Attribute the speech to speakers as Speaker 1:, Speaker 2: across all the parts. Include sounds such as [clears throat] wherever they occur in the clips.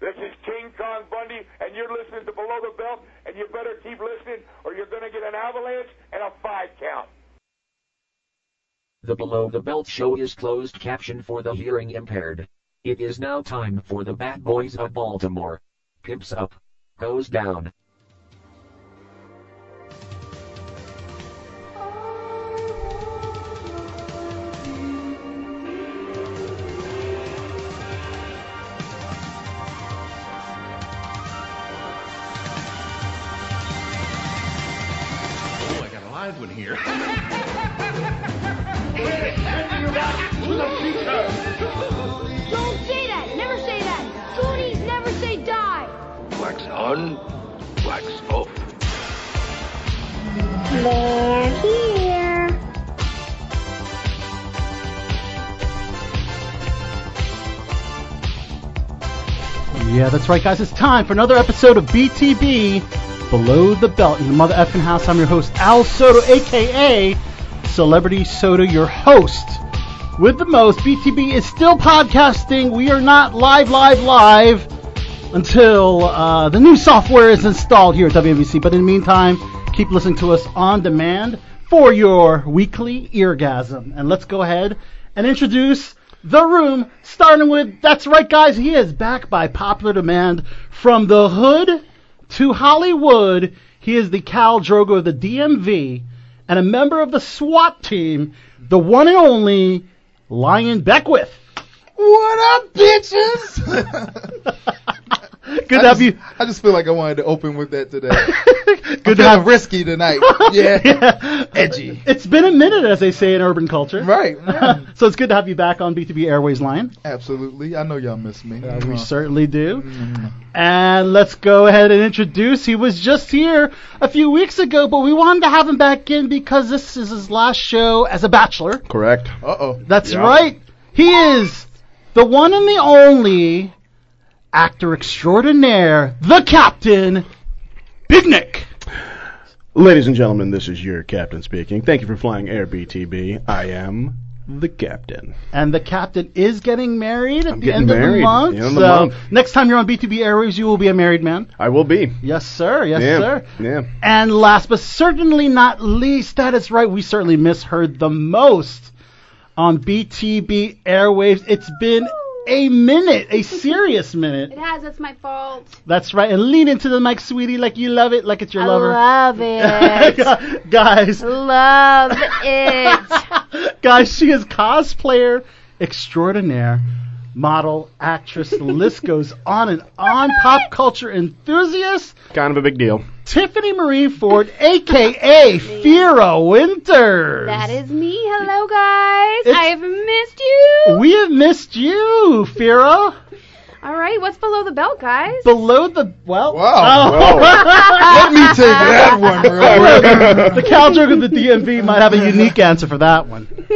Speaker 1: This is King Kong Bundy, and you're listening to Below the Belt, and you better keep listening, or you're going to get an avalanche and a five count.
Speaker 2: The Below the Belt show is closed caption for the hearing impaired. It is now time for the bad boys of Baltimore. Pimps up. Goes down.
Speaker 3: Oh, I got a live one here.
Speaker 4: Don't say that. Never say that. Goonies never say die.
Speaker 5: Wax on, wax off.
Speaker 4: They're here.
Speaker 6: Yeah, that's right, guys. It's time for another episode of BTB Below the Belt in the Mother Effing House. I'm your host, Al Soto, aka Celebrity Soto, your host with the most. BTB is still podcasting. We are not live, live, live until uh, the new software is installed here at WBC. But in the meantime, keep listening to us on demand for your weekly eargasm. And let's go ahead and introduce the room, starting with that's right, guys. He is back by popular demand from the hood to Hollywood. He is the Cal Drogo of the DMV and a member of the SWAT team, the one and only Lion Beckwith.
Speaker 7: What up, bitches?
Speaker 6: [laughs] Good to have you.
Speaker 7: I just feel like I wanted to open with
Speaker 6: [laughs]
Speaker 7: that today.
Speaker 6: Good
Speaker 7: Good
Speaker 6: to have. [laughs]
Speaker 7: risky tonight. Yeah. [laughs] Edgy.
Speaker 6: It's been a minute, as they say in urban culture.
Speaker 7: Right. yeah.
Speaker 6: [laughs] So it's good to have you back on B2B Airways, Lion.
Speaker 7: Absolutely. I know y'all miss me. Mm-hmm.
Speaker 6: Uh, we certainly do. And let's go ahead and introduce. He was just here a few weeks ago, but we wanted to have him back in because this is his last show as a bachelor.
Speaker 8: Correct.
Speaker 7: Uh oh.
Speaker 6: That's right. He is the one and the only actor extraordinaire, the captain, Big Nick.
Speaker 8: Ladies and gentlemen, this is your captain speaking. Thank you for flying Air BTB. I am the captain.
Speaker 6: And the captain is getting married at the
Speaker 8: getting
Speaker 6: end of the
Speaker 8: married at
Speaker 6: month.
Speaker 8: the end of the
Speaker 6: so
Speaker 8: month.
Speaker 6: next time you're on B2B Airways, you will be a married man.
Speaker 8: I will be.
Speaker 6: Yes, sir. Yes,
Speaker 8: yeah.
Speaker 6: sir.
Speaker 8: Yeah.
Speaker 6: And last but certainly not least, that is right, we certainly misheard the most on BTB airwaves. It's been a minute, a serious minute.
Speaker 4: It has. That's my fault.
Speaker 6: That's right. And lean into the mic, sweetie, like you love it, like it's your lover.
Speaker 4: love
Speaker 6: [laughs] guys,
Speaker 4: love
Speaker 7: [laughs]
Speaker 4: it.
Speaker 6: guys, [laughs] she is cosplayer extraordinaire, model, actress. The list goes on and on. Pop culture enthusiast.
Speaker 8: Kind of a big deal.
Speaker 6: Tiffany Marie Ford, aka Fira Winters.
Speaker 4: That is me. Hello, guys.
Speaker 6: It's-
Speaker 4: I've missed you.
Speaker 6: We have missed you, Fira.
Speaker 4: All right. What's below the belt, guys?
Speaker 6: Below the well,
Speaker 7: Wow.
Speaker 6: Oh. [laughs]
Speaker 7: Let me take that one real quick.
Speaker 6: the cow joke of the DMV
Speaker 7: [laughs]
Speaker 6: might have a unique answer for that one. [laughs]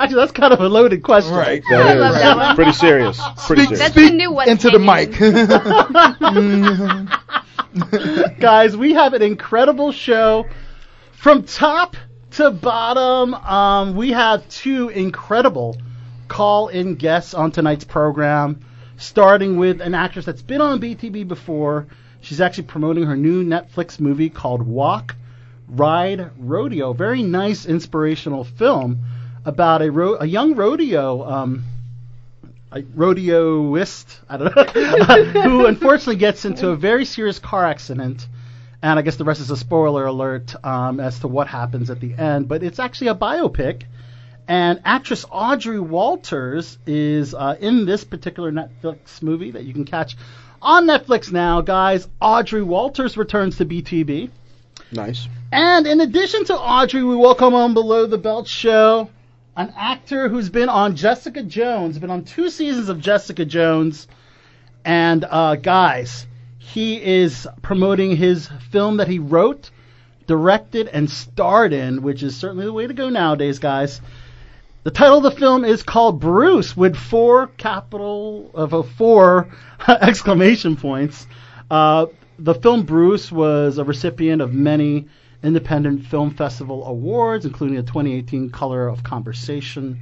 Speaker 6: Actually, that's kind of a loaded question. [laughs]
Speaker 7: Right.
Speaker 4: I love that one.
Speaker 8: Pretty
Speaker 7: [laughs]
Speaker 8: serious. Pretty serious.
Speaker 4: That's the new one.
Speaker 7: Into the mic.
Speaker 6: Guys, we have an incredible show from top to bottom. Um, we have two incredible call-in guests on tonight's program, starting with an actress that's been on BTB before. She's actually promoting her new Netflix movie called Walk, Ride, Rodeo. Very nice, inspirational film about a, ro- a young rodeo um, a rodeoist, I don't know, [laughs] who unfortunately gets into a very serious car accident. And I guess the rest is a spoiler alert um, as to what happens at the end. But it's actually a biopic. And actress Audrey Walters is uh, in this particular Netflix movie that you can catch on Netflix now, guys. Audrey Walters returns to BTB.
Speaker 8: nice.
Speaker 6: And in addition to Audrey, we welcome on Below the Belt show an actor who's been on Jessica Jones, been on two seasons of Jessica Jones. And uh, guys, he is promoting his film that he wrote, directed, and starred in, which is certainly the way to go nowadays, guys. The title of the film is called Bruce with four capital of a four [laughs] exclamation points. Uh, the film Bruce was a recipient of many independent film festival awards, including the 2018 Color of Conversation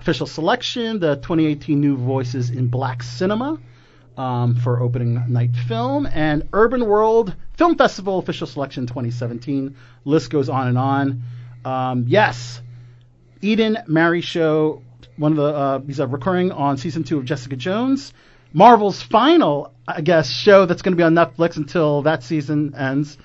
Speaker 6: official selection, the 2018 New Voices in Black Cinema um, for opening night film and Urban World Film Festival official selection 2017. List goes on and on. Um, yes, Eden Mary show. One of the uh, he's uh, recurring on season two of Jessica Jones. Marvel's final, I guess, show that's going to be on Netflix until that season ends.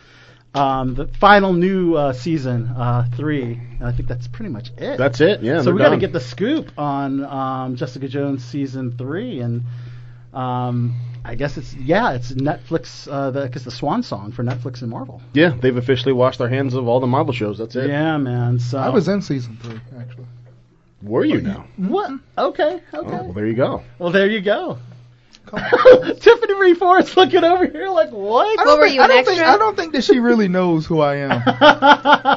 Speaker 6: Um, the final new uh, season uh, three. And I think that's pretty much it.
Speaker 8: That's it, yeah,
Speaker 6: So
Speaker 8: they're
Speaker 6: we got to
Speaker 8: done.
Speaker 6: get the scoop on um, Jessica Jones season three, and um, I guess it's yeah, it's Netflix. Uh, the, cause the swan song for Netflix and Marvel.
Speaker 8: Yeah, they've officially washed their hands of all the Marvel shows. That's it.
Speaker 6: Yeah, man. So
Speaker 8: I
Speaker 6: I
Speaker 8: was
Speaker 6: was
Speaker 7: in season three, actually.
Speaker 8: Were you now? Oh,
Speaker 6: what?
Speaker 7: Mm-hmm.
Speaker 6: Okay, okay.
Speaker 9: Oh.
Speaker 8: Well, there you go.
Speaker 6: Well, there you go. [laughs] Tiffany Reforest looking over here like what?
Speaker 7: I
Speaker 3: What
Speaker 7: don't
Speaker 3: were
Speaker 7: think-
Speaker 3: you,
Speaker 7: I
Speaker 3: an
Speaker 7: don't think-
Speaker 3: extra?
Speaker 7: I don't think that she really knows who I am.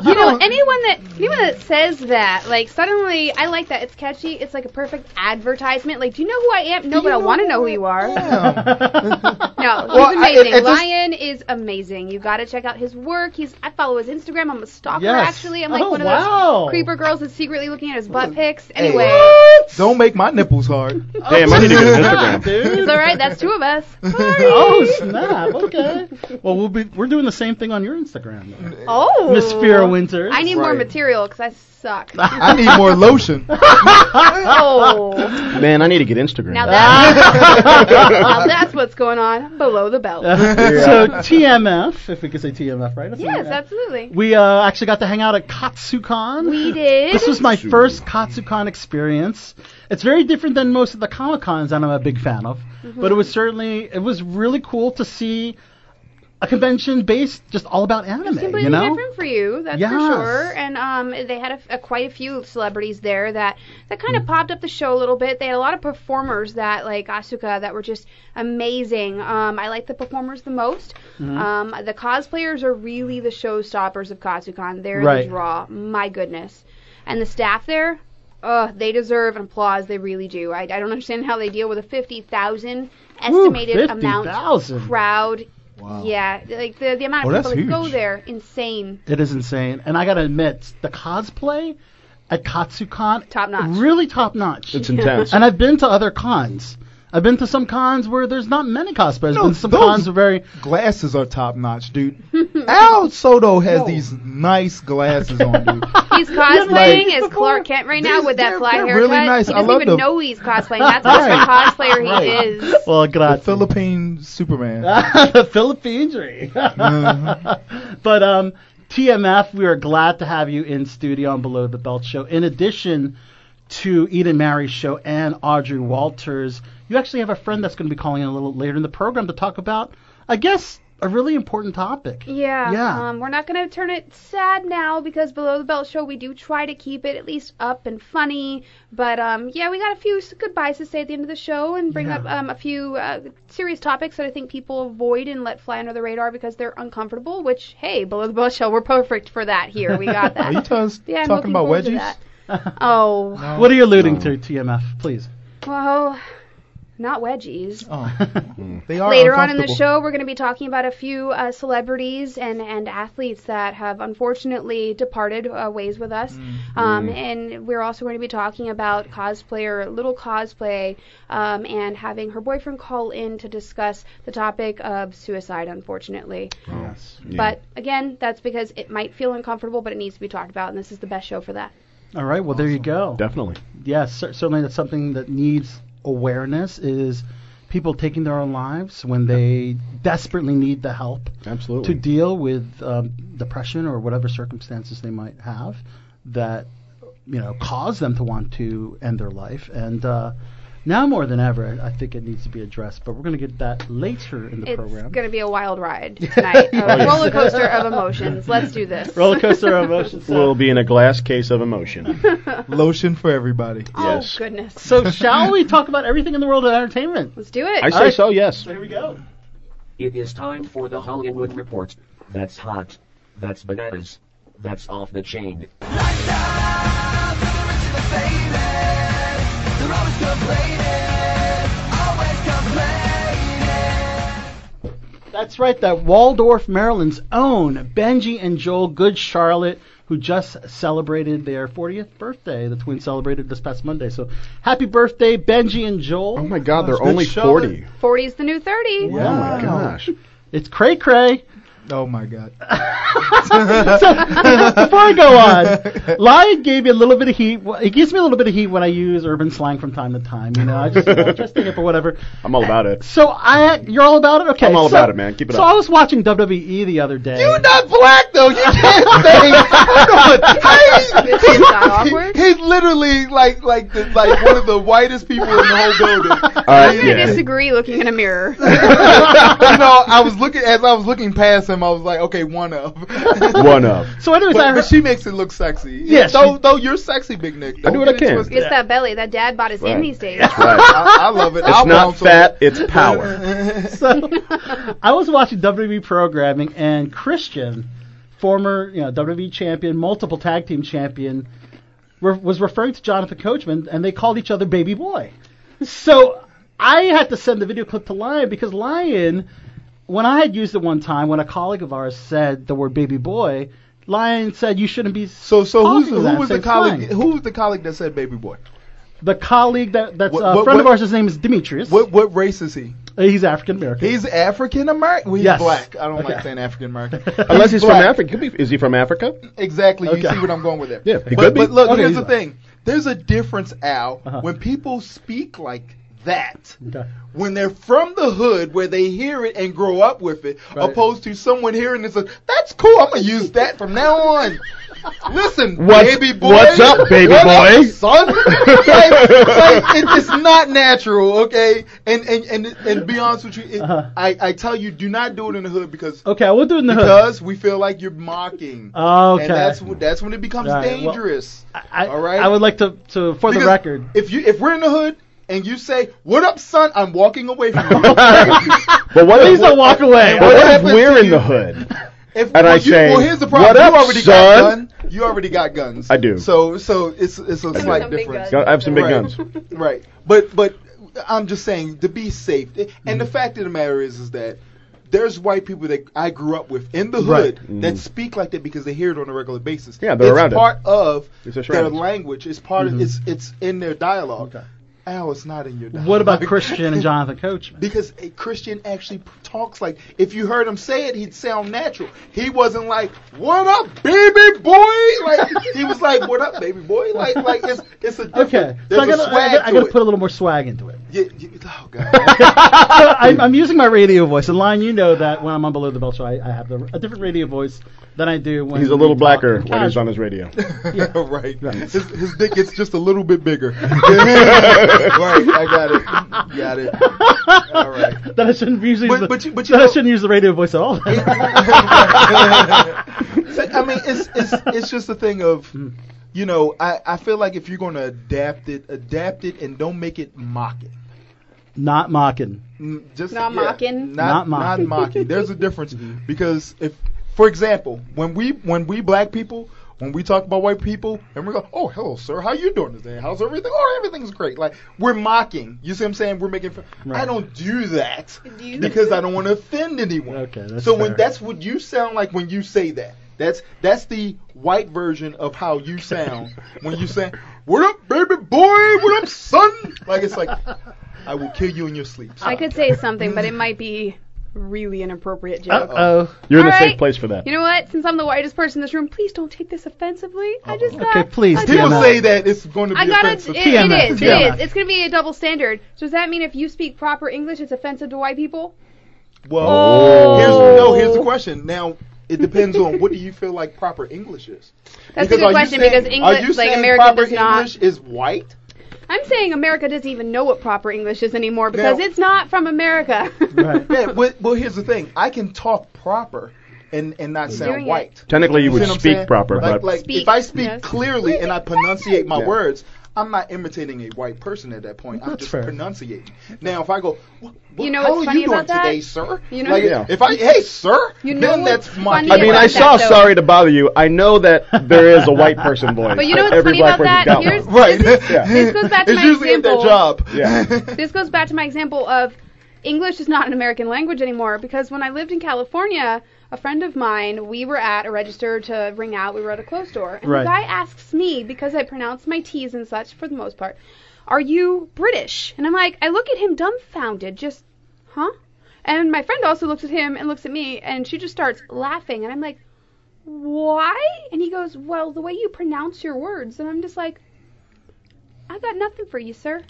Speaker 6: [laughs]
Speaker 3: You know,
Speaker 7: don't-
Speaker 3: anyone that anyone that says that, like suddenly, I like that. It's catchy. It's like a perfect advertisement. Like, do you know who I am? No, but I want to know who you
Speaker 6: [laughs]
Speaker 3: are. no,
Speaker 7: Well, I-
Speaker 3: he's amazing.
Speaker 7: it- it just-
Speaker 3: Lion is amazing. You got to check out his work. He's I follow his Instagram. I'm a stalker
Speaker 6: Yes.
Speaker 3: actually. I'm like
Speaker 6: Oh,
Speaker 3: one of
Speaker 6: wow.
Speaker 3: those creeper girls that's secretly looking at his butt pics.
Speaker 7: Hey,
Speaker 3: Anyway,
Speaker 7: Don't make my nipples hard.
Speaker 8: Damn, I need to get
Speaker 6: [laughs]
Speaker 8: an Instagram.
Speaker 3: it's all right. That's two of us. Sorry.
Speaker 7: [laughs]
Speaker 6: Oh snap! Okay. Well, we'll be we're doing the same thing on your Instagram,
Speaker 3: Oh,
Speaker 6: Miss Vera Winters.
Speaker 3: I need more
Speaker 7: Right.
Speaker 3: material because I
Speaker 6: [laughs]
Speaker 3: suck. [laughs]
Speaker 7: I need more lotion.
Speaker 3: oh,
Speaker 8: [laughs] Man, I need to get Instagram.
Speaker 3: now that's,
Speaker 6: [laughs]
Speaker 3: now [laughs] that's what's going on below the belt.
Speaker 6: so TMF, if we could say TMF, right? That's what
Speaker 3: yes,
Speaker 6: we-
Speaker 3: absolutely.
Speaker 6: We uh, actually got to hang out at Katsucon. [laughs]
Speaker 3: We did.
Speaker 6: This was my first Katsucon experience. It's very different than most of the Comic Cons that I'm a big fan of, but it was certainly it was really cool to see a convention based just all about anime.
Speaker 3: completely
Speaker 6: you know.
Speaker 3: different for you, that's for
Speaker 6: Yes.
Speaker 3: sure. And um, they had a, f- a- quite a few celebrities there that that kind
Speaker 6: Mm.
Speaker 3: of popped up the show a little bit. They had a lot of performers that like Asuka that were just amazing. Um, I like the performers the most.
Speaker 6: Mm-hmm.
Speaker 3: Um, the cosplayers are really the showstoppers of Katsucon. They're
Speaker 6: Right.
Speaker 3: the draw. My goodness, and the staff there. Uh, they deserve an applause. They really do. I, I don't understand how they deal with a fifty thousand estimated amount
Speaker 6: 50,000.
Speaker 3: crowd. Yeah, like the, the amount of
Speaker 7: Oh,
Speaker 3: people
Speaker 7: that's
Speaker 3: that go
Speaker 7: huge.
Speaker 3: there, insane.
Speaker 6: It is insane, and I gotta admit, the cosplay at Katsucon
Speaker 3: Top notch.
Speaker 6: really top notch.
Speaker 8: It's intense.
Speaker 6: and I've been to other cons. I've been to some cons where there's not many cosplayers,
Speaker 7: No,
Speaker 6: but some
Speaker 7: those-
Speaker 6: cons are very
Speaker 7: Glasses are top notch, dude.
Speaker 3: [laughs]
Speaker 7: Al Soto has these nice glasses on,
Speaker 6: [laughs]
Speaker 7: dude.
Speaker 10: [laughs]
Speaker 3: He's cosplaying as Clark Kent right now
Speaker 7: These-
Speaker 3: with that
Speaker 7: they're-
Speaker 3: fly
Speaker 7: they're
Speaker 3: haircut.
Speaker 7: really nice.
Speaker 3: He
Speaker 7: I
Speaker 3: doesn't
Speaker 7: love
Speaker 3: even
Speaker 7: them.
Speaker 3: know he's cosplaying. That's
Speaker 10: [laughs]
Speaker 3: what kind of cosplayer he is.
Speaker 6: well.
Speaker 7: The
Speaker 6: Grazie.
Speaker 7: Philippine Superman.
Speaker 6: [laughs] the Philippines ring.
Speaker 7: Mm-hmm.
Speaker 6: [laughs] but um, TMF, we are glad to have you in studio on Below the Belt show. In addition to Eden Mary's show and Audrey Walters, you actually have a friend that's going to be calling in a little later in the program to talk about, I guess, a really important topic.
Speaker 3: Yeah.
Speaker 6: Yeah.
Speaker 3: Um, we're not going to turn it sad now because Below the Belt Show, we do try to keep it at least up and funny. But um, yeah, we got a few s- goodbyes to say at the end of the show and bring up um, a few uh, serious topics that I think people avoid and let fly under the radar because they're uncomfortable, which, hey, Below the Belt Show, we're perfect for that here. We
Speaker 7: [laughs]
Speaker 3: got
Speaker 7: Are you
Speaker 3: that.
Speaker 7: tell us-
Speaker 3: yeah, I'm
Speaker 7: talking
Speaker 3: looking
Speaker 7: about
Speaker 3: forward to
Speaker 7: wedgies?
Speaker 3: that.
Speaker 7: [laughs]
Speaker 3: Oh,
Speaker 6: What are you alluding to, TMF? Please.
Speaker 3: well, not wedgies.
Speaker 6: [laughs]
Speaker 7: Oh, they are
Speaker 3: Later on in the
Speaker 7: uncomfortable.
Speaker 3: show, we're going to be talking about a few uh, celebrities and, and athletes that have unfortunately departed uh, ways with us.
Speaker 6: Mm-hmm.
Speaker 3: Um, and we're also going to be talking about cosplayer, little cosplay, um, and having her boyfriend call in to discuss the topic of suicide, unfortunately.
Speaker 6: Yes.
Speaker 3: But again, that's because it might feel uncomfortable, but it needs to be talked about, and this is the best show for that.
Speaker 6: All right. Well, there you go.
Speaker 8: Definitely.
Speaker 6: yes, cer- certainly that's something that needs awareness. Is people taking their own lives when they desperately need the help.
Speaker 8: Absolutely.
Speaker 6: to deal with um, depression or whatever circumstances they might have that you know cause them to want to end their life and uh, now more than ever i think it needs to be addressed but we're going to get that later in the
Speaker 3: It's
Speaker 6: program Oh,
Speaker 3: going to be a
Speaker 6: [laughs]
Speaker 3: wild ride tonight, a roller coaster of emotions. Let's do this.
Speaker 6: roller coaster of emotions so,
Speaker 8: We'll be in a glass case of
Speaker 6: [laughs]
Speaker 8: emotion.
Speaker 7: Lotion for everybody.
Speaker 3: Oh
Speaker 8: yes.
Speaker 3: goodness.
Speaker 6: so shall we talk about everything in the world of entertainment
Speaker 3: Let's do it.
Speaker 8: I say
Speaker 6: right.
Speaker 8: so, yes.
Speaker 6: here we go
Speaker 2: It is time for the Hollywood Report. That's hot. That's bananas. That's off the chain.
Speaker 6: That's right, that Waldorf, Maryland's own Benji and Joel Good Charlotte, who just celebrated their 40th birthday. The twins celebrated this past Monday. So happy birthday, Benji and Joel.
Speaker 8: Oh my God, they're
Speaker 6: Good
Speaker 8: only
Speaker 6: show.
Speaker 8: 40.
Speaker 3: 40 is the new 30.
Speaker 8: Oh my
Speaker 3: [laughs]
Speaker 8: gosh.
Speaker 6: It's cray cray.
Speaker 7: Oh
Speaker 6: [laughs]
Speaker 7: my god.
Speaker 6: Before I go on, Lion gave me a little bit of heat. Well, It gives me a little bit of heat when I use urban slang from time to time. You know, I just, I just take it for whatever.
Speaker 8: I'm all about it.
Speaker 6: So I, you're all about it. Okay,
Speaker 8: I'm all
Speaker 6: so-
Speaker 8: about it, man. Keep it
Speaker 6: so
Speaker 8: up.
Speaker 6: I was watching WWE the other day.
Speaker 7: You're not black though. You can't
Speaker 6: [laughs]
Speaker 7: say. Hold on. [laughs] Hey,
Speaker 3: This is
Speaker 7: [laughs]
Speaker 3: not awkward.
Speaker 7: he's literally like like the, like one of the whitest people in the whole building.
Speaker 8: All
Speaker 3: I'm
Speaker 8: right,
Speaker 3: going to
Speaker 8: yeah.
Speaker 3: disagree looking in
Speaker 8: [laughs]
Speaker 3: a mirror.
Speaker 7: you know, I was looking as I was looking past him. I was like, okay, one of. but,
Speaker 8: One up.
Speaker 6: So anyways, I
Speaker 7: but
Speaker 6: heard,
Speaker 7: she makes it look sexy.
Speaker 6: Yeah,
Speaker 7: though
Speaker 6: she-
Speaker 7: though you're sexy, Big Nick.
Speaker 8: I do what I can.
Speaker 3: It's that belly. That dad bod is
Speaker 8: Right.
Speaker 3: in these days.
Speaker 8: Right.
Speaker 7: I, I love it. I'll
Speaker 8: It's not
Speaker 7: bounce on it.
Speaker 8: fat,
Speaker 6: [laughs]
Speaker 8: it's power.
Speaker 6: so I was watching WWE programming, and Christian, former you know WWE champion, multiple tag team champion, re- was referring to Jonathan Coachman, and they called each other baby boy. So I had to send the video clip to Lion because Lion, when I had used it one time, when a colleague of ours said the word baby boy, Lion said you shouldn't be.
Speaker 7: So so who's,
Speaker 6: Talking to
Speaker 7: who
Speaker 6: that
Speaker 7: was the
Speaker 6: same
Speaker 7: colleague?
Speaker 6: slang.
Speaker 7: Who was the colleague that said baby boy?
Speaker 6: The colleague that that's
Speaker 7: What-
Speaker 6: a
Speaker 7: what-
Speaker 6: friend of
Speaker 7: what-
Speaker 6: ours, his name is Demetrius.
Speaker 7: What what race is he?
Speaker 6: He's African American.
Speaker 7: He's African American. Well, he's
Speaker 6: Yes.
Speaker 7: black. I don't
Speaker 6: Okay.
Speaker 7: like saying African
Speaker 6: [laughs]
Speaker 7: American.
Speaker 8: Unless he's from
Speaker 7: black.
Speaker 8: Africa. Could be- Is he from Africa?
Speaker 7: Exactly. You
Speaker 6: Okay.
Speaker 7: see what I'm going with there.
Speaker 8: Yeah, he
Speaker 7: but,
Speaker 8: could be.
Speaker 7: but look,
Speaker 6: Okay,
Speaker 7: here's
Speaker 6: he's
Speaker 7: the
Speaker 6: black.
Speaker 7: thing. There's a difference, Al.
Speaker 6: Uh-huh.
Speaker 7: When people speak like that,
Speaker 6: Okay.
Speaker 7: when they're from the hood where they hear it and grow up with it,
Speaker 6: Right.
Speaker 7: opposed to someone hearing this, that's cool. I'm gonna use that from now on. Listen,
Speaker 8: What's-
Speaker 7: baby boy.
Speaker 8: what's up, baby
Speaker 7: What up,
Speaker 8: boy?
Speaker 6: [laughs]
Speaker 7: son? Like- like, it- it's not natural, okay? And and and and be honest with you, it,
Speaker 6: Uh-huh.
Speaker 7: I I tell you, do not do it in the hood because
Speaker 6: Okay, we'll do it in the hood.
Speaker 7: because we feel like you're mocking.
Speaker 6: Oh, Okay.
Speaker 7: And that's wh- that's when it becomes
Speaker 6: All right, well,
Speaker 7: dangerous.
Speaker 6: I,
Speaker 7: All right.
Speaker 6: I would like to, to for the
Speaker 7: Because
Speaker 6: record.
Speaker 7: if you if we're in the hood and you say, "What up, son?" I'm walking away from you.
Speaker 8: But what if,
Speaker 6: Please don't walk away.
Speaker 8: but what if
Speaker 7: happens
Speaker 8: we're
Speaker 7: to
Speaker 8: in the
Speaker 7: you-
Speaker 8: hood?
Speaker 7: If,
Speaker 8: And I
Speaker 7: you,
Speaker 8: say,
Speaker 7: "Well, here's the problem.
Speaker 8: "What
Speaker 7: you
Speaker 8: up,
Speaker 7: already got
Speaker 8: son?"
Speaker 7: gun. You already got guns.
Speaker 8: I do.
Speaker 7: So so it's it's a
Speaker 8: do.
Speaker 7: slight
Speaker 3: Some big
Speaker 7: difference.
Speaker 3: guns.
Speaker 8: I have some big
Speaker 7: Right.
Speaker 8: guns.
Speaker 7: [laughs] Right. But but I'm just saying to be safe. And
Speaker 8: Mm.
Speaker 7: the fact of the matter is is that there's white people that I grew up with in the hood that speak like that because they hear it on a regular basis.
Speaker 8: Mm. Yeah, they're
Speaker 7: it's
Speaker 8: around it.
Speaker 7: part of
Speaker 8: It's Mm-hmm. their
Speaker 7: their
Speaker 8: surroundings.
Speaker 7: language. It's part of it's it's in their dialogue.
Speaker 6: Okay.
Speaker 7: Al, it's not in your dialogue.
Speaker 6: What
Speaker 7: [laughs]
Speaker 6: about Christian and Jonathan Coachman?
Speaker 7: Because a Christian actually p- talks like if you heard him say it, he'd sound natural. He wasn't like "What up, baby boy?" Like he was like "What up, baby boy?" Like like it's it's a different,
Speaker 6: Okay, so
Speaker 7: There's
Speaker 6: I
Speaker 7: a
Speaker 6: gotta, I
Speaker 7: swag
Speaker 6: gotta, I
Speaker 7: to
Speaker 6: gotta
Speaker 7: it.
Speaker 6: put a little more swag into it.
Speaker 7: Yeah, yeah, oh god.
Speaker 6: [laughs] I'm, I'm using my radio voice, and Lion, you know that when I'm on Below the Belt Show, I, I have the, a different radio voice than I do when
Speaker 8: He's a
Speaker 6: we
Speaker 8: little
Speaker 6: talk
Speaker 8: blacker
Speaker 6: in
Speaker 8: when he's
Speaker 6: casual.
Speaker 7: [laughs]
Speaker 8: on his radio.
Speaker 7: right. His, his dick gets just a little bit
Speaker 6: [laughs]
Speaker 7: bigger. right. I got it. Got
Speaker 6: [laughs]
Speaker 7: it. All right.
Speaker 6: That I shouldn't usually.
Speaker 7: But-
Speaker 6: the,
Speaker 7: but you- but you
Speaker 6: that I
Speaker 7: know-
Speaker 6: shouldn't use the radio voice at all.
Speaker 7: So, I mean, it's it's
Speaker 6: [laughs]
Speaker 7: it's just a thing of,
Speaker 6: Hmm.
Speaker 7: you know, I I feel like if you're gonna adapt it, adapt it and don't make it mocking.
Speaker 6: Not mocking.
Speaker 7: Mm, Just
Speaker 3: Not mocking?
Speaker 7: Not,
Speaker 6: Not mocking. Mm-hmm.
Speaker 7: Not mocking. There's a difference because if, for example, when we when we black people. When we talk about white people and we go, oh, hello, sir, how you doing today? How's everything? Oh, everything's great. Like, we're mocking. You see what I'm saying? We're making fun. I don't do that
Speaker 3: You-
Speaker 7: because I don't want to offend anyone.
Speaker 6: Okay, that's
Speaker 7: so when
Speaker 6: fair.
Speaker 7: that's what you sound like when you say that. That's that's the white version of how you sound when you say, "What up, baby boy? What up, son?" Like it's like, I will kill you in your sleep.
Speaker 3: [laughs] I could say something, but it might be really inappropriate joke.
Speaker 6: Uh oh.
Speaker 8: You're in a
Speaker 3: All
Speaker 8: safe
Speaker 3: right.
Speaker 8: place for that.
Speaker 3: You know what? Since I'm the whitest person in this room, please don't take this offensively. I just got
Speaker 6: Okay, please,
Speaker 3: a
Speaker 6: do
Speaker 7: People
Speaker 3: double-
Speaker 6: not.
Speaker 7: say that it's going to be
Speaker 3: I got it.
Speaker 7: offensive.
Speaker 3: It, it is. It
Speaker 6: TMF.
Speaker 3: is. It's going to be a double standard. So does that mean if you speak proper English, it's offensive to white people?
Speaker 7: Well,
Speaker 8: Oh.
Speaker 7: here's, no. Here's the question. Now it depends on what do you feel like proper English is.
Speaker 3: That's
Speaker 7: Because
Speaker 3: a
Speaker 7: are
Speaker 3: good
Speaker 7: you
Speaker 3: question
Speaker 7: saying-
Speaker 3: because
Speaker 7: are you
Speaker 3: English, like
Speaker 7: saying
Speaker 3: America,
Speaker 7: proper
Speaker 3: does not.
Speaker 7: English is white.
Speaker 3: I'm saying America doesn't even know what proper English is anymore because
Speaker 7: Now-
Speaker 3: it's not from America. [laughs]
Speaker 6: Right.
Speaker 7: Yeah. Well, well, here's the thing. I can talk proper and and not sound
Speaker 3: doing it.
Speaker 7: white.
Speaker 8: Technically, you
Speaker 7: see
Speaker 8: would
Speaker 7: what I'm
Speaker 8: speak
Speaker 7: saying?
Speaker 8: proper,
Speaker 7: Like,
Speaker 8: but
Speaker 7: like
Speaker 3: Speak,
Speaker 7: if I speak
Speaker 3: yes.
Speaker 7: clearly and I pronunciate my
Speaker 8: Yeah.
Speaker 7: words, I'm not imitating a white person at that point. I'm
Speaker 6: That's
Speaker 7: just
Speaker 6: fair.
Speaker 7: pronunciating. Now, if I go, "Wh- wh-
Speaker 3: You know
Speaker 7: how
Speaker 3: what's
Speaker 7: are
Speaker 3: funny
Speaker 7: you doing
Speaker 3: about that?
Speaker 7: today, sir?
Speaker 3: You know-
Speaker 7: like,
Speaker 8: Yeah.
Speaker 7: if I, hey, sir,
Speaker 3: You know
Speaker 7: then
Speaker 3: what's
Speaker 7: that's my.
Speaker 3: funny
Speaker 8: I mean, I
Speaker 3: about
Speaker 8: saw
Speaker 3: that, though.
Speaker 8: "Sorry to bother you." I know that there is a white
Speaker 3: [laughs]
Speaker 8: person voice.
Speaker 3: But you know what's
Speaker 8: every
Speaker 3: funny
Speaker 8: black person's
Speaker 3: about that?
Speaker 8: got
Speaker 3: Here's-
Speaker 8: one.
Speaker 7: Right.
Speaker 8: Yeah.
Speaker 3: This goes back to
Speaker 7: it's
Speaker 3: my
Speaker 7: usually at
Speaker 3: example.
Speaker 7: their job.
Speaker 8: Yeah.
Speaker 3: this goes back to my example of English is not an American language anymore because when I lived in California, a friend of mine, we were at a register to ring out. We were at a closed door. And
Speaker 6: Right.
Speaker 3: the guy asks me, because I pronounce my T's and such for the most part, are you British? And I'm like, I look at him dumbfounded, just, huh? And my friend also looks at him and looks at me, and she just starts laughing. And I'm like, why? And he goes, well, the way you pronounce your words. And I'm just like, I got nothing for you, sir.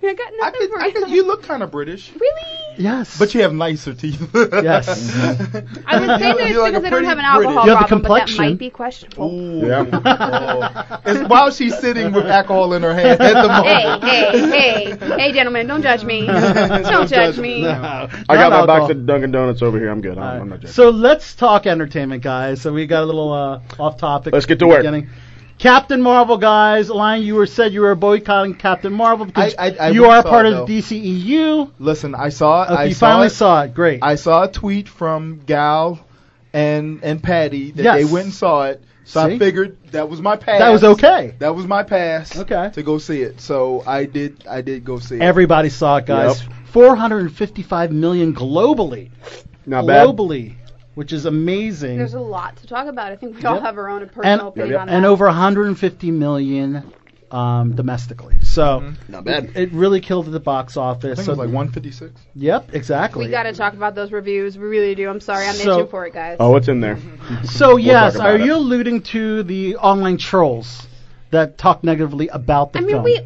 Speaker 3: I got
Speaker 7: I
Speaker 3: nothing
Speaker 7: could,
Speaker 3: for
Speaker 7: I could, you look kind of British,
Speaker 3: [laughs] Really?
Speaker 6: Yes.
Speaker 7: but you have nicer teeth. [laughs]
Speaker 6: Yes.
Speaker 3: I would say that
Speaker 7: You're
Speaker 3: it's
Speaker 7: like a
Speaker 3: because I don't have
Speaker 7: pretty
Speaker 3: an alcohol
Speaker 6: British- You have the
Speaker 3: problem, but that
Speaker 6: complexion.
Speaker 3: might be questionable.
Speaker 7: Ooh. [laughs]
Speaker 8: Yeah.
Speaker 7: Oh. It's while she's sitting with alcohol in her hand at the
Speaker 3: Hey,
Speaker 7: moment.
Speaker 3: hey, hey, hey, gentlemen, don't judge me. Don't judge me.
Speaker 8: I got my box
Speaker 6: Non-alcohol.
Speaker 8: of Dunkin' Donuts over here. I'm good. I'm, I'm not
Speaker 6: Alright.
Speaker 8: joking.
Speaker 6: So let's talk entertainment, guys. So we got a little uh, off topic.
Speaker 8: Let's get
Speaker 6: at
Speaker 8: to
Speaker 6: the
Speaker 8: work.
Speaker 6: beginning. Captain Marvel, guys. Lion, you were said you were boycotting Captain Marvel because
Speaker 7: I- I- I
Speaker 6: you are a
Speaker 7: saw it,
Speaker 6: part
Speaker 7: though.
Speaker 6: of the DCEU.
Speaker 7: Listen, I saw.
Speaker 6: Okay,
Speaker 7: I
Speaker 6: you
Speaker 7: saw
Speaker 6: finally
Speaker 7: it.
Speaker 6: saw it. Great.
Speaker 7: I saw a tweet from Gal and and Patty that
Speaker 6: Yes.
Speaker 7: they went and saw it. So
Speaker 6: See?
Speaker 7: I figured that was my pass.
Speaker 6: that was okay.
Speaker 7: That was my pass.
Speaker 6: Okay.
Speaker 7: To go see it. So I did. I did go see it.
Speaker 6: Everybody saw it, guys. 455 million globally.
Speaker 8: Not bad.
Speaker 6: globally, which is amazing.
Speaker 3: There's a lot to talk about. I think we all
Speaker 6: Yep.
Speaker 3: have our own personal
Speaker 6: and,
Speaker 3: opinion on that.
Speaker 6: and over 150 million um, domestically. So
Speaker 8: Mm-hmm. Not bad.
Speaker 6: it really killed at the box
Speaker 7: I
Speaker 6: office.
Speaker 7: think
Speaker 6: So
Speaker 7: it was like 156.
Speaker 6: Yep, exactly.
Speaker 3: we got to talk about those reviews. We really do. I'm sorry. I'm
Speaker 6: So-
Speaker 3: itching for it, guys.
Speaker 8: Oh, what's in there?
Speaker 6: So yes,
Speaker 8: talk
Speaker 6: are
Speaker 8: about
Speaker 6: you
Speaker 8: it.
Speaker 6: alluding to the online trolls that talk negatively about the
Speaker 3: I mean,
Speaker 6: film?
Speaker 3: we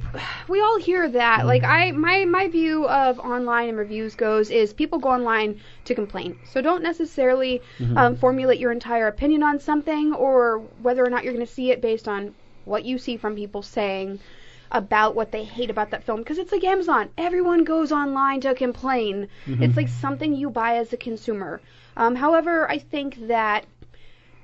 Speaker 3: we all hear that. Like I, my my view of online and reviews goes is people go online to complain. So don't necessarily um, formulate your entire opinion on something or whether or not you're going to see it based on what you see from people saying about what they hate about that film because it's like Amazon. Everyone goes online to complain. It's like something you buy as a consumer. Um, however, I think that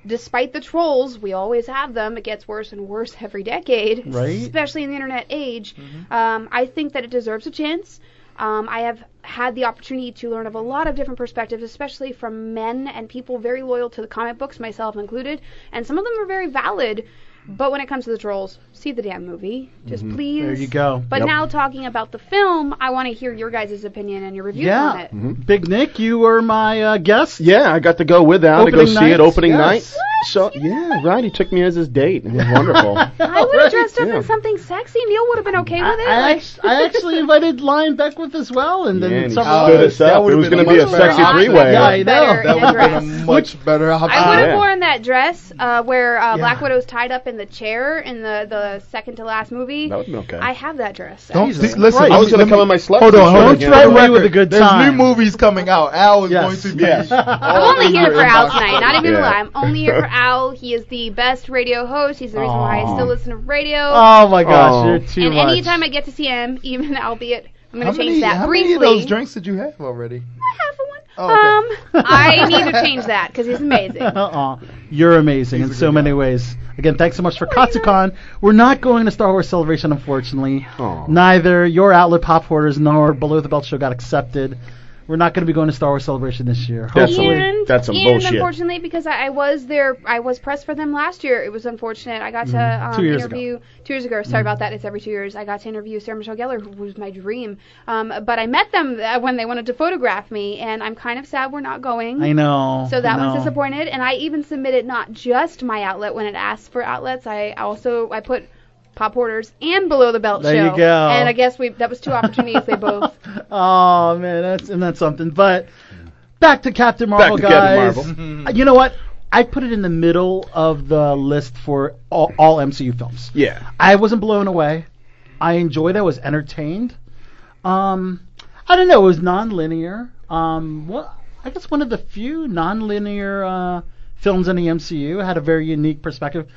Speaker 3: despite the trolls, we always have them. It gets worse and worse [laughs] every decade,
Speaker 6: Right. Mm-hmm.
Speaker 3: especially in the internet age. Um, I think that it deserves a chance. Um, I have had the opportunity to learn of a lot of different perspectives, especially from men and people very loyal to the comic books, myself included, and some of them are very valid. But when it comes to the trolls, see the damn movie. Just
Speaker 8: Mm-hmm.
Speaker 3: please.
Speaker 6: Mm-hmm. there you go.
Speaker 3: But now talking about the film, I want to hear your guys' opinion and your reviews
Speaker 6: yeah,
Speaker 3: on it.
Speaker 6: Big Nick, you were my uh, guest.
Speaker 8: Mm-hmm. Yeah, I got to go with Al to
Speaker 6: Opening
Speaker 8: go see
Speaker 6: night?
Speaker 8: it opening
Speaker 6: Yes.
Speaker 8: night. So yeah, right. He took me as his date. [laughs] It was
Speaker 3: [laughs]
Speaker 8: wonderful.
Speaker 3: I would have dressed up
Speaker 8: yeah.
Speaker 3: in something sexy. Neil would have been okay
Speaker 6: I,
Speaker 3: with it.
Speaker 6: I,
Speaker 3: like-
Speaker 6: act- I actually invited Lion Beckwith as well, and then
Speaker 8: Yeah, and he
Speaker 6: several
Speaker 8: stood
Speaker 6: others.
Speaker 8: us up.
Speaker 7: would've
Speaker 8: It was
Speaker 7: been
Speaker 8: going to be a
Speaker 3: much
Speaker 8: sexy
Speaker 3: better
Speaker 8: three-way.
Speaker 6: Yeah, I know.
Speaker 7: That
Speaker 3: Better in a
Speaker 7: would have
Speaker 3: dress.
Speaker 7: been a much better
Speaker 3: I would
Speaker 8: yeah.
Speaker 3: have worn that dress uh, where uh, Black
Speaker 6: Yeah.
Speaker 3: Widow's tied up in the chair in the, the second to last movie.
Speaker 8: That would have been okay.
Speaker 3: I have that dress.
Speaker 7: Don't
Speaker 6: Jesus
Speaker 7: see- listen.
Speaker 6: Christ.
Speaker 8: I was
Speaker 7: let
Speaker 8: gonna
Speaker 7: me-
Speaker 8: come in my slut
Speaker 7: Hold on.
Speaker 8: t-shirt
Speaker 7: Hold on.
Speaker 8: again,
Speaker 7: for
Speaker 8: but-
Speaker 6: Strike
Speaker 7: the
Speaker 6: me with
Speaker 7: record,
Speaker 6: a good
Speaker 7: There's
Speaker 6: time.
Speaker 7: new movies coming out. Al is
Speaker 6: Yes.
Speaker 7: going to be.
Speaker 8: Yes.
Speaker 3: I'm only here for Al tonight. Not even gonna
Speaker 8: Yeah.
Speaker 3: lie. I'm only
Speaker 8: [laughs]
Speaker 3: here for Al. He is the best radio host. He's the reason why I still listen to radio.
Speaker 6: Oh my gosh,
Speaker 8: Oh.
Speaker 6: you're too
Speaker 3: and
Speaker 6: much.
Speaker 3: anytime I get to see him, even [laughs] albeit I'm
Speaker 7: How
Speaker 3: gonna change
Speaker 7: many,
Speaker 3: that
Speaker 7: how
Speaker 3: briefly.
Speaker 7: many of those drinks did you have already?
Speaker 3: I have one.
Speaker 7: Oh,
Speaker 3: Um, I need to change that
Speaker 7: [laughs]
Speaker 3: because
Speaker 6: [laughs]
Speaker 3: he's amazing.
Speaker 6: Uh-uh. You're amazing in so many ways. Again, thanks so much for Katsucon. We're not going to Star Wars Celebration, unfortunately.
Speaker 8: Aw.
Speaker 6: Neither your outlet Pop Hoarders nor Below the Belt Show got accepted. We're not going to be going to Star Wars Celebration this year.
Speaker 8: That's
Speaker 6: Hopefully.
Speaker 8: hilarious.
Speaker 3: and,
Speaker 8: That's some
Speaker 3: and
Speaker 8: bullshit.
Speaker 3: unfortunately, because I, I was there, I was pressed for them last year. It was unfortunate. I got to um,
Speaker 6: Mm-hmm. Two years ago. Mm-hmm.
Speaker 3: interview two years ago. Sorry about that. It's every two years. I got to interview Sarah Michelle Gellar, who was my dream. Um, but I met them uh, when they wanted to photograph me, and I'm kind of sad we're not going.
Speaker 6: I know.
Speaker 3: So
Speaker 6: I
Speaker 3: that
Speaker 6: know.
Speaker 3: was disappointed, and I even submitted not just my outlet when it asked for outlets. I also I put pop orders and below the belt
Speaker 6: There
Speaker 3: show.
Speaker 6: you go.
Speaker 3: And I guess we that was two opportunities. they both
Speaker 6: Oh man, that's and that's something. But back to Captain Marvel,
Speaker 8: to
Speaker 6: guys.
Speaker 8: Captain
Speaker 6: Uh, You know what? I put it in the middle of the list for all, all MCU films.
Speaker 8: Yeah.
Speaker 6: I wasn't blown away. I enjoyed. it. I was entertained. Um, I don't know. It was non-linear. Um, what I guess one of the few non-linear uh, films in the MCU It had a very unique perspective,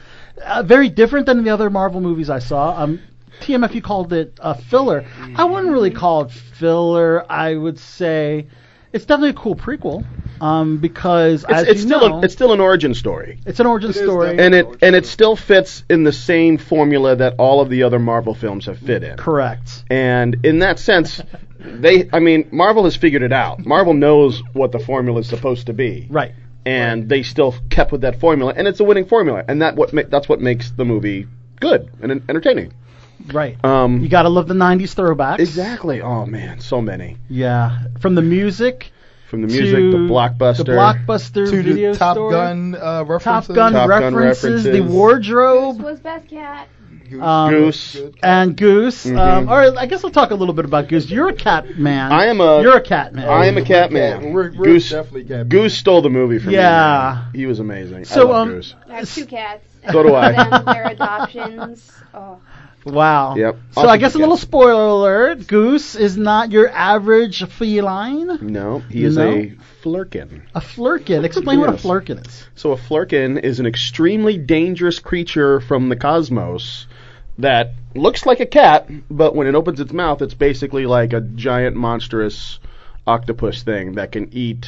Speaker 6: uh, very different than the other Marvel movies I saw. Um, TMF, you called it uh, filler. I wouldn't really call it filler. I would say it's definitely a cool prequel. Um, because as
Speaker 8: It's, it's
Speaker 6: you
Speaker 8: still
Speaker 6: know,
Speaker 8: a, it's still an origin story.
Speaker 6: it's an origin story.
Speaker 8: and it and it still fits in the same formula that all of the other Marvel films have fit in.
Speaker 6: Correct.
Speaker 8: And in that sense, they I mean Marvel has figured it out. Marvel knows what the formula is supposed to be.
Speaker 6: Right.
Speaker 8: And they still kept with that formula, and it's a winning formula, and that what ma- that's what makes the movie good and en- entertaining.
Speaker 6: Right.
Speaker 8: Um,
Speaker 6: you gotta love the '90s throwbacks.
Speaker 8: Exactly. Oh man, so many.
Speaker 6: Yeah, from the music,
Speaker 9: From the music,
Speaker 6: to
Speaker 9: the blockbuster,
Speaker 6: the blockbuster
Speaker 7: to
Speaker 6: video
Speaker 7: the Top
Speaker 6: store,
Speaker 7: Gun uh,
Speaker 6: Top
Speaker 7: references.
Speaker 6: Gun
Speaker 9: Top Gun
Speaker 6: references, the
Speaker 9: references.
Speaker 3: Goose
Speaker 6: wardrobe,
Speaker 3: was best cat.
Speaker 7: Goose.
Speaker 6: um,
Speaker 9: Goose.
Speaker 6: and Goose. Um,
Speaker 9: Mhm.
Speaker 6: all right, I guess I'll talk a little bit about Goose. You're a cat man.
Speaker 9: I am a-
Speaker 6: You're a cat man.
Speaker 9: I am a cat
Speaker 7: Yeah,
Speaker 9: man.
Speaker 7: we're, we're
Speaker 9: Goose,
Speaker 7: definitely cat.
Speaker 9: Goose stole the movie from me.
Speaker 6: Yeah.
Speaker 9: man. He was amazing.
Speaker 6: So,
Speaker 9: I love
Speaker 6: um,
Speaker 9: Goose.
Speaker 3: I have two cats.
Speaker 9: So do I.
Speaker 3: [laughs] Them, they're adoptions. Oh.
Speaker 6: Wow.
Speaker 9: Yep.
Speaker 6: So
Speaker 9: I'll
Speaker 6: I
Speaker 9: take
Speaker 6: guess
Speaker 9: a
Speaker 6: a little
Speaker 9: guess.
Speaker 6: spoiler alert: Goose is not your average feline.
Speaker 9: No, he
Speaker 6: You
Speaker 9: is
Speaker 6: know?
Speaker 9: a flirkin.
Speaker 6: A flirkin. Explain what a
Speaker 9: Yes.
Speaker 6: flirkin is.
Speaker 9: So a flirkin is an extremely dangerous creature from the cosmos that looks like a cat, but when it opens its mouth, it's basically like a giant monstrous octopus thing that can eat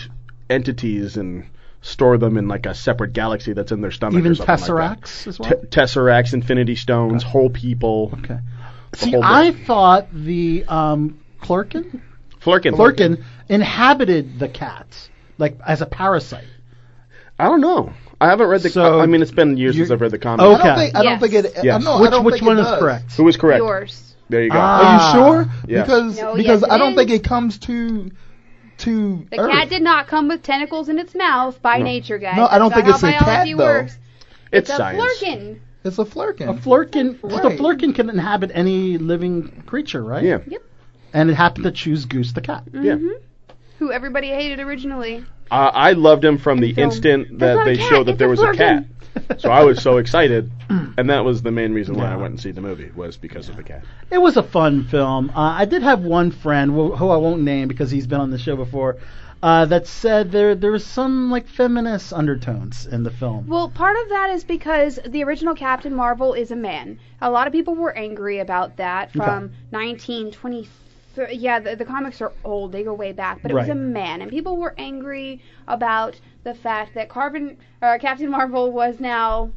Speaker 9: entities and store them in like a separate galaxy that's in their stomach.
Speaker 6: Even
Speaker 9: or something Like that.
Speaker 6: tesseracts as well.
Speaker 9: T- tesseracts, Infinity Stones, whole people.
Speaker 6: okay. See,
Speaker 9: whole bit.
Speaker 6: I thought the um, clerkin,
Speaker 9: Flurkin.
Speaker 6: clerkin inhabited the cat, like as a parasite.
Speaker 9: I don't know. I haven't read the.
Speaker 6: So-
Speaker 9: I mean, it's been years since
Speaker 6: You're-
Speaker 9: I've read the comic.
Speaker 7: I
Speaker 6: Okay.
Speaker 7: don't think, I
Speaker 3: Yes.
Speaker 7: don't think it.
Speaker 9: Yes.
Speaker 7: I know, I
Speaker 6: which
Speaker 7: don't
Speaker 6: which
Speaker 7: think
Speaker 6: one
Speaker 7: it
Speaker 6: is
Speaker 7: does.
Speaker 6: correct?
Speaker 9: Who is correct?
Speaker 3: Yours.
Speaker 9: There you go.
Speaker 6: Ah.
Speaker 7: Are you sure?
Speaker 9: Yes.
Speaker 7: Because
Speaker 3: No,
Speaker 7: because
Speaker 3: yes,
Speaker 7: I
Speaker 3: it
Speaker 7: don't
Speaker 3: is.
Speaker 7: think it comes to to
Speaker 3: The
Speaker 7: Earth.
Speaker 3: cat did not come with tentacles in its mouth by nature, guys.
Speaker 7: No, I don't
Speaker 3: That's
Speaker 7: think
Speaker 3: not
Speaker 7: it's
Speaker 3: how
Speaker 7: a cat,
Speaker 3: biology
Speaker 7: though.
Speaker 3: Works.
Speaker 9: it's
Speaker 3: a
Speaker 9: science.
Speaker 3: flurkin.
Speaker 7: It's a flirkin.
Speaker 6: A flirkin. so
Speaker 7: Right.
Speaker 6: The flirkin can inhabit any living creature, right?
Speaker 9: Yeah.
Speaker 6: And it happened to choose Goose the cat.
Speaker 9: Yeah.
Speaker 3: mm-hmm, Who everybody hated originally.
Speaker 9: Uh, I loved him from the
Speaker 3: film.
Speaker 9: instant
Speaker 3: That's
Speaker 9: that
Speaker 3: not a
Speaker 9: they
Speaker 3: cat,
Speaker 9: showed that
Speaker 3: it's
Speaker 9: there
Speaker 3: a
Speaker 9: was a cat.
Speaker 3: flirkin.
Speaker 9: [laughs] So I was so
Speaker 6: [clears throat]
Speaker 9: excited, and that was the main reason why I went and see the movie was because of the cat.
Speaker 6: It was a fun film. Uh, I did have one friend wh- who I won't name because he's been on the show before. Uh, that said, there there was some like feminist undertones in the film.
Speaker 3: Well, part of that is because the original Captain Marvel is a man. A lot of people were angry about that from 1920. Yeah, the, the comics are old. They go way back, but it was
Speaker 6: Right.
Speaker 3: a man, and people were angry about the fact that Carvin, uh, Captain Marvel was now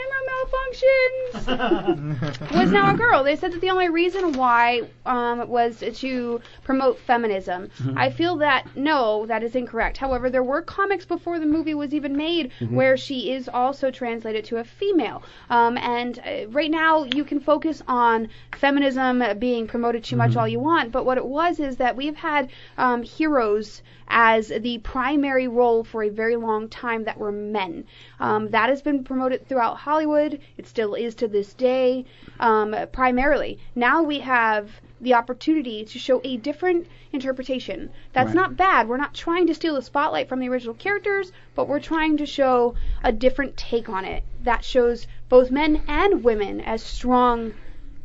Speaker 3: camera
Speaker 7: [laughs]
Speaker 3: malfunctions was now a girl. They said that the only reason why um, was to promote feminism. I feel that no, that is incorrect. However, there were comics before the movie was even made where she is also translated to a female. Um, and uh, right now, you can focus on feminism being promoted too much
Speaker 7: Mm-hmm.
Speaker 3: all you want, but what it was is that we've had um, heroes as the primary role for a very long time that were men. Um, that has been promoted throughout Hollywood. It still is to this day, um, primarily. Now we have the opportunity to show a different interpretation. That's not bad. We're not trying to steal the spotlight from the original characters, but we're trying to show a different take on it that shows both men and women as strong.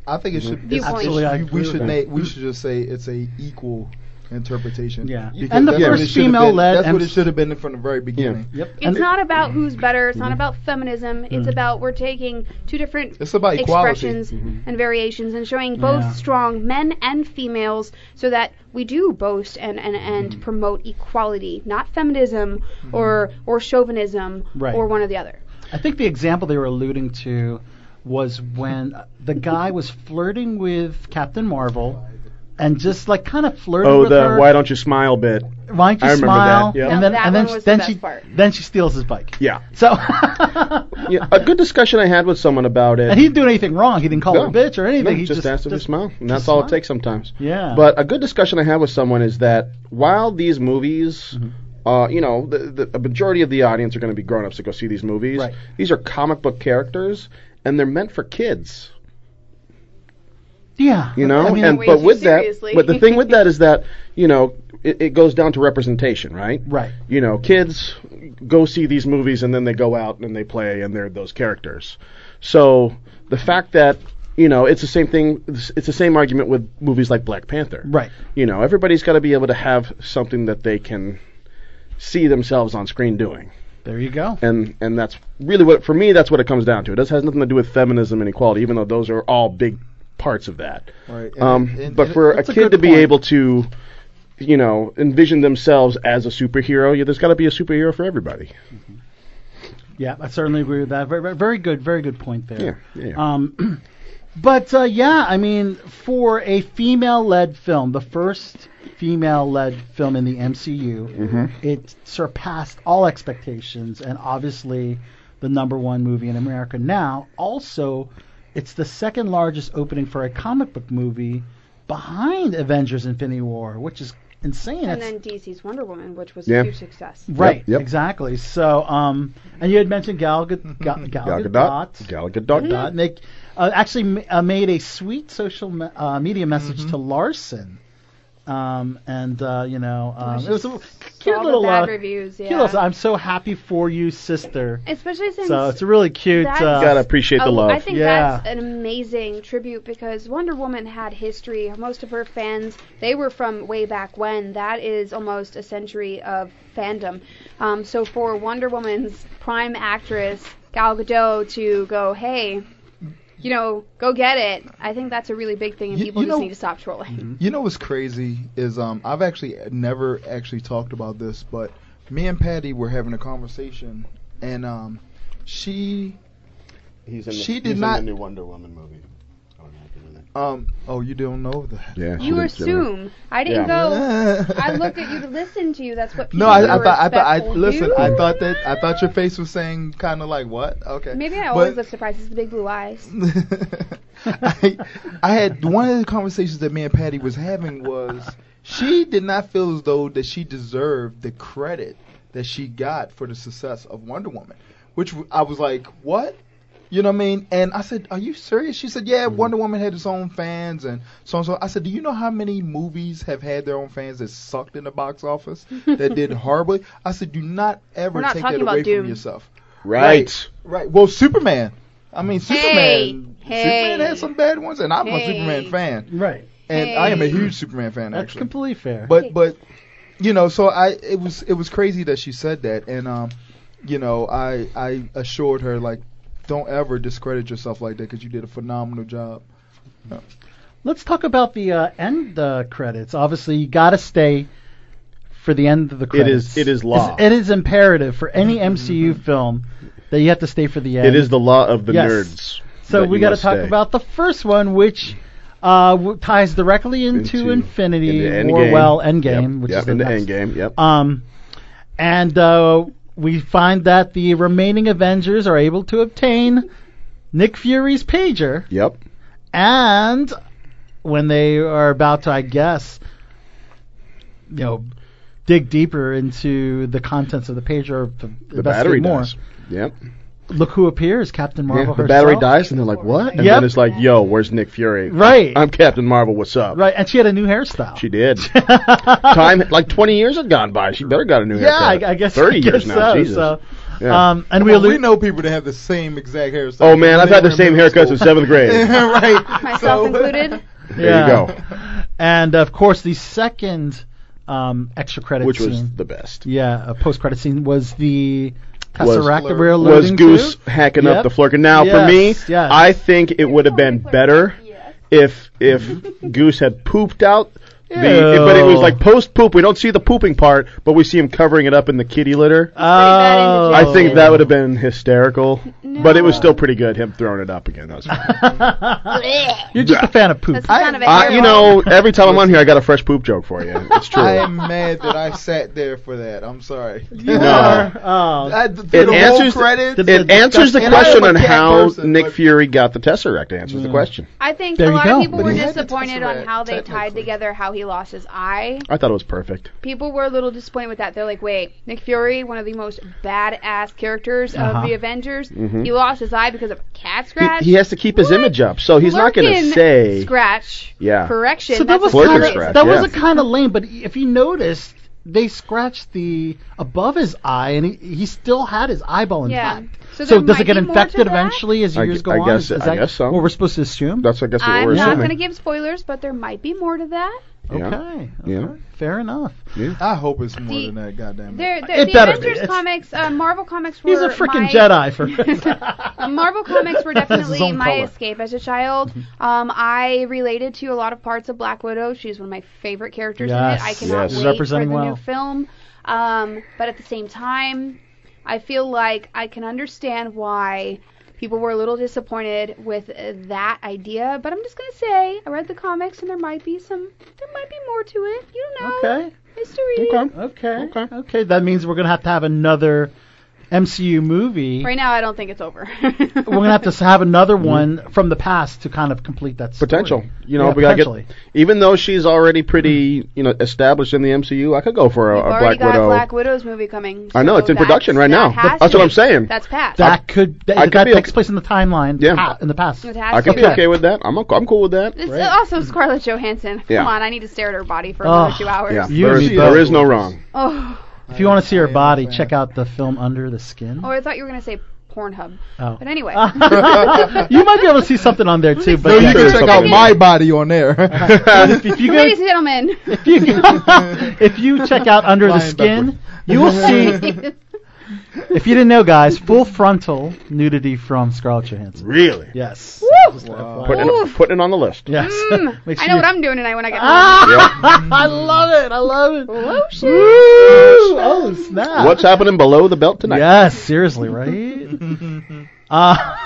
Speaker 7: I think it should.
Speaker 3: Viewpoint.
Speaker 6: Absolutely, I
Speaker 7: we-
Speaker 6: agree
Speaker 7: we should
Speaker 6: with
Speaker 7: make, we should just say it's a equal interpretation.
Speaker 6: Yeah.
Speaker 7: Because
Speaker 6: And the
Speaker 7: that's what
Speaker 6: first
Speaker 7: it should have been-
Speaker 6: female-led
Speaker 7: That's what
Speaker 6: MC
Speaker 7: it should have been from the very beginning.
Speaker 6: Yep.
Speaker 3: It's not about who's better. It's
Speaker 6: Mm-hmm.
Speaker 3: not about feminism. It's about we're taking two different
Speaker 7: It's about equality.
Speaker 3: expressions and variations and showing both
Speaker 6: Mm-hmm. Yeah.
Speaker 3: strong men and females so that we do boast and, and, and
Speaker 6: Mm-hmm.
Speaker 3: promote equality, not feminism or, or chauvinism
Speaker 6: Right.
Speaker 3: or one or the other.
Speaker 6: I think the example they were alluding to was when uh, the guy was flirting with Captain Marvel. And just like kind of flirting
Speaker 9: Oh,
Speaker 6: with
Speaker 9: the
Speaker 6: her.
Speaker 9: why don't you smile bit?
Speaker 6: Why don't you
Speaker 9: I remember
Speaker 6: smile?
Speaker 9: that, yeah.
Speaker 6: And
Speaker 3: No,
Speaker 6: then,
Speaker 3: that
Speaker 6: and then,
Speaker 3: one was the
Speaker 6: then
Speaker 3: best
Speaker 6: she
Speaker 3: part.
Speaker 6: then she steals his bike.
Speaker 9: Yeah.
Speaker 6: So [laughs]
Speaker 9: yeah. A good discussion I had with someone about it.
Speaker 6: and he didn't do anything wrong. He didn't call
Speaker 9: No.
Speaker 6: her a bitch or anything.
Speaker 9: No,
Speaker 6: he
Speaker 9: just,
Speaker 6: just
Speaker 9: asked if you
Speaker 6: just-
Speaker 9: smile, and that's
Speaker 6: just
Speaker 9: all
Speaker 6: smile.
Speaker 9: it takes sometimes.
Speaker 6: Yeah.
Speaker 9: But a good discussion I had with someone is that while these movies,
Speaker 6: Mm-hmm.
Speaker 9: uh, you know, the, the a majority of the audience are going to be grown ups to go see these movies.
Speaker 6: Right.
Speaker 9: These are comic book characters, and they're meant for kids.
Speaker 6: Yeah.
Speaker 9: you know
Speaker 6: I mean,
Speaker 9: and
Speaker 3: way
Speaker 9: but
Speaker 3: too
Speaker 9: with that
Speaker 3: seriously.
Speaker 9: but the thing with
Speaker 6: [laughs]
Speaker 9: that is that you know it, it goes down to representation right
Speaker 6: Right.
Speaker 9: you know kids go see these movies and then they go out and they play and they're those characters so the fact that you know it's the same thing it's it's the same argument with movies like black panther
Speaker 6: Right.
Speaker 9: you know everybody's got to be able to have something that they can see themselves on screen doing
Speaker 6: There you go.
Speaker 9: and and that's really what for me that's what it comes down to it does has nothing to do with feminism and equality even though those are all big parts of that
Speaker 7: Right. And-
Speaker 9: um,
Speaker 7: and-
Speaker 9: but
Speaker 7: and
Speaker 9: for a
Speaker 6: that's a
Speaker 9: kid
Speaker 6: good
Speaker 9: to be
Speaker 6: point.
Speaker 9: able to, you know, envision themselves as a superhero, yeah, there's got to be a superhero for everybody.
Speaker 6: Yeah, I certainly agree with that. Very, very- very good, very good point there.
Speaker 9: Yeah, yeah.
Speaker 6: Um, [clears throat] but uh, yeah, I mean, for a female-led film, the first female-led film in the MCU,
Speaker 9: Mm-hmm.
Speaker 6: it surpassed all expectations, and obviously, the number one movie in America now. Also, it's the second largest opening for a comic book movie behind Avengers: Infinity War, which is and saying
Speaker 3: And
Speaker 6: it's
Speaker 3: then DC's Wonder Woman, which was
Speaker 9: Yeah.
Speaker 3: a huge success.
Speaker 6: right.
Speaker 9: Yep, yep.
Speaker 6: Exactly. So, um, and you had mentioned Gal, Gadot- Ga- Gal,
Speaker 9: [laughs] Gal
Speaker 6: Gadot.
Speaker 9: Gadot. Gal Gadot.
Speaker 6: Gadot make uh, actually ma- uh, made a sweet social me- uh, media message
Speaker 9: Mm-hmm.
Speaker 6: to Larson. Um, and uh, you know, um, it was a
Speaker 3: Cute
Speaker 6: cute
Speaker 3: All
Speaker 6: little
Speaker 3: the bad
Speaker 6: uh,
Speaker 3: reviews, yeah.
Speaker 6: cute little. I'm so happy for you, sister.
Speaker 3: Especially since
Speaker 6: So it's a really cute.
Speaker 3: That's-
Speaker 6: Uh,
Speaker 9: Gotta appreciate the
Speaker 3: Oh,
Speaker 9: love.
Speaker 3: I think
Speaker 6: Yeah.
Speaker 3: that's an amazing tribute because Wonder Woman had history. Most of her fans, they were from way back when. That is almost a century of fandom. Um, so for Wonder Woman's prime actress Gal Gadot to go, hey, you know, go get it. I think that's a really big thing, and
Speaker 7: You-
Speaker 3: people
Speaker 7: you
Speaker 3: just
Speaker 7: know-
Speaker 3: need to stop
Speaker 9: [laughs]
Speaker 3: trolling.
Speaker 7: You know what's crazy is um I've actually never actually talked about this, but me and Patty were having a conversation, and um she
Speaker 11: He's in the,
Speaker 7: She did
Speaker 11: he's
Speaker 7: not-
Speaker 11: in the new Wonder Woman movie. Oh, no, I didn't know
Speaker 7: um oh you don't know that.
Speaker 9: Yeah, she
Speaker 3: You
Speaker 9: did, Jimmy.
Speaker 3: assume. I didn't go.
Speaker 7: [laughs]
Speaker 3: I looked at you to listen to you. That's what people
Speaker 7: No, I,
Speaker 3: were
Speaker 7: I thought I thought I
Speaker 3: respectful
Speaker 7: listen.
Speaker 3: to.
Speaker 7: I thought that I thought your face was saying kind of like what? Okay.
Speaker 3: Maybe I
Speaker 7: But-
Speaker 3: always look surprised. It's the big blue eyes.
Speaker 7: [laughs] I, I had one of the conversations that me and Patty was having was she did not feel as though that she deserved the credit that she got for the success of Wonder Woman, which w- I was like, what? You know what I mean? And I said, "Are you serious?" She said, "Yeah, Wonder Woman had its own fans and so on." So on." I said, "Do you know how many movies have had their own fans that sucked in the box office that did horribly?" I said, "Do not ever
Speaker 3: We're not
Speaker 7: take
Speaker 3: talking
Speaker 7: that
Speaker 3: about
Speaker 7: away
Speaker 3: Doom.
Speaker 7: from yourself."
Speaker 9: Right.
Speaker 7: Right. Well, Superman. I mean, Superman.
Speaker 3: Hey,
Speaker 7: Superman
Speaker 3: hey.
Speaker 7: had some bad ones, and I'm
Speaker 3: Hey.
Speaker 7: a Superman fan,
Speaker 6: right.
Speaker 7: and I am a
Speaker 3: Hey.
Speaker 7: huge Superman fan
Speaker 6: That's
Speaker 7: actually.
Speaker 6: completely fair.
Speaker 7: but but you know, so I it was it was crazy that she said that, and um, you know, I I assured her like, don't ever discredit yourself like that because you did a phenomenal job.
Speaker 6: Let's talk about the uh, end uh, credits. Obviously, you got to stay for the end of the
Speaker 9: It
Speaker 6: credits.
Speaker 9: is- it is law. Mm-hmm.
Speaker 6: It's- It is imperative for any MCU film that you have to stay for the end.
Speaker 9: It is the law of the
Speaker 6: Yes.
Speaker 9: nerds.
Speaker 6: So
Speaker 9: that
Speaker 6: we
Speaker 9: you
Speaker 6: got to
Speaker 9: must
Speaker 6: talk
Speaker 9: stay.
Speaker 6: about the first one, which uh, w- ties directly into,
Speaker 9: Into-
Speaker 6: Infinity
Speaker 9: into
Speaker 6: or
Speaker 9: Endgame.
Speaker 6: well Endgame,
Speaker 9: Yep,
Speaker 6: which
Speaker 9: yep,
Speaker 6: is the
Speaker 9: in the
Speaker 6: next-
Speaker 9: end game. Yep.
Speaker 6: Um, and uh, we find that the remaining Avengers are able to obtain Nick Fury's pager.
Speaker 9: yep.
Speaker 6: And when they are about to, I guess, you know, dig deeper into the contents of the page or to
Speaker 9: The battery
Speaker 6: more,
Speaker 9: dies. Yep.
Speaker 6: look who appears, Captain
Speaker 9: Yeah,
Speaker 6: Marvel
Speaker 9: the
Speaker 6: herself.
Speaker 9: battery dies, and they're like, "What?" And
Speaker 6: Yep.
Speaker 9: then it's like, "Yo, where's Nick Fury?"
Speaker 6: Right.
Speaker 9: I'm Captain Marvel. What's up?
Speaker 6: Right, and she had a new hairstyle. [laughs]
Speaker 9: She did. Time like 20 years had gone by. She better got a new
Speaker 6: yeah, I,
Speaker 9: haircut.
Speaker 6: I guess.
Speaker 9: 30
Speaker 6: I guess
Speaker 9: years now.
Speaker 6: So,
Speaker 9: Jesus.
Speaker 6: so,
Speaker 9: Yeah.
Speaker 6: um, and we
Speaker 7: Well, we
Speaker 6: allude.
Speaker 7: know people that have the same exact hairstyle.
Speaker 9: oh man, I've had the
Speaker 7: They
Speaker 9: same
Speaker 7: were in
Speaker 9: haircut
Speaker 7: middle
Speaker 9: since seventh grade.
Speaker 7: school. [laughs] right.
Speaker 3: [laughs] Myself
Speaker 7: so-
Speaker 3: included.
Speaker 9: There
Speaker 6: Yeah.
Speaker 9: you go.
Speaker 6: [laughs] And of course, the second um, extra credit
Speaker 9: Which
Speaker 6: scene,
Speaker 9: was the best.
Speaker 6: yeah, a post credit scene was the
Speaker 9: Was-
Speaker 6: Tesseract that
Speaker 7: Blur.
Speaker 6: we're
Speaker 9: Was
Speaker 6: alluding
Speaker 9: Goose
Speaker 6: to.
Speaker 9: hacking
Speaker 6: Yep.
Speaker 9: up the Flurkin? Now for
Speaker 6: Yes,
Speaker 9: me,
Speaker 6: yes.
Speaker 9: I think it would have been better if if Goose had pooped out. The,
Speaker 6: Ew.
Speaker 9: but it was like post poop. We don't see the pooping part, but we see him covering it up in the kitty litter.
Speaker 3: bad
Speaker 6: Oh.
Speaker 9: I think that would have been hysterical, but it was still pretty good. Him throwing it up again. That was fun.
Speaker 6: [laughs] You're just a fan of poop.
Speaker 3: That's the
Speaker 7: [laughs]
Speaker 3: sound of a
Speaker 9: I,
Speaker 3: hair
Speaker 9: you
Speaker 3: roll.
Speaker 9: know, every time
Speaker 6: [laughs]
Speaker 9: I'm on here, I got a fresh poop joke for you. It's true.
Speaker 7: I am mad that I sat there for that. I'm sorry.
Speaker 6: You
Speaker 9: No.
Speaker 6: are. Oh.
Speaker 7: I, th-
Speaker 9: it
Speaker 7: the
Speaker 9: answers
Speaker 7: whole credit.
Speaker 6: the-
Speaker 9: it answers the
Speaker 7: And I am
Speaker 9: question
Speaker 7: a
Speaker 9: on
Speaker 7: cat
Speaker 9: how
Speaker 7: person,
Speaker 9: Nick
Speaker 7: but-
Speaker 9: Fury got the Tesseract. Answers
Speaker 6: Mm-hmm.
Speaker 9: the question.
Speaker 3: I think
Speaker 6: There
Speaker 3: a
Speaker 6: you
Speaker 3: lot
Speaker 6: go.
Speaker 3: of people
Speaker 6: But
Speaker 3: were
Speaker 6: he
Speaker 7: had the
Speaker 3: disappointed on
Speaker 7: Tesserarat,
Speaker 3: how they tied
Speaker 7: technically.
Speaker 3: together how he lost his eye.
Speaker 9: I thought it was perfect.
Speaker 3: People were a little disappointed with that. They're like, wait, Nick Fury, one of the most badass characters
Speaker 6: Uh-huh.
Speaker 3: of the Avengers,
Speaker 7: Mm-hmm.
Speaker 3: he lost his eye because of a cat
Speaker 9: He,
Speaker 3: scratch.
Speaker 9: he has to keep his
Speaker 3: What?
Speaker 9: image up, so he's not going to
Speaker 3: Lurkin
Speaker 9: say.
Speaker 3: scratch.
Speaker 9: Yeah.
Speaker 3: Correction.
Speaker 6: So that
Speaker 3: that's
Speaker 6: was
Speaker 3: a
Speaker 9: Flurkin
Speaker 6: kind
Speaker 3: solid-
Speaker 9: scratch,
Speaker 6: of that
Speaker 9: yeah.
Speaker 6: was a kind of lame. But if you noticed, they scratched the above his eye, and he, he still had his eyeball
Speaker 3: Yeah.
Speaker 6: intact.
Speaker 3: So,
Speaker 6: So
Speaker 3: there
Speaker 6: does
Speaker 3: might
Speaker 6: it get
Speaker 3: be more
Speaker 6: infected
Speaker 3: to that?
Speaker 6: eventually as
Speaker 9: I
Speaker 6: years
Speaker 9: gu-
Speaker 6: go
Speaker 9: I
Speaker 6: on?
Speaker 9: guess-
Speaker 6: Is- is
Speaker 9: I
Speaker 6: that
Speaker 9: guess so.
Speaker 6: What we're supposed to assume?
Speaker 9: That's, I guess, what
Speaker 3: I'm
Speaker 9: we're
Speaker 3: not
Speaker 9: assuming.
Speaker 3: going to give spoilers, but there might be more to that.
Speaker 9: Yeah.
Speaker 6: okay.
Speaker 9: Yeah.
Speaker 6: okay. Fair enough.
Speaker 7: I hope it's more
Speaker 3: The-
Speaker 7: than that. Goddamn it.
Speaker 3: There, there,
Speaker 6: It
Speaker 3: the
Speaker 6: better be.
Speaker 3: Avengers
Speaker 6: It's-
Speaker 3: comics, uh, Marvel comics were
Speaker 6: He's a freaking
Speaker 3: my-
Speaker 6: Jedi
Speaker 3: [laughs]
Speaker 6: for.
Speaker 3: Uh, Marvel comics
Speaker 6: [laughs]
Speaker 3: were
Speaker 7: his
Speaker 3: definitely
Speaker 7: own
Speaker 3: my
Speaker 7: color.
Speaker 3: escape as a child.
Speaker 6: Mm-hmm.
Speaker 3: Um, I related to a lot of parts of Black Widow. She's one of my favorite characters
Speaker 6: Yes.
Speaker 3: in it. I cannot
Speaker 9: Yes.
Speaker 3: wait
Speaker 6: Representing
Speaker 3: for the
Speaker 6: well.
Speaker 3: new film. Um, but at the same time, I feel like I can understand why people were a little disappointed with uh, that idea. But I'm just gonna say I read the comics and there might be some, there might be more to it. You don't know.
Speaker 6: okay.
Speaker 3: Mystery.
Speaker 6: Okay. Okay. That means we're gonna have to have another MCU movie,
Speaker 3: Right now, I don't think it's over. [laughs]
Speaker 6: we're gonna have to s- have another one from the past to kind of complete that story.
Speaker 9: Mm-hmm. Potential. You know,
Speaker 6: Yeah,
Speaker 9: we gotta
Speaker 6: potentially.
Speaker 9: get. Even though she's already pretty, you know, established in the MCU, I could go for a,
Speaker 3: We've
Speaker 9: a
Speaker 3: already
Speaker 9: Black
Speaker 3: got
Speaker 9: Widow.
Speaker 3: Black Widow's movie coming.
Speaker 9: I know,
Speaker 3: so
Speaker 9: it's in
Speaker 3: that's-
Speaker 9: production right
Speaker 3: that
Speaker 9: now.
Speaker 3: has
Speaker 9: That's
Speaker 3: to
Speaker 9: what
Speaker 3: be-
Speaker 9: I'm saying.
Speaker 3: That's past.
Speaker 6: That could that,
Speaker 9: I could
Speaker 6: that
Speaker 9: be a-
Speaker 6: takes place in the timeline.
Speaker 9: Yeah.
Speaker 6: ah, in the past.
Speaker 3: It
Speaker 9: I
Speaker 3: has
Speaker 9: could
Speaker 3: to.
Speaker 9: be okay with that. I'm okay, I'm cool with that.
Speaker 3: It's also Scarlett Johansson. Come
Speaker 9: Yeah.
Speaker 3: on, I need to stare at her body for
Speaker 6: Oh,
Speaker 3: another two hours.
Speaker 9: Yeah,
Speaker 6: You
Speaker 9: there
Speaker 6: and
Speaker 9: is-
Speaker 6: me
Speaker 9: there
Speaker 6: both.
Speaker 9: is no wrong.
Speaker 3: Oh,
Speaker 6: If you want to see her
Speaker 7: I am a
Speaker 6: body,
Speaker 7: fan.
Speaker 6: check out the film Under the Skin.
Speaker 3: oh, I thought you were gonna say Pornhub.
Speaker 6: Oh.
Speaker 3: But anyway,
Speaker 6: [laughs] you might be able to see something on there too. But
Speaker 7: No,
Speaker 9: yeah,
Speaker 7: you
Speaker 9: sure,
Speaker 7: can check out
Speaker 9: something.
Speaker 7: my body on there.
Speaker 6: if, if you guys,
Speaker 3: ladies and gentlemen,
Speaker 6: if you, [laughs] if you check out Under the
Speaker 7: Lying
Speaker 6: Skin, you will
Speaker 3: [laughs]
Speaker 6: see. If you didn't know, guys, full frontal nudity from Scarlett Johansson.
Speaker 9: Really?
Speaker 6: Yes. Just
Speaker 7: Wow.
Speaker 9: Putting it,
Speaker 3: Oof.
Speaker 9: putting it on the list.
Speaker 6: Yes. [laughs] Make
Speaker 3: I
Speaker 6: sure
Speaker 3: know
Speaker 6: you-
Speaker 3: what I'm doing tonight when I get home.
Speaker 6: Ah! [laughs] I love it. I love it.
Speaker 3: Lotion.
Speaker 6: Woo! Oh snap!
Speaker 9: What's happening below the belt tonight?
Speaker 6: Yes, seriously,
Speaker 3: [laughs]
Speaker 6: right? uh,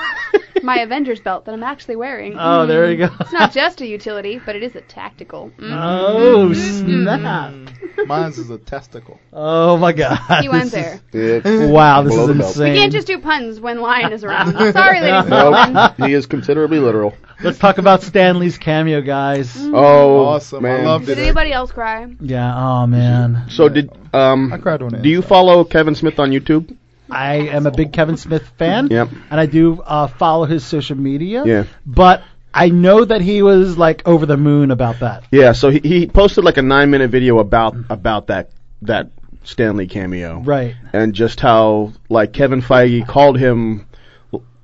Speaker 3: My Avengers belt that I'm actually wearing.
Speaker 6: oh, there you go.
Speaker 3: [laughs] It's not just a utility, but it is a tactical. Mm. Mm-hmm.
Speaker 6: Oh snap!
Speaker 7: [laughs] Mine's is a testicle.
Speaker 6: Oh my god.
Speaker 3: He went
Speaker 6: This
Speaker 3: there.
Speaker 9: It's-
Speaker 6: is- [laughs] Wow, this
Speaker 9: Below
Speaker 6: is
Speaker 9: the belt.
Speaker 6: insane.
Speaker 3: You can't just do puns when Lion is around. Sorry, ladies and gentlemen.
Speaker 9: Nope, he is considerably literal.
Speaker 6: Let's talk about Stanley's cameo, guys.
Speaker 9: [laughs]
Speaker 3: Mm.
Speaker 9: Oh,
Speaker 7: Awesome. I
Speaker 9: man.
Speaker 7: loved
Speaker 3: Did
Speaker 7: it.
Speaker 3: anybody else cry?
Speaker 6: Yeah. Oh man,
Speaker 9: So did
Speaker 7: I
Speaker 9: um?
Speaker 7: cried on it.
Speaker 9: Do you follow Kevin Smith on YouTube?
Speaker 6: I am a big Kevin Smith fan.
Speaker 9: Yep.
Speaker 6: And I do uh, follow his social media.
Speaker 9: Yeah.
Speaker 6: But I know that he was like over the moon about that.
Speaker 9: Yeah. So he, he posted like a nine minute video about about that that Stanley cameo.
Speaker 6: Right.
Speaker 9: and just how like Kevin Feige called him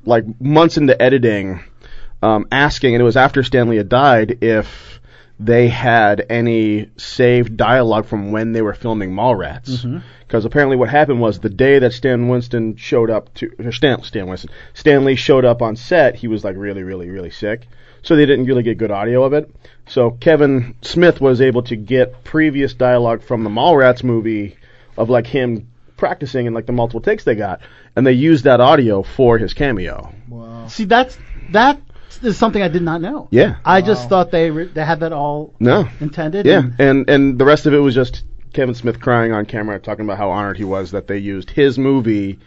Speaker 9: like months into editing, um, asking, and it was after Stanley had died, if they had any saved dialogue from when they were filming Mallrats.
Speaker 6: Mm-hmm.
Speaker 9: Because apparently, what happened was the day that Stan Winston showed up to or Stan, Stan Winston Stanley showed up on set, he was like really, really, really sick. So they didn't really get good audio of it. So Kevin Smith was able to get previous dialogue from the Mallrats movie of like him practicing and like the multiple takes they got, and they used that audio for his cameo.
Speaker 6: See, that's that is something I did not know.
Speaker 9: Yeah.
Speaker 6: I just thought they re- they had that all
Speaker 9: No.
Speaker 6: intended.
Speaker 9: Yeah,
Speaker 6: and-
Speaker 9: and and the rest of it was just Kevin Smith crying on camera, talking about how honored he was that they used his movie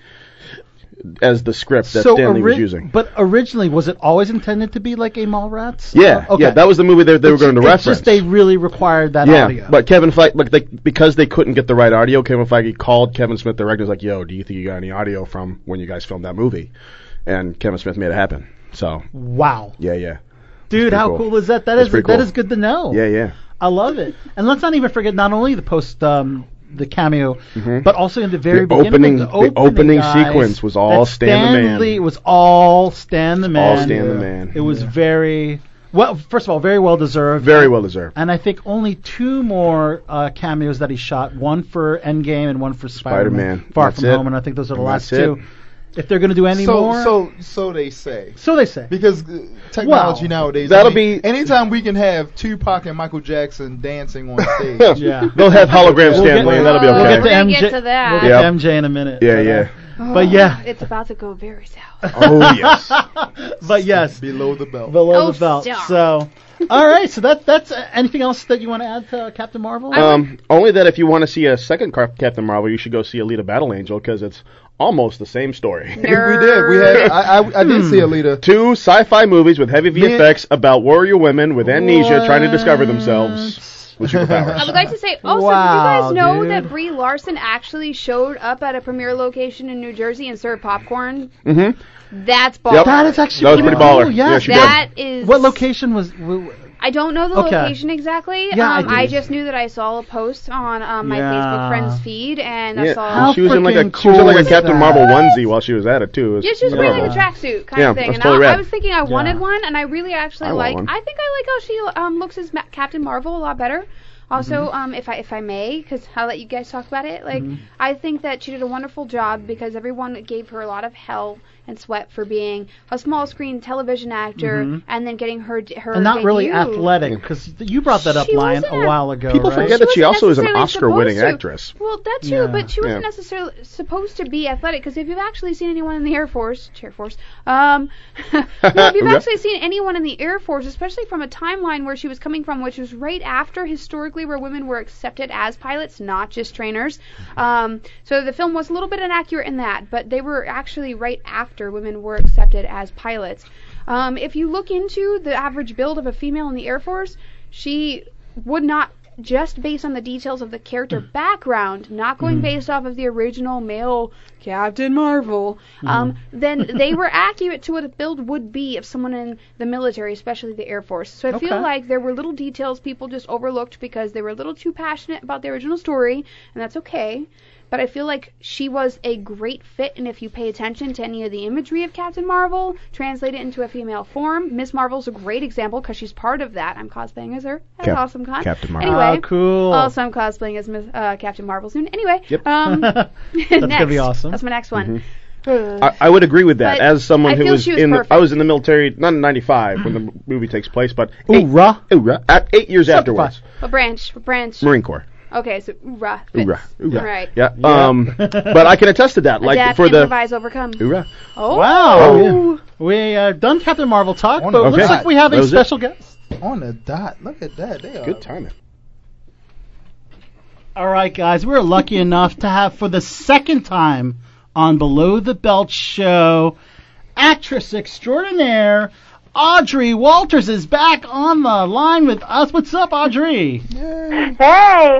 Speaker 9: as the script that Stanley was
Speaker 6: ori-
Speaker 9: using.
Speaker 6: But originally, was it always intended to be like a Mallrats?
Speaker 9: yeah,
Speaker 6: Uh, okay.
Speaker 9: yeah, that was the movie that they were going to
Speaker 6: it's
Speaker 9: reference.
Speaker 6: just they really required that
Speaker 9: yeah,
Speaker 6: audio.
Speaker 9: but Kevin Feige, but they, because they couldn't get the right audio, Kevin Feige called Kevin Smith, the director, was like, "Yo, do you think you got any audio from when you guys filmed that movie?" And Kevin Smith made it happen. So
Speaker 6: wow,
Speaker 9: yeah, yeah,
Speaker 6: dude,
Speaker 9: pretty
Speaker 6: how
Speaker 9: cool.
Speaker 6: cool. is that? That
Speaker 9: That's
Speaker 6: is
Speaker 9: pretty
Speaker 6: that
Speaker 9: cool.
Speaker 6: is good to know.
Speaker 9: yeah, yeah.
Speaker 6: I love it. And let's not even forget not only the post um, the cameo, but also in the very
Speaker 9: Mm-hmm. The
Speaker 6: beginning
Speaker 9: opening-
Speaker 6: the
Speaker 9: the
Speaker 6: opening,
Speaker 9: opening
Speaker 6: guys,
Speaker 9: sequence was all
Speaker 6: that
Speaker 9: Stan the Man.
Speaker 6: Lee- It was all Stan the Man.
Speaker 9: All Stan the Man.
Speaker 6: It was very well. First of all, very well deserved.
Speaker 9: Very well deserved.
Speaker 6: And I think only two more uh, cameos that he shot, one for Endgame and one for Spider-Man,
Speaker 9: Spider-Man.
Speaker 6: Far
Speaker 9: That's
Speaker 6: From
Speaker 9: it.
Speaker 6: Home, and I think those are the
Speaker 9: And
Speaker 6: last
Speaker 9: that's it.
Speaker 6: two. If they're going to do any
Speaker 7: so,
Speaker 6: more,
Speaker 7: so, so they say.
Speaker 6: so they say.
Speaker 7: Because uh, technology nowadays.
Speaker 9: That'll
Speaker 7: I mean,
Speaker 9: be-
Speaker 7: anytime we can have Tupac and Michael Jackson dancing
Speaker 9: [laughs]
Speaker 7: on stage.
Speaker 6: Yeah.
Speaker 9: They'll have hologram
Speaker 6: We'll
Speaker 9: Stanley,
Speaker 6: get-
Speaker 9: and that'll be
Speaker 3: we'll
Speaker 9: okay.
Speaker 3: We're gonna get to that.
Speaker 6: We'll get
Speaker 9: Yep.
Speaker 6: to MJ in a minute.
Speaker 9: Yeah,
Speaker 6: But, uh,
Speaker 9: yeah.
Speaker 6: But yeah,
Speaker 3: Oh, It's about to go very south.
Speaker 9: Oh yes.
Speaker 6: [laughs] but yes,
Speaker 7: Below the belt.
Speaker 6: below
Speaker 3: Oh,
Speaker 6: the belt.
Speaker 3: stop.
Speaker 6: So, all right. So that that's uh, anything else that you want to add to uh, Captain Marvel?
Speaker 9: um, only that if you want to see a second Car- Captain Marvel, you should go see Alita: Battle Angel because it's almost the
Speaker 3: [laughs]
Speaker 9: same story. Hmm.
Speaker 7: we did. We had. I, I, I did see Alita.
Speaker 9: Two sci-fi movies with heavy
Speaker 7: Me-
Speaker 9: VFX about warrior women with amnesia trying to discover themselves with
Speaker 3: [laughs] I
Speaker 9: superpowers.
Speaker 3: would like to say also,
Speaker 6: Wow,
Speaker 3: did you guys know
Speaker 6: dude.
Speaker 3: that Brie Larson actually showed up at a premiere location in New Jersey and served popcorn?
Speaker 9: mm-hmm.
Speaker 3: That's baller.
Speaker 9: Yep.
Speaker 6: that is actually
Speaker 9: That was
Speaker 6: pretty
Speaker 9: pretty baller.
Speaker 6: Cool.
Speaker 9: Yeah,
Speaker 6: Yes.
Speaker 9: she
Speaker 3: That is-
Speaker 6: what location was? w- w-
Speaker 3: I don't know the
Speaker 6: Okay.
Speaker 3: location exactly.
Speaker 6: Yeah, I
Speaker 3: um, I,
Speaker 6: did.
Speaker 3: just knew that I saw a post on um, my
Speaker 6: Yeah.
Speaker 3: Facebook friend's feed, and I
Speaker 9: Yeah,
Speaker 3: saw.
Speaker 6: How
Speaker 9: and she was in like a
Speaker 6: freaking
Speaker 9: she was in like
Speaker 6: cool
Speaker 9: a
Speaker 6: is
Speaker 9: Captain
Speaker 6: that?
Speaker 9: Marvel onesie while she was at it too. [laughs] It was
Speaker 3: Yeah, she was wearing
Speaker 9: adorable.
Speaker 3: like a tracksuit kind
Speaker 9: Yeah,
Speaker 3: of thing,
Speaker 9: that's
Speaker 3: and
Speaker 9: totally
Speaker 3: I, I
Speaker 9: rad.
Speaker 3: was thinking I wanted
Speaker 6: Yeah.
Speaker 3: one, and I really actually
Speaker 9: I want
Speaker 3: like.
Speaker 9: one.
Speaker 3: I think I like how she um, looks as Ma- Captain Marvel a lot better. Also,
Speaker 6: Mm-hmm.
Speaker 3: um, if I if I may, because I'll let you guys talk about it. Like, I think that she did a wonderful job because everyone gave her a lot of hell and sweat for being a small screen television actor
Speaker 6: Mhm.
Speaker 3: and then getting her her
Speaker 6: and not really
Speaker 3: debut.
Speaker 6: athletic because you brought that up,
Speaker 3: She
Speaker 6: Lion,
Speaker 3: wasn't
Speaker 6: a
Speaker 3: a-
Speaker 6: while ago.
Speaker 8: People
Speaker 6: right?
Speaker 8: forget that she
Speaker 3: wasn't
Speaker 8: also is an
Speaker 3: necessarily
Speaker 8: Oscar-winning
Speaker 3: supposed to.
Speaker 8: actress.
Speaker 3: Well, that too,
Speaker 6: Yeah.
Speaker 3: but she wasn't
Speaker 8: Yeah.
Speaker 3: necessarily supposed to be athletic because if you've actually seen anyone in the Air Force, Air Force, um, [laughs] no, if you've
Speaker 8: [laughs] Yeah.
Speaker 3: actually seen anyone in the Air Force, especially from a timeline where she was coming from, which was right after historically where women were accepted as pilots, not just trainers. Um, so the film was a little bit inaccurate in that, but they were actually right after women were accepted as pilots. Um, if you look into the average build of a female in the Air Force, she would not just based on the details of the character background, not going based off of the original male Captain Marvel, um, then they were [laughs] accurate to what a build would be of someone in the military, especially the Air Force. So I
Speaker 6: Okay.
Speaker 3: feel like there were little details people just overlooked because they were a little too passionate about the original story, and that's okay. But I feel like she was a great fit, and if you pay attention to any of the imagery of Captain Marvel, translate it into a female form. Miss Marvel's a great example because she's part of that. I'm cosplaying as her. That's
Speaker 8: Cap-
Speaker 3: awesome, Con.
Speaker 8: Captain Marvel.
Speaker 3: Anyway,
Speaker 6: Oh, cool.
Speaker 3: also, I'm cosplaying as Miss, uh, Captain Marvel soon. Anyway,
Speaker 8: Yep.
Speaker 6: [laughs]
Speaker 3: um, [laughs]
Speaker 6: That's
Speaker 3: next.
Speaker 6: gonna be awesome.
Speaker 3: That's my next one.
Speaker 9: Mm-hmm.
Speaker 8: Mm-hmm.
Speaker 3: Uh,
Speaker 8: I, I would agree with that.
Speaker 3: But
Speaker 8: As someone
Speaker 3: I
Speaker 8: who
Speaker 3: feel
Speaker 8: was,
Speaker 3: she was
Speaker 8: in, the,
Speaker 3: perfect. Mm.
Speaker 8: I was in the military, not in '95 when the movie takes place, but eight,
Speaker 6: Ooh, rah.
Speaker 8: ooh, rah, at- eight years
Speaker 6: Something
Speaker 8: afterwards,
Speaker 3: what branch? What branch?
Speaker 8: Marine Corps.
Speaker 3: Okay, so uh, oorah. fits.
Speaker 8: Oorah, oorah.
Speaker 3: All right.
Speaker 8: Yeah. [laughs] Um, but I can attest to that. Like
Speaker 3: Adapt,
Speaker 8: for the
Speaker 3: improvise, overcome.
Speaker 8: oorah.
Speaker 3: Oh.
Speaker 6: Wow.
Speaker 8: Oh,
Speaker 6: We uh, done Captain Marvel talk, but it
Speaker 8: Okay.
Speaker 6: looks like we have
Speaker 8: That
Speaker 6: a
Speaker 8: was it.
Speaker 6: special guest.
Speaker 7: On the dot. Look at that. They are
Speaker 8: Good timing.
Speaker 6: All right, guys, we're lucky [laughs] enough to have for the second time on Below the Belt show, actress extraordinaire Audrey Walters is back on the line with us. What's up, Audrey?
Speaker 10: Hey,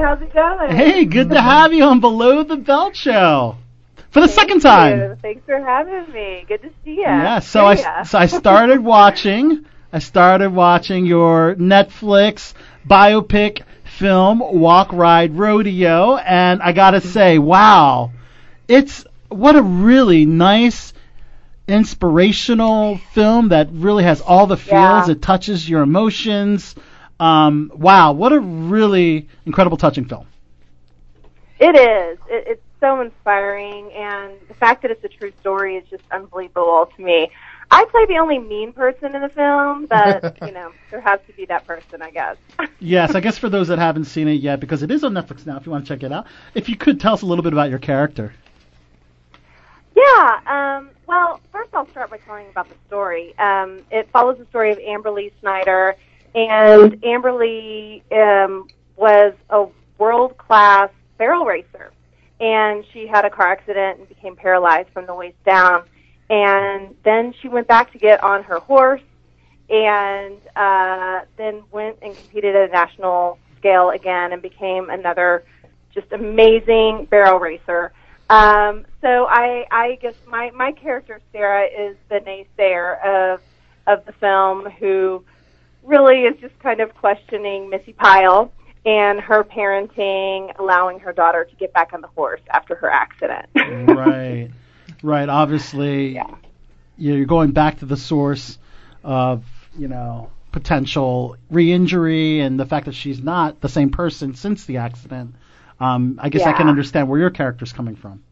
Speaker 10: how's it going?
Speaker 6: Hey, good to have you on Below the Belt show for the second time.
Speaker 10: Dude, thanks for having me. Good to see you.
Speaker 6: Yeah, so I so I
Speaker 10: [laughs]
Speaker 6: started watching. I started watching your Netflix biopic film Walk Ride Rodeo and I got to
Speaker 10: Mm-hmm.
Speaker 6: say, wow. It's what a really nice inspirational film that really has all the feels.
Speaker 10: Yeah.
Speaker 6: It touches your emotions. Um, wow, what a really incredible touching film.
Speaker 10: It is. It, it's so inspiring, and the fact that it's a true story is just unbelievable to me. I play the only mean person in the
Speaker 6: [laughs]
Speaker 10: film, but you know, there has to be that person, I guess.
Speaker 6: Yes, I guess for those that haven't seen it yet because it is on Netflix now if you want to check it out. If you could tell us a little bit about your character.
Speaker 10: Yeah. Um, well, first I'll start by telling you about the story. Um, it follows the story of Amberly Snyder, and Amberly um, was a world-class barrel racer, and she had a car accident and became paralyzed from the waist down. And then she went back to get on her horse, and uh, then went and competed at a national scale again, and became another just amazing barrel racer. Um, so I, I guess my, my character Sarah is the naysayer of of the film, who really is just kind of questioning Missy Pyle and her parenting, allowing her daughter to get back on the horse after her accident.
Speaker 6: right, right. Obviously, you're going back to the source of you know potential re-injury and the fact that she's not the same person since the accident. Um, I guess I can
Speaker 10: Yeah.
Speaker 6: understand where your character's coming from.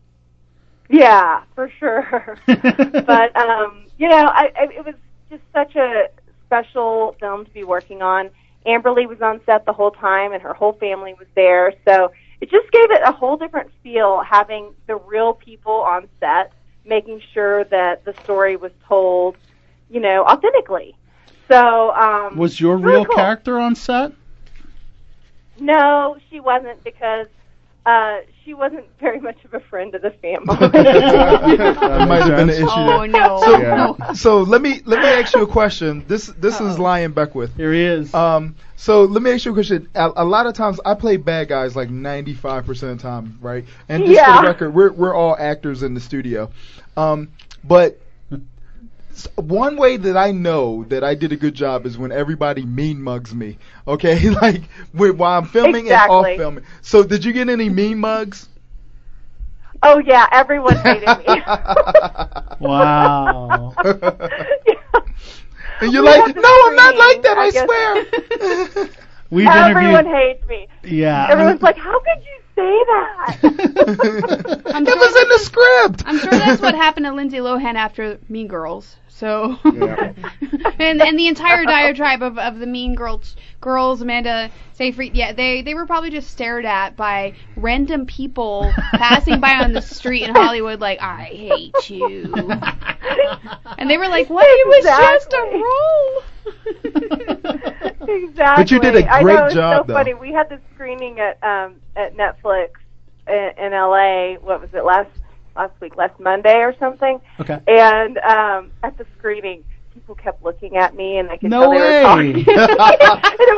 Speaker 10: yeah, for sure. but um, you know, I, I it was just such a special film to be working on. Amberly was on set the whole time, and her whole family was there, so it just gave it a whole different feel having the real people on set, making sure that the story was told, you know, authentically. So um,
Speaker 6: was your
Speaker 10: it's really
Speaker 6: real
Speaker 10: cool.
Speaker 6: character on set?
Speaker 10: No, she wasn't because. Uh, she wasn't very much of a friend of the family.
Speaker 7: [laughs] That might have been the issue.
Speaker 3: Oh no.
Speaker 7: So,
Speaker 8: Yeah.
Speaker 7: so let me let me ask you a question. This this is Lion Beckwith.
Speaker 6: Here he is.
Speaker 7: Um, so let me ask you a question. A, a lot of times I play bad guys like 95% of the time, right? And just
Speaker 10: Yeah.
Speaker 7: for the record, we're, we're all actors in the studio. Um, but s- one way that I know that I did a good job is when everybody mean mugs me, okay? [laughs] like when, while I'm filming and
Speaker 10: Exactly.
Speaker 7: off filming. So did you get any mean mugs?
Speaker 10: oh yeah, everyone hated me. [laughs]
Speaker 6: wow.
Speaker 7: And you're
Speaker 10: We
Speaker 7: like, [laughs]
Speaker 10: have
Speaker 7: no,
Speaker 10: to
Speaker 7: I'm not
Speaker 10: [laughs] scream,
Speaker 7: like that, I,
Speaker 10: I guess."
Speaker 6: [laughs]
Speaker 7: swear.
Speaker 6: We've
Speaker 10: Everyone
Speaker 6: interviewed.
Speaker 10: hates me.
Speaker 6: Yeah.
Speaker 10: Everyone's like, "How could you say that?"
Speaker 7: [laughs] it was in the script.
Speaker 3: I'm sure
Speaker 7: [laughs]
Speaker 3: that's what happened to Lindsay Lohan after Mean Girls. So, [laughs] and and the entire diatribe of, of the Mean Girls, girls Amanda Seyfried, yeah, they they were probably just stared at by random people passing by on the street in Hollywood, like I hate you, and they were like, "What? It was just a
Speaker 7: [laughs]
Speaker 3: role."
Speaker 10: exactly.
Speaker 7: But you did a
Speaker 10: I
Speaker 7: great
Speaker 10: know, it's
Speaker 7: job,
Speaker 10: so
Speaker 7: though.
Speaker 10: funny. We had this screening at um, at Netflix in, in LA. What was it last last week? Last Monday or something.
Speaker 6: Okay.
Speaker 10: And um, at the screening, people kept looking at me, and I could
Speaker 6: No
Speaker 10: tell they were talking. [laughs]
Speaker 6: way.
Speaker 10: and it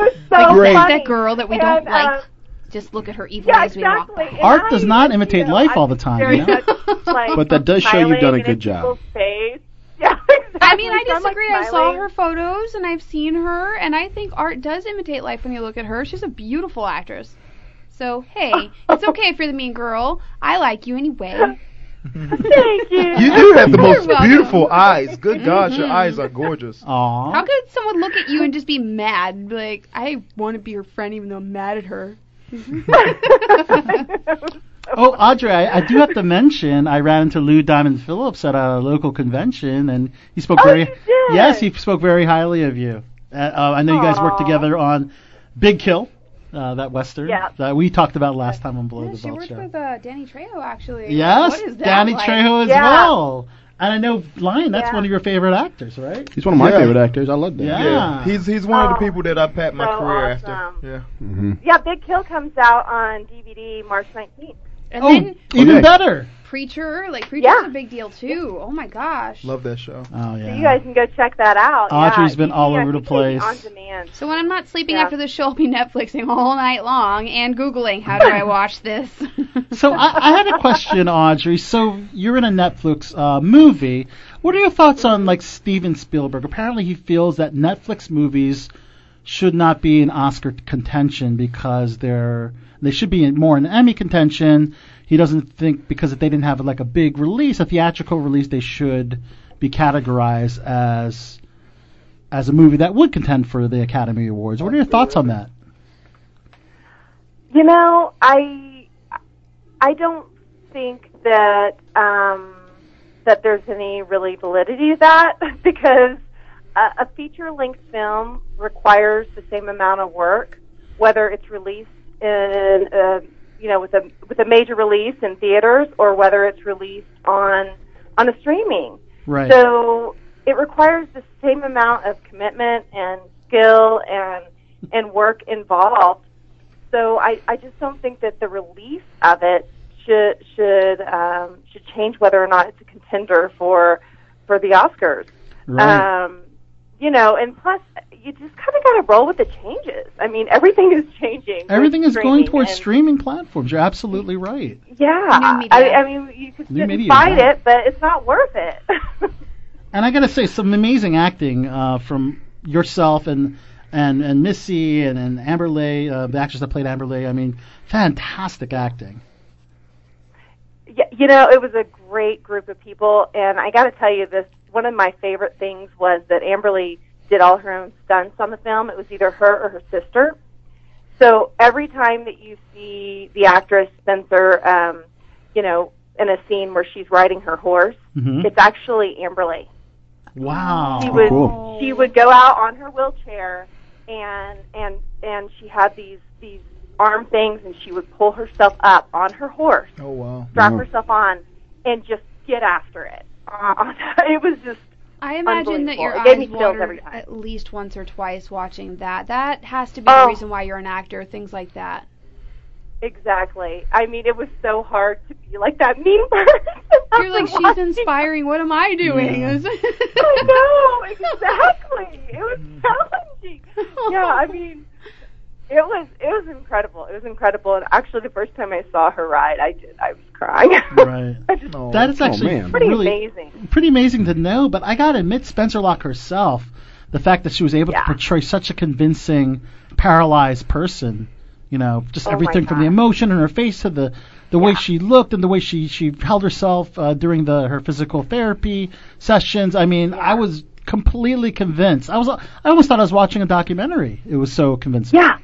Speaker 6: [laughs]
Speaker 10: was so
Speaker 6: Great.
Speaker 10: funny.
Speaker 3: That girl that we
Speaker 10: And,
Speaker 3: don't like,
Speaker 10: um,
Speaker 3: just look at her evil
Speaker 10: yeah,
Speaker 3: eyes. We walk
Speaker 10: exactly. And
Speaker 6: Art does
Speaker 10: I-
Speaker 6: not imitate
Speaker 10: you know,
Speaker 6: life all
Speaker 10: I'm
Speaker 6: the time,
Speaker 10: very
Speaker 6: you know?
Speaker 10: much, like,
Speaker 12: But that does show you've done a
Speaker 10: smiling
Speaker 12: good
Speaker 10: in
Speaker 12: job.
Speaker 10: people's Face. [laughs] Yeah, exactly.
Speaker 3: I mean, I
Speaker 10: So I'm, like,
Speaker 3: disagree. I saw
Speaker 10: smiling.
Speaker 3: her photos and I've seen her, and I think art does imitate life when you look at her. She's a beautiful actress. So, hey,
Speaker 10: [laughs]
Speaker 3: it's okay if you're the mean girl. I like you anyway.
Speaker 10: Thank you.
Speaker 7: You do have the most
Speaker 3: welcome.
Speaker 7: beautiful eyes. Mm-hmm. Good God, your eyes are gorgeous.
Speaker 6: Aw.
Speaker 3: How could someone look at you and just be mad? and be Like, I want to be her friend even though I'm mad at her.
Speaker 6: Oh, Audrey, I, I do have to mention I ran into Lou Diamond Phillips at a local convention, and he spoke very
Speaker 10: Oh, you did?
Speaker 6: yes, he spoke very highly of you. Uh, uh, I know you guys worked
Speaker 10: Aw.
Speaker 6: together on Big Kill, uh, that western
Speaker 10: Yeah.
Speaker 6: that we talked about last time on Below the
Speaker 3: she
Speaker 6: Belt
Speaker 3: worked
Speaker 6: show.
Speaker 3: [laughs] with uh, Danny Trejo, actually.
Speaker 6: yes,
Speaker 3: What is that
Speaker 6: Danny
Speaker 3: like?
Speaker 6: Trejo as
Speaker 10: Yeah.
Speaker 6: well. And I know Lion, that's
Speaker 10: Yeah.
Speaker 6: one of your favorite actors, right?
Speaker 8: He's one of my
Speaker 7: Yeah.
Speaker 8: favorite actors. I love that.
Speaker 6: Yeah.
Speaker 7: He's he's one of the
Speaker 10: Oh,
Speaker 7: people that I pat my
Speaker 10: so
Speaker 7: career
Speaker 10: awesome.
Speaker 7: after. Yeah.
Speaker 8: hmm
Speaker 10: Yeah, Big Kill comes out on DVD March 19th.
Speaker 3: And
Speaker 6: Oh,
Speaker 3: then
Speaker 6: even
Speaker 8: Okay.
Speaker 6: better.
Speaker 3: Preacher, like, Preacher's
Speaker 10: Yeah.
Speaker 3: a big deal, too. Oh, my gosh.
Speaker 7: Love that show.
Speaker 6: Oh yeah.
Speaker 10: So you guys can go check that out.
Speaker 6: Audrey's
Speaker 10: Audrey's
Speaker 6: been all over the place.
Speaker 10: On demand.
Speaker 3: So when I'm not sleeping
Speaker 10: Yeah.
Speaker 3: after the show, I'll be Netflixing all night long and Googling how do
Speaker 10: [laughs]
Speaker 3: I watch this.
Speaker 6: So I, I had a question, Audrey. So you're in a Netflix uh, movie. What are your thoughts on like Steven Spielberg? Apparently, he feels that Netflix movies should not be in Oscar contention because they're they should be in, more in Emmy contention. He doesn't think because if they didn't have like a big release, a theatrical release, they should be categorized as as a movie that would contend for the Academy Awards. What are your thoughts on that?
Speaker 10: You know, I I don't think that um, that there's any really validity to that [laughs] because a, a feature length film requires the same amount of work, whether it's released in uh, you know with a with a major release in theaters or whether it's released on on a streaming.
Speaker 6: Right.
Speaker 10: So uh, it requires the same amount of commitment and skill and and work involved. So I, I just don't think that the release of it should should um, should change whether or not it's a contender for for the Oscars.
Speaker 6: right.
Speaker 10: Um, you know, and plus you just kind of got to roll with the changes. I mean, everything is changing. with
Speaker 6: Everything is going
Speaker 10: streaming
Speaker 6: towards
Speaker 10: and-
Speaker 6: streaming platforms. You're absolutely right.
Speaker 10: Yeah,
Speaker 3: New
Speaker 10: I,
Speaker 3: media.
Speaker 10: I mean, you could
Speaker 6: New
Speaker 10: sit and
Speaker 6: media,
Speaker 10: fight
Speaker 6: yeah.
Speaker 10: it, but it's not worth it.
Speaker 6: And I gotta say, some amazing acting uh, from yourself and and and Missy and, and Amberlay, uh, the actress that played Amberlay. I mean, fantastic acting.
Speaker 10: Yeah, you know, it was a great group of people, and I got to tell you this. One of my favorite things was that Amberly did all her own stunts on the film. It was either her or her sister. So every time that you see the actress Spencer, um, you know, in a scene where she's riding her horse,
Speaker 6: hmm
Speaker 10: it's actually Amberly.
Speaker 6: Wow.
Speaker 10: She would
Speaker 8: cool.
Speaker 10: she would go out on her wheelchair, and and and she had these these arm things, and she would pull herself up on her horse
Speaker 7: Oh wow.
Speaker 10: strap
Speaker 8: Wow.
Speaker 10: herself on and just get after it. Uh, [laughs] it was just
Speaker 3: I imagine that your
Speaker 10: Unbelievable. It gave
Speaker 3: eyes
Speaker 10: me chills
Speaker 3: watered
Speaker 10: every time.
Speaker 3: at least once or twice watching that. That has to be the
Speaker 10: Oh.
Speaker 3: reason why you're an actor, things like that.
Speaker 10: exactly. I mean, it was so hard to be like that mean [laughs] person.
Speaker 3: You're like,
Speaker 10: after
Speaker 3: she's
Speaker 10: watching-
Speaker 3: inspiring. What am I doing? [laughs]
Speaker 10: I know exactly. It was
Speaker 7: Mm.
Speaker 10: challenging. Yeah, I mean, it was it was incredible. It was incredible. And actually, the first time I saw her ride, I did. I was crying. [laughs]
Speaker 6: Right.
Speaker 10: I just,
Speaker 7: No.
Speaker 6: That is
Speaker 8: Oh,
Speaker 6: actually
Speaker 8: man.
Speaker 10: pretty
Speaker 6: really
Speaker 10: amazing.
Speaker 6: pretty amazing to know. But I gotta admit, Spencer Locke herself, the fact that she was able
Speaker 10: Yeah.
Speaker 6: to portray such a convincing paralyzed person, you know, just
Speaker 10: Oh my
Speaker 6: everything from the
Speaker 10: God.
Speaker 6: emotion in her face to the the way she looked and the way she she held herself uh, during the her physical therapy sessions. I mean, I was completely convinced. I was I almost thought I was watching a documentary. It was so convincing.
Speaker 10: Yeah.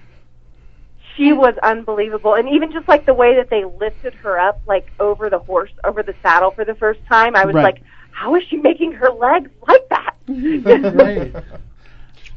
Speaker 10: she was unbelievable, and even just like the way that they lifted her up, like over the horse, over the saddle for the first time, I was
Speaker 6: Right.
Speaker 10: like, how is she making her legs like [laughs] that?
Speaker 6: [laughs] Right.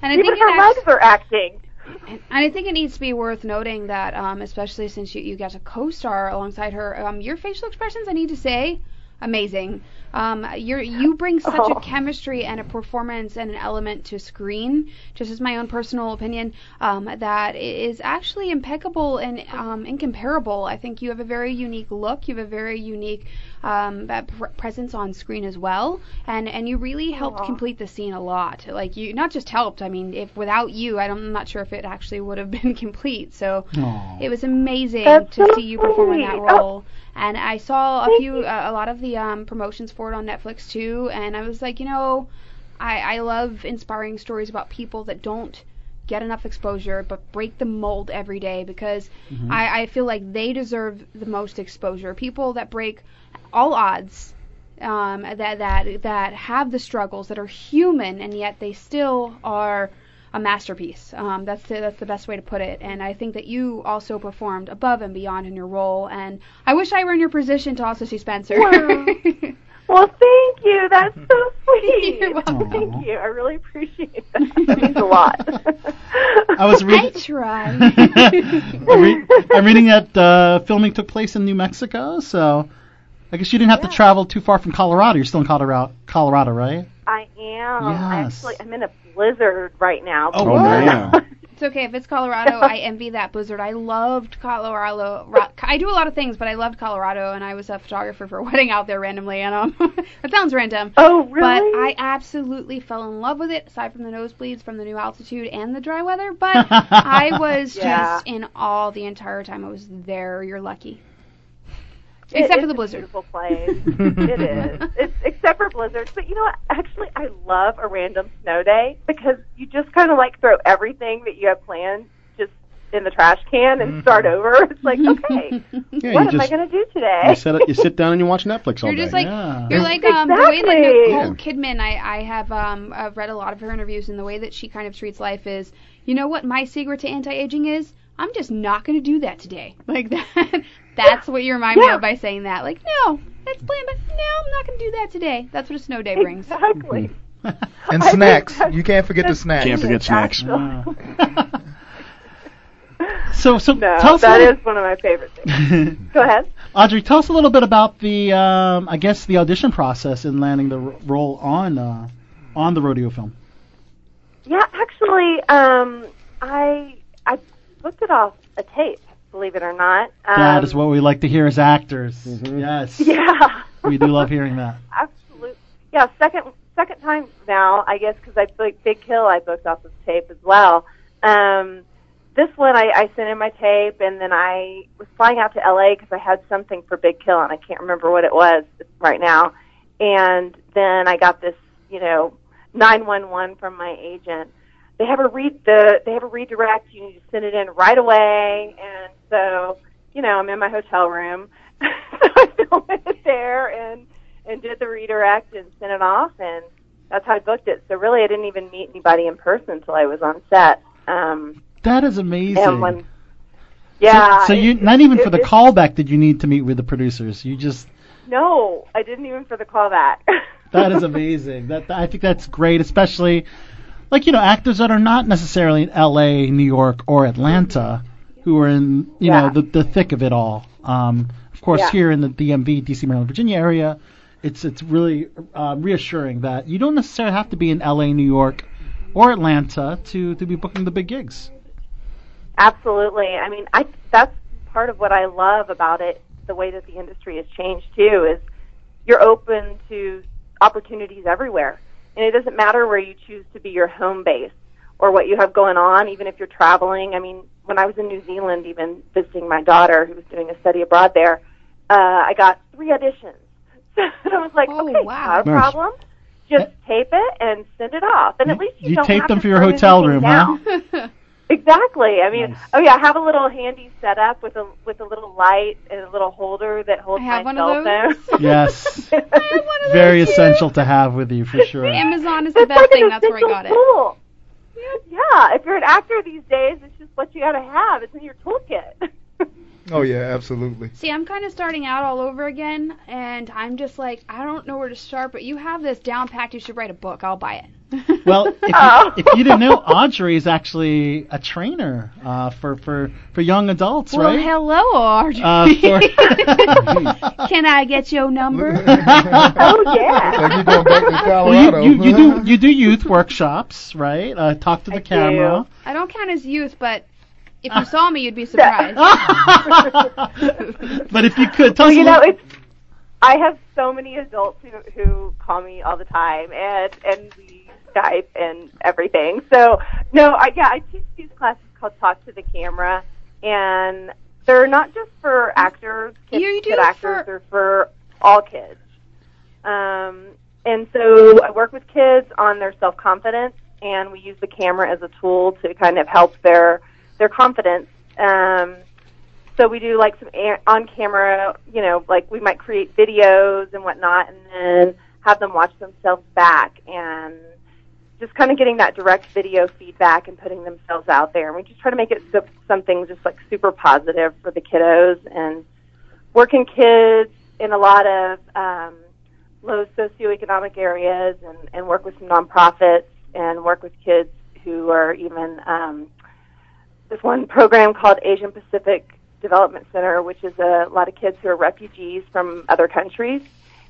Speaker 3: And I
Speaker 10: even
Speaker 3: think it
Speaker 10: her
Speaker 3: acts-
Speaker 10: legs are acting.
Speaker 3: And I think it needs to be worth noting that, um, especially since you, you got a co-star alongside her, um, your facial expressions, I need to say, amazing. Um, you you bring such
Speaker 10: Oh.
Speaker 3: a chemistry and a performance and an element to screen, just as my own personal opinion, um, that i- is actually impeccable and um, incomparable. I think you have a very unique look. You have a very unique um, uh, pr- presence on screen as well, and and you really helped
Speaker 10: Aw.
Speaker 3: complete the scene a lot. Like you, not just helped. I mean, if without you, I don't, I'm not sure if it actually would have [laughs] been complete. So
Speaker 10: Oh,
Speaker 3: it was amazing
Speaker 10: That's
Speaker 3: to
Speaker 10: so
Speaker 3: see you perform in that
Speaker 10: sweet. Oh.
Speaker 3: role. And I saw a
Speaker 10: Thank
Speaker 3: few,
Speaker 10: you.
Speaker 3: uh, a lot of the um, promotions for it on Netflix too. And I was like, you know, I, I love inspiring stories about people that don't get enough exposure but break the mold every day because I, I feel like they deserve the most exposure. People that break all odds um, that that that have the struggles that are human and yet they still are a masterpiece. Um, that's the, that's the best way to put it. And I think that you also performed above and beyond in your role. And I wish I were in your position to also see Spencer. [laughs]
Speaker 10: Wow. Well, thank you. That's so sweet. [laughs]
Speaker 3: You're welcome.
Speaker 10: Thank you. I really appreciate [laughs] that. That means a lot.
Speaker 6: I was [laughs]
Speaker 3: I
Speaker 6: reading.
Speaker 3: try.
Speaker 6: I'm,
Speaker 10: [laughs]
Speaker 6: re- I'm reading that uh, filming took place in New Mexico, so I guess you didn't have to
Speaker 10: Yeah.
Speaker 6: travel too far from Colorado. You're still in Colorado, Colorado, right?
Speaker 10: [laughs] I am. I
Speaker 6: Yes.
Speaker 10: Actually, I'm in a blizzard right now.
Speaker 6: Oh,
Speaker 8: Oh, man.
Speaker 10: [laughs]
Speaker 3: it's okay if it's Colorado. I envy that blizzard. I loved Colorado. Ro- I do a lot of things, but I loved Colorado, and I was a photographer for a [laughs] wedding out there randomly. And um, [laughs] that sounds random.
Speaker 10: Oh, really?
Speaker 3: But I absolutely fell in love with it, aside from the nosebleeds from the new altitude and the dry weather. But I was
Speaker 10: Yeah.
Speaker 3: just in awe the entire time I was there. You're lucky.
Speaker 10: It-
Speaker 3: Except for
Speaker 10: it's
Speaker 3: the
Speaker 10: a
Speaker 3: blizzard.
Speaker 10: beautiful place.
Speaker 3: [laughs]
Speaker 10: it [laughs] is. It's, except for blizzards. But you know what? Actually, I love a random snow day because you just kind of like throw everything that you have planned just in the trash can and start over. It's [laughs] like, okay,
Speaker 8: Yeah,
Speaker 10: what
Speaker 8: you
Speaker 10: am I
Speaker 8: just
Speaker 10: going to do today?
Speaker 8: you sit, you
Speaker 10: [laughs]
Speaker 8: sit down and you watch Netflix all
Speaker 3: You're
Speaker 8: day.
Speaker 3: just like
Speaker 6: Yeah.
Speaker 3: you're like um the way that
Speaker 10: Exactly.
Speaker 3: Nicole Kidman. I I have um I've read a lot of her interviews and the way that she kind of treats life is you know what my secret to anti aging is I'm just not going to do that today [laughs] like that. That's what you remind me
Speaker 10: Yeah.
Speaker 3: of by saying that like no that's plan but no I'm not going to do that today. That's what a snow day brings.
Speaker 10: Exactly.
Speaker 7: [laughs] And
Speaker 10: [laughs] I think
Speaker 7: snacks.
Speaker 10: that's-
Speaker 7: You can't forget the snacks. Uh.
Speaker 8: Can't forget snacks.
Speaker 10: Actually,
Speaker 6: so, so tell
Speaker 10: no,
Speaker 6: us a
Speaker 10: that
Speaker 6: little-
Speaker 10: is one of my favorite things. Go ahead.
Speaker 6: [laughs] Audrey, tell us a little bit about the, um, I guess, the audition process in landing the r- role on uh, on the rodeo film.
Speaker 10: Yeah, actually, um, I I looked it off a tape, believe it or not. Um,
Speaker 6: that is what we like to hear as actors. Yes,
Speaker 10: [laughs] Yeah.
Speaker 6: we do love hearing
Speaker 10: [laughs]
Speaker 6: that.
Speaker 10: Absolutely. Yeah, second second time now, I guess, because I booked Big Kill, I booked off of tape as well. Um, this one, I, I sent in my tape, and then I was flying out to LA because I had something for Big Kill, and I can't remember what it was right now. And then I got this, you know, nine one one from my agent. They have a read the they have a redirect. You need to send it in right away, and so you know, I'm in my hotel room. [laughs] so I filmed it there and and did the redirect and sent it off, and that's how I booked it. So really, I didn't even meet anybody in person until I was on set. Um,
Speaker 6: That is amazing.
Speaker 10: and when,
Speaker 6: So-
Speaker 10: yeah.
Speaker 6: so,
Speaker 10: it-
Speaker 6: you not even for the
Speaker 10: it- it-
Speaker 6: callback did you need to meet with the producers. You just
Speaker 10: No, I didn't even for the callback.
Speaker 6: that
Speaker 10: [laughs]
Speaker 6: is amazing. That I think that's great, especially like you know actors that are not necessarily in L.A., New York, or Atlanta, who are in you
Speaker 10: Yeah.
Speaker 6: know the, the thick of it all. Um, of course,
Speaker 10: Yeah.
Speaker 6: here in the DMV, D.C., Maryland, Virginia area, it's it's really uh, reassuring that you don't necessarily have to be in L.A., New York, or Atlanta to to be booking the big
Speaker 10: [laughs]
Speaker 6: gigs.
Speaker 10: Absolutely. I mean, I that's part of what I love about it. The way that the industry has changed too is you're open to opportunities everywhere, and it doesn't matter where you choose to be your home base or what you have going on. Even if you're traveling, I mean, when I was in New Zealand, even visiting my daughter who was doing a study abroad there, uh, I got three auditions. [laughs] So I was like,
Speaker 3: Oh,
Speaker 10: okay,
Speaker 3: wow.
Speaker 10: not a
Speaker 8: Nice.
Speaker 10: problem.
Speaker 3: Eh.
Speaker 10: Just tape it and send it off, and at least you,
Speaker 6: you
Speaker 10: don't
Speaker 6: taped
Speaker 10: have
Speaker 6: them
Speaker 10: to
Speaker 6: for your
Speaker 10: turn
Speaker 6: hotel
Speaker 10: anything
Speaker 6: room,
Speaker 10: down.
Speaker 6: huh?
Speaker 3: [laughs]
Speaker 10: Exactly. I mean,
Speaker 6: Nice.
Speaker 10: oh yeah, I have a little handy setup with a with a little light and a little holder that holds
Speaker 3: I have
Speaker 10: my
Speaker 3: one
Speaker 10: cell
Speaker 3: of those. [laughs]
Speaker 10: phone.
Speaker 6: Yes,
Speaker 10: It's
Speaker 3: One of
Speaker 6: very
Speaker 10: [laughs]
Speaker 3: those-
Speaker 6: essential to have with you for sure.
Speaker 3: Amazon is the
Speaker 10: like
Speaker 3: best
Speaker 10: an
Speaker 3: thing. That's where I
Speaker 10: official
Speaker 3: got it.
Speaker 10: tool. Yeah, if you're an actor these days, it's just what you gotta have. It's in your toolkit.
Speaker 7: Oh yeah, absolutely.
Speaker 3: See, I'm kind of starting out all over again, and I'm just like, I don't know where to start, but you have this down packed. You should write a book. I'll buy it.
Speaker 6: Well, if
Speaker 10: Oh.
Speaker 6: you, if you didn't know, Audrey is actually a trainer uh, for, for, for young adults,
Speaker 3: well,
Speaker 6: right?
Speaker 3: hello, Audrey.
Speaker 6: Uh, for- [laughs]
Speaker 3: [laughs] Can I get your number?
Speaker 6: oh
Speaker 10: yeah.
Speaker 7: Like you're going back to Colorado.
Speaker 6: Well, you, you, you do you do youth workshops, right? Uh, talk to the camera.
Speaker 3: I don't count as youth, but if you saw me, you'd
Speaker 6: [laughs]
Speaker 3: be surprised.
Speaker 6: But if you could, tell us
Speaker 10: you
Speaker 6: a
Speaker 10: know,
Speaker 6: little-
Speaker 10: it's. I have so many adults who who call me all the time, and and we Skype and everything. So no, I yeah, I teach these classes called Talk to the Camera, and they're not just for actors, kids,
Speaker 3: You do it
Speaker 10: kid actors,
Speaker 3: for-
Speaker 10: they're for all kids. Um, and so I work with kids on their self confidence, and we use the camera as a tool to kind of help their their confidence. Um, so we do like some on camera, you know, like we might create videos and whatnot, and then have them watch themselves back and just kind of getting that direct video feedback and putting themselves out there. And we just try to make it so, something just like super positive for the kiddos and working kids in a lot of um, low socioeconomic areas and, and work with some nonprofits and work with kids who are even um, this one program called Asian Pacific Development Center, which is a lot of kids who are refugees from other countries.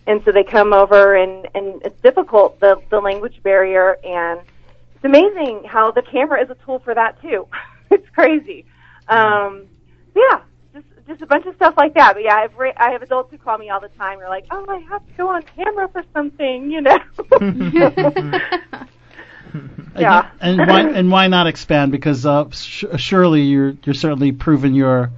Speaker 10: And so they come over, and, and it's difficult, the, the language barrier. And it's amazing how the camera is a tool for that, too. [laughs] it's crazy. Um, yeah, just just a bunch of stuff like that. But yeah, I've re- I have adults who call me all the time. They're like, oh, I have to go on camera for something, you know? yeah.
Speaker 6: and why and why not expand? Because uh, sh- surely you're you're certainly proven your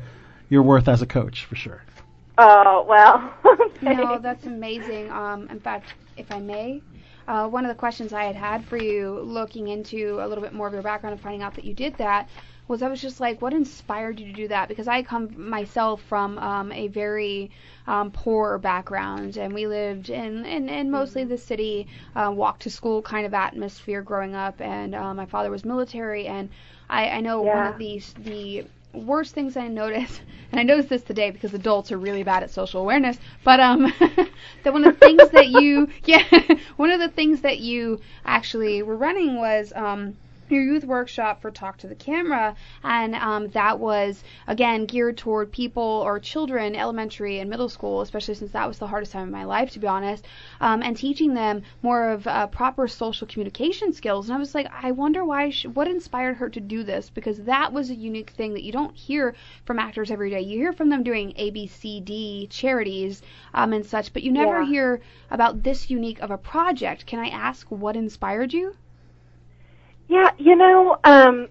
Speaker 6: your worth as a coach for sure.
Speaker 10: [laughs] Oh well. [laughs]
Speaker 3: no, that's amazing. Um, in fact, if I may, uh, one of the questions I had had for you, looking into a little bit more of your background and finding out that you did that, was I was just like, what inspired you to do that? Because I come myself from um, a very um, poor background, and we lived in in, in mostly the city, uh, walk to school kind of atmosphere growing up, and uh, my father was military, and I, I know one
Speaker 10: Yeah.
Speaker 3: of the the worst things I noticed, [laughs] and I noticed this today because adults are really bad at social awareness, but um, [laughs] that one of the things that you, [laughs] yeah, one of the things that you actually were running was um, your youth workshop for Talk to the Camera, and um, that was again geared toward people or children, elementary and middle school, especially since that was the hardest time of my life, to be honest, um, and teaching them more of uh, proper social communication skills. And I was like, I wonder why, she, what inspired her to do this? Because that was a unique thing that you don't hear from actors every day. You hear from them doing A, B, C, D charities um, and such, but you never
Speaker 10: Yeah.
Speaker 3: hear about this unique of a project. Can I ask what inspired you?
Speaker 10: Yeah, you know, um,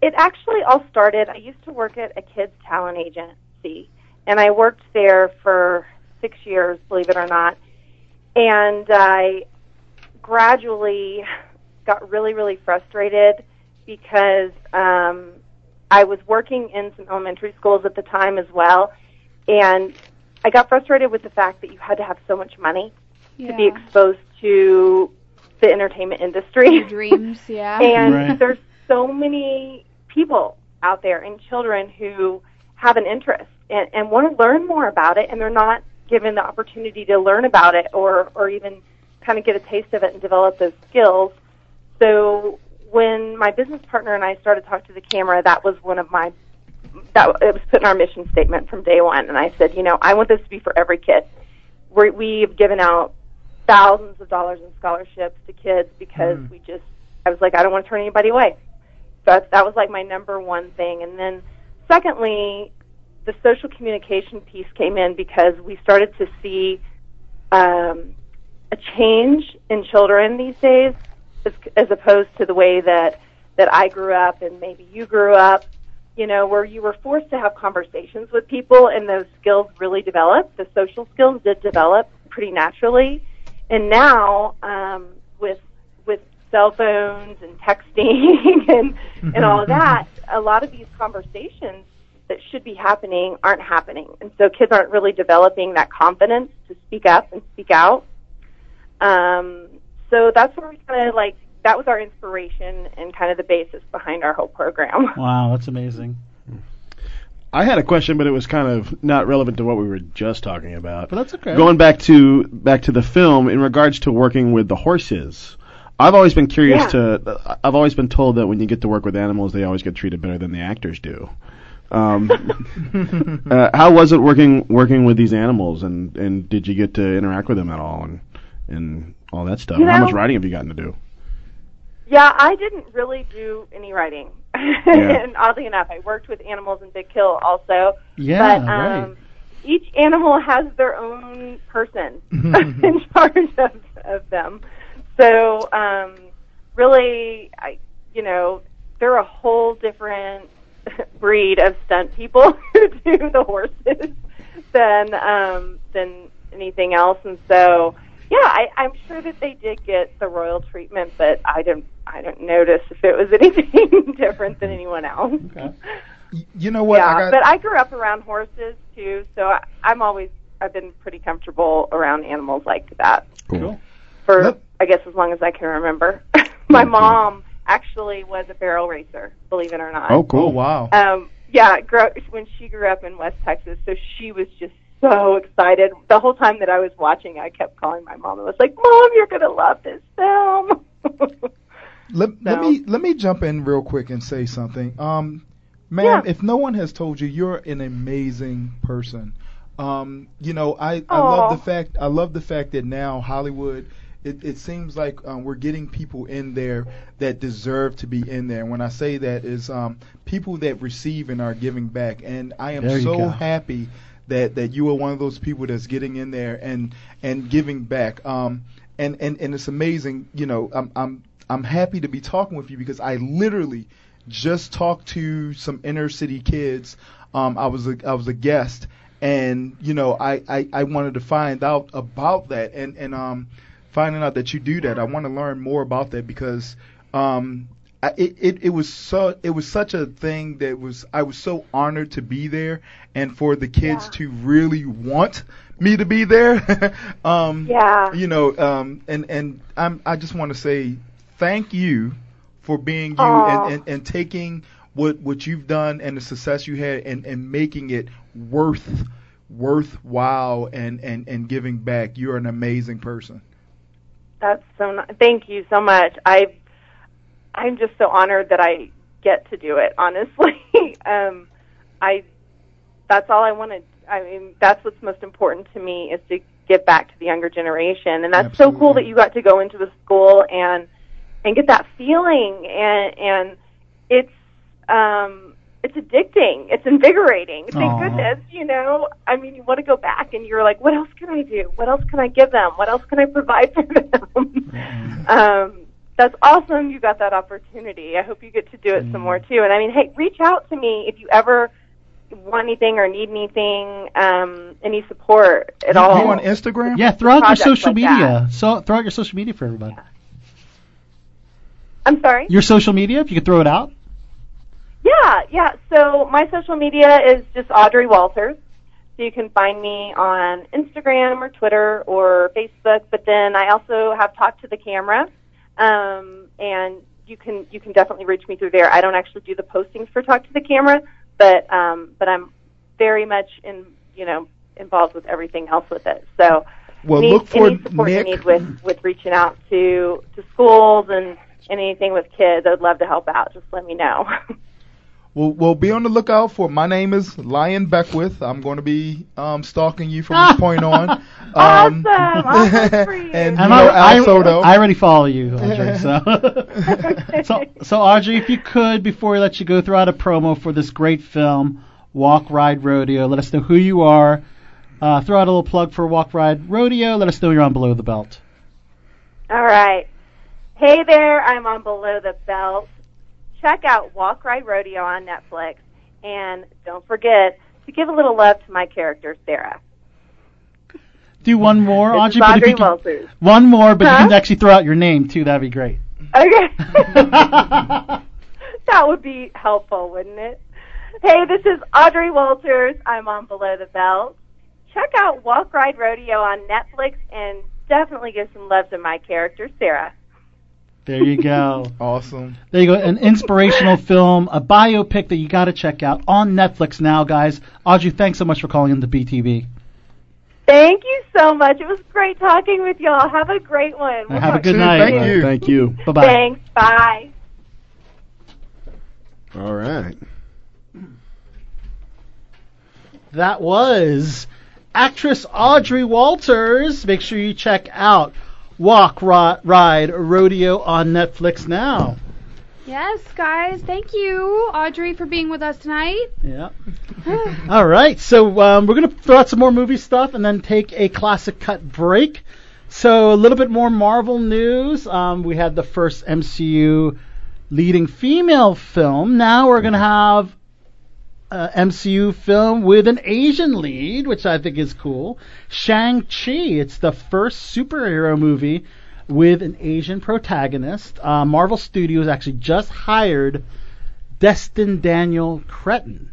Speaker 10: it actually all started. I used to work at a kids talent agency, and I worked there for six years, believe it or not. And I gradually got really, really frustrated because um, I was working in some elementary schools at the time as well, and I got frustrated with the fact that you had to have so much money to be exposed to the entertainment industry.
Speaker 3: Your dreams, yeah.
Speaker 10: And
Speaker 6: Right.
Speaker 10: there's so many people out there and children who have an interest and, and want to learn more about it, and they're not given the opportunity to learn about it or, or even kind of get a taste of it and develop those skills. So when my business partner and I started talking to the camera, that was one of my that it was put in our mission statement from day one. And I said, you know, I want this to be for every kid. We're, we've given out thousands of dollars in scholarships to kids because we just I was like, I don't want to turn anybody away. That that was like my number one thing. And then secondly, the social communication piece came in because we started to see um, a change in children these days, as, as opposed to the way that that I grew up and maybe you grew up. You know, where you were forced to have conversations with people, and those skills really developed. The social skills did develop pretty naturally, and now um, with with cell phones and texting [laughs]
Speaker 6: Mm-hmm.
Speaker 10: and
Speaker 9: Mm-hmm.
Speaker 10: and all that, a lot of these conversations that should be happening aren't happening, and so kids aren't really developing that confidence to speak up and speak out. Um, so that's where we kind of like that was our inspiration and kind of the basis behind our whole program. [laughs]
Speaker 6: Wow, that's amazing.
Speaker 9: I had a question, but it was kind of not relevant to what we were just talking about. But
Speaker 6: that's okay.
Speaker 9: Going back to back to the film in regards to working with the horses, I've always been curious
Speaker 10: Yeah.
Speaker 9: to. I've always been told that when you get to work with animals, they always get treated better than the actors do.
Speaker 10: [laughs]
Speaker 9: Um, uh, how was it working working with these animals, and, and did you get to interact with them at all, and and all that stuff?
Speaker 10: You
Speaker 9: how
Speaker 10: know-
Speaker 9: much writing have you gotten to do?
Speaker 10: Yeah, I didn't really do any writing. [laughs]
Speaker 9: Yeah.
Speaker 10: and oddly enough, I worked with animals in Big Kill also.
Speaker 9: Mm-hmm.
Speaker 6: Yeah,
Speaker 10: but um,
Speaker 6: right.
Speaker 10: each animal has their own person
Speaker 6: Mm-hmm.
Speaker 10: [laughs]
Speaker 9: Mm-hmm.
Speaker 10: in charge of, of them. So um, really, I you know they're a whole different breed [laughs] of stunt people who do the horses than um, than anything else, and so yeah, I, I'm sure that they did get the royal treatment, but I didn't I don't notice if it was [laughs] anything different than anyone else.
Speaker 7: You know what?
Speaker 10: Yeah,
Speaker 7: I got,
Speaker 10: but I grew up around horses too, so I, I'm always I've been pretty comfortable around animals like that.
Speaker 9: Cool.
Speaker 10: For I guess as long as I can remember. [laughs] My mom actually was a barrel racer, believe it or not.
Speaker 9: Oh, cool!
Speaker 7: wow.
Speaker 10: Um, yeah, grow, when she grew up in West Texas, so she was just so excited. The whole time that I was watching, I kept calling my mom. I was like, "Mom, you're gonna love this film."
Speaker 7: Let, let
Speaker 10: So-
Speaker 7: me let me jump in real quick and say something. Um, ma'am, if no one has told you, you're an amazing person. Um, you know, I, I love
Speaker 10: Aw.
Speaker 7: the fact I love the fact that now Hollywood, it, it seems like um, we're getting people in there that deserve to be in there. And when I say that is um, people that receive and are giving back. And I am
Speaker 6: There you
Speaker 7: so
Speaker 6: go.
Speaker 7: happy that that you are one of those people that's getting in there and and giving back. Um, and and and it's amazing. You know, I'm I'm I'm happy to be talking with you because I literally just talked to some inner city kids. Um, I was a, I was a guest, and you know, I, I I wanted to find out about that, and and um, finding out that you do that, I want to learn more about that because um, I, it, it it was so it was such a thing that was I was so honored to be there and for the kids to really want me to be there. [laughs] um,
Speaker 10: Yeah.
Speaker 7: You know, um, and and I'm I just want to say thank you for being you
Speaker 10: Aw.
Speaker 7: and, and and taking what what you've done and the success you had and and making it worth worthwhile and and and giving back. You're an amazing person.
Speaker 10: That's so. Ni- thank you so much. I, I'm just so honored that I get to do it. Honestly, [laughs] um, I, that's all I wanted. I mean, that's what's most important to me is to give back to the younger generation, and that's so cool that you got to go into the school and and get that feeling, and and it's um, it's addicting. It's invigorating. Thank
Speaker 4: Aw.
Speaker 10: goodness, you know. I mean, you want to go back, and you're like, what else can I do? What else can I give them? What else can I provide for
Speaker 9: [laughs]
Speaker 10: them? um, that's awesome. You got that opportunity. I hope you get to do it some more too. And I mean, hey, reach out to me if you ever want anything or need anything, um, any support at all.
Speaker 7: You on Instagram?
Speaker 6: Yeah, throw out your
Speaker 10: Projects
Speaker 6: social
Speaker 10: like
Speaker 6: media. So throw out your social media for everybody.
Speaker 10: I'm sorry.
Speaker 6: Your social media, if you could throw it out.
Speaker 10: Yeah, yeah. So my social media is just Audrey Walters. So you can find me on Instagram or Twitter or Facebook. But then I also have talked to the camera, um, and you can you can definitely reach me through there. I don't actually do the postings for talk to the camera, but um, but I'm very much in you know involved with everything else with it. So
Speaker 7: Well,
Speaker 10: any,
Speaker 7: look for
Speaker 10: any support
Speaker 7: Nick-
Speaker 10: you need with with reaching out to to schools and. And anything with kids, I'd love to help out. Just let me know. [laughs]
Speaker 7: Well, well, be on the lookout for. My name is Lion Beckwith. I'm going to be um, stalking you from
Speaker 10: [laughs]
Speaker 7: this point on. Um, awesome,
Speaker 10: awesome
Speaker 7: [laughs]
Speaker 10: for
Speaker 7: and you
Speaker 6: And
Speaker 7: know,
Speaker 6: I,
Speaker 7: Al
Speaker 6: I,
Speaker 7: Soto.
Speaker 6: I already follow you, Audrey.
Speaker 7: [laughs]
Speaker 6: So. so, so Audrey, if you could, before we let you go, throw out a promo for this great film, Walk Ride Rodeo. Let us know who you are. Uh, throw out a little plug for Walk Ride Rodeo. Let us know you're on Below the Belt.
Speaker 10: All right. Hey there, I'm on Below the Belt. Check out Walk Ride Rodeo on Netflix. And don't forget to give a little love to my character, Sarah.
Speaker 6: Do one more, Audrey. but
Speaker 10: This is
Speaker 6: if
Speaker 10: Audrey
Speaker 6: you can-
Speaker 10: Walters.
Speaker 6: one more, but you can
Speaker 10: Huh?
Speaker 6: actually throw out your name too. That'd be great.
Speaker 10: Okay. that would be helpful, wouldn't it? Hey, this is Audrey Walters. I'm on Below the Belt. Check out Walk Ride Rodeo on Netflix and definitely give some love to my character, Sarah.
Speaker 6: There you go.
Speaker 7: [laughs] awesome.
Speaker 6: There you go. An inspirational film, a biopic that you got to check out on Netflix now, guys. Audrey, thanks so much for calling in the BTV.
Speaker 10: Thank you so much. It was great talking with y'all. Have a great one. We'll
Speaker 6: Have a
Speaker 10: talk
Speaker 6: good
Speaker 10: soon.
Speaker 6: night.
Speaker 9: Thank you. Thank you.
Speaker 6: Bye bye.
Speaker 10: Thanks. Bye.
Speaker 9: All right.
Speaker 6: That was actress Audrey Walters. Make sure you check out Walk, Ro- Ride, Rodeo on Netflix now.
Speaker 3: [laughs] Yes, guys. Thank you, Audrey, for being with us tonight.
Speaker 10: [laughs]
Speaker 6: Yeah. [laughs] All right. So um, we're going to throw out some more movie stuff and then take a classic cut break. So a little bit more Marvel news. Um, we had the first MCU leading female film. Now we're going to have uh, a MCU film with an Asian lead, which I think is cool. Shang-Chi. It's the first superhero movie with an Asian protagonist. Uh, Marvel Studios actually just hired Destin Daniel Cretton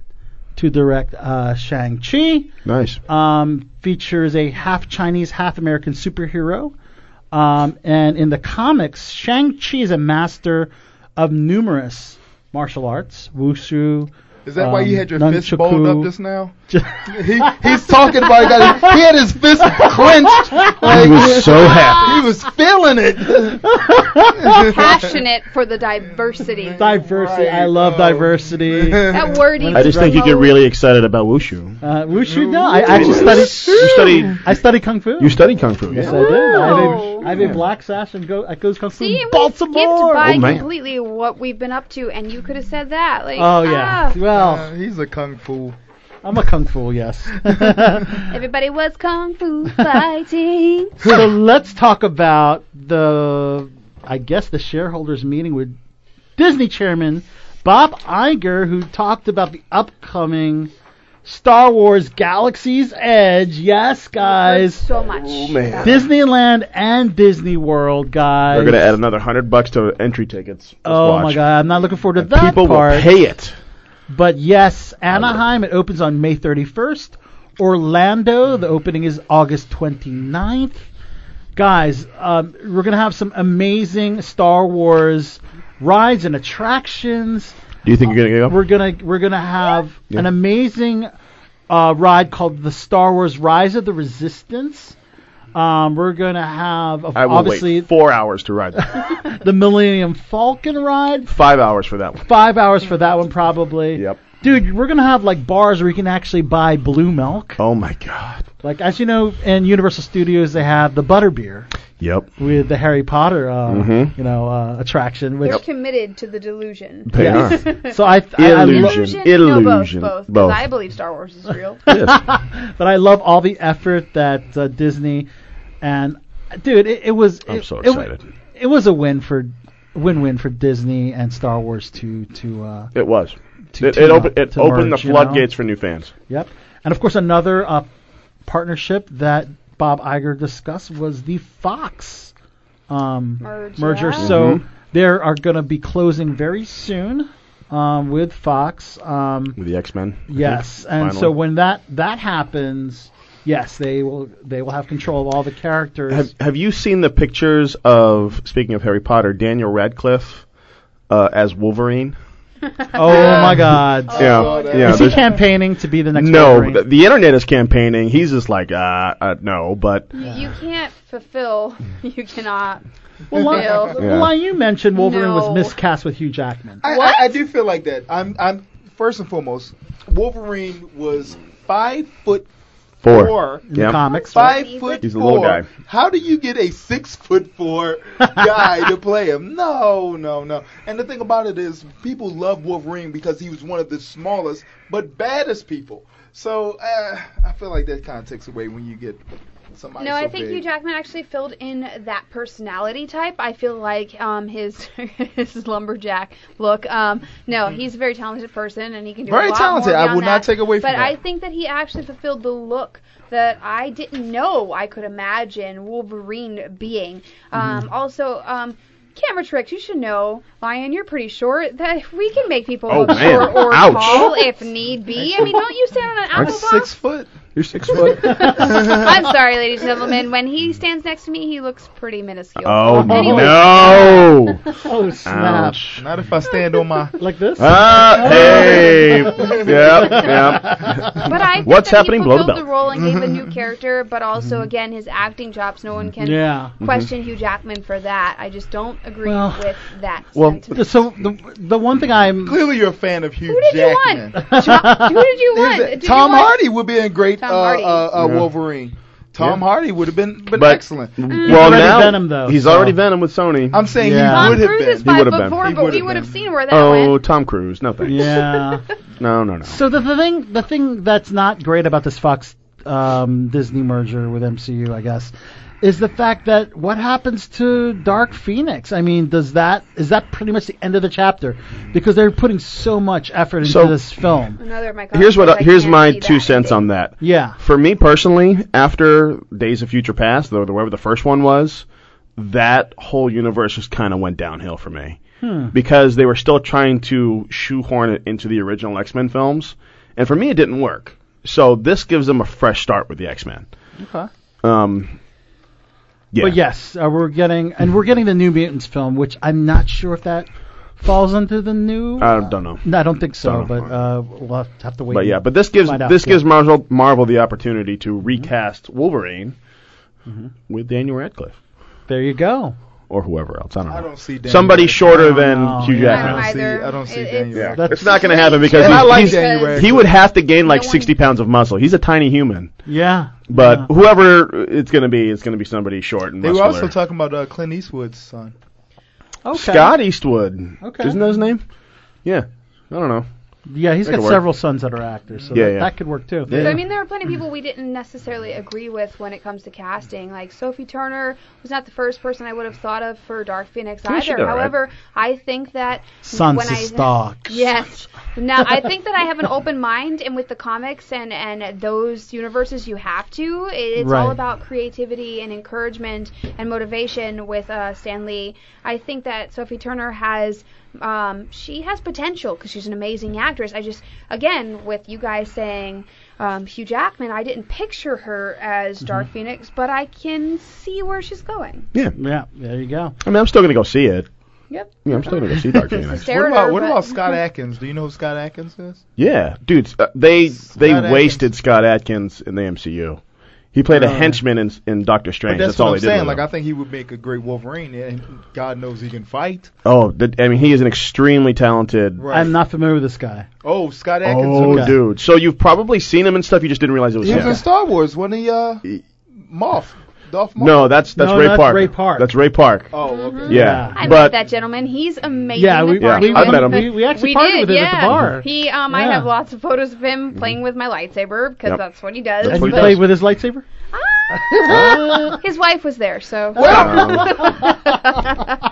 Speaker 6: to direct uh, Shang-Chi.
Speaker 9: Nice.
Speaker 6: Um, features a half Chinese, half American superhero. Um, and in the comics, Shang-Chi is a master of numerous martial arts wushu.
Speaker 7: Is that why
Speaker 6: um,
Speaker 7: you had your fist
Speaker 6: nunchaku.
Speaker 7: balled up just now?
Speaker 6: Ju-
Speaker 7: he, he's talking about he, got, he had
Speaker 6: [laughs]
Speaker 7: his fist clenched. Like,
Speaker 9: He was so happy.
Speaker 7: He was feeling it.
Speaker 3: Passionate for the diversity.
Speaker 6: [laughs] diversity. I love
Speaker 10: [laughs]
Speaker 6: diversity.
Speaker 3: That word
Speaker 9: I just think you get really excited about wushu.
Speaker 6: Uh, wushu? No, I actually
Speaker 9: You
Speaker 6: studied.
Speaker 9: study.
Speaker 6: I studied kung fu.
Speaker 9: You study kung fu.
Speaker 6: Yes, I
Speaker 9: Yeah.
Speaker 6: did. I have a, I have a black sash and go. I goes kung fu. in
Speaker 3: See, we skipped
Speaker 6: Baltimore.
Speaker 3: by
Speaker 9: Oh, man.
Speaker 3: completely what we've been up to, and you could have said that. Like,
Speaker 6: Oh yeah.
Speaker 3: ah,
Speaker 6: Well,
Speaker 7: he's a kung fu.
Speaker 6: I'm a kung fu. Yes.
Speaker 3: everybody was kung fu fighting.
Speaker 6: so let's talk about the, I guess the shareholders meeting with Disney chairman Bob Iger, who talked about the upcoming Star Wars Galaxy's Edge. Yes, guys.
Speaker 3: so much.
Speaker 9: Man.
Speaker 6: Disneyland and Disney World, guys.
Speaker 9: They're gonna add another hundred bucks to entry tickets. Just
Speaker 6: Oh
Speaker 9: watch.
Speaker 6: my god, I'm not looking forward to that
Speaker 9: People
Speaker 6: part.
Speaker 9: will pay it.
Speaker 6: But yes, Anaheim, it opens on May 31st. Orlando, the opening is August 29th. Guys, um, we're going to have some amazing Star Wars rides and attractions.
Speaker 9: Do you think you're gonna go?
Speaker 6: We're going to we're going to have an amazing uh, ride called the Star Wars Rise of the Resistance. Um, we're going to have
Speaker 9: I will
Speaker 6: obviously
Speaker 9: wait four hours to ride. that.
Speaker 6: the Millennium Falcon ride.
Speaker 9: Five hours for that one.
Speaker 6: Five hours for that one probably.
Speaker 9: Yep.
Speaker 6: Dude, we're gonna have like bars where you can actually buy blue milk.
Speaker 9: Oh my god.
Speaker 6: Like as you know, in Universal Studios they have the butterbeer
Speaker 9: Yep.
Speaker 6: with the Harry Potter, uh,
Speaker 9: Mhm.
Speaker 6: you know, uh, attraction. Which
Speaker 3: They're
Speaker 6: [laughs]
Speaker 3: committed to the delusion.
Speaker 9: They
Speaker 6: Yes. [laughs]
Speaker 9: are.
Speaker 6: so I, I, I lo-
Speaker 9: Illusion.
Speaker 3: Delusion. No, both,
Speaker 9: Illusion.
Speaker 3: both. 'cause
Speaker 9: Both.
Speaker 3: I believe Star Wars is real.
Speaker 9: [laughs] Yes.
Speaker 6: but I love all the effort that uh, Disney and dude, it, it was.
Speaker 9: I'm
Speaker 6: it-
Speaker 9: so
Speaker 6: it w-
Speaker 9: excited.
Speaker 6: It, was a win for win-win for Disney and Star Wars to to. Uh,
Speaker 9: It was.
Speaker 6: to
Speaker 9: It,
Speaker 6: team
Speaker 9: it,
Speaker 6: up,
Speaker 9: opened, it
Speaker 6: to
Speaker 9: opened the
Speaker 6: merge, you know?
Speaker 9: floodgates for new fans.
Speaker 6: Yep. And of course, another uh, partnership that Bob Iger discussed was the Fox um,
Speaker 3: Merge,
Speaker 6: merger.
Speaker 3: yeah.
Speaker 6: So
Speaker 9: Mm-hmm.
Speaker 6: there are going to be closing very soon um, with Fox. Um,
Speaker 9: With the X Men.
Speaker 6: yes, and so when that that happens, yes, they will they will have control of all the characters.
Speaker 9: Have, have you seen the pictures of, speaking of Harry Potter, Daniel Radcliffe uh, as Wolverine?
Speaker 6: [laughs] oh my God!
Speaker 9: yeah. yeah
Speaker 6: Is he
Speaker 9: there's-
Speaker 6: campaigning to be the next?
Speaker 9: no,
Speaker 6: Wolverine?
Speaker 9: the, the internet is campaigning. He's just like, uh, uh no, but
Speaker 3: You- You can't fulfill. You cannot.
Speaker 6: well, why,
Speaker 3: Bill.
Speaker 6: well, why you mentioned Wolverine
Speaker 3: No.
Speaker 6: was miscast with Hugh Jackman.
Speaker 7: I,
Speaker 3: What?
Speaker 7: I, I do feel like that. I'm, I'm first and foremost. Wolverine was five foot
Speaker 9: four.
Speaker 7: four.
Speaker 6: In the
Speaker 9: Yep.
Speaker 6: comics, right?
Speaker 7: Five foot
Speaker 9: He's a
Speaker 7: four.
Speaker 9: little guy.
Speaker 7: How do you get a six foot four
Speaker 9: [laughs]
Speaker 7: guy to play him? No, no, no. And the thing about it is, people love Wolverine because he was one of the smallest but baddest people. So uh, I feel like that kind of takes away when you get somebody.
Speaker 3: No,
Speaker 7: so
Speaker 3: I think
Speaker 7: big.
Speaker 3: Hugh Jackman actually filled in that personality type. I feel like um, his [laughs] his lumberjack look. Um, no, he's a very talented person, and he can do
Speaker 7: Mm-hmm. Very
Speaker 3: a lot
Speaker 7: talented.
Speaker 3: More
Speaker 7: I
Speaker 3: beyond
Speaker 7: will not
Speaker 3: that.
Speaker 7: take away from
Speaker 3: But
Speaker 7: that.
Speaker 3: I think that he actually fulfilled the look that I didn't know I could imagine Wolverine being. Um,
Speaker 7: Mm-hmm.
Speaker 3: Also, um, camera tricks. You should know, Lion. You're pretty short. That we can make people
Speaker 9: Oh,
Speaker 3: look
Speaker 9: man.
Speaker 3: short or
Speaker 9: Ouch.
Speaker 3: tall if need be. I mean, don't you stand on an apple box?
Speaker 7: Six foot.
Speaker 8: You're six foot.
Speaker 3: [laughs] I'm sorry, ladies and gentlemen. When he stands next to me, he looks pretty minuscule.
Speaker 9: Oh,
Speaker 3: Anyway.
Speaker 9: no!
Speaker 7: Ah,
Speaker 6: Oh snap!
Speaker 9: Ouch.
Speaker 7: Not if I stand on my
Speaker 6: [laughs] like this.
Speaker 9: Ah, [laughs] hey, yep, yep.
Speaker 3: But I think
Speaker 9: What's
Speaker 3: that
Speaker 9: happening?
Speaker 3: He
Speaker 9: Blow the
Speaker 3: fulfilled
Speaker 9: belt.
Speaker 3: the role and gave
Speaker 7: Mm-hmm.
Speaker 3: a new character, but also again his acting chops. No one can
Speaker 6: Yeah.
Speaker 7: Mm-hmm.
Speaker 6: Mhm.
Speaker 3: question Hugh Jackman for that. I just don't agree
Speaker 6: Well-
Speaker 3: with that.
Speaker 6: Well, so the the one thing I'm
Speaker 7: clearly you're a fan of Hugh
Speaker 3: Who did you
Speaker 7: Jackman.
Speaker 3: want? Jo- Who did you
Speaker 7: Is
Speaker 3: want?
Speaker 7: it-
Speaker 3: Did you
Speaker 7: Tom
Speaker 3: want-
Speaker 7: Hardy would be a great uh,
Speaker 3: Tom Hardy.
Speaker 7: uh, uh,
Speaker 9: Yeah.
Speaker 7: Wolverine. Tom
Speaker 9: Yeah.
Speaker 7: Hardy would have been, been
Speaker 9: But-
Speaker 7: excellent.
Speaker 3: Mm.
Speaker 9: Well,
Speaker 6: already
Speaker 9: now
Speaker 6: Venom, though,
Speaker 9: he's
Speaker 6: so-
Speaker 9: already Venom with Sony.
Speaker 7: I'm saying
Speaker 6: Yeah.
Speaker 7: he
Speaker 3: Tom
Speaker 7: would have
Speaker 3: Cruise is
Speaker 7: been.
Speaker 9: He
Speaker 3: five
Speaker 9: would've
Speaker 3: foot
Speaker 9: been.
Speaker 3: four,
Speaker 7: He
Speaker 3: but we
Speaker 7: would've
Speaker 3: would have
Speaker 7: been.
Speaker 3: seen where that
Speaker 9: Oh,
Speaker 3: went.
Speaker 9: Tom Cruise. No thanks.
Speaker 6: yeah.
Speaker 9: No, no, no.
Speaker 6: So the, the thing, the thing that's not great about this Fox um, Disney merger with MCU, I guess, is the fact that what happens to Dark Phoenix? I mean, does that is that pretty much the end of the chapter? Because they're putting so much effort into
Speaker 9: So-
Speaker 6: this film.
Speaker 3: Another of
Speaker 7: Oh
Speaker 3: my
Speaker 9: Here's what.
Speaker 3: comments, I
Speaker 9: here's
Speaker 3: can't
Speaker 9: my
Speaker 3: see
Speaker 9: two
Speaker 3: that
Speaker 9: cents
Speaker 3: ending.
Speaker 9: on that.
Speaker 6: Yeah.
Speaker 9: For me personally, after Days of Future Past, though, wherever the first one was, that whole universe just kind of went downhill for me because they were still trying to shoehorn it into the original X Men films, and for me, it didn't work. So this gives them a fresh start with the X Men.
Speaker 7: Okay.
Speaker 9: Um, yeah.
Speaker 6: But yes, uh, we're getting and we're getting the New Mutants film, which I'm not sure if that falls into the new.
Speaker 9: I don't know.
Speaker 6: No, I don't think so,
Speaker 9: Don't know.
Speaker 6: but uh, we'll have to wait.
Speaker 9: But yeah, but this gives
Speaker 6: Find out,
Speaker 9: this
Speaker 6: yeah. Mm-hmm.
Speaker 9: gives Marvel Marvel the opportunity to recast Wolverine with Daniel Radcliffe
Speaker 6: there you go.
Speaker 9: or whoever else. I don't know.
Speaker 7: I don't see Daniel
Speaker 9: Somebody
Speaker 7: Radcliffe.
Speaker 9: shorter than
Speaker 6: know,
Speaker 9: Hugh
Speaker 6: yeah.
Speaker 3: I
Speaker 9: Jackman.
Speaker 3: don't
Speaker 7: I don't
Speaker 3: either.
Speaker 7: see- I don't see
Speaker 3: It-
Speaker 7: Daniel
Speaker 3: it's-
Speaker 7: Radcliffe.
Speaker 6: That's
Speaker 9: It's not going to happen because
Speaker 7: I
Speaker 9: he,
Speaker 7: like
Speaker 9: he's-
Speaker 7: Daniel
Speaker 3: because-
Speaker 7: Radcliffe.
Speaker 9: he would have to gain like
Speaker 3: No one-
Speaker 9: 60 pounds of muscle. He's a tiny human.
Speaker 6: yeah.
Speaker 9: But
Speaker 6: Yeah.
Speaker 9: whoever it's going to be, it's going to be somebody short and
Speaker 7: They were
Speaker 9: muscular.
Speaker 7: also talking about uh, Clint Eastwood's son.
Speaker 6: Okay.
Speaker 9: Scott Eastwood.
Speaker 6: Okay.
Speaker 9: Isn't that his name? Yeah. I don't know.
Speaker 6: Yeah, he's
Speaker 9: That
Speaker 6: got
Speaker 9: could work.
Speaker 6: several sons that are actors, so
Speaker 9: Yeah,
Speaker 6: that,
Speaker 9: yeah.
Speaker 6: that could work too.
Speaker 9: Yeah.
Speaker 3: So I mean, there are plenty of people we didn't necessarily agree with when it comes to casting. Like Sophie Turner was not the first person I would have thought of for Dark Phoenix
Speaker 9: Yeah, she
Speaker 3: either.
Speaker 9: did all right.
Speaker 3: However, I think that when
Speaker 6: Sansa
Speaker 3: I
Speaker 6: Stark.
Speaker 3: yes, now
Speaker 6: [laughs]
Speaker 3: I think that I have an open mind, and with the comics and and those universes, you have to. It- It's all
Speaker 6: Right.
Speaker 3: about creativity and encouragement and motivation. With uh, Stan Lee, I think that Sophie Turner has. Um, she has potential because she's an amazing actress. I just, again, with you guys saying um, Hugh Jackman, I didn't picture her
Speaker 6: Mm-hmm.
Speaker 3: as Dark Phoenix, but I can see where she's going.
Speaker 9: Yeah.
Speaker 6: Yeah, there you go.
Speaker 9: I mean, I'm still going to go see it.
Speaker 3: Yep.
Speaker 9: Yeah, I'm still going to go see
Speaker 6: [laughs]
Speaker 3: [laughs]
Speaker 9: Dark Phoenix.
Speaker 7: What
Speaker 3: Sarah
Speaker 7: about what
Speaker 3: Nerva-
Speaker 7: about Scott Atkins? Do you know who Scott Atkins is?
Speaker 9: Yeah, dude, uh, they they
Speaker 7: Scott
Speaker 9: wasted Scott Atkins in the MCU. He played
Speaker 6: Uh.
Speaker 9: a henchman in in Doctor
Speaker 7: But
Speaker 9: Strange.
Speaker 7: that's,
Speaker 9: That's,
Speaker 7: what
Speaker 9: all
Speaker 7: I'm
Speaker 9: he did.
Speaker 7: saying.
Speaker 9: with
Speaker 7: Like
Speaker 9: him.
Speaker 7: I think he would make a great Wolverine, and God knows he can fight.
Speaker 9: oh, th- I mean, he is an extremely talented.
Speaker 7: Right.
Speaker 6: I'm not familiar with this guy.
Speaker 7: oh, Scott Atkins.
Speaker 9: Oh,
Speaker 7: okay.
Speaker 9: dude. So you've probably seen him and stuff. You just didn't realize it was
Speaker 7: He was
Speaker 9: him.
Speaker 7: in Star Wars when he uh, Moff, Dolph. Moff.
Speaker 9: No, that's that's
Speaker 6: No,
Speaker 9: Ray
Speaker 6: that's
Speaker 9: Park.
Speaker 6: Ray Park.
Speaker 9: That's Ray Park.
Speaker 7: Oh, okay.
Speaker 9: Yeah,
Speaker 3: Mm-hmm. I met
Speaker 9: but
Speaker 3: that gentleman. He's amazing.
Speaker 6: Yeah, we-
Speaker 3: with
Speaker 9: yeah,
Speaker 3: Marvel.
Speaker 9: I met him.
Speaker 6: We- we actually partied
Speaker 3: did,
Speaker 6: with him at the
Speaker 3: yeah.
Speaker 6: bar.
Speaker 3: He, um, I
Speaker 6: Yeah.
Speaker 3: have lots of photos of him playing with my lightsaber because
Speaker 9: Mm-hmm. Yep.
Speaker 3: that's what he does.
Speaker 9: That's
Speaker 6: And
Speaker 9: what
Speaker 6: he
Speaker 9: he does.
Speaker 6: played with his lightsaber?
Speaker 3: Ah! [laughs] His wife was there,
Speaker 6: [laughs]
Speaker 3: so
Speaker 9: um,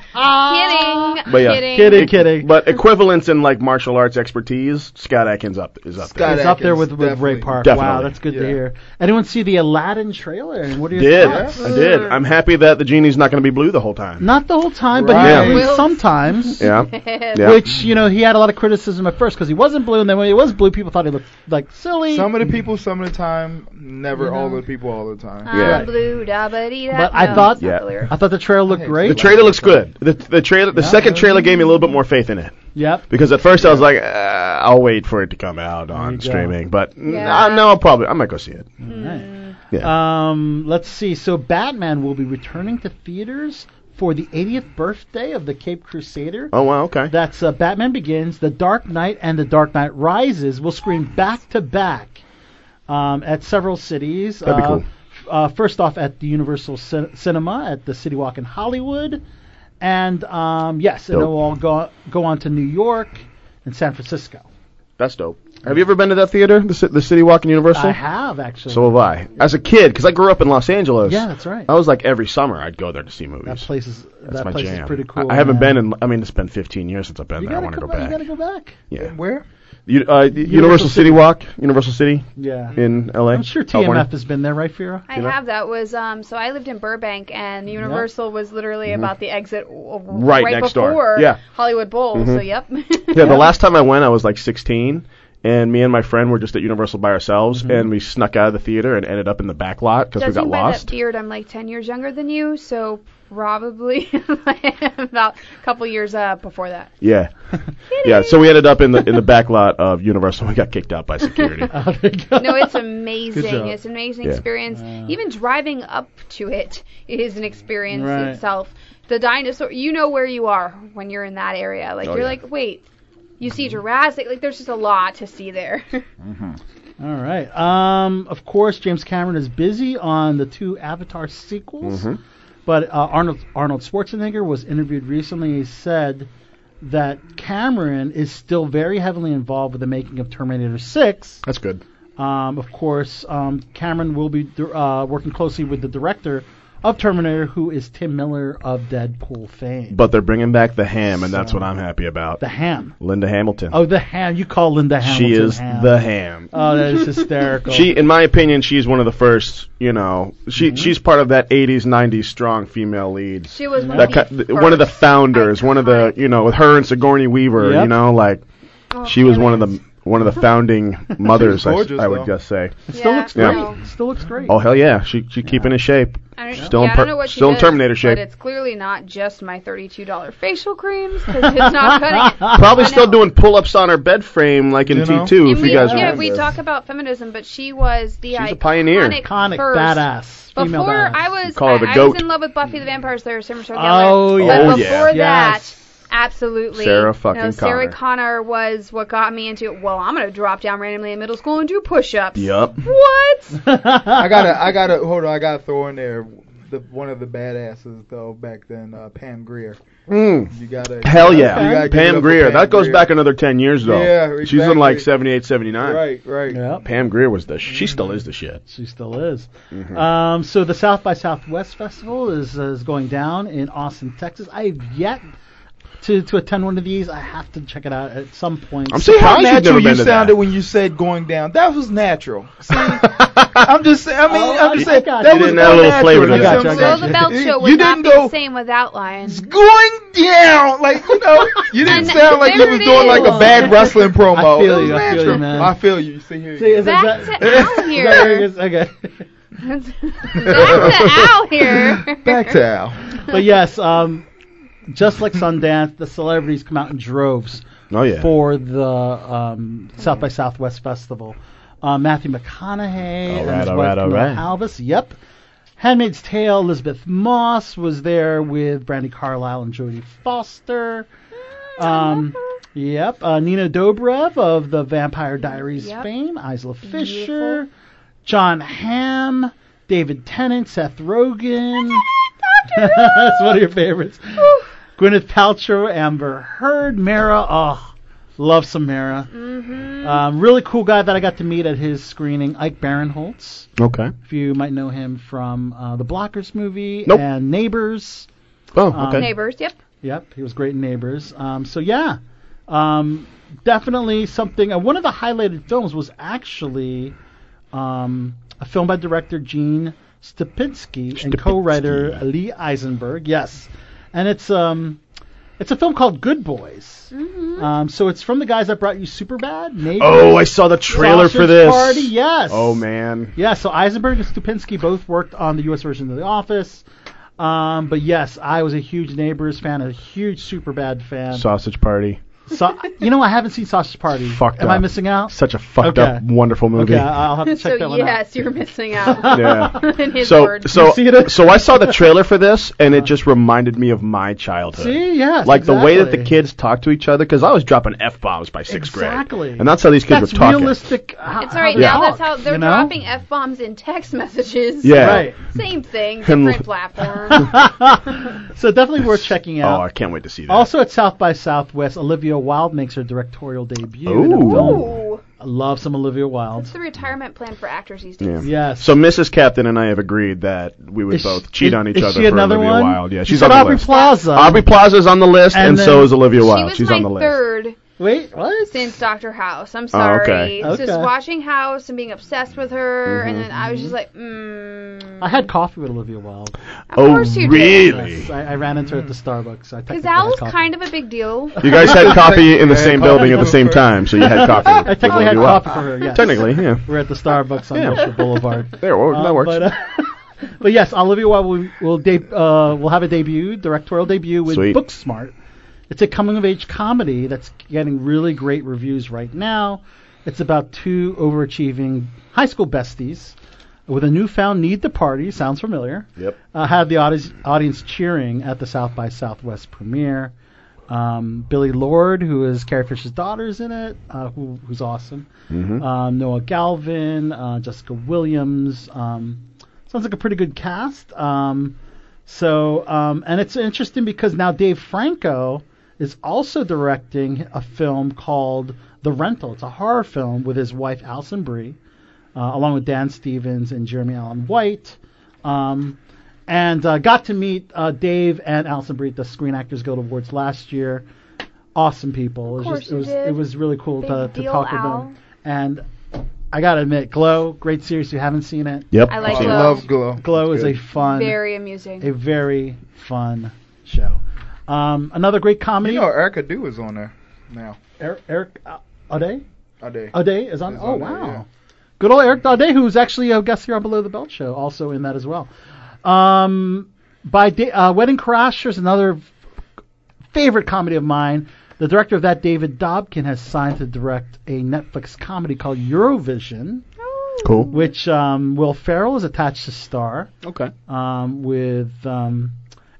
Speaker 3: kidding,
Speaker 9: But yeah,
Speaker 3: kidding.
Speaker 6: Kidding, kidding.
Speaker 9: but equivalence in like martial arts expertise, Scott Atkins up is up
Speaker 7: Scott
Speaker 9: there.
Speaker 6: He's up there with,
Speaker 7: Atkins,
Speaker 6: with Ray
Speaker 7: definitely.
Speaker 6: Park. Wow,
Speaker 9: Definitely.
Speaker 6: that's good to
Speaker 7: Yeah.
Speaker 6: hear. Anyone see the Aladdin trailer? And what are your
Speaker 9: Did
Speaker 6: thoughts?
Speaker 9: I did? I'm happy that the genie's not going to be blue the
Speaker 7: [laughs]
Speaker 9: whole time.
Speaker 6: Not the whole time, but
Speaker 7: Right.
Speaker 6: he was [laughs]
Speaker 3: Yeah.
Speaker 6: sometimes.
Speaker 9: Yeah, yeah.
Speaker 6: Which you know he had a lot of criticism at first because he wasn't blue, and then when he was blue, people thought he looked like silly. Mm-hmm.
Speaker 7: Some of the people, some of the time. Never all the people, all the time.
Speaker 3: I'm
Speaker 9: Yeah.
Speaker 3: blue, da ba dee da.
Speaker 6: But I
Speaker 3: No,
Speaker 6: thought-
Speaker 3: that's not
Speaker 9: Yeah.
Speaker 3: the lyric.
Speaker 6: I thought the trailer looked
Speaker 7: Hey,
Speaker 6: great.
Speaker 9: The trailer looks good. The, the trailer, the second trailer gave me a little bit more faith in it
Speaker 6: yep.
Speaker 9: because at first I was like, uh, I'll wait for it to come out
Speaker 6: you
Speaker 9: on
Speaker 6: go.
Speaker 9: streaming, but n-
Speaker 3: Yeah.
Speaker 9: I- no, I'll probably I might go see it.
Speaker 6: Um, let's see. So Batman will be returning to theaters for the 80th birthday of the Cape Crusader.
Speaker 9: Oh wow, okay.
Speaker 6: That's uh, Batman Begins, The Dark Knight, and The Dark Knight Rises will screen back to back um, at several cities.
Speaker 9: That'd be
Speaker 6: Uh,
Speaker 9: cool.
Speaker 6: f- Uh, first off, at the Universal Cin- Cinema at the City Walk in Hollywood, and um, yes, and
Speaker 9: Dope.
Speaker 6: then we'll all go go on to New York and San Francisco.
Speaker 9: That's dope. Have you ever been to that theater, the, ci- the City Walk in Universal?
Speaker 6: I have actually.
Speaker 9: So have I. As a kid, because I grew up in Los Angeles.
Speaker 6: yeah, that's right.
Speaker 9: I was like every summer I'd go there to see
Speaker 6: that
Speaker 9: movies.
Speaker 6: place is
Speaker 9: That's
Speaker 6: that
Speaker 9: my
Speaker 6: place
Speaker 9: jam.
Speaker 6: is pretty cool.
Speaker 9: I, I haven't
Speaker 6: yeah.
Speaker 9: been in. I mean, it's been 15 years since I've been
Speaker 6: You
Speaker 9: there. I
Speaker 6: gotta,
Speaker 9: want to
Speaker 6: come
Speaker 9: go
Speaker 6: back. you
Speaker 9: back.
Speaker 6: gotta go back.
Speaker 9: Yeah.
Speaker 7: Where?
Speaker 9: U- uh, Universal,
Speaker 6: Universal
Speaker 9: City Walk, Universal City
Speaker 6: Yeah.
Speaker 9: in L.A.
Speaker 6: I'm sure TMF
Speaker 9: California.
Speaker 6: has been there, right, Fira?
Speaker 3: I have that was um so I lived in Burbank and Universal was literally about the exit w- w-
Speaker 9: Mm-hmm. Right next door.
Speaker 3: before
Speaker 9: Yeah. Mm-hmm.
Speaker 3: Hollywood Bowl so yep [laughs]
Speaker 9: Yeah, the last time I went, I was like 16, And me and my friend were just at Universal by ourselves,
Speaker 6: Mm-hmm.
Speaker 9: and we snuck out of the theater and ended up in the back lot because we
Speaker 3: Judging
Speaker 9: got
Speaker 3: by
Speaker 9: lost.
Speaker 3: that beard, I'm like 10 years younger than you, so probably [laughs] about a couple years uh, before that.
Speaker 9: Yeah, yeah. So we ended up in the in the back lot of Universal. We got kicked out
Speaker 6: [laughs]
Speaker 9: by security.
Speaker 3: [laughs] no, it's
Speaker 9: Good job. Uh.
Speaker 3: amazing. It's an amazing
Speaker 9: Yeah.
Speaker 3: experience. Even driving up to it is an experience
Speaker 9: Right.
Speaker 3: itself. The dinosaur, you know where you are when you're in that area. Like
Speaker 6: Oh,
Speaker 3: you're
Speaker 6: yeah.
Speaker 3: like, wait, you see Jurassic. Like there's just a lot to see there. [laughs]
Speaker 6: All right. Um, of course, James Cameron is busy on the two Avatar sequels,
Speaker 9: Mm-hmm.
Speaker 6: but uh, Arnold Arnold Schwarzenegger was interviewed recently. He said that Cameron is still very heavily involved with the making of Terminator Six.
Speaker 9: That's good.
Speaker 6: Um, of course, um, Cameron will be dir- uh, working closely with the director of Terminator, who is Tim Miller of Deadpool fame.
Speaker 9: But they're bringing back the ham, and that's what I'm happy about. The
Speaker 6: ham.
Speaker 9: Linda Hamilton.
Speaker 6: Oh, the ham! You call Linda Hamilton?
Speaker 9: she is
Speaker 6: ham.
Speaker 9: the ham.
Speaker 6: Oh, that is hysterical.
Speaker 9: She, in my opinion, she's one of the first. You know, she
Speaker 6: Mm-hmm.
Speaker 9: she's part of that '80s, '90s strong female lead.
Speaker 3: She was one
Speaker 9: that
Speaker 3: of the
Speaker 9: ki- one of the founders, one of the you know, with her and Sigourney Weaver.
Speaker 6: Yep.
Speaker 9: You know, like
Speaker 3: Oh,
Speaker 9: she was one of the one of the founding mothers. I,
Speaker 6: gorgeous,
Speaker 9: I would
Speaker 6: though.
Speaker 9: just say.
Speaker 6: It still looks
Speaker 9: Yeah.
Speaker 6: great. Still looks great.
Speaker 9: Oh hell yeah, she she keeping in shape.
Speaker 3: I don't,
Speaker 9: She's still
Speaker 3: yeah,
Speaker 9: in
Speaker 3: I
Speaker 9: per-
Speaker 3: don't know what she
Speaker 9: still in
Speaker 3: does,
Speaker 9: Terminator
Speaker 6: [laughs]
Speaker 3: But
Speaker 9: shape.
Speaker 3: it's clearly not just my $32 facial creams because it's
Speaker 9: [laughs]
Speaker 3: not cutting it.
Speaker 9: Probably still doing pull-ups on her bed frame like in
Speaker 6: You know?
Speaker 9: T2 if
Speaker 3: we,
Speaker 9: you guys
Speaker 3: yeah,
Speaker 9: remember.
Speaker 3: we talk about feminism, but she was the
Speaker 9: She's
Speaker 3: iconic
Speaker 9: a pioneer.
Speaker 6: Iconic,
Speaker 3: first.
Speaker 6: badass, female
Speaker 3: Before
Speaker 6: badass.
Speaker 3: I was,
Speaker 9: Call her the
Speaker 3: I, I
Speaker 9: goat.
Speaker 3: was in love with Buffy the Vampire Slayer, Sarah Michelle
Speaker 9: Oh,
Speaker 3: Gellar.
Speaker 9: yeah.
Speaker 3: But
Speaker 9: Oh, yeah.
Speaker 3: before that,
Speaker 9: Yes.
Speaker 3: absolutely,
Speaker 9: Sarah
Speaker 3: no,
Speaker 9: fucking
Speaker 3: Sarah Connor was what got me into. Well, I'm gonna drop down randomly in middle school and do push-ups.
Speaker 9: Yup.
Speaker 6: [laughs]
Speaker 3: [laughs] What?
Speaker 7: I gotta, I gotta hold on. I gotta throw in there the one of the badasses though back then, uh, Pam Greer.
Speaker 9: Mm.
Speaker 7: You gotta
Speaker 9: Hell
Speaker 7: you
Speaker 9: yeah.
Speaker 7: gotta give it up
Speaker 9: Pam
Speaker 7: for
Speaker 9: Greer. that goes
Speaker 7: Grier.
Speaker 9: back another 10 years, though.
Speaker 7: Yeah,
Speaker 9: She's in like
Speaker 7: exactly.
Speaker 9: 78, 79.
Speaker 7: Right, right.
Speaker 6: Yep.
Speaker 9: Pam Greer was the She still is the shit. Mm-hmm.
Speaker 6: She still is. Um, so the South by Southwest Festival is is going down in Austin, Texas. I have yet to to attend one of these. I have to check it out at some point.
Speaker 9: I'm
Speaker 7: How
Speaker 9: surprised you've
Speaker 7: natural
Speaker 9: never
Speaker 7: you
Speaker 9: been to that.
Speaker 7: sounded when you
Speaker 9: [laughs]
Speaker 7: said going down. That was natural. See, I'm just, saying- I mean,
Speaker 6: Oh,
Speaker 7: I'm just saying
Speaker 9: got
Speaker 7: that
Speaker 9: you.
Speaker 7: was
Speaker 9: You didn't add a
Speaker 7: more
Speaker 9: little
Speaker 7: natural,
Speaker 9: flavor to
Speaker 7: you know
Speaker 9: that.
Speaker 7: what I'm
Speaker 9: Well,
Speaker 7: saying?
Speaker 3: the Belt Show would
Speaker 7: you
Speaker 3: not
Speaker 7: didn't
Speaker 3: be
Speaker 7: go
Speaker 3: the same without Lion.
Speaker 7: going down, like you know, you
Speaker 3: [laughs]
Speaker 7: didn't
Speaker 3: And
Speaker 7: sound like you
Speaker 3: there
Speaker 7: was
Speaker 3: it
Speaker 7: doing like a
Speaker 6: is.
Speaker 7: bad wrestling promo.
Speaker 6: I feel
Speaker 7: It was
Speaker 6: you, I feel you,
Speaker 7: natural.
Speaker 6: man.
Speaker 7: I feel you. See here.
Speaker 6: See, is that-
Speaker 3: Back to out
Speaker 6: [laughs] is that where it
Speaker 3: here.
Speaker 6: is? okay.
Speaker 3: Back to out here.
Speaker 7: Back to Al.
Speaker 6: But yes, um, just like Sundance, the celebrities come out in droves.
Speaker 9: Oh, yeah.
Speaker 6: For the um, South by Southwest Festival, uh, Matthew McConaughey
Speaker 9: All
Speaker 6: and
Speaker 9: right,
Speaker 6: his
Speaker 9: all
Speaker 6: wife
Speaker 9: right, all
Speaker 6: Camilla
Speaker 9: right.
Speaker 6: Alvis. Yep. Handmaid's Tale. Elizabeth Moss was there with Brandy Carlisle and Jodie Foster. Um, yep. Uh, Nina Dobrev of the Vampire Diaries
Speaker 3: Yep.
Speaker 6: fame. Isla Fisher. John Hamm. David Tennant. Seth Rogen. [laughs] That's one of your favorites. Gwyneth Paltrow, Amber Heard, Mara. Oh, love some Mara. Um, really cool guy that I got to meet at his screening, Ike Barinholtz.
Speaker 9: Okay.
Speaker 6: If you might know him from uh, the Blockers movie
Speaker 9: Nope.
Speaker 6: and Neighbors.
Speaker 9: Oh,
Speaker 6: Um,
Speaker 3: Neighbors, yep.
Speaker 6: Yep, he was great in Neighbors. Um, so yeah, um, definitely something. Uh, one of the highlighted films was actually um, a film by director Gene Stupinski, and co-writer Lee Eisenberg. Yes, and it's um, it's a film called Good Boys. Um, so it's from the guys that brought you Superbad. Neighbors,
Speaker 9: Oh, I saw the trailer for
Speaker 6: Sausage
Speaker 9: this.
Speaker 6: Party, yes.
Speaker 9: Oh, man.
Speaker 6: Yeah, so Eisenberg and Stupinski both worked on the U.S. version of The Office. Um, but yes, I was a huge Neighbors fan, a huge Superbad fan. So,
Speaker 9: Sausage Party.
Speaker 6: you know, I haven't seen Sausage Party.
Speaker 9: Fucked
Speaker 6: Am
Speaker 9: up.
Speaker 6: I missing out?
Speaker 9: Such a fucked
Speaker 6: Okay.
Speaker 9: up, wonderful movie.
Speaker 6: Okay, I- I'll have to check
Speaker 3: So
Speaker 6: that one
Speaker 3: yes, you're missing
Speaker 6: [laughs]
Speaker 3: out.
Speaker 9: Yeah.
Speaker 3: [laughs] In his
Speaker 9: So,
Speaker 3: words.
Speaker 9: so, so I saw the trailer for this, and it just reminded me of my
Speaker 6: out.
Speaker 9: childhood.
Speaker 6: Uh. See, yes,
Speaker 9: like the way that the
Speaker 6: exactly.
Speaker 9: kids talk to each other, because I was dropping f bombs by sixth
Speaker 6: Exactly.
Speaker 9: grade, and that's how these kids
Speaker 6: That's
Speaker 9: were talking.
Speaker 6: realistic. How,
Speaker 3: It's all right
Speaker 9: they
Speaker 3: now.
Speaker 9: talk,
Speaker 3: that's how they're
Speaker 9: you know?
Speaker 3: dropping f bombs in text messages.
Speaker 9: Yeah. Right.
Speaker 3: Same thing,
Speaker 9: Can-
Speaker 3: different
Speaker 9: [laughs]
Speaker 3: platform.
Speaker 6: so definitely worth checking
Speaker 9: Oh,
Speaker 6: out.
Speaker 9: I can't wait to see that.
Speaker 6: Also at South by Southwest, Olivia Wilde makes her directorial debut. in a
Speaker 9: Ooh.
Speaker 6: film.
Speaker 3: Ooh,
Speaker 6: I love some Olivia Wilde.
Speaker 3: it's the retirement plan for actors these days.
Speaker 9: Yeah.
Speaker 6: Yes.
Speaker 9: So Mrs. Captain and I have agreed that we would
Speaker 6: Is
Speaker 9: both
Speaker 6: she-
Speaker 9: cheat on each
Speaker 6: is
Speaker 9: other
Speaker 6: she
Speaker 9: for
Speaker 6: another
Speaker 9: Olivia
Speaker 6: one?
Speaker 9: Wilde. Yeah,
Speaker 6: You
Speaker 9: she's
Speaker 6: said
Speaker 9: on the
Speaker 6: Aubrey
Speaker 9: list.
Speaker 6: Plaza.
Speaker 9: Aubrey Plaza's on the list,
Speaker 6: And
Speaker 9: and,
Speaker 6: then-
Speaker 9: so is Olivia
Speaker 3: She
Speaker 9: Wilde.
Speaker 3: was
Speaker 9: she's
Speaker 3: my
Speaker 9: on the list.
Speaker 3: third
Speaker 6: Wait, what?
Speaker 3: since Doctor House. I'm
Speaker 9: Oh,
Speaker 3: sorry.
Speaker 9: okay.
Speaker 3: Just
Speaker 6: Okay.
Speaker 3: watching House and being obsessed with her, and
Speaker 9: Mhm.
Speaker 3: then I was just like, mm,
Speaker 6: I had coffee with Olivia Wilde.
Speaker 3: Of Oh, course you did. really?
Speaker 6: Yes, I, I ran into her at the Starbucks. I
Speaker 3: Because
Speaker 6: technically had
Speaker 3: Al's
Speaker 6: coffee.
Speaker 3: kind of a big deal.
Speaker 9: You
Speaker 6: [laughs]
Speaker 9: guys had coffee in the
Speaker 6: I had
Speaker 9: same
Speaker 6: coffee
Speaker 9: building at the
Speaker 6: with
Speaker 9: same
Speaker 6: her.
Speaker 9: time, so you had
Speaker 6: [laughs]
Speaker 9: coffee.
Speaker 6: I
Speaker 9: with
Speaker 6: technically had
Speaker 9: Olivia Wilde.
Speaker 6: coffee for her, yes.
Speaker 9: Technically, yeah.
Speaker 6: We're at the Starbucks on
Speaker 9: Yeah.
Speaker 6: Wilshire Boulevard.
Speaker 9: [laughs] There, well, that works.
Speaker 6: But, uh, [laughs] but yes, Olivia Wilde will, will, de- uh, will have a debut, directorial debut with
Speaker 9: Sweet.
Speaker 6: Booksmart. It's a coming of age comedy that's getting really great reviews right now. It's about two overachieving high school besties with a newfound need to party. Sounds familiar.
Speaker 9: Yep.
Speaker 6: Uh, had the audi- audience cheering at the South by Southwest premiere. Um, Billy Lord, who is Carrie Fisher's daughter, is in it, uh, who, who's awesome.
Speaker 9: Mm-hmm.
Speaker 4: Mm-hmm.
Speaker 13: Mhm.
Speaker 6: Um, Noah Galvin, uh, Jessica Williams. Um, sounds like a pretty good cast. Um, so, um, and it's interesting because now Dave Franco is also directing a film called The Rental. It's a horror film with his wife Alison Brie, uh, along with Dan Stevens and Jeremy Allen White. Um, and uh, got to meet uh, Dave and Alison Brie at the Screen Actors Guild Awards last year. Awesome people. it was,
Speaker 13: course
Speaker 6: just, it,
Speaker 13: you
Speaker 6: was
Speaker 13: did.
Speaker 6: it was really cool
Speaker 13: Big
Speaker 6: to, to
Speaker 13: deal,
Speaker 6: talk with
Speaker 13: Al.
Speaker 6: them. And I gotta admit, Glow, great series. You haven't seen it?
Speaker 9: Yep. I like
Speaker 6: Um,
Speaker 9: Glow. Love Glow.
Speaker 6: Glow is
Speaker 9: Good.
Speaker 6: a fun,
Speaker 3: Very amusing.
Speaker 6: a very fun show. Um, another great comedy.
Speaker 7: You know, Erica Du is on there now.
Speaker 6: Eric, Eric uh, Ade?
Speaker 7: Ade.
Speaker 6: Ade is on.
Speaker 7: Is
Speaker 6: oh
Speaker 7: on there,
Speaker 6: wow,
Speaker 7: yeah.
Speaker 6: good old Eric Ade, who's actually a guest here on Below the Belt show, also in that as well. Um, by da- uh, Wedding Crashers, another favorite comedy of mine. The director of that, David Dobkin, has signed to direct a Netflix comedy called Eurovision.
Speaker 9: Cool.
Speaker 6: Which um, Will Ferrell is attached to star.
Speaker 9: Okay.
Speaker 6: Um, with um,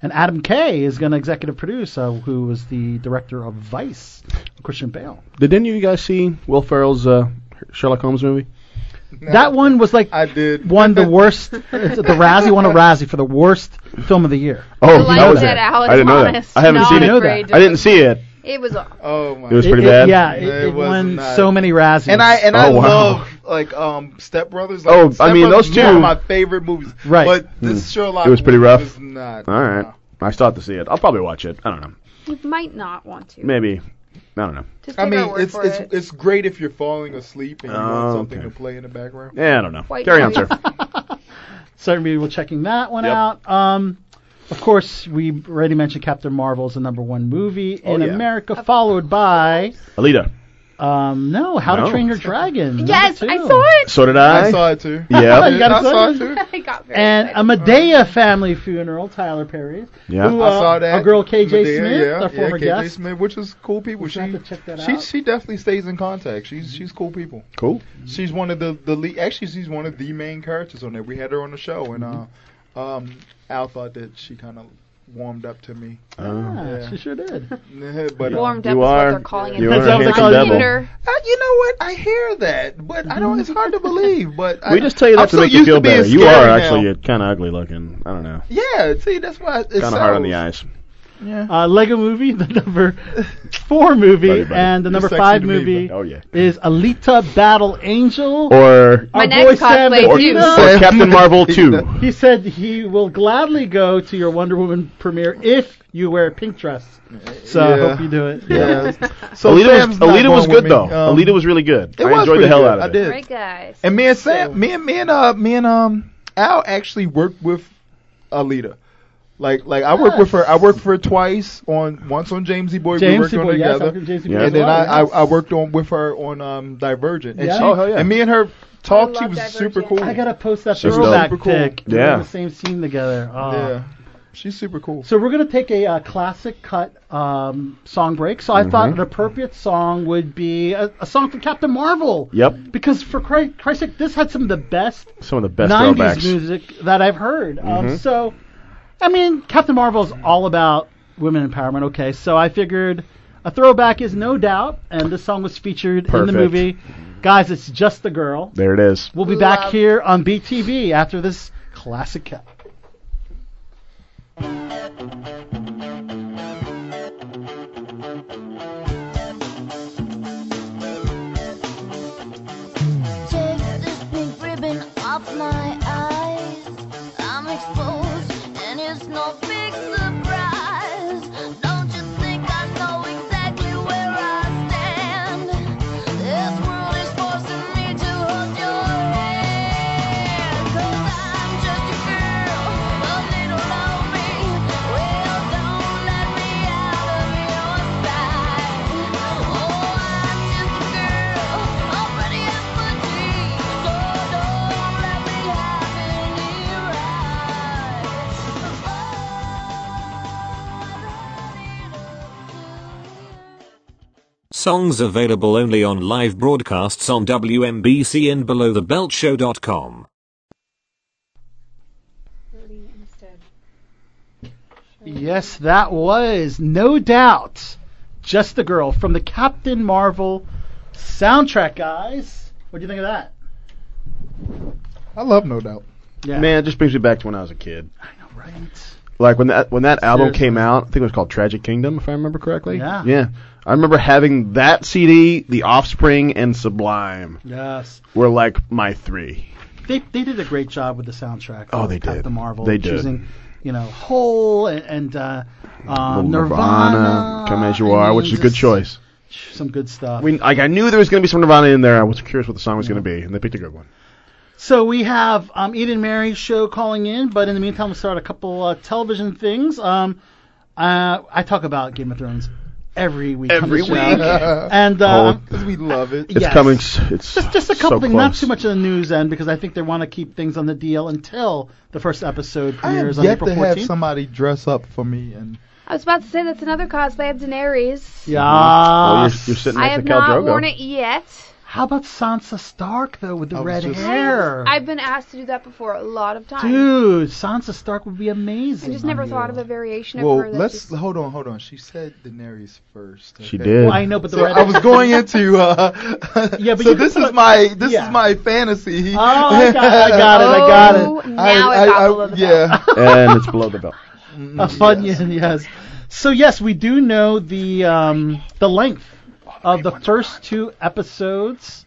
Speaker 6: and Adam Kay is going to executive produce, uh, who was the director of Vice, Christian Bale.
Speaker 9: Did any of you guys see Will Ferrell's uh, Sherlock Holmes movie?
Speaker 6: That one was like I did. one
Speaker 7: [laughs]
Speaker 6: the worst. it's the Razzie won a Razzie for the worst film of the year.
Speaker 9: Oh,
Speaker 3: like
Speaker 9: that was
Speaker 3: that,
Speaker 9: it.
Speaker 3: Alex,
Speaker 9: I didn't know that.
Speaker 3: honest.
Speaker 9: I haven't
Speaker 3: Not
Speaker 9: seen
Speaker 3: a
Speaker 9: it.
Speaker 3: great
Speaker 9: I didn't see it.
Speaker 3: It was.
Speaker 7: Oh my!
Speaker 9: It was pretty bad.
Speaker 6: Yeah, it, it
Speaker 7: was
Speaker 6: won
Speaker 7: not-
Speaker 6: so many Razzies.
Speaker 7: And I and I
Speaker 9: Oh, wow.
Speaker 7: love like um Step Brothers. Like,
Speaker 9: Oh, I
Speaker 7: Step
Speaker 9: mean,
Speaker 7: Brothers
Speaker 9: those
Speaker 7: is one
Speaker 9: two-
Speaker 7: of my favorite movies.
Speaker 9: Right.
Speaker 7: But this
Speaker 9: Hmm.
Speaker 7: Sherlock
Speaker 9: It was pretty
Speaker 7: movie
Speaker 9: rough.
Speaker 7: Was not.
Speaker 9: All right. I still have to see it. I'll probably watch it. I don't know.
Speaker 3: You might not want to.
Speaker 9: Maybe. I don't know.
Speaker 3: Just
Speaker 7: I
Speaker 3: take
Speaker 7: mean,
Speaker 3: our word
Speaker 7: it's
Speaker 3: for
Speaker 7: it's
Speaker 3: it.
Speaker 7: it's great if you're falling asleep and you
Speaker 9: Oh,
Speaker 7: want something
Speaker 9: okay.
Speaker 7: to play in the background.
Speaker 9: Yeah, I don't know.
Speaker 6: White
Speaker 9: Carry on, sir.
Speaker 6: noise.
Speaker 3: [laughs]
Speaker 6: Certain people checking that one
Speaker 9: Yep.
Speaker 6: out. Um, of course, we already mentioned Captain Marvel is the number one movie
Speaker 9: Oh,
Speaker 6: in
Speaker 9: yeah.
Speaker 6: America, followed by
Speaker 9: Alita.
Speaker 6: um, no, How
Speaker 9: No.
Speaker 6: to Train Your Dragon. number
Speaker 3: Yes, I
Speaker 6: two.
Speaker 3: saw it.
Speaker 9: So did I.
Speaker 7: I saw it too.
Speaker 9: Yeah.
Speaker 6: [laughs] You gotta
Speaker 7: I saw it
Speaker 6: say.
Speaker 7: too.
Speaker 3: [laughs] I got very
Speaker 6: And a Medea family funeral, Tyler Perry.
Speaker 9: Yeah.
Speaker 6: who,
Speaker 7: I
Speaker 6: uh,
Speaker 7: saw that.
Speaker 6: Our girl KJ
Speaker 7: Medea,
Speaker 6: Smith,
Speaker 7: yeah,
Speaker 6: our
Speaker 7: yeah,
Speaker 6: former
Speaker 7: KJ
Speaker 6: guest.
Speaker 7: Smith, which is cool people. She, she,
Speaker 6: out.
Speaker 7: she definitely stays in contact. She's she's cool people.
Speaker 9: Cool.
Speaker 7: She's one of the the lead, actually she's one of the main characters on there. We had her on the show, and
Speaker 9: Mm-hmm.
Speaker 7: uh, um, Al thought that she kind of warmed up to me.
Speaker 6: Yeah, Ah, she sure did.
Speaker 7: Yeah, but, uh,
Speaker 3: Warmed up is
Speaker 9: Ah. You
Speaker 3: what
Speaker 9: are-
Speaker 3: they're calling it.
Speaker 9: you
Speaker 3: now.
Speaker 9: are a handsome
Speaker 3: Tinder.
Speaker 9: devil.
Speaker 7: Uh, you know what? I hear that, but I don't. It's hard
Speaker 6: Mm-hmm.
Speaker 7: to believe. But I,
Speaker 9: We just tell you that
Speaker 7: I'm
Speaker 9: to
Speaker 7: so
Speaker 9: make you
Speaker 7: used
Speaker 9: feel
Speaker 7: to being
Speaker 9: better. You
Speaker 7: scary
Speaker 9: are
Speaker 7: now.
Speaker 9: actually kind of ugly looking. I don't know.
Speaker 7: Yeah. See, that's why it's
Speaker 9: Kind of hard on
Speaker 7: so-
Speaker 9: the eyes.
Speaker 7: Yeah.
Speaker 6: Uh, Lego Movie, [laughs] the number four movie,
Speaker 9: Buddy, buddy.
Speaker 6: and the
Speaker 9: You're
Speaker 6: number
Speaker 9: sexy
Speaker 6: five
Speaker 9: to me,
Speaker 6: movie
Speaker 9: but- oh, yeah.
Speaker 6: is Alita Battle Angel.
Speaker 9: Or
Speaker 6: Our
Speaker 3: My next
Speaker 6: boy Sam
Speaker 3: cosplay
Speaker 9: or,
Speaker 7: [laughs]
Speaker 3: Dude.
Speaker 9: or Captain Marvel 2.
Speaker 6: He said he will gladly go to your Wonder Woman premiere if you wear a pink dress. So I
Speaker 7: Yeah.
Speaker 6: hope you do it.
Speaker 7: [laughs] Yeah. So
Speaker 9: Alita was,
Speaker 7: Sam's not
Speaker 9: Alita was
Speaker 7: going with
Speaker 9: good
Speaker 7: me.
Speaker 9: though.
Speaker 7: Um,
Speaker 9: Alita was really good.
Speaker 7: It
Speaker 9: I
Speaker 7: was
Speaker 9: enjoyed the
Speaker 7: pretty
Speaker 9: hell
Speaker 7: good.
Speaker 9: out of
Speaker 7: I
Speaker 9: it.
Speaker 7: did.
Speaker 3: Great guys.
Speaker 7: And me and Sam, me and me and uh, me and um, Al actually worked with Alita. Like like I worked with her. I worked for her twice on once on James E. Boy.
Speaker 6: James
Speaker 7: we worked
Speaker 6: E.
Speaker 7: on
Speaker 6: Boy, yes, I
Speaker 7: together.
Speaker 6: worked with James E. Boy
Speaker 7: And
Speaker 6: as
Speaker 7: then
Speaker 6: well,
Speaker 7: I,
Speaker 6: yes.
Speaker 7: I I worked on with her on um, Divergent. And
Speaker 6: Yeah.
Speaker 7: she,
Speaker 6: Oh, hell yeah.
Speaker 7: And me and her
Speaker 3: I
Speaker 7: talked.
Speaker 3: love
Speaker 7: She was super
Speaker 3: Divergent.
Speaker 7: cool.
Speaker 6: I gotta post that
Speaker 9: She's
Speaker 6: throwback
Speaker 7: dope.
Speaker 6: pic.
Speaker 9: Cool.
Speaker 6: We're
Speaker 9: Yeah.
Speaker 6: in the same scene together. Oh.
Speaker 7: Yeah. She's super cool.
Speaker 6: So we're gonna take a uh, classic cut um, song break. So I
Speaker 7: Mm-hmm.
Speaker 6: thought an appropriate song would be a, a song from Captain Marvel.
Speaker 9: Yep.
Speaker 6: Because for Christ, Christ's sake, this had some of the best
Speaker 9: Some of the best
Speaker 6: 90s
Speaker 9: throwbacks.
Speaker 6: music that I've heard. Um,
Speaker 9: Mhm.
Speaker 6: so, I mean, Captain Marvel is all about women empowerment. Okay, so I figured a throwback is no doubt, and this song was featured in
Speaker 9: Perfect.
Speaker 6: the movie. Guys, it's just the girl.
Speaker 9: There it is.
Speaker 6: We'll be back here on BTV after this classic cut.
Speaker 4: Take this pink ribbon off my eyes. I'm exposed, and it's no big surprise. Don't you think I know exactly where I stand? This world is forcing me to hold your hand. i I'm just a girl.
Speaker 13: songs available only on live broadcasts on WMBC and BelowTheBeltShow.com.
Speaker 6: Yes, that was no doubt just the girl from the Captain Marvel soundtrack, guys. What do you think of that?
Speaker 7: I love No Doubt.
Speaker 9: Man, it just brings me back to when I was a kid.
Speaker 6: Right.
Speaker 9: Like when that when that album
Speaker 6: Seriously.
Speaker 9: came out, I think it was called Tragic Kingdom, if I remember correctly.
Speaker 6: Yeah.
Speaker 9: Yeah. I remember having that CD, The Offspring, and Sublime
Speaker 6: Yes.
Speaker 9: were like my three.
Speaker 6: They they did a great job with the soundtrack.
Speaker 9: Oh,
Speaker 6: of
Speaker 9: they did.
Speaker 6: Captain Marvel.
Speaker 9: They did.
Speaker 6: Choosing, you know, Hole and, and uh, uh,
Speaker 9: Little
Speaker 6: Nirvana.
Speaker 9: Come as you
Speaker 6: I
Speaker 9: are,
Speaker 6: mean,
Speaker 9: which is a good
Speaker 6: just
Speaker 9: choice.
Speaker 6: Some good stuff.
Speaker 9: I mean, like I knew there was going to be some Nirvana in there. I was curious what the song was going to be, and they picked a good one.
Speaker 6: So we have um, Eden Mary's show calling in, but in the meantime, we'll start a couple uh, television things. Um, uh, I talk about Game of Thrones every week. on the
Speaker 7: Every
Speaker 6: show. [laughs]
Speaker 7: week.
Speaker 6: and uh,
Speaker 7: Because [laughs] we love it.
Speaker 9: It's
Speaker 6: Yes.
Speaker 9: coming. s- It's
Speaker 6: just just a couple
Speaker 9: so
Speaker 6: things, not
Speaker 9: close.
Speaker 6: too much on the news end, because I think they want to keep things on the deal until the first episode
Speaker 7: I have
Speaker 6: premieres on
Speaker 7: yet
Speaker 6: April
Speaker 7: to have
Speaker 6: 14th.
Speaker 7: somebody dress up for me and
Speaker 3: I was about to say that's another cosplay of Daenerys.
Speaker 6: Yeah.
Speaker 9: Well, you're, you're sitting
Speaker 3: I
Speaker 9: next
Speaker 3: have
Speaker 9: to Khal
Speaker 3: not
Speaker 9: Drogo.
Speaker 3: worn it yet.
Speaker 6: How about Sansa Stark though with the
Speaker 7: Oh,
Speaker 9: was
Speaker 6: red
Speaker 9: just-
Speaker 6: hair?
Speaker 3: I've been asked to do that before a lot of times.
Speaker 6: Dude, Sansa Stark would be
Speaker 3: I
Speaker 6: amazing.
Speaker 3: just never thought of a variation
Speaker 7: well,
Speaker 3: of her. that
Speaker 7: let's
Speaker 3: just-
Speaker 7: hold on, hold on. She said Daenerys first.
Speaker 9: She
Speaker 7: okay?
Speaker 9: did. Well,
Speaker 6: I know, but the
Speaker 7: So
Speaker 6: red- [laughs]
Speaker 7: I was going into. Uh, yeah,
Speaker 6: but
Speaker 7: [laughs] so
Speaker 6: you can
Speaker 7: this
Speaker 6: put
Speaker 7: is
Speaker 6: a-
Speaker 7: my this
Speaker 6: yeah.
Speaker 7: is my fantasy.
Speaker 6: Oh, I got it, I got it,
Speaker 7: [laughs]
Speaker 6: I got it.
Speaker 3: Oh, now it got below the belt.
Speaker 7: yeah.
Speaker 6: [laughs]
Speaker 9: and it's below the belt.
Speaker 6: A Funyun, [laughs] yes. So yes, we do know the um, the length of the first two episodes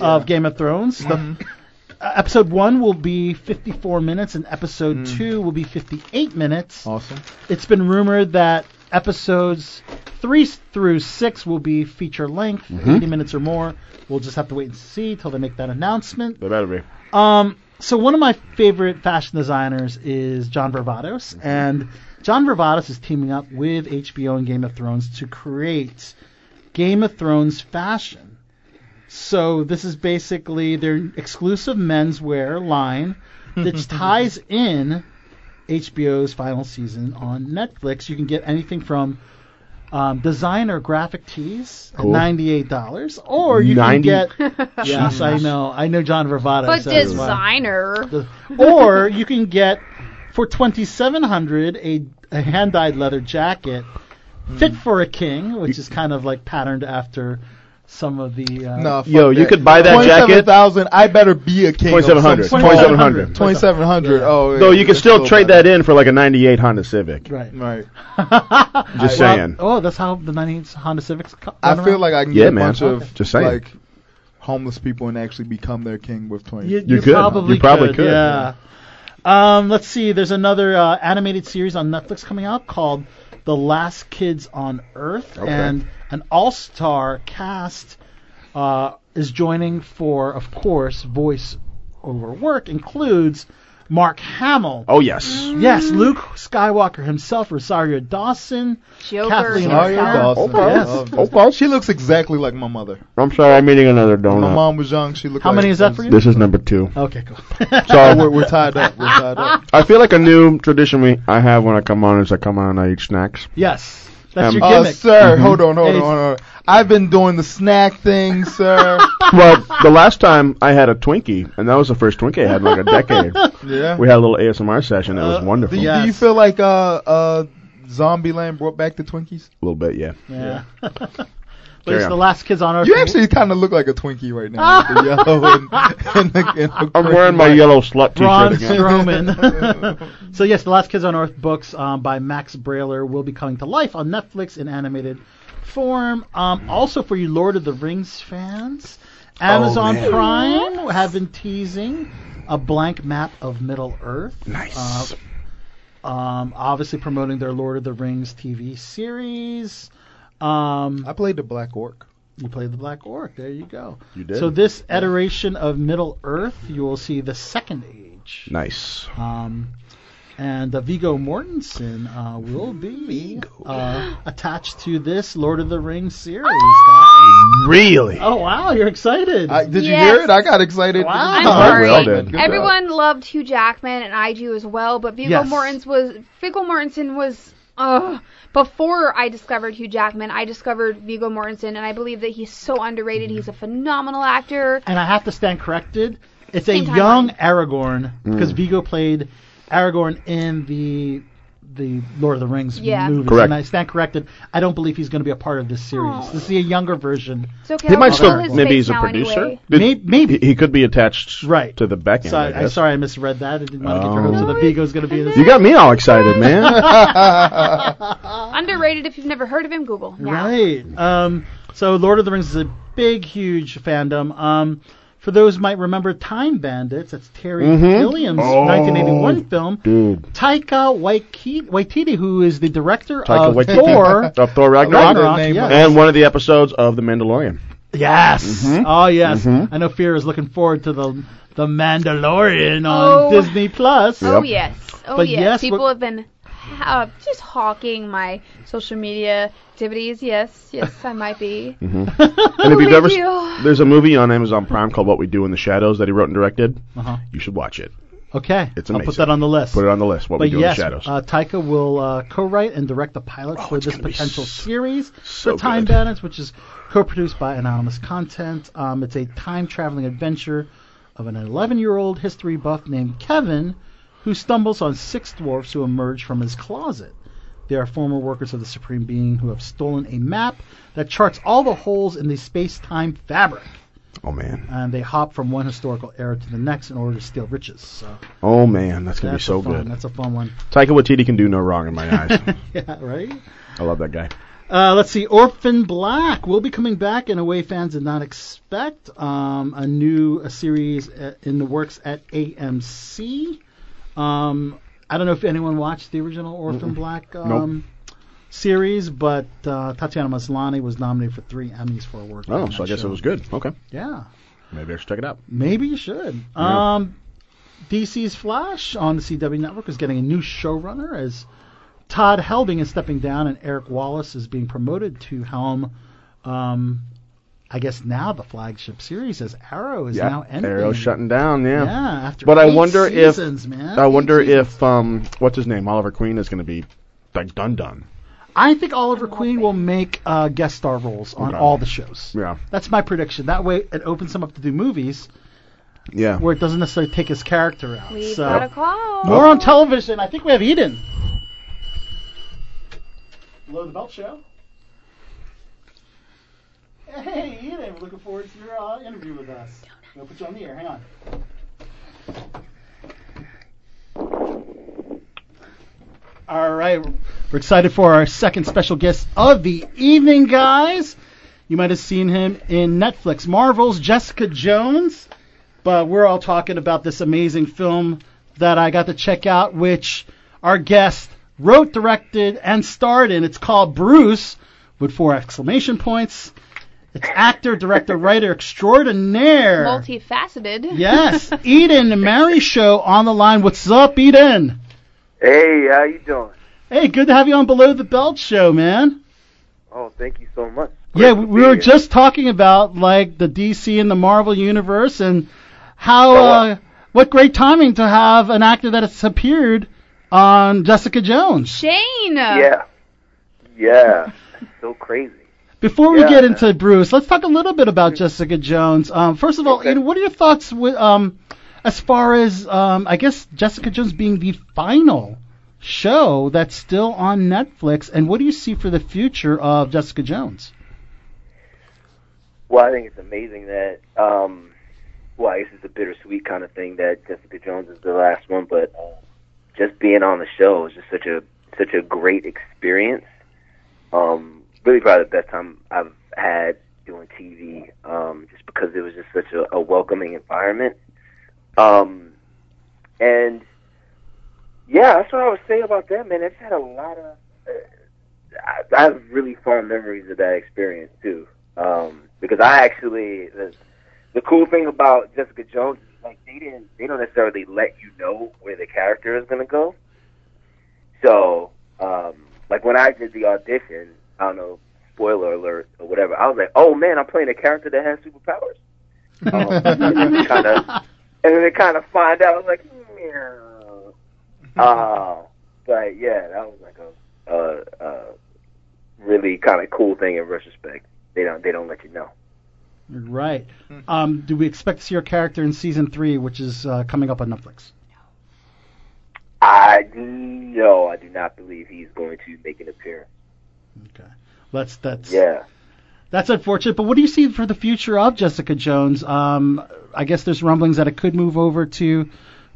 Speaker 6: of Game of Thrones. The- uh, episode one will be 54 minutes, and episode two will be 58 minutes.
Speaker 7: Awesome.
Speaker 6: It's been rumored that episodes three s- through six will be feature length, 80 minutes or more. We'll just have to wait and see till they make that announcement.
Speaker 9: They better be.
Speaker 6: Um, so one of my favorite fashion designers is John Varvatos, and John Varvatos is teaming up with HBO and Game of Thrones to create Game of Thrones fashion. So this is basically their exclusive menswear line that ties in HBO's final season on Netflix. You can get anything from um, designer graphic tees
Speaker 9: Cool.
Speaker 6: at $98, or you
Speaker 9: Ninety-
Speaker 6: can
Speaker 9: [laughs]
Speaker 6: get. yes, I know. I know John Ravato.
Speaker 3: but
Speaker 6: says why.
Speaker 3: designer.
Speaker 6: or you can get for twenty seven hundred a, a hand dyed leather jacket fit for a king, which is kind of like patterned after some of the uh,
Speaker 7: No, fuck
Speaker 9: Yo, you
Speaker 7: that.
Speaker 9: could buy that jacket.
Speaker 7: 27,000, I better be a king. of some
Speaker 9: 2700.
Speaker 7: sort.
Speaker 9: 2700.
Speaker 7: 2700. Oh,
Speaker 9: Though you
Speaker 7: can
Speaker 9: can still trade that in for like a '98 Honda Civic.
Speaker 6: right. [laughs]
Speaker 7: Right.
Speaker 9: Just
Speaker 6: Well,
Speaker 9: saying.
Speaker 6: oh, that's how the ninety eight Honda Civics. co-
Speaker 7: I
Speaker 6: run
Speaker 7: feel
Speaker 6: around?
Speaker 7: like I can
Speaker 9: Yeah,
Speaker 7: get a
Speaker 9: man.
Speaker 7: bunch of
Speaker 9: Just saying.
Speaker 7: like homeless people and actually become their king with 20.
Speaker 6: You,
Speaker 9: You
Speaker 6: you
Speaker 9: could.
Speaker 6: Probably
Speaker 9: You probably could,
Speaker 6: Yeah. Um, let's see. There's another uh, animated series on Netflix coming out called The Last Kids on Earth,
Speaker 9: Okay.
Speaker 6: and an all-star cast uh, is joining for, of course, voice over work includes Mark Hamill.
Speaker 9: Oh yes.
Speaker 6: Yes, Luke Skywalker himself, Rosario Dawson,
Speaker 3: Joker.
Speaker 6: Kathleen
Speaker 7: Rosario
Speaker 6: O'Hara.
Speaker 7: Dawson.
Speaker 6: Yes.
Speaker 9: Oh,
Speaker 7: Love this. She looks exactly like my mother.
Speaker 9: I'm sorry, I'm eating another
Speaker 7: When my
Speaker 9: donut.
Speaker 7: mom was young, she looked
Speaker 6: How
Speaker 7: like
Speaker 6: many is that for you?
Speaker 9: This is number two.
Speaker 6: Okay, cool.
Speaker 7: [laughs] Oh, we're,
Speaker 9: So
Speaker 7: we're tied up. We're tied up.
Speaker 9: I feel like a new tradition we I have when I come on is I come on and I eat snacks.
Speaker 6: [laughs] yes, that's
Speaker 9: Um,
Speaker 6: your
Speaker 7: Uh,
Speaker 6: gimmick. Mm-hmm.
Speaker 7: sir, hold on, hold on,
Speaker 6: Hey.
Speaker 7: hold on. I've been doing the snack
Speaker 6: [laughs]
Speaker 7: thing, sir.
Speaker 9: Well, the last time I had a Twinkie, and that was the first Twinkie I had in like a decade.
Speaker 7: yeah.
Speaker 9: We had a little ASMR session. It was wonderful.
Speaker 7: Do,
Speaker 9: A
Speaker 7: do you
Speaker 6: Uh, Yes.
Speaker 7: feel like uh uh Zombieland brought back the Twinkies?
Speaker 9: little
Speaker 6: [laughs]
Speaker 9: bit, yeah.
Speaker 6: Yeah. but
Speaker 9: Carry
Speaker 6: it's
Speaker 9: on.
Speaker 6: the last kids on earth.
Speaker 7: You actually kind of look like a Twinkie right now.
Speaker 6: [laughs]
Speaker 7: with the yellow and, and the, and the
Speaker 9: I'm
Speaker 7: green.
Speaker 9: wearing my yellow slut
Speaker 6: Braun
Speaker 9: t-shirt again. [laughs]
Speaker 6: Strowman. [laughs] so yes, the Last Kids on Earth books um, by Max Brailer will be coming to life on Netflix in animated form. Um, also for you Lord of the Rings fans, Amazon
Speaker 9: Oh, man.
Speaker 6: Prime have been teasing a blank map of Middle Earth.
Speaker 9: Nice.
Speaker 6: Uh, um, obviously promoting their Lord of the Rings TV series. Um,
Speaker 7: I played the Black Orc.
Speaker 6: you played the Black Orc. There you go.
Speaker 9: You did.
Speaker 6: So this iteration of Middle Earth, you will see the Second Age.
Speaker 9: Nice.
Speaker 6: Um, and uh, Vigo Mortensen uh, will be uh, attached to this Lord of the Rings series,
Speaker 3: Ah!
Speaker 6: guys.
Speaker 9: Really?
Speaker 6: Oh wow, you're excited!
Speaker 7: I, did you
Speaker 3: Yes.
Speaker 7: hear it? I got excited.
Speaker 6: Wow.
Speaker 3: I'm
Speaker 6: Oh,
Speaker 3: sorry.
Speaker 9: well then. Good
Speaker 3: Everyone loved Hugh Jackman and I do as well, but Viggo
Speaker 6: Yes.
Speaker 3: Mortensen was Viggo Mortensen was Ugh. Before I discovered Hugh Jackman, I discovered Vigo Mortensen, and I believe that he's so underrated. He's a phenomenal actor.
Speaker 6: And I have to stand corrected. It's a
Speaker 3: Same timeline.
Speaker 6: young Aragorn
Speaker 9: Mm.
Speaker 6: because Vigo played Aragorn in the the Lord of the Rings
Speaker 3: Yeah. Oh.
Speaker 6: movies.
Speaker 9: Correct.
Speaker 6: And I stand corrected. I don't believe he's going to be a part of this series. This is a younger version.
Speaker 3: It's okay.
Speaker 9: He
Speaker 3: I'll
Speaker 9: might
Speaker 3: Google
Speaker 9: still
Speaker 3: his
Speaker 9: maybe
Speaker 3: face
Speaker 9: he's a
Speaker 3: now
Speaker 9: producer.
Speaker 3: anyway.
Speaker 9: Maybe, maybe he could be attached
Speaker 6: right.
Speaker 9: to the back end.
Speaker 6: So
Speaker 9: I
Speaker 6: I, I,
Speaker 9: guess.
Speaker 6: sorry I misread that. I didn't want to get your
Speaker 9: Oh.
Speaker 6: hopes up that Vigo's going to
Speaker 9: [laughs]
Speaker 6: be in this.
Speaker 3: [laughs]
Speaker 9: You got me all excited,
Speaker 6: [laughs]
Speaker 9: man.
Speaker 7: Uh-huh.
Speaker 3: Underrated. If you've never heard of him, Google. Now.
Speaker 6: Right. Um, so Lord of the Rings is a big, huge fandom. Um, for those who might remember Time Bandits, that's Terry
Speaker 9: Mhm.
Speaker 6: Gilliam's
Speaker 9: Oh.
Speaker 6: 1981 film.
Speaker 9: Dude.
Speaker 6: Taika Waititi, Waititi, who is the director
Speaker 9: Taika
Speaker 6: of
Speaker 9: Waititi.
Speaker 6: Thor.
Speaker 9: [laughs] of Thor Ragnarok,
Speaker 6: Ragnarok, yes.
Speaker 9: and one of the episodes of The Mandalorian.
Speaker 6: Yes.
Speaker 9: Mhm.
Speaker 6: Oh yes.
Speaker 9: Mhm.
Speaker 6: I know Fear is looking forward to the the Mandalorian
Speaker 3: Oh.
Speaker 6: on Disney Plus.
Speaker 3: Oh yes. Oh
Speaker 6: But
Speaker 3: yes.
Speaker 6: yes,
Speaker 3: People
Speaker 6: we're-
Speaker 3: have been uh, just hawking my social media activities. Yes. Yes, I
Speaker 6: [laughs]
Speaker 3: might be.
Speaker 9: hmm and if
Speaker 3: What
Speaker 9: you've
Speaker 3: do
Speaker 9: ever,
Speaker 3: you-
Speaker 9: s- there's a movie on Amazon Prime called What We Do in the Shadows that he wrote and directed.
Speaker 6: Uh-huh.
Speaker 9: You should watch it.
Speaker 6: Okay.
Speaker 9: It's
Speaker 6: I'll
Speaker 9: amazing.
Speaker 6: put that on the list.
Speaker 9: Put it on the list. What
Speaker 6: but
Speaker 9: We Do
Speaker 6: yes,
Speaker 9: in the Shadows. Oh,
Speaker 6: Uh, Taika will uh, co-write and direct the pilot for this potential series
Speaker 9: so
Speaker 6: for Time
Speaker 9: good.
Speaker 6: Bandits, which is co-produced by Anonymous Content. Um, it's a time-traveling adventure of an 11-year-old history buff named Kevin, who stumbles on six dwarfs who emerge from his closet. They are former workers of the Supreme Being who have stolen a map that charts all the holes in the space-time fabric.
Speaker 9: Oh man.
Speaker 6: And they hop from one historical era to the next in order to steal riches. So
Speaker 9: oh man, that's gonna
Speaker 6: that's
Speaker 9: be so
Speaker 6: a fun,
Speaker 9: good.
Speaker 6: That's a fun one.
Speaker 9: Taika Waititi can do no wrong in
Speaker 6: [laughs]
Speaker 9: my eyes.
Speaker 6: yeah, right.
Speaker 9: I love that guy.
Speaker 6: Uh, let's see. Orphan Black will be coming back in a way fans did not expect. Um, a new a series uh, in the works at AMC. Um, I don't know if anyone watched the original Orphan
Speaker 9: Mm-mm.
Speaker 6: Black
Speaker 9: Nope.
Speaker 6: um, series, but uh, Tatiana Maslany was nominated for three Emmys for her work.
Speaker 9: Oh,
Speaker 6: on
Speaker 9: so I
Speaker 6: that
Speaker 9: guess
Speaker 6: show.
Speaker 9: it was good. Okay.
Speaker 6: Yeah.
Speaker 9: Maybe I should check it out.
Speaker 6: Maybe you should.
Speaker 9: Yeah.
Speaker 6: Um, DC's Flash on the CW network is getting a new showrunner as Todd Helbing is stepping down and Eric Wallace is being promoted to helm. Um, I guess now the flagship series as Arrow is
Speaker 9: Yeah,
Speaker 6: now ending.
Speaker 9: Arrow's shutting down. Yeah.
Speaker 6: Yeah, after
Speaker 9: but I
Speaker 6: eight
Speaker 9: wonder
Speaker 6: seasons,
Speaker 9: if
Speaker 6: man.
Speaker 9: I
Speaker 6: Eight
Speaker 9: wonder if um what's his name Oliver Queen is going to be like done done.
Speaker 6: I think Oliver Queen will make uh, guest star roles on
Speaker 9: Okay.
Speaker 6: all the shows.
Speaker 9: Yeah.
Speaker 6: That's my prediction. That way it opens him up to do movies
Speaker 9: Yeah.
Speaker 6: where it doesn't necessarily take his character out.
Speaker 3: We've
Speaker 6: so.
Speaker 3: got a call.
Speaker 6: More on television. I think we have Eden. Below the Belt Show. Hey, Eden, we're looking forward to your uh, interview with us. We'll put you on the air. Hang on. All right, we're excited for our second special guest of the evening, guys. You might have seen him in Netflix Marvel's Jessica Jones, but we're all talking about this amazing film that I got to check out, which our guest wrote, directed, and starred in. It's called Bruce with four exclamation points. It's actor, director, writer extraordinaire.
Speaker 3: Multifaceted.
Speaker 6: yes, Eden Mary Show on the line. What's up, Eden?
Speaker 14: Hey, how you doing?
Speaker 6: Hey, good to have you on Below the Belt Show, man.
Speaker 14: Oh, thank you so much.
Speaker 6: Yeah, we we were just talking about like the DC and the Marvel universe and how uh, what great timing to have an actor that has appeared on Jessica Jones.
Speaker 3: [laughs] Shane.
Speaker 14: Yeah. Yeah. so crazy.
Speaker 6: Before we
Speaker 14: Yeah,
Speaker 6: get into Bruce, let's talk a little bit about Jessica Jones. Um, first of all, Eden, what are your thoughts with um, as far as um, I guess Jessica Jones being the final show that's still on Netflix, and what do you see for the future of Jessica Jones?
Speaker 14: Well, I think it's amazing that, um, well, I guess it's a bittersweet kind of thing that Jessica Jones is the last one, but uh, just being on the show is just such a such a great experience. Um, really, probably the best time I've had doing TV, um, just because it was just such a, a welcoming environment. Um, and yeah, that's what I would say about that, man. I just had a lot of, uh, I, I have really fond memories of that experience too. Um, because I actually, the, the cool thing about Jessica Jones is like they didn't,
Speaker 6: [laughs]
Speaker 14: they don't necessarily let you know where the character is gonna go. So, um, like when I did the audition, I don't know, spoiler alert or whatever. I was like, oh man, I'm playing a character that has superpowers.
Speaker 6: Oh.
Speaker 14: [laughs] Um, kind of, and then they kind of
Speaker 4: [laughs]
Speaker 14: hmm. find out. I was like, yeah. Uh, but yeah, that was like a, uh, uh, really kind of cool thing in retrospect. They don't they don't let you know.
Speaker 6: Right. Um, do we expect to see your character in season three, which is uh, coming up on Netflix?
Speaker 14: I no, I do not believe he's going to make an appearance.
Speaker 6: That's that's
Speaker 14: Yeah.
Speaker 6: that's unfortunate. But what do you see for the future of Jessica Jones? Um, I guess there's rumblings that it could move over to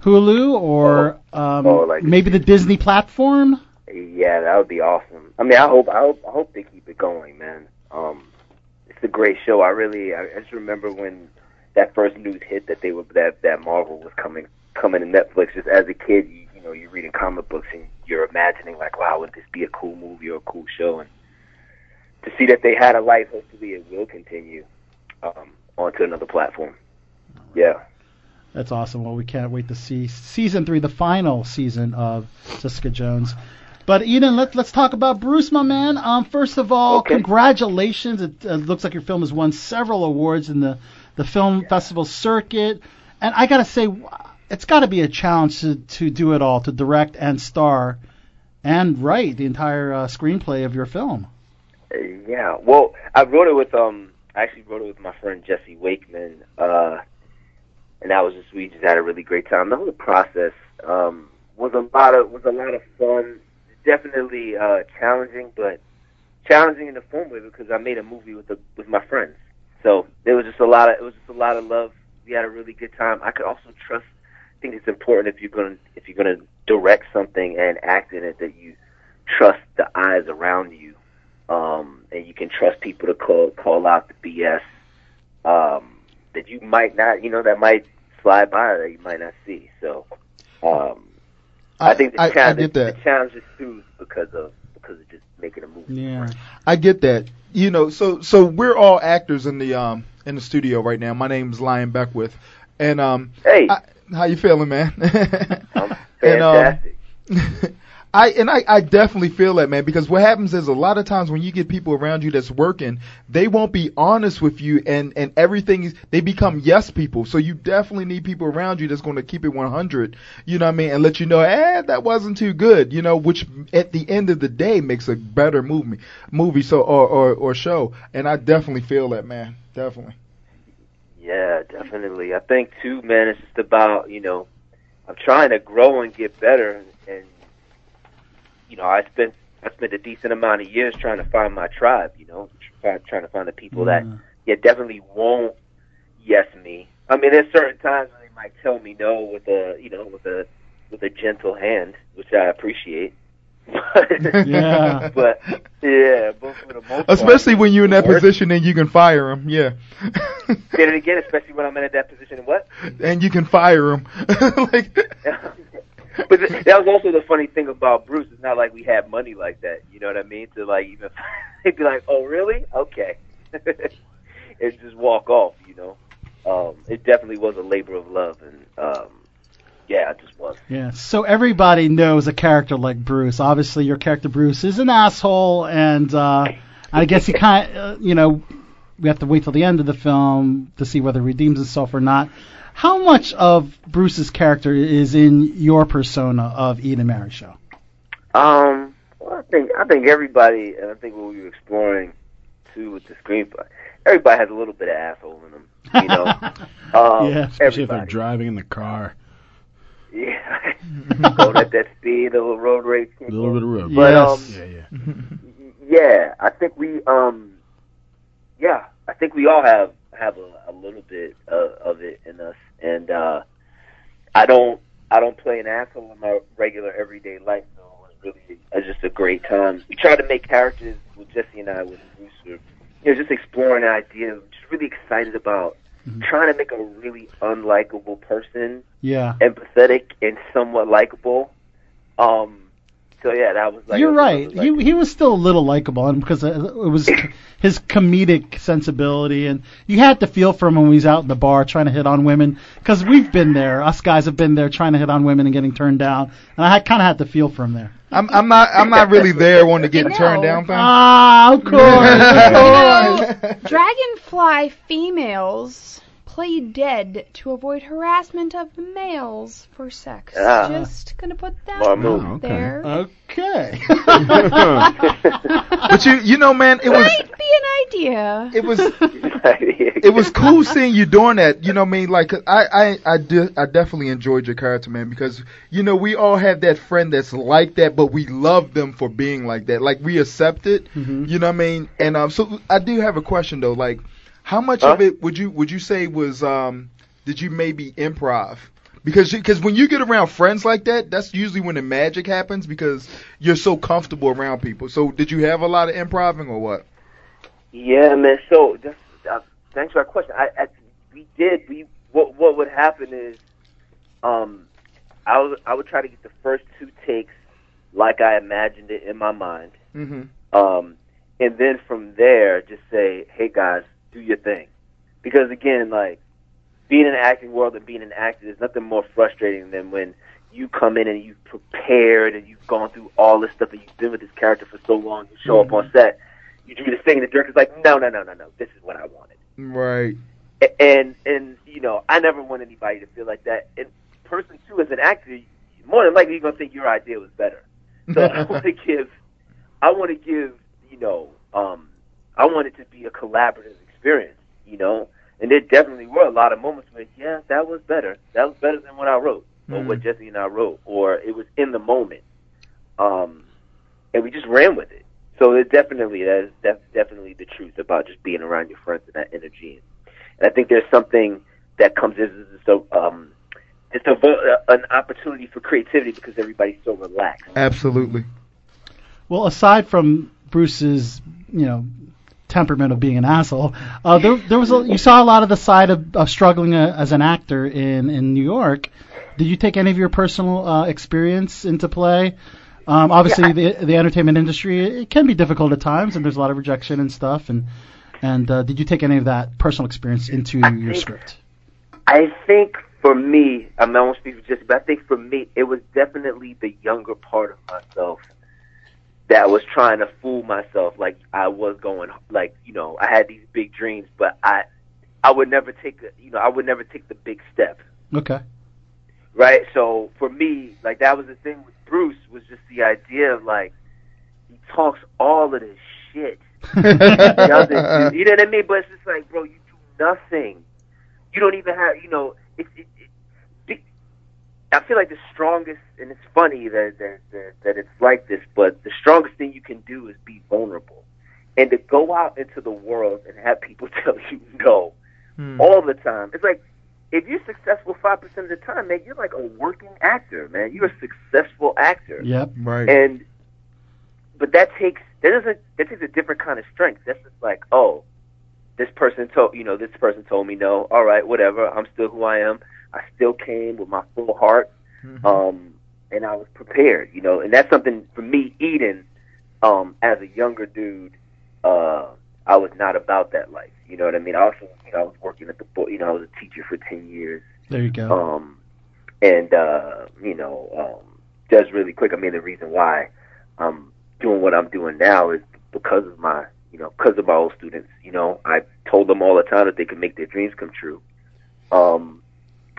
Speaker 6: Hulu or um,
Speaker 14: Oh, like-
Speaker 6: maybe the Disney platform.
Speaker 14: Yeah, that would be awesome. I mean, I hope I hope, I hope they keep it going, man. Um, it's a great show. I really I I just remember when that first news hit that they were that that Marvel was coming coming to Netflix. Just as a kid, you, you know, you're reading comic books and you're imagining like, wow, would this be a cool movie or a cool show? And to see that they had a life, hopefully it will continue um, onto another platform. Yeah.
Speaker 6: That's awesome. Well, we can't wait to see season three, the final season of Jessica Jones. But Eden, let, let's talk about Bruce, my man. Um, first of all, congratulations! It uh, looks like your film has won several awards in the the film festival circuit, and I gotta say, w- it's got to be a challenge to to do it all, to direct and star, and write the entire uh, screenplay of your film.
Speaker 14: Uh, Yeah. Well, I wrote it with um. I actually wrote it with my friend Jesse Wakeman. Uh, and that was just we just had a really great time. The whole process um was a lot of was a lot of fun. Definitely uh challenging, but challenging in a fun way because I made a movie with the with my friends. So there was just a lot of it was just a lot of love. We had a really good time. I could also trust. I think it's important if you're gonna if you're gonna direct something and act in it that you trust the eyes around you um, and you can trust people to call call out the BS um, that you might not, you know, that might slide by that you might not see. So um, I, think the
Speaker 7: I- I
Speaker 14: challenge
Speaker 7: get that.
Speaker 14: the challenge is huge because of because of just making a movie.
Speaker 6: Yeah.
Speaker 7: I get that. You know, so so we're all actors in the um in the studio right now. My name's Lion Beckwith, and um,
Speaker 14: hey,
Speaker 7: I, how you feeling, man? [laughs] I'm
Speaker 14: fantastic.
Speaker 7: [laughs] I and I, I definitely feel that man because what happens is a lot of times when you get people around you that's working, they won't be honest with you and and everything is they become yes people. So you definitely need people around you that's going to keep it 100, you know what I mean, and let you know, "Eh, that wasn't too good," you know, which at the end of the day makes a better movie movie so or or, or show. And I definitely feel that, man. Definitely.
Speaker 14: Yeah, definitely. I think too, man. It's just about you know, I'm trying to grow and get better, and you know, I spent I spent a decent amount of years trying to find my tribe. You know, try, trying to find the people
Speaker 7: Mm-hmm.
Speaker 14: that yeah definitely won't yes me. I mean, there's certain times when they might tell me no with a you know with a with a gentle hand, which I appreciate. [laughs]
Speaker 7: Yeah.
Speaker 14: but yeah, but for the most part-
Speaker 7: Especially when you're in that
Speaker 14: Work-
Speaker 7: position and you can fire them. Yeah.
Speaker 14: Say it again, especially when I'm in that position. and What?
Speaker 7: and you can fire him. [laughs] like,
Speaker 14: [laughs] but th- that was also the funny thing about Bruce. It's not like we had money like that. You know what I mean? To like even [laughs] they'd be like, "Oh, really? Okay," [laughs] and just walk off. You know, um, it definitely was a labor of love, and um, yeah, I just was.
Speaker 6: Yeah. So everybody knows a character like Bruce. Obviously, your character Bruce is an asshole, and uh, I guess he kind, uh, you know, we have to wait till the end of the film to see whether he redeems himself or not. How much of Bruce's character is in your persona of Ian and Mary show?
Speaker 14: Um, well, I think I think everybody, and I think what we were exploring too with the screenplay, everybody has a little bit of asshole in them.
Speaker 6: [laughs]
Speaker 14: You know, um,
Speaker 15: yeah,
Speaker 14: everybody.
Speaker 15: especially if they're driving in the car.
Speaker 14: [laughs] Yeah. [laughs] Going at that speed, a little road rage.
Speaker 15: A little bit of road.
Speaker 14: But,
Speaker 9: um,
Speaker 15: yes. yeah, yeah.
Speaker 14: um, [laughs] yeah, I think we, um, yeah, I think we all have have a, a little bit of, of it in us, and uh, I don't, I don't play an asshole in my regular everyday life. So it was really, it was just a great time. We tried to make characters with Jesse and I with Bruce. Were, you know, just exploring ideas. Just really excited about trying to make a really unlikable person
Speaker 6: Yeah.
Speaker 14: empathetic and somewhat likable. Um, so yeah, that was like
Speaker 6: You're right. He he was still a little likable, and because it
Speaker 14: [coughs]
Speaker 6: was his comedic sensibility, and you had to feel for him when he was out in the bar trying to hit on women. Because we've been there, us guys have been there trying to hit on women and getting turned down, and I kind of had to feel for him there.
Speaker 7: I'm I'm not I'm not really there wanting to get turned down.
Speaker 6: Uh,
Speaker 7: Fam.
Speaker 6: Ah, of course. [laughs]
Speaker 7: of course.
Speaker 3: Dragonfly females play dead to avoid harassment of males for sex.
Speaker 6: Ah.
Speaker 3: Just gonna put that
Speaker 6: Well,
Speaker 3: out
Speaker 6: move.
Speaker 3: there.
Speaker 6: Oh,
Speaker 9: [laughs]
Speaker 6: Okay. [laughs]
Speaker 7: but you, you know, man, it was
Speaker 3: [laughs] Might be an idea.
Speaker 7: It was it was cool seeing you doing that. You know, what I mean, like 'cause I I I, de- I definitely enjoyed your character, man, because you know we all have that friend that's like that, but we love them for being like that. Like we accept it. You know what I mean? And um, so I do have a question though. Like, how much of it would you would you say was um did you maybe improv? Because because when you get around friends like that, that's usually when the magic happens because you're so comfortable around people. So did you have a lot of improving or what?
Speaker 14: Yeah, man. So that's, uh, thanks for that question. I, I we did we what what would happen is, um, I was I would try to get the first two takes like I imagined it in my mind,
Speaker 7: Mm-hmm.
Speaker 14: um, and then from there just say, hey guys, do your thing, because again, like being in the acting world and being an actor, there's nothing more frustrating than when you come in and you've prepared and you've gone through all this stuff and you've been with this character for so long, you show up on set, you do the thing, and the director's like, no, no, no, no, no, this is what I wanted.
Speaker 7: Right.
Speaker 14: A- And and you know, I never want anybody to feel like that. And person two, as an actor, more than likely you're gonna think your idea was better. So
Speaker 7: [laughs]
Speaker 14: I want to give, I want to give, you know, um, I want it to be a collaborative experience, you know. And there definitely were a lot of moments where, yeah, that was better. That was better than what I wrote or
Speaker 6: Mm.
Speaker 14: what Jesse and I wrote, or it was in the moment. Um, and we just ran with it. So it definitely that is def- definitely the truth about just being around your friends and that energy. And I think there's something that comes as so um, it's a, vo- uh, an opportunity for creativity because everybody's so relaxed.
Speaker 7: Absolutely.
Speaker 6: Well, aside from Bruce's, you know, temperament of being an asshole, uh, there, there was a, you saw a lot of the side of, of struggling uh as an actor in in New York. Did you take any of your personal uh, experience into play? Um, obviously, the the entertainment industry it can be difficult at times, and there's a lot of rejection and stuff. And and uh, did you take any of that personal experience into your script?
Speaker 14: I think for me, I mean, I won't speak for Jesse, but I think for me, it was definitely the younger part of myself that was trying to fool myself. Like I was going, like you know, I had these big dreams, but I, I would never take, the- you know, I would never take the big step,
Speaker 6: Okay.
Speaker 14: right? So for me, like that was the thing with Bruce was just the idea of like he talks all of this shit.
Speaker 6: [laughs]
Speaker 4: [laughs]
Speaker 14: Y'all just- you know what I mean? But it's just like, bro, you do nothing. You don't even have, you know. It, it, it, be- I feel like the strongest, and it's funny that that, that that it's like this, but the strongest thing you can do is be vulnerable, and to go out into the world and have people [laughs] tell you no
Speaker 7: Hmm.
Speaker 14: all the time. It's like if you're successful five percent of the time, man, you're like a working actor, man. You're a successful actor.
Speaker 6: Yep.
Speaker 7: Right.
Speaker 14: And but that takes that doesn't that takes a different kind of strength. That's just like, oh, this person told you know, this person told me no. All right, whatever. I'm still who I am. I still came with my full heart.
Speaker 6: Mm-hmm.
Speaker 14: Um and I was prepared, you know, and that's something for me, Eden, um, as a younger dude, uh, I was not about that life. You know what I mean? I also you know, I was working at the bo- you know, I was a teacher for ten years.
Speaker 6: There you go.
Speaker 14: Um, and uh, you know, um, just really quick, I mean, the reason why I'm doing what I'm doing now is because of my, you know, because of my old students. You know, I told them all the time that they could make their dreams come true. Um,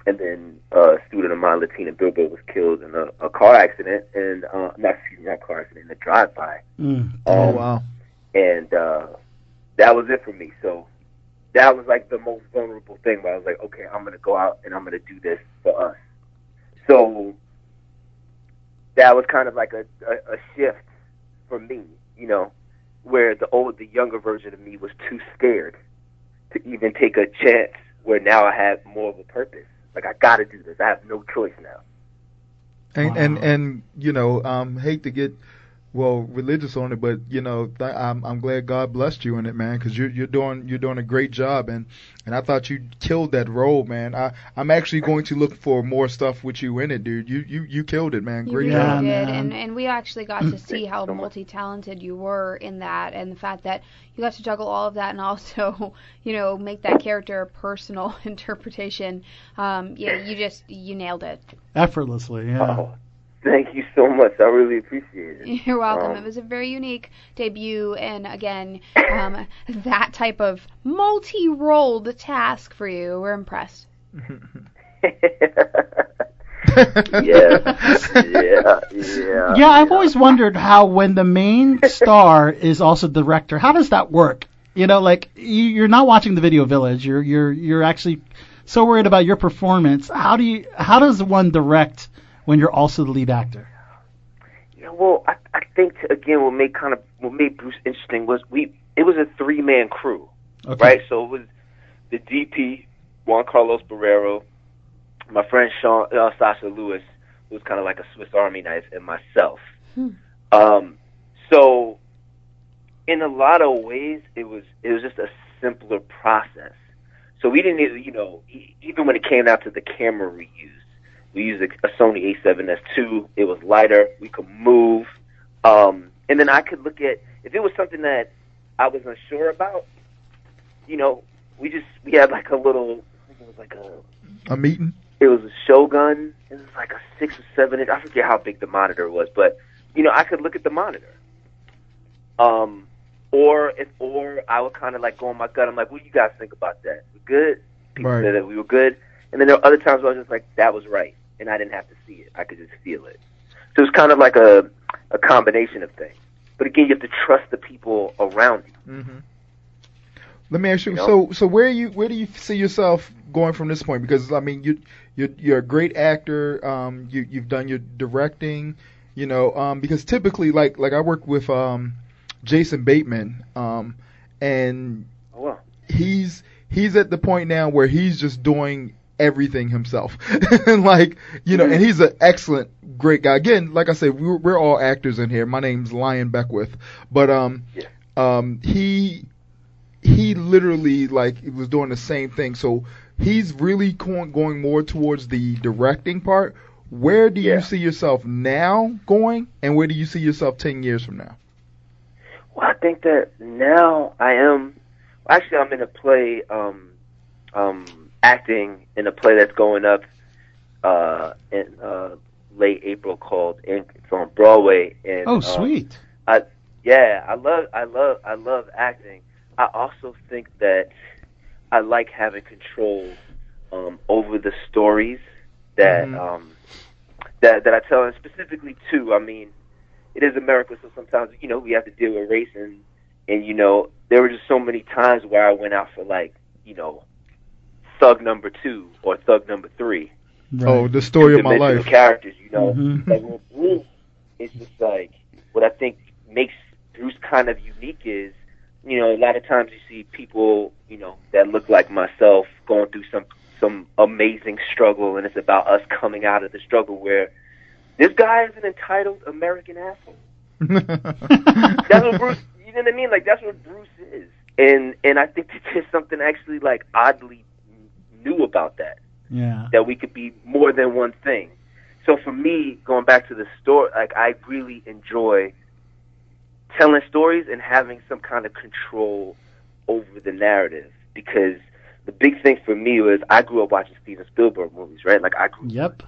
Speaker 14: and then uh, a student of mine, Latina Bilbo, was killed in a, a car accident, and uh, not excuse me, not car accident, in a drive-by
Speaker 3: Mm.
Speaker 7: oh wow.
Speaker 14: and uh, that was it for me. So that was like the most vulnerable thing. Where I was like, okay, I'm gonna go out and I'm gonna do this for us. So that was kind of like a, a, a shift for me, you know, where the old, the younger version of me was too scared to even take a chance. Where now I have more of a purpose. Like I gotta do this. I have no choice now.
Speaker 7: And and and you know, um, hate to get well religious on it, but you know, th- I'm I'm glad God blessed you in it, man, because you're you're doing you're doing a great job, and and I thought you killed that role, man. I I'm actually going to look for more stuff with you in it, dude. You you you killed it, man.
Speaker 3: You
Speaker 7: Great
Speaker 3: really
Speaker 7: job.
Speaker 3: did, and and we actually got to see how multi-talented you were in that, and the fact that you got to juggle all of that and also, [laughs] you know, make that character a personal [laughs] interpretation. Um, yeah, you just you nailed it. [laughs]
Speaker 6: Effortlessly, yeah.
Speaker 14: Oh, Thank you so much. I really appreciate it.
Speaker 3: You're welcome.
Speaker 14: Um,
Speaker 3: it was a very unique debut, and again, um, [laughs] that type of multi-rolled task for you. We're impressed.
Speaker 14: [laughs] yeah, yeah, yeah.
Speaker 6: yeah, I've always wondered how when the main star is also director, how does that work? You know, like you, you're not watching the video village. You're you're you're actually so worried about your performance. How do you? How does one direct when you're also the lead actor?
Speaker 14: Yeah, well, I, I think again, what made kind of what made Bruce interesting was we it was a three man crew,
Speaker 6: Okay.
Speaker 14: right? So it was the DP Juan Carlos Barrero, my friend Sean uh, Sasha Lewis, who's kind of like a Swiss Army knife, and myself.
Speaker 3: Hmm.
Speaker 14: Um, so in a lot of ways, it was it was just a simpler process. So we didn't, even- you know, e- even when it came out to the camera we used, we used a, a Sony A7S II. It was lighter. We could move. Um, and then I could look at if it was something that I was unsure about. You know, we just we had like a little. I think it was like a
Speaker 7: A meeting.
Speaker 14: it was a Shogun. It was like a six or seven inch. I forget how big the monitor was, but you know, I could look at the monitor. Um, or if or I would kind of like go on my gut. I'm like, what do you guys think about that? We good? People
Speaker 7: Right.
Speaker 14: said that we were good. And then there were other times where I was just like, that was right, and I didn't have to see it. I could just feel it. So it's kind of like a a combination of things. But again, you have to trust the people around you.
Speaker 7: Mm-hmm. Let me ask you.
Speaker 14: You know?
Speaker 7: So, so where you where do you see yourself going from this point? Because I mean, you you're, you're a great actor. Um, you you've done your directing. You know, um, because typically, like like I work with um, Jason Bateman, um, and
Speaker 14: Oh, wow.
Speaker 7: he's he's at the point now where he's just doing everything himself [laughs] and like you know and he's an excellent great guy again like i said we're, we're all actors in here my name's lion beckwith but um um he he literally like was doing the same thing so he's really going, going more towards the directing part where do you see yourself now going and where do you see yourself 10 years from now
Speaker 14: Well, I think that now I am. Actually, I'm in a play, um, um, acting in a play that's going up uh, in uh, late April called. Ink. It's on Broadway. And
Speaker 6: Oh,
Speaker 14: um,
Speaker 6: sweet.
Speaker 14: I yeah, I love I love I love acting. I also think that I like having control um, over the stories that
Speaker 16: Mhm.
Speaker 14: um, that that I tell, and specifically too. I mean, it is America, so sometimes you know we have to deal with race, and and you know there were just so many times where I went out for like you know thug number two or thug number three.
Speaker 7: oh the story of my
Speaker 14: Two-dimensional
Speaker 7: life
Speaker 14: Characters, you know,
Speaker 7: Mhm.
Speaker 14: like with Bruce, it's just like what I think makes Bruce kind of unique is, you know, a lot of times you see people, you know, that look like myself going through some some amazing struggle, and it's about us coming out of the struggle. Where this guy is an entitled
Speaker 6: [laughs]
Speaker 14: American asshole. That's what Bruce. You know what I mean? Like that's what Bruce is, and and I think [laughs] that there's something actually like oddly new about that [laughs]
Speaker 6: Yeah.
Speaker 14: that we could be more than one thing. So for me, going back to the story, like I really enjoy telling stories and having some kind of control over the narrative because the big thing for me was I grew up watching Steven Spielberg movies, right? Like I grew
Speaker 6: Yep.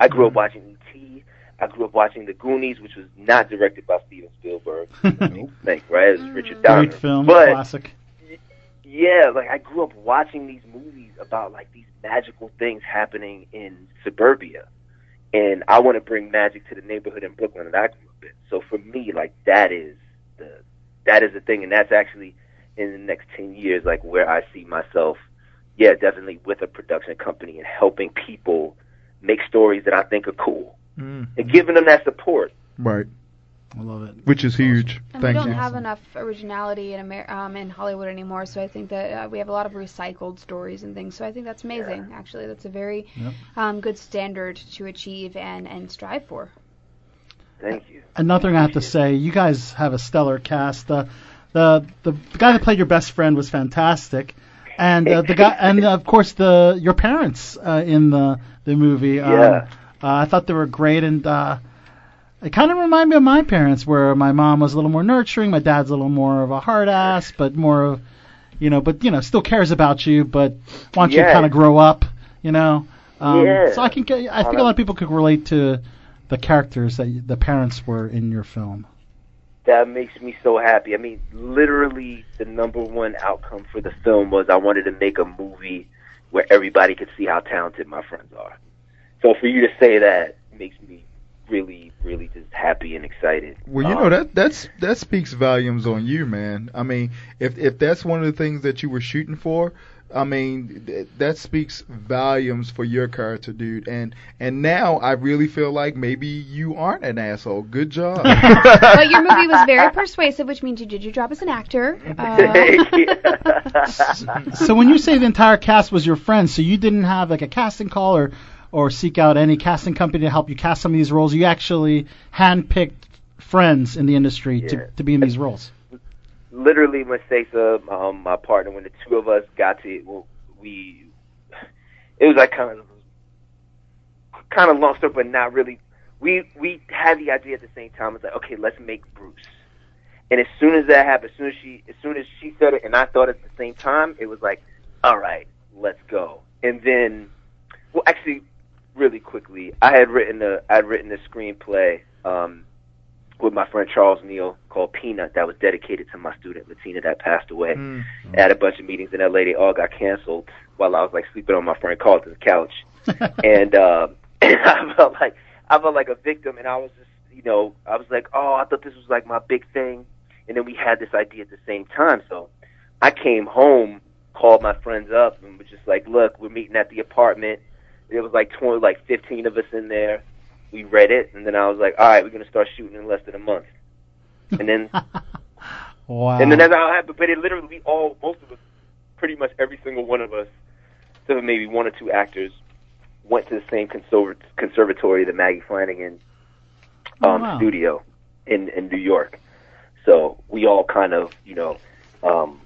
Speaker 14: I
Speaker 6: Mm-hmm.
Speaker 14: grew up watching E.T. I grew up watching The Goonies, which was not directed by Steven
Speaker 6: [laughs]
Speaker 14: Spielberg. Think right? It was Richard Donner.
Speaker 6: Great film,
Speaker 14: but
Speaker 6: classic.
Speaker 14: yeah, like I grew up watching these movies about like these magical things happening in suburbia, and I want to bring magic to the neighborhood in Brooklyn that I grew up in. So for me, like that is the that is the thing, and that's actually in the next ten years, like where I see myself. Yeah, definitely with a production company and helping people make stories that I think are cool
Speaker 7: Mm.
Speaker 14: and giving them that support.
Speaker 7: right
Speaker 6: i love it
Speaker 7: which is huge
Speaker 3: And
Speaker 7: thank
Speaker 3: we don't
Speaker 7: you
Speaker 3: have enough originality in Amer- um, in Hollywood anymore, so I think that uh, we have a lot of recycled stories and things. So I think that's amazing. Actually, that's a very
Speaker 6: Yep.
Speaker 3: um, good standard to achieve and and strive for.
Speaker 14: Thank you.
Speaker 6: Another thing I have to say, you guys have a stellar cast. The the the guy that played your best friend was fantastic, and uh, the guy, and uh, of course the your parents uh, in the the movie. Um,
Speaker 14: Yeah.
Speaker 6: uh, I thought they were great, and uh, it kind of reminded me of my parents, where my mom was a little more nurturing, my dad's a little more of a hard ass, but more of, you know, but you know, still cares about you, but wants you to
Speaker 14: Yeah.
Speaker 6: kind of grow up, you know. Um,
Speaker 14: Yeah.
Speaker 6: So I can, get, I
Speaker 14: Oh,
Speaker 6: think a
Speaker 14: that-
Speaker 6: lot of people could relate to the characters that y- the parents were in your film.
Speaker 14: That makes me so happy. I mean, literally, the number one outcome for the film was I wanted to make a movie where everybody could see how talented my friends are. So for you to say that makes me really, really just happy and excited.
Speaker 7: Well, you
Speaker 3: Uh,
Speaker 7: know that that's that speaks volumes on you, man. I mean, if if that's one of the things that you were shooting for, I mean, th- that speaks volumes for your character, dude. And and now I really feel like maybe you aren't an asshole. Good job.
Speaker 3: but your movie was
Speaker 14: [laughs]
Speaker 3: very persuasive, which means you did your job as an actor. Uh,
Speaker 6: So when you say the entire cast was your friend, so you didn't have like a casting call or or seek out any casting company to help you cast some of these roles. You actually handpicked friends in the industry to, to be in these roles.
Speaker 14: literally when Sasa, um, my partner, when the two of us got to well, we it was like kind of kind of long story, but not really. We we had the idea at the same time. It's like okay, let's make Bruce. And as soon as that happened, as soon as she as soon as she said it, and I thought at the same time, it was like all right, let's go. And then, well, actually, really quickly, I had written a I had written a screenplay. Um, with my friend Charles Neal called Peanut that was dedicated to my student Latina that passed away.
Speaker 7: Mm.
Speaker 14: I had a bunch of meetings in LA. They all got canceled while I was like sleeping on my friend Carlton's couch, and uh, [laughs] I felt like I felt like a victim. And I was just, you know, I was like, oh, I thought this was like my big thing, and then we had this idea at the same time. So I came home, called my friends up, and was just like, look, we're meeting at the apartment. There was like twenty, like fifteen of us in there. We read it, and then I was like, all right, we're gonna start shooting in less than a month. And then
Speaker 6: Wow.
Speaker 14: and then that's how it happened. But it literally we all, most of us, pretty much every single one of us, except for maybe one or two actors, went to the same conserv- conservatory that Maggie Flanagan
Speaker 16: Oh,
Speaker 14: um,
Speaker 16: wow.
Speaker 14: studio in in New York. So we all kind of, you know, um,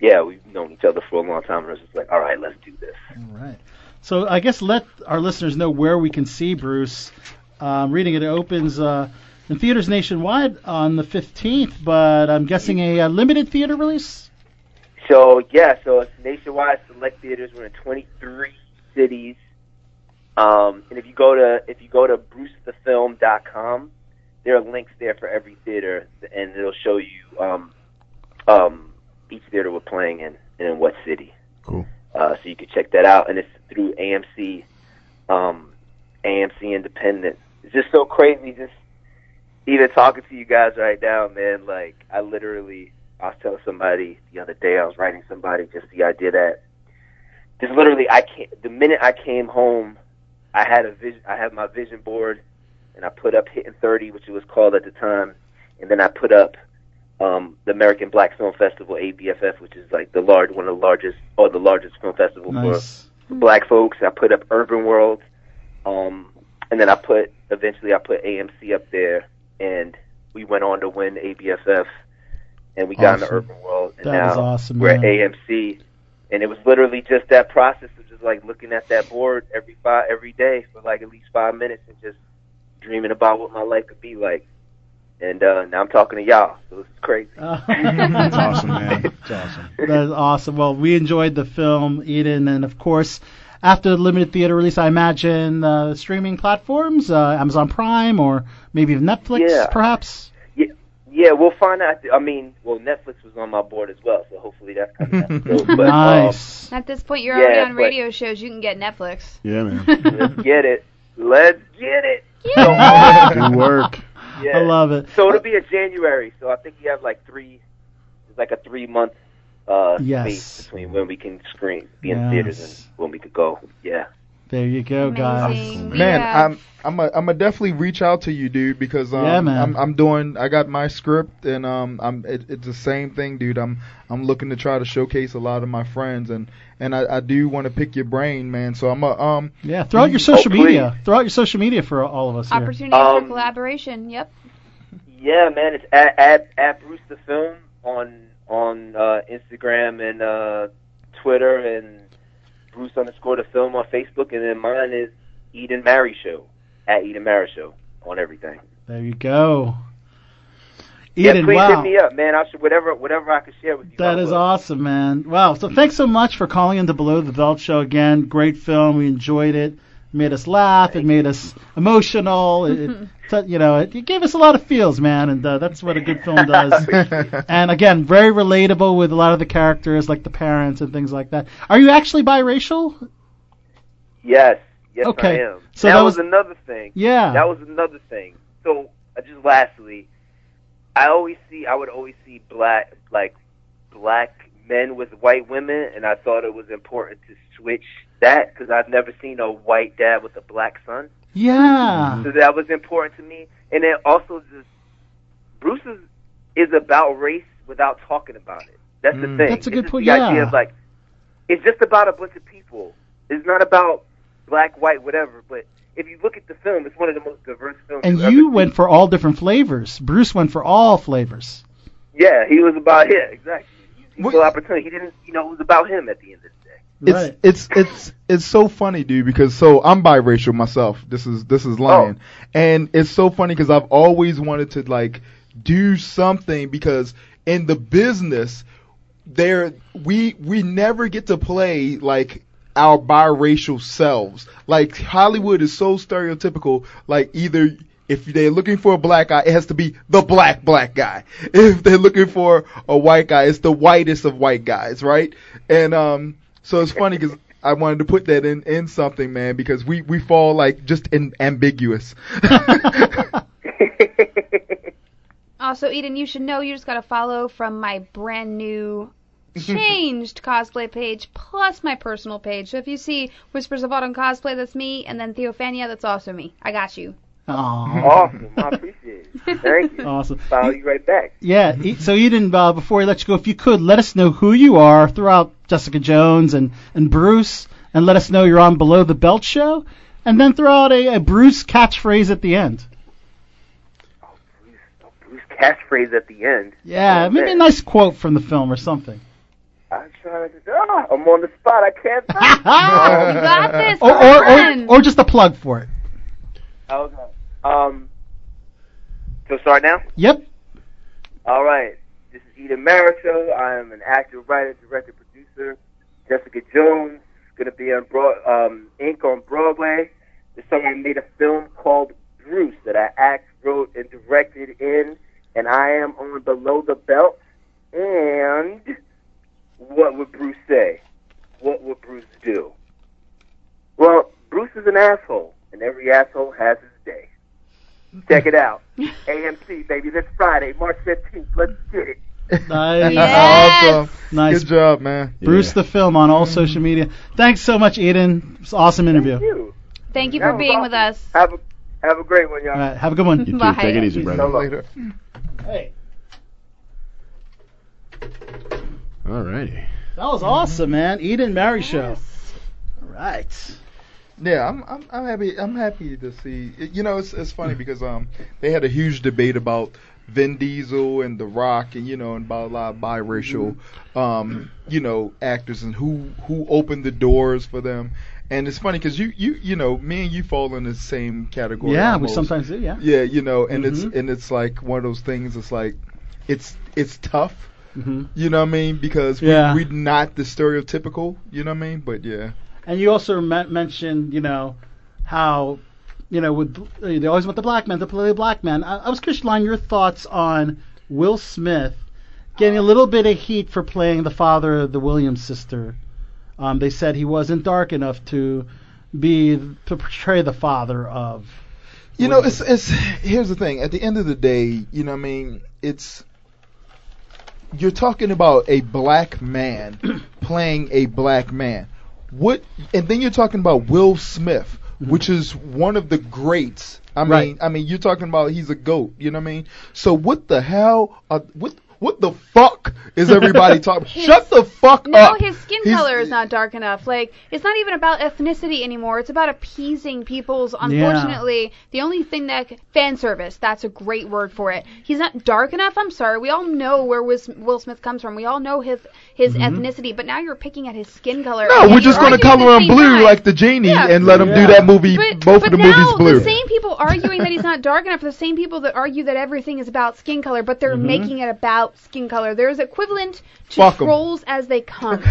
Speaker 14: yeah, we've known each other for a long time, and it's just like, all right, let's do this.
Speaker 6: All right. So I guess let our listeners know where we can see Bruce. Um, reading it, it opens uh, in theaters nationwide on the 15th, but I'm guessing a, uh limited theater release.
Speaker 14: So yeah, so it's nationwide select theaters. We're in 23 cities. Um, and if you go to if you go to brucethefilm.com, there are links there for every theater, and it'll show you um, um, each theater we're playing in and in what city.
Speaker 9: Cool.
Speaker 14: Uh, so you can check that out, and it's through AMC, um, AMC Independent. It's just so crazy, just even talking to you guys right now, man. Like I literally, I was telling somebody the other day, I was writing somebody just the idea that just literally, I can't. The minute I came home, I had a vision. I had my vision board, and I put up hitting thirty, which it was called at the time, and then I put up um, the American Black Film Festival (ABFF), which is like the large one of the largest or the largest film festival
Speaker 6: Nice.
Speaker 14: for black folks. I put up Urban World, um, and then I put eventually I put AMC up there, and we went on to win ABFF, and we got into
Speaker 6: Awesome.
Speaker 14: Urban World, and
Speaker 6: That
Speaker 14: now
Speaker 6: is awesome,
Speaker 14: we're
Speaker 6: man.
Speaker 14: at AMC, and it was literally just that process of just like looking at that board every five every day for like at least five minutes and just dreaming about what my life could be like. And uh, now I'm talking to y'all, so this is crazy.
Speaker 6: [laughs] That's awesome, man.
Speaker 15: It's awesome.
Speaker 6: That is awesome. Well, we enjoyed the film, Eden, and of course, after the limited theater release, I imagine uh, streaming platforms, uh, Amazon Prime, or maybe even Netflix,
Speaker 14: Yeah.
Speaker 6: perhaps.
Speaker 14: Yeah, we'll find out. I mean, well, Netflix was on my board as well, so hopefully that's coming out.
Speaker 6: [laughs]
Speaker 14: soon. But, um,
Speaker 6: nice.
Speaker 3: [laughs] At this point, you're
Speaker 14: Yeah,
Speaker 3: already on
Speaker 14: but-
Speaker 3: radio shows. You can get Netflix.
Speaker 15: Yeah,
Speaker 14: [laughs]
Speaker 15: man.
Speaker 14: Um, get it. Let's get it.
Speaker 15: Good work.
Speaker 6: [laughs]
Speaker 14: Yeah.
Speaker 6: I love it.
Speaker 14: So it'll be in January. So I think you have like three, it's like a three month uh,
Speaker 6: Yes.
Speaker 14: space between when we can screen, be in
Speaker 6: Yes.
Speaker 14: theaters, and when we could go. Yeah.
Speaker 6: There you go, guys.
Speaker 3: Amazing. We
Speaker 7: Man,
Speaker 3: have-
Speaker 7: I'm I'm a, I'm a definitely reach out to you, dude, because um,
Speaker 6: Yeah, man.
Speaker 7: I'm I'm doing I got my script and um I'm it, it's the same thing, dude. I'm I'm looking to try to showcase a lot of my friends and and I, I do want to pick your brain, man. So I'm a um
Speaker 6: Yeah, throw out your
Speaker 7: Oh,
Speaker 6: social
Speaker 7: please.
Speaker 6: media. Throw out your social media for all of
Speaker 3: [laughs]
Speaker 6: us here.
Speaker 3: Opportunities for
Speaker 14: Um,
Speaker 3: collaboration. Yep.
Speaker 14: Yeah, man, it's at at, at Bruce the Film on on uh, Instagram and uh, Twitter and Bruce underscore the film on Facebook, and then mine is Eden Mary Show at Eden Mary Show on everything.
Speaker 6: There you go.
Speaker 14: yeah,
Speaker 6: Eden,
Speaker 14: please
Speaker 6: wow.
Speaker 14: hit me up, man. I should whatever whatever I can share with you.
Speaker 6: That is awesome, man. Wow. So thanks so much for calling into Below the Belt Show again. Great film. We enjoyed it. made us laugh. It made us emotional. It, it t- you know, it, it gave us a lot of feels, man, and uh, that's what a good film does.
Speaker 4: [laughs]
Speaker 6: and again, very relatable with a lot of the characters, like the parents and things like that. Are you actually biracial?
Speaker 14: Yes, yes,
Speaker 6: Okay.
Speaker 14: I am.
Speaker 6: So
Speaker 14: that,
Speaker 6: that
Speaker 14: was,
Speaker 6: was-
Speaker 14: another thing.
Speaker 6: Yeah.
Speaker 14: that was another thing. So uh, just lastly, I always see, I would always see black, like black men with white women, and I thought it was important to switch that because I've never seen a white dad with a black son.
Speaker 6: Yeah.
Speaker 14: So that was important to me. And then also just Bruce is, is about race without talking about it. That's the
Speaker 6: Mm.
Speaker 14: thing.
Speaker 6: That's a
Speaker 14: It's
Speaker 6: good
Speaker 14: just
Speaker 6: point,
Speaker 14: The idea
Speaker 6: yeah.
Speaker 14: of like it's just about a bunch of people. It's not about black, white, whatever. But if you look at the film, it's one of the most diverse films.
Speaker 6: And
Speaker 14: ever
Speaker 6: you went for all different flavors. Bruce went for all flavors.
Speaker 14: Yeah, he was about yeah, exactly. Equal opportunity. He didn't, you know, it was about him at the end. of the
Speaker 7: It's it's it's it's so funny, dude. Because so I'm biracial myself. This is this is lying, and it's so funny because I've always wanted to like do something because in the business there we we never get to play like our biracial selves. Like Hollywood is so stereotypical. Like either if they're looking for a black guy, it has to be the black black guy. If they're looking for a white guy, it's the whitest of white guys, right? And um, so it's funny because. I wanted to put that in, in something, man, because we, we fall like just in ambiguous. [laughs]
Speaker 3: Also, Eden, you should know you just got to follow from my brand
Speaker 14: [laughs]
Speaker 3: new changed cosplay page plus my personal page. So if you see Whispers of Autumn cosplay, that's me, and then Theophania, that's also me. I got you.
Speaker 6: Aw.
Speaker 14: Awesome. I appreciate it. Thank you.
Speaker 6: Awesome.
Speaker 14: Follow you right back.
Speaker 6: Yeah. E- So Eden, uh, before we let you go, if you could let us know who you are throughout Jessica Jones and and Bruce, and let us know you're on Below the Belt show, and then throw out a, a Bruce catchphrase at the end.
Speaker 14: Bruce catchphrase at the end.
Speaker 6: Yeah,
Speaker 14: Oh,
Speaker 6: maybe a
Speaker 14: man.
Speaker 6: nice quote from the film or something.
Speaker 14: I'm trying to. Ah, I'm on the spot. I
Speaker 6: [laughs]
Speaker 14: can't. Oh,
Speaker 3: Oh,
Speaker 14: think.
Speaker 6: Oh,
Speaker 3: You got this.
Speaker 6: Or or, or,
Speaker 3: Come on.
Speaker 6: or just a plug for it.
Speaker 14: Okay. Um. So start now.
Speaker 3: [laughs]
Speaker 6: Yep.
Speaker 14: All right. This is Eden Maricho. I am an actor, writer, director, producer. Jessica Jones is going to be on Broad, um, Ink on Broadway. This summer I made a film called Bruce that I act, wrote, and directed in, and I am on Below the Belt. And what would Bruce say? What would Bruce do? Well, Bruce is an asshole, and every asshole has his day. Check it out. [laughs] AMC, baby, this Friday, March 15th. Let's get it.
Speaker 6: Nice.
Speaker 7: Yes.
Speaker 6: Nice.
Speaker 7: Good job, man.
Speaker 6: Bruce the film on all social media. Thanks so much, Eden. It's an awesome interview.
Speaker 14: you.
Speaker 3: Thank you for being with us.
Speaker 14: Have a have a great one, y'all.
Speaker 6: All right, have a good one.
Speaker 3: You too. Bye. Take it
Speaker 9: easy, brother.
Speaker 7: Later.
Speaker 14: Mm.
Speaker 9: Alrighty.
Speaker 6: That was awesome, man. Eden Mary show. All right.
Speaker 7: Yeah, I'm, I'm I'm happy I'm happy to see. You know, it's it's funny because um they had a huge debate about Vin Diesel and The Rock and you know and about a lot of biracial
Speaker 6: Mm-hmm.
Speaker 7: um you know actors and who who opened the doors for them. And it's funny because you you you know me and you fall in the same category.
Speaker 6: Yeah, we
Speaker 7: almost.
Speaker 6: sometimes do. Yeah.
Speaker 7: Yeah, you know, and it's
Speaker 6: Mhm.
Speaker 7: and it's like one of those things. It's like it's it's tough. You know what I mean? Because we,
Speaker 6: Mm-hmm. Yeah.
Speaker 7: we're not the stereotypical. You know what I mean? But yeah.
Speaker 6: And you also me- mentioned, you know, how, you know, with uh, they always want the black man to play the black man. I, I was curious, Lon, your thoughts on Will Smith getting a little bit of heat for playing the father of the Williams sister. Um, they said he wasn't dark enough to be to portray the father of.
Speaker 7: You know, it's it's here's the thing. At the end of the day, you know, what I mean, it's you're talking about a black man [clears throat] playing a black man. What and then you're talking about Will Smith, which is one of the greats. I mean,
Speaker 6: Right.
Speaker 7: I mean, you're talking about he's a goat. You know what I mean? So what the hell? Are, what what the fuck is everybody talking?
Speaker 3: His-
Speaker 7: Shut the fuck
Speaker 3: No,
Speaker 7: up!
Speaker 3: his skin
Speaker 7: He's-
Speaker 3: color is not dark enough. Like, it's not even about ethnicity anymore. It's about appeasing people's. Unfortunately, the only thing that fan service. That's a great word for it. He's not dark enough. I'm sorry. We all know where Wis- Will Smith comes from. We all know his his
Speaker 7: Mhm.
Speaker 3: ethnicity. But now you're picking at his skin color.
Speaker 7: No,
Speaker 3: and
Speaker 7: we're
Speaker 3: you're
Speaker 7: just going to
Speaker 3: arguing at
Speaker 7: color
Speaker 3: the
Speaker 7: him
Speaker 3: same
Speaker 7: blue
Speaker 3: time.
Speaker 7: like the genie
Speaker 3: Yeah.
Speaker 7: and let him do
Speaker 6: Yeah.
Speaker 7: that movie.
Speaker 3: But,
Speaker 7: both of
Speaker 3: but
Speaker 7: the
Speaker 3: now
Speaker 7: movies blue.
Speaker 3: the same people arguing that he's not dark enough are the same people that argue that everything is about skin color, but they're
Speaker 7: Mhm.
Speaker 3: making it about about skin color. There is equivalent to
Speaker 7: Fuck 'em.
Speaker 3: trolls as
Speaker 6: [laughs]
Speaker 3: they come.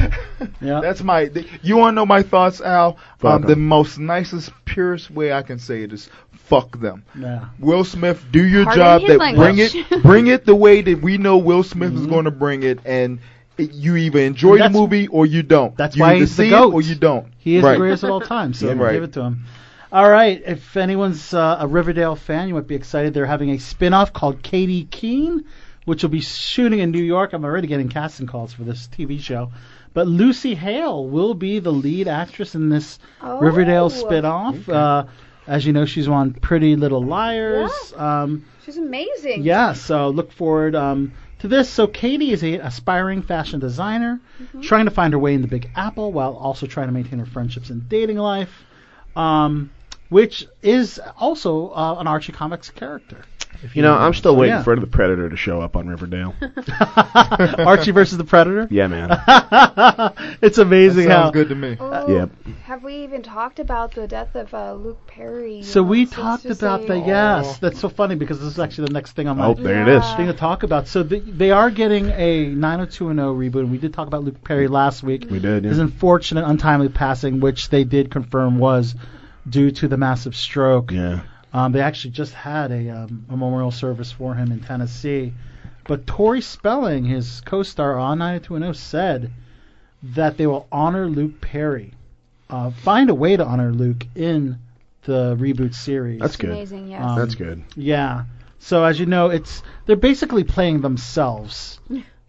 Speaker 6: Yeah.
Speaker 7: That's my. th- you want to know my thoughts, Al? Um, the most nicest, purest way I can say it is fuck them.
Speaker 6: Yeah.
Speaker 7: Will Smith, do your
Speaker 6: Pardon
Speaker 7: job.
Speaker 6: his
Speaker 7: That bring
Speaker 6: language.
Speaker 7: it, bring it the way that we know Will Smith is going to bring it, and it, you either enjoy the
Speaker 6: Mm-hmm. That's-
Speaker 7: movie or you don't.
Speaker 6: That's
Speaker 7: you
Speaker 6: why
Speaker 7: either
Speaker 6: he's the
Speaker 7: see
Speaker 6: goat.
Speaker 7: it or you don't.
Speaker 6: He is
Speaker 7: Right.
Speaker 6: the greatest of all time, so
Speaker 7: [laughs] Yeah,
Speaker 6: we'll
Speaker 7: right.
Speaker 6: give it to him. All right, if anyone's uh, a Riverdale fan, you might be excited. They're having a spin-off called Katie Keene, which will be shooting in New York. I'm already getting casting calls for this TV show. But Lucy Hale will be the lead actress in this Riverdale spin-off. Uh, as you know, she's on Pretty Little Liars. Um,
Speaker 3: She's amazing.
Speaker 6: yeah, so look forward um, to this. So Katie is a aspiring fashion designer, trying to find her way in the Big Apple while also trying to maintain her friendships and dating life, um, which is also uh, an Archie Comics character. if
Speaker 9: You know, I'm still
Speaker 6: so,
Speaker 9: waiting
Speaker 6: yeah.
Speaker 9: for the Predator to show up on [laughs] Riverdale.
Speaker 6: [laughs] Archie versus the Predator.
Speaker 9: Yeah, man.
Speaker 6: [laughs] it's amazing
Speaker 9: That sounds
Speaker 6: how
Speaker 9: good to me.
Speaker 3: Oh,
Speaker 9: Yep.
Speaker 3: Have we even talked about the death of uh, Luke Perry?
Speaker 6: So we
Speaker 3: It's- it's
Speaker 6: talked
Speaker 3: just
Speaker 6: about
Speaker 3: a-
Speaker 6: that. Yes, that's so funny because this is actually the next thing on my
Speaker 9: Oh, there it is. Yeah.
Speaker 6: thing to talk about. So the, they are getting a 90210 reboot, and we did talk about Luke Perry last week.
Speaker 9: We did, yeah.
Speaker 6: His unfortunate, untimely passing, which they did confirm was due to the massive stroke.
Speaker 9: Yeah.
Speaker 6: Um, they actually just had a, um, a memorial service for him in Tennessee. But Tori Spelling, his co-star on 90210, said that they will honor Luke Perry. Uh, find a way to honor Luke in the reboot series. Um,
Speaker 9: That's good. Amazing, yes. That's good.
Speaker 6: Yeah. So as you know, it's they're basically playing
Speaker 9: [laughs]
Speaker 6: themselves.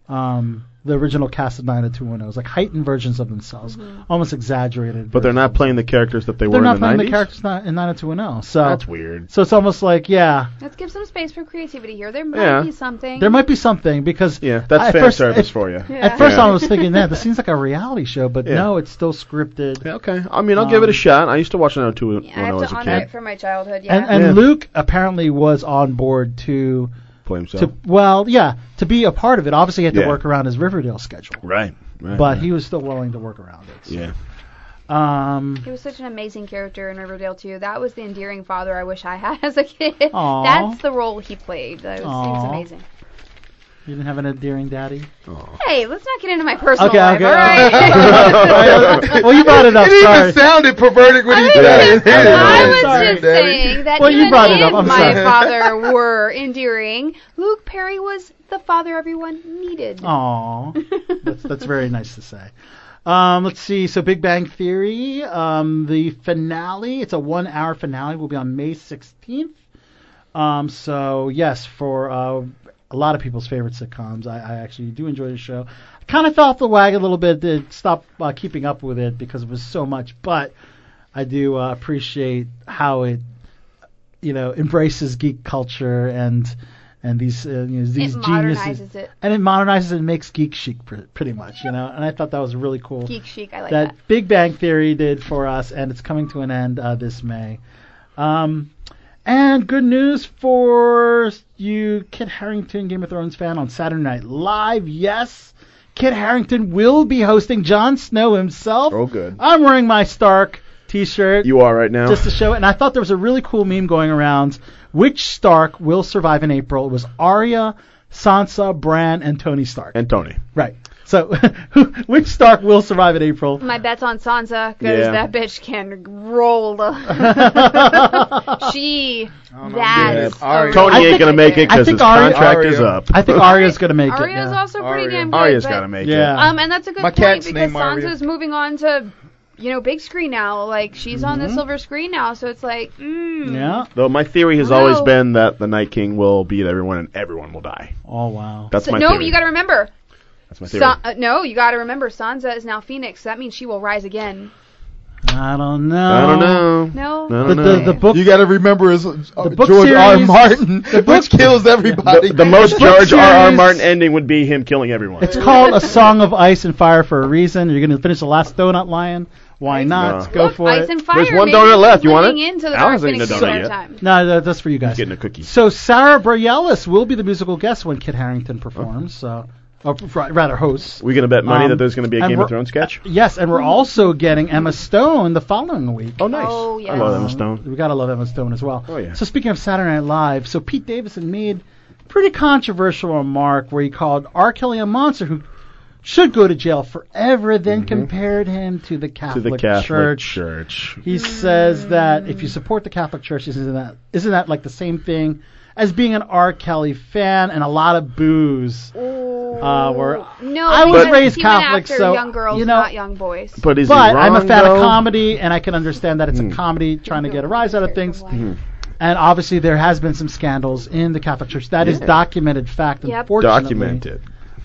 Speaker 6: Um, the original cast of 90210 is like heightened versions of themselves,
Speaker 9: Mm-hmm.
Speaker 6: almost exaggerated.
Speaker 9: But they're not playing the characters that they
Speaker 6: They're
Speaker 9: were
Speaker 6: not
Speaker 9: in the
Speaker 6: playing
Speaker 9: 90s.
Speaker 6: the characters not in 90210. So
Speaker 9: That's weird.
Speaker 6: So it's almost like yeah,
Speaker 3: Oh. Let's give some space for creativity here. There might
Speaker 6: Yeah.
Speaker 3: be something.
Speaker 6: There might be something because yeah,
Speaker 9: that's fan service for you.
Speaker 3: Yeah.
Speaker 6: At first,
Speaker 9: Yeah.
Speaker 6: I was thinking that this seems like a reality show, but no, it's still scripted.
Speaker 9: okay, [laughs] I mean, I'll give
Speaker 6: Um,
Speaker 9: it a shot. I used to watch it on two when
Speaker 3: I
Speaker 9: I
Speaker 3: have
Speaker 9: was
Speaker 3: to
Speaker 9: a
Speaker 3: honor it
Speaker 9: kid.
Speaker 3: for my childhood. Yeah.
Speaker 6: And, and Luke apparently was on board to
Speaker 9: Play himself.
Speaker 6: to well, yeah, to be a part of it. Obviously, he had to
Speaker 9: Yeah.
Speaker 6: work around his Riverdale schedule,
Speaker 9: Right.
Speaker 6: but
Speaker 9: right right.
Speaker 6: he was still willing to work around it.
Speaker 9: Yeah.
Speaker 6: Um,
Speaker 3: He was such an amazing character in Riverdale too. That was the endearing father I wish I had [laughs] as a kid.
Speaker 6: Aw.
Speaker 3: That's the role he played. That was, he was
Speaker 6: Aw.
Speaker 3: amazing.
Speaker 6: you didn't have an endearing daddy.
Speaker 3: Hey, let's not get into my personal
Speaker 6: okay,
Speaker 3: life.
Speaker 6: okay.
Speaker 3: all
Speaker 6: [laughs]
Speaker 3: right? [laughs]
Speaker 6: well, you brought it up.
Speaker 7: It even
Speaker 6: sorry.
Speaker 7: sounded perverted when he
Speaker 6: I
Speaker 7: [laughs] said it.
Speaker 6: I was
Speaker 7: Sorry,
Speaker 6: just
Speaker 7: Daddy.
Speaker 3: saying that
Speaker 6: Well, you
Speaker 3: even
Speaker 6: brought it up.
Speaker 3: if
Speaker 6: I'm
Speaker 3: my
Speaker 6: sorry.
Speaker 3: father were endearing, Luke Perry was the father everyone needed.
Speaker 6: Aw, that's that's very nice to say. Um, let's see. So, Big Bang Theory, um, the finale. It's a one-hour finale. Will be on May 16th. Um, so yes, for uh, a lot of people's favorite sitcoms, I, I actually do enjoy the show. I kind of fell off the wagon a little bit. Did stop uh, keeping up with it because it was so much, but I do uh, appreciate how it, you know, embraces geek culture and and these uh, you know, these geniuses
Speaker 3: modernizes it.
Speaker 6: and it modernizes and makes geek chic pr- pretty much, you know. And I thought that was really cool.
Speaker 3: Geek chic, I like
Speaker 6: that,
Speaker 3: that.
Speaker 6: Big Bang Theory did for us, and it's coming to an end uh, this May. Um, and good news for you, Kit Harrington, Game of Thrones fan, on Saturday Night Live. Yes, Kit Harrington will be hosting Jon Snow himself.
Speaker 9: Oh, good.
Speaker 6: I'm wearing my Stark T-shirt.
Speaker 9: You are right now.
Speaker 6: Just to show it. And I thought there was a really cool meme going around. Which Stark will survive in April? It was Arya, Sansa, Bran, and Tony Stark.
Speaker 9: And Tony.
Speaker 6: Right. So, [laughs] who- which Stark will survive in April?
Speaker 3: My bet's on Sansa because
Speaker 6: Yeah.
Speaker 3: that bitch can
Speaker 6: [laughs]
Speaker 3: roll. she, that.
Speaker 9: Yeah, Arya. Tony ain't gonna make it 'cause
Speaker 6: I think
Speaker 9: his
Speaker 6: Arya-
Speaker 9: contract Arya. is up.
Speaker 6: I think Arya's gonna make it.
Speaker 3: Arya's
Speaker 6: yeah.
Speaker 3: also pretty damn good.
Speaker 9: Arya's
Speaker 3: but-
Speaker 9: got to make
Speaker 6: Yeah.
Speaker 9: it.
Speaker 3: Um, and that's a good
Speaker 6: My
Speaker 3: point
Speaker 6: cat's
Speaker 3: because
Speaker 6: name Arya.
Speaker 3: Sansa's moving on to, you know, big screen now. Like she's on the
Speaker 6: Mhm.
Speaker 3: silver screen now, so it's like, mm.
Speaker 9: Though my theory has
Speaker 3: Wow.
Speaker 9: always been that the Night King will beat everyone and everyone will die.
Speaker 6: Oh wow.
Speaker 9: That's
Speaker 3: So-
Speaker 9: my
Speaker 3: no,
Speaker 9: theory.
Speaker 3: you got to remember.
Speaker 9: That's my
Speaker 3: Sa- uh,
Speaker 9: theory.
Speaker 3: no, you got to remember. Sansa is now Phoenix. So that means she will rise again.
Speaker 6: [laughs] I don't know.
Speaker 9: I don't know.
Speaker 3: No.
Speaker 9: I don't
Speaker 6: The- the-
Speaker 9: know.
Speaker 6: the book-
Speaker 7: You got to remember is uh,
Speaker 6: book
Speaker 7: George R.
Speaker 6: series- [laughs]
Speaker 7: Martin, which kills everybody.
Speaker 9: The, the most
Speaker 6: book
Speaker 9: George R. R.
Speaker 6: series-
Speaker 9: Martin ending would be him killing everyone.
Speaker 6: It's
Speaker 3: [laughs]
Speaker 6: called A Song of Ice and Fire for a reason. You're going to finish the last donut, Lion. Why not?
Speaker 9: No.
Speaker 6: Go
Speaker 9: Look,
Speaker 6: for
Speaker 3: Ice
Speaker 6: it.
Speaker 3: and fire. maybe she's leaning Into the
Speaker 9: I
Speaker 3: dark
Speaker 9: wasn't eating
Speaker 3: Phoenix the
Speaker 9: a donut
Speaker 3: entire
Speaker 9: yet.
Speaker 3: time.
Speaker 6: No, that- that's for you guys. getting
Speaker 9: a cookie.
Speaker 6: So Sarah Bareilles will be the musical guest when Kit Harrington performs.
Speaker 9: Oh.
Speaker 6: So, or r- rather, hosts.
Speaker 9: We're gonna bet money
Speaker 6: Um,
Speaker 9: that there's gonna be a
Speaker 6: and
Speaker 9: Game
Speaker 6: we're-
Speaker 9: of Thrones sketch.
Speaker 6: Yes, and we're also getting Emma Stone the following week. Um, Oh,
Speaker 9: nice.
Speaker 3: Oh, yes.
Speaker 9: I love Emma Stone.
Speaker 6: We gotta love Emma Stone as well. Oh yeah. So speaking of Saturday Night Live, so Pete Davidson made pretty controversial remark where he called R. Kelly a monster who should go to jail forever, then compared him to the
Speaker 9: Mm-hmm. to
Speaker 6: Catholic,
Speaker 9: the Catholic
Speaker 6: Church.
Speaker 9: Church.
Speaker 6: He says that if you support the Catholic Church, isn't that isn't that like the same thing as being an R. Kelly fan and a lot of booze? Uh, where
Speaker 3: No,
Speaker 6: I was
Speaker 3: because
Speaker 6: raised
Speaker 3: he went
Speaker 6: Catholic,
Speaker 3: after
Speaker 6: so
Speaker 3: young girls,
Speaker 6: you know.
Speaker 3: not young boys.
Speaker 9: But is he
Speaker 6: but I'm a
Speaker 9: wrong,
Speaker 6: fan of
Speaker 9: though? Hmm.
Speaker 6: comedy, and I can understand that it's a comedy trying to get a rise out of things. And obviously, there has been some scandals in the Catholic Church. That is
Speaker 9: Yeah.
Speaker 6: documented fact,
Speaker 3: Yep.
Speaker 6: unfortunately.
Speaker 9: Documented.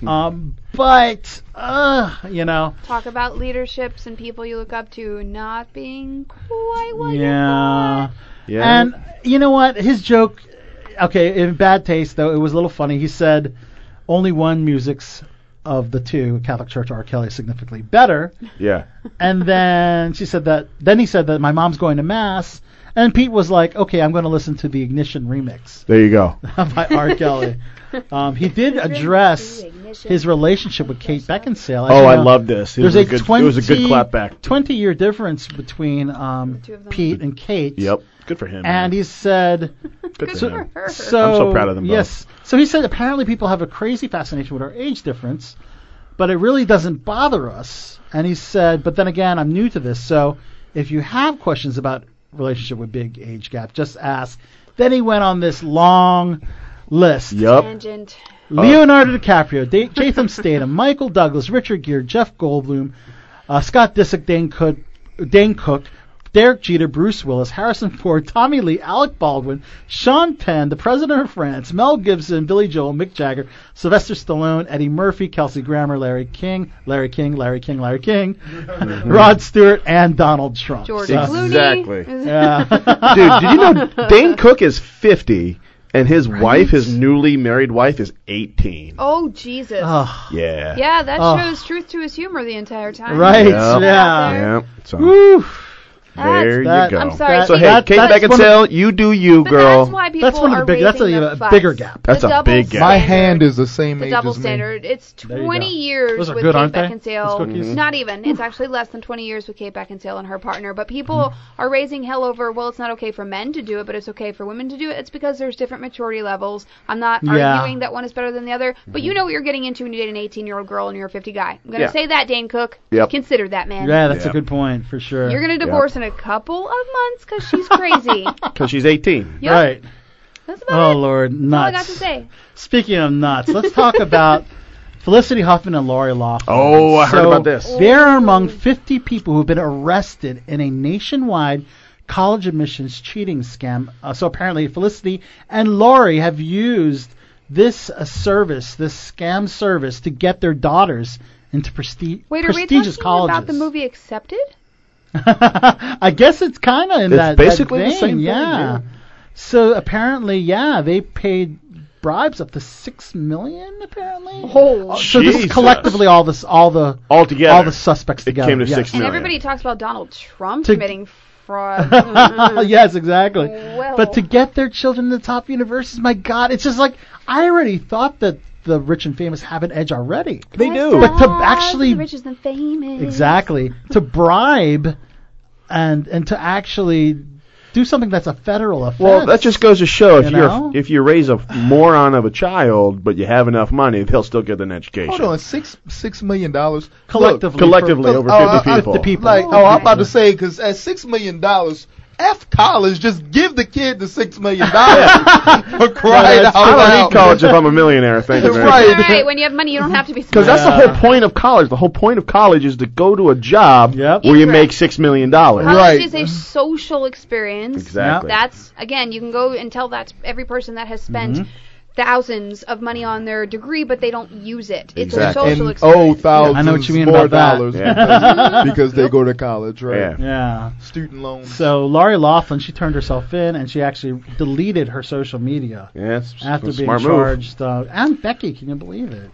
Speaker 6: Um, but uh, you know,
Speaker 3: Talk about leaderships and people you look up to not being quite what you
Speaker 6: yeah.
Speaker 9: Yeah.
Speaker 6: And you know what? His joke, okay, in bad taste though, it was a little funny. He said, "Only one music's of the two, Catholic Church R. Kelly, is significantly better."
Speaker 9: Yeah.
Speaker 6: and then she said that. Then he said that my mom's going to mass, and Pete was like, "Okay, I'm going to listen to the Ignition remix."
Speaker 9: There you go.
Speaker 6: [laughs] by R. Kelly. Um, he did address his relationship with Kate Beckinsale. As
Speaker 9: Oh,
Speaker 6: you
Speaker 9: I
Speaker 6: know,
Speaker 9: love this. It
Speaker 6: there's
Speaker 9: was a good- it was a
Speaker 6: 20
Speaker 9: good clapback.
Speaker 6: Twenty-year difference between um, Pete and Kate.
Speaker 9: Yep. Good for him.
Speaker 6: And he said,
Speaker 9: [laughs] Good for
Speaker 6: so,
Speaker 9: him. I'm
Speaker 6: so-
Speaker 9: so proud of them both.
Speaker 6: Yes. So he said, apparently people have a crazy fascination with our age difference, but it really doesn't bother us. And he said, but then again, I'm new to this, so if you have questions about relationship with big age gap, just ask. Then he went on this long list.
Speaker 3: Tangent.
Speaker 9: Uh,
Speaker 6: Leonardo DiCaprio, da- Jatham Statham, Michael Douglas, Richard Gere, Jeff Goldblum, uh, Scott Disick, Dane Cook, Dane Cook, Derek Jeter, Bruce Willis, Harrison Ford, Tommy Lee, Alec Baldwin, Sean Penn, the President of France, Mel Gibson, Billy Joel, Mick Jagger, Sylvester Stallone, Eddie Murphy, Kelsey Grammer, Larry King, Larry King, Larry King, Larry King,
Speaker 9: Mm-hmm.
Speaker 6: Rod Stewart, and Donald Trump.
Speaker 3: George
Speaker 6: So-
Speaker 3: Clooney. [laughs]
Speaker 6: Yeah.
Speaker 9: Dude, did
Speaker 6: [laughs]
Speaker 9: you know Dane Cook is 50 and his wife, his newly married wife, is 18?
Speaker 3: Oh Jesus.
Speaker 9: Yeah.
Speaker 3: Yeah, that
Speaker 9: Oh.
Speaker 3: shows truth to his humor the entire time.
Speaker 9: Yep.
Speaker 6: yeah.
Speaker 9: Yep. So
Speaker 6: Woo.
Speaker 9: there you
Speaker 6: That's-
Speaker 9: go.
Speaker 6: I'm sorry,
Speaker 9: so hey,
Speaker 6: that-
Speaker 9: Kate
Speaker 6: that's one of-
Speaker 9: Beckinsale, you do you, girl.
Speaker 3: That's why people
Speaker 6: That's one of the
Speaker 3: are
Speaker 6: big- that's a-
Speaker 3: raising the
Speaker 6: a
Speaker 3: fuss.
Speaker 6: bigger gap.
Speaker 9: That's
Speaker 3: the
Speaker 9: a
Speaker 3: double
Speaker 9: big gap.
Speaker 7: My
Speaker 3: standard.
Speaker 7: hand is the same
Speaker 3: the
Speaker 7: age
Speaker 3: double
Speaker 7: as me.
Speaker 3: standard. It's
Speaker 7: There you go.
Speaker 3: 20 years
Speaker 7: Those are
Speaker 3: with
Speaker 7: good,
Speaker 3: Kate
Speaker 7: aren't they? Those
Speaker 3: Beckinsale.
Speaker 7: cookies.
Speaker 3: Not even. It's actually less than 20 years with Kate Beckinsale and her partner. But people are raising hell over. Well, it's not okay for men to do it, but it's okay for women to do it. It's because there's different maturity levels. I'm not
Speaker 16: Yeah.
Speaker 3: arguing that one is better than the other, but you know what you're getting into when you date an 18 year old girl and you're a 50 guy. I'm gonna
Speaker 6: Yeah.
Speaker 3: say that, Dane Cook.
Speaker 6: Yep.
Speaker 3: Consider that, man.
Speaker 6: Yeah, that's a good point for sure.
Speaker 3: You're gonna divorce in a couple of months because she's
Speaker 7: [laughs]
Speaker 3: crazy.
Speaker 9: Because she's 18.
Speaker 3: Yep.
Speaker 6: Right.
Speaker 3: That's about
Speaker 6: Oh Lord,
Speaker 3: all I got
Speaker 6: nuts.
Speaker 3: to say.
Speaker 6: Speaking of nuts, let's
Speaker 3: [laughs]
Speaker 6: talk about Felicity Huffman and Lori Loughlin.
Speaker 9: Oh, I heard
Speaker 6: So,
Speaker 9: about this.
Speaker 6: There are among 50 people who've been arrested in a nationwide college admissions cheating scam. Uh, so apparently, Felicity and Lori have used this uh, service, this scam service, to get their daughters into presti-
Speaker 3: Wait, are we talking
Speaker 6: prestigious colleges.
Speaker 3: about the movie Accepted?
Speaker 6: I guess it's kind of in
Speaker 9: It's
Speaker 6: that
Speaker 9: basically
Speaker 6: that
Speaker 9: the
Speaker 6: vein,
Speaker 9: same thing,
Speaker 6: yeah.
Speaker 9: yeah.
Speaker 6: So apparently, yeah, they paid bribes up to six million. Apparently,
Speaker 3: oh,
Speaker 6: so this is
Speaker 9: Jesus.
Speaker 6: collectively all this, all the all
Speaker 9: together.
Speaker 6: all the suspects together.
Speaker 9: came to
Speaker 6: yes.
Speaker 9: six
Speaker 3: And everybody talks about Donald Trump
Speaker 6: To-
Speaker 3: committing
Speaker 6: [laughs]
Speaker 3: fraud.
Speaker 6: yes, exactly.
Speaker 3: Well.
Speaker 6: But to get their children to the top universities, my God, it's just like I already thought that the rich and famous have an edge already. They
Speaker 3: do.
Speaker 6: But to
Speaker 3: God,
Speaker 6: actually
Speaker 3: the richest and
Speaker 6: [laughs]
Speaker 3: famous.
Speaker 6: Exactly. to bribe and and to actually do something that's a federal offense.
Speaker 9: Well, that just goes to show if
Speaker 6: You
Speaker 9: you
Speaker 6: know?
Speaker 9: are if you raise a moron of a child, but you have enough money, they'll still get an education.
Speaker 7: Hold on, six six million dollars
Speaker 9: Collectively collectively over
Speaker 6: uh,
Speaker 9: 50 people.
Speaker 7: Like, oh, I'm about to say because at six million dollars, f college, just give the kid the six million dollars [laughs] for crying out
Speaker 9: I don't
Speaker 7: loud.
Speaker 9: need college if I'm a millionaire. Thank you very
Speaker 7: Right.
Speaker 9: much.
Speaker 6: [laughs]
Speaker 3: All right, when you have money, you don't have to be
Speaker 9: Because
Speaker 3: smart.
Speaker 9: that's the whole point of college. The whole point of college is to go to a job where you make six million dollars.
Speaker 3: College is a social experience.
Speaker 9: Exactly.
Speaker 3: That's again, you can go and tell that every person that has spent
Speaker 9: Mhm.
Speaker 3: thousands of money on their degree, but they don't use it. It's a
Speaker 7: Exactly.
Speaker 3: social
Speaker 7: and
Speaker 3: experience.
Speaker 7: oh, thousands
Speaker 6: Yeah, I know what you mean
Speaker 7: more
Speaker 6: about that.
Speaker 7: dollars
Speaker 6: Yeah.
Speaker 7: because, because they go to college, right?
Speaker 6: Yeah. Yeah.
Speaker 7: Student loans.
Speaker 6: So Laurie Laughlin, she turned herself in and she actually deleted her social media
Speaker 9: Yes,
Speaker 6: after being
Speaker 9: smart move.
Speaker 6: charged. Uh, Aunt Becky, can you believe it?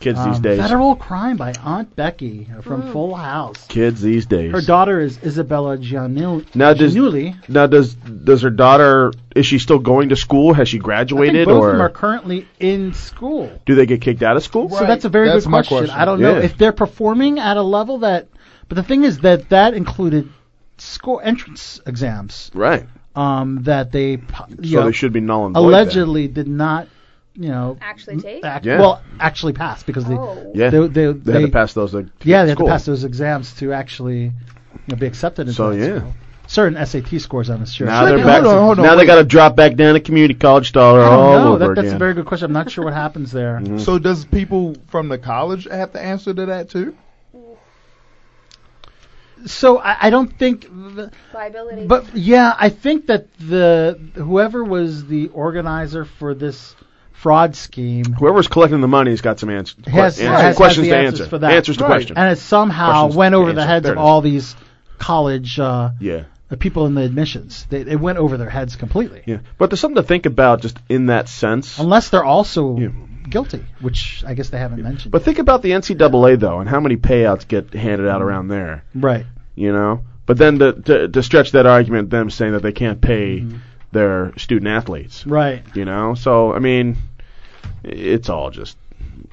Speaker 9: Kids these
Speaker 6: Um,
Speaker 9: days.
Speaker 6: Federal crime by Aunt Becky from
Speaker 16: Mm.
Speaker 6: Full House.
Speaker 9: Kids these days.
Speaker 6: Her daughter is Isabella Giannulli.
Speaker 9: now does
Speaker 6: Giannulli.
Speaker 9: now does does her daughter is she still going to school? Has she graduated
Speaker 6: both
Speaker 9: or
Speaker 6: of them are currently in school.
Speaker 9: do they get kicked out of school?
Speaker 6: So that's a very good question. I don't know
Speaker 9: Yeah.
Speaker 6: if they're performing at a level that. But the thing is that that included score entrance exams
Speaker 9: right.
Speaker 6: um, that they po-
Speaker 9: So they should be null and void then.
Speaker 6: allegedly did not you know,
Speaker 3: actually take?
Speaker 6: act-
Speaker 9: Yeah.
Speaker 6: well, actually pass because they,
Speaker 3: Oh.
Speaker 9: Yeah.
Speaker 6: they, they,
Speaker 9: They had to
Speaker 6: they-
Speaker 9: pass those, like, to
Speaker 6: yeah,
Speaker 9: get
Speaker 6: they had
Speaker 9: school.
Speaker 6: to pass those exams to actually you know, be accepted into
Speaker 9: So,
Speaker 6: that
Speaker 9: yeah.
Speaker 6: school. Certain SAT scores, I'm sure.
Speaker 9: Now they're back. now they got to drop back down to community college dollar
Speaker 6: I don't
Speaker 9: all
Speaker 6: know.
Speaker 9: over
Speaker 6: Oh, That, that's
Speaker 9: again. Mm-hmm.
Speaker 6: a very good question. I'm not sure what happens there.
Speaker 7: So does people from the college have to answer to that too?
Speaker 6: So I, I don't think,
Speaker 3: Liability.
Speaker 6: but yeah, I think that the whoever was the organizer for this fraud scheme
Speaker 9: Whoever's collecting the money has got some answers.
Speaker 6: has, has- has
Speaker 9: questions
Speaker 6: the
Speaker 9: to
Speaker 6: answers
Speaker 9: answer.
Speaker 6: for that.
Speaker 9: Answers to questions.
Speaker 6: And it somehow
Speaker 9: Questions
Speaker 6: went
Speaker 9: to
Speaker 6: over the
Speaker 9: answer.
Speaker 6: heads
Speaker 9: There
Speaker 6: of
Speaker 9: it is.
Speaker 6: all these college uh,
Speaker 9: Yeah.
Speaker 6: the people in the admissions. They, it went over their heads completely.
Speaker 9: Yeah, but there's something to think about just in that sense.
Speaker 6: Unless they're also guilty, which I guess they haven't mentioned.
Speaker 9: But think about the NCAA though, and how many payouts get handed out around there.
Speaker 6: Right.
Speaker 9: You know, but then to to, to stretch that argument, them saying that they can't pay their student athletes.
Speaker 6: Mm-hmm. Right.
Speaker 9: You know, so I mean, it's all just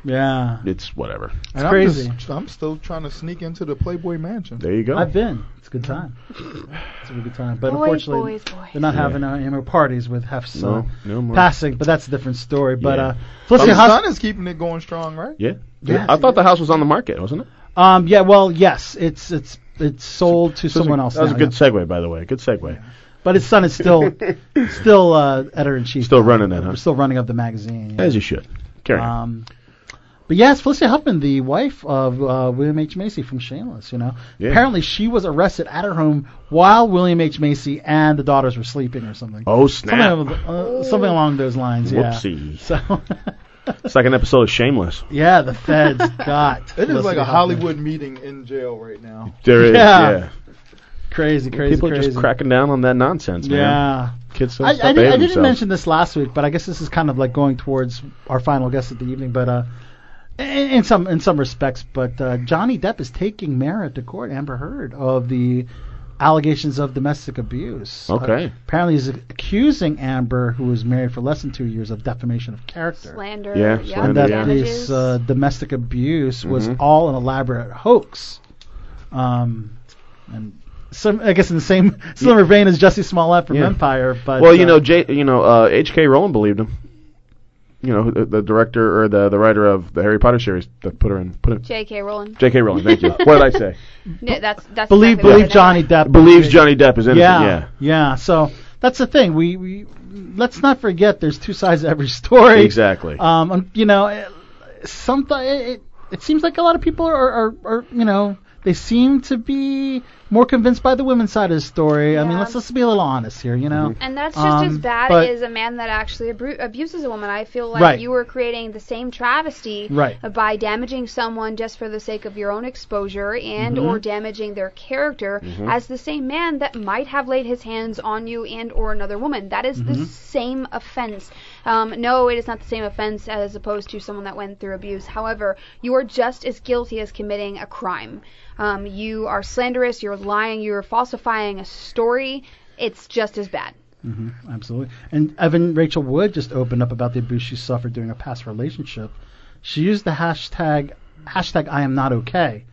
Speaker 6: Yeah.
Speaker 9: it's whatever.
Speaker 7: And I'm, just, I'm still trying to sneak into the Playboy Mansion.
Speaker 9: There you go.
Speaker 6: I've been. It's a good time. It's a really good time. But
Speaker 7: Boys,
Speaker 6: unfortunately,
Speaker 7: boys, boys.
Speaker 6: they're not
Speaker 7: Yeah.
Speaker 6: having uh, any more parties with Hef's uh,
Speaker 9: No, no more.
Speaker 6: passing. But that's a different story. But
Speaker 9: Yeah.
Speaker 6: uh,
Speaker 7: But
Speaker 6: Felicity
Speaker 7: his
Speaker 6: Huff-
Speaker 7: son is keeping it going strong, right?
Speaker 9: Yeah.
Speaker 6: Yeah.
Speaker 9: I thought the house was on the market, wasn't it?
Speaker 6: Um, yeah, well, yes, it's it's it's sold to
Speaker 9: So
Speaker 6: someone
Speaker 9: that
Speaker 6: else.
Speaker 9: That was
Speaker 6: now,
Speaker 9: a good
Speaker 6: yeah.
Speaker 9: segue, by the way. Good segue.
Speaker 6: But his son is
Speaker 9: [laughs]
Speaker 6: still still uh, editor in chief.
Speaker 9: Still running that, huh?
Speaker 6: We're still running up the magazine.
Speaker 9: As you should. Carry on.
Speaker 6: Um, but yes, Felicity Huffman, the wife of uh, William H Macy from Shameless, you know,
Speaker 9: Yeah.
Speaker 6: apparently she was arrested at her home while William H Macy and the daughters were sleeping or something.
Speaker 9: Oh snap!
Speaker 6: Something, uh, something along those lines. Yeah.
Speaker 9: Whoopsie.
Speaker 6: So [laughs]
Speaker 9: It's like an episode of Shameless.
Speaker 6: yeah, the
Speaker 7: [laughs]
Speaker 6: feds got.
Speaker 7: It is like
Speaker 6: Felicity
Speaker 7: a
Speaker 6: Huffman.
Speaker 7: Hollywood meeting in jail right now.
Speaker 9: There is,
Speaker 6: Yeah.
Speaker 9: yeah.
Speaker 6: Crazy, crazy,
Speaker 9: People are
Speaker 6: crazy.
Speaker 9: just cracking down on that nonsense, man.
Speaker 6: Yeah.
Speaker 9: Kids don't
Speaker 6: I, I, did,
Speaker 9: stop
Speaker 6: I
Speaker 9: behaving
Speaker 6: didn't
Speaker 9: themselves.
Speaker 6: mention this last week, but I guess this is kind of like going towards our final guest of the evening. But uh, in, in some in some respects, but uh, Johnny Depp is taking merit to court Amber Heard of the allegations of domestic abuse.
Speaker 9: Okay.
Speaker 6: Uh, apparently, he's accusing Amber, who was married for less than two years, of defamation of character.
Speaker 3: Slander.
Speaker 9: Yeah,
Speaker 6: and
Speaker 9: slander,
Speaker 6: that
Speaker 9: yeah.
Speaker 6: this uh, domestic abuse was
Speaker 9: Mhm.
Speaker 6: all an elaborate hoax. Um, and some, I guess, in the same [laughs] similar vein as Jesse Smollett from
Speaker 9: Yeah.
Speaker 6: Empire, but
Speaker 9: well,
Speaker 6: uh,
Speaker 9: you know, J, you know, uh, H.K. Rowling believed him. You know, the, the director or the the writer of the Harry Potter series that put her in. Put it.
Speaker 3: J.K. Rowling.
Speaker 9: J.K. Rowling.
Speaker 3: [laughs]
Speaker 9: Thank you. what did I say?
Speaker 3: No, that's that's
Speaker 6: believe
Speaker 3: exactly what
Speaker 6: believe
Speaker 3: it is.
Speaker 6: Johnny Depp
Speaker 9: Believes Johnny Depp is innocent.
Speaker 6: yeah,
Speaker 9: Yeah.
Speaker 6: So that's the thing. We, we let's not forget there's two sides to every story.
Speaker 9: Exactly.
Speaker 6: Um, and, you know, sometimes it, it, it seems like a lot of people are, are, are you know they seem to be more convinced by the women's side of the story. I mean,
Speaker 3: Yeah.
Speaker 6: let's let's be a little honest here. You know.
Speaker 3: And that's just
Speaker 6: Um,
Speaker 3: as bad
Speaker 6: but-
Speaker 3: as a man that actually abru- abuses a woman. I feel like
Speaker 6: Right.
Speaker 3: you were creating the same travesty
Speaker 6: Right.
Speaker 3: by damaging someone just for the sake of your own exposure and
Speaker 6: Mhm.
Speaker 3: or damaging their character
Speaker 6: Mhm.
Speaker 3: as the same man that might have laid his hands on you and or another woman. That is the
Speaker 6: Mhm.
Speaker 3: same offense. Um, no, it is not the same offense as opposed to someone that went through abuse. However, you are just as guilty as committing a crime. Um, you are slanderous. You're lying. You're falsifying a story. It's just as bad.
Speaker 6: hmm absolutely. And Evan Rachel Wood just opened up about the abuse she suffered during a past relationship. She used the hashtag hashtag I am not okay.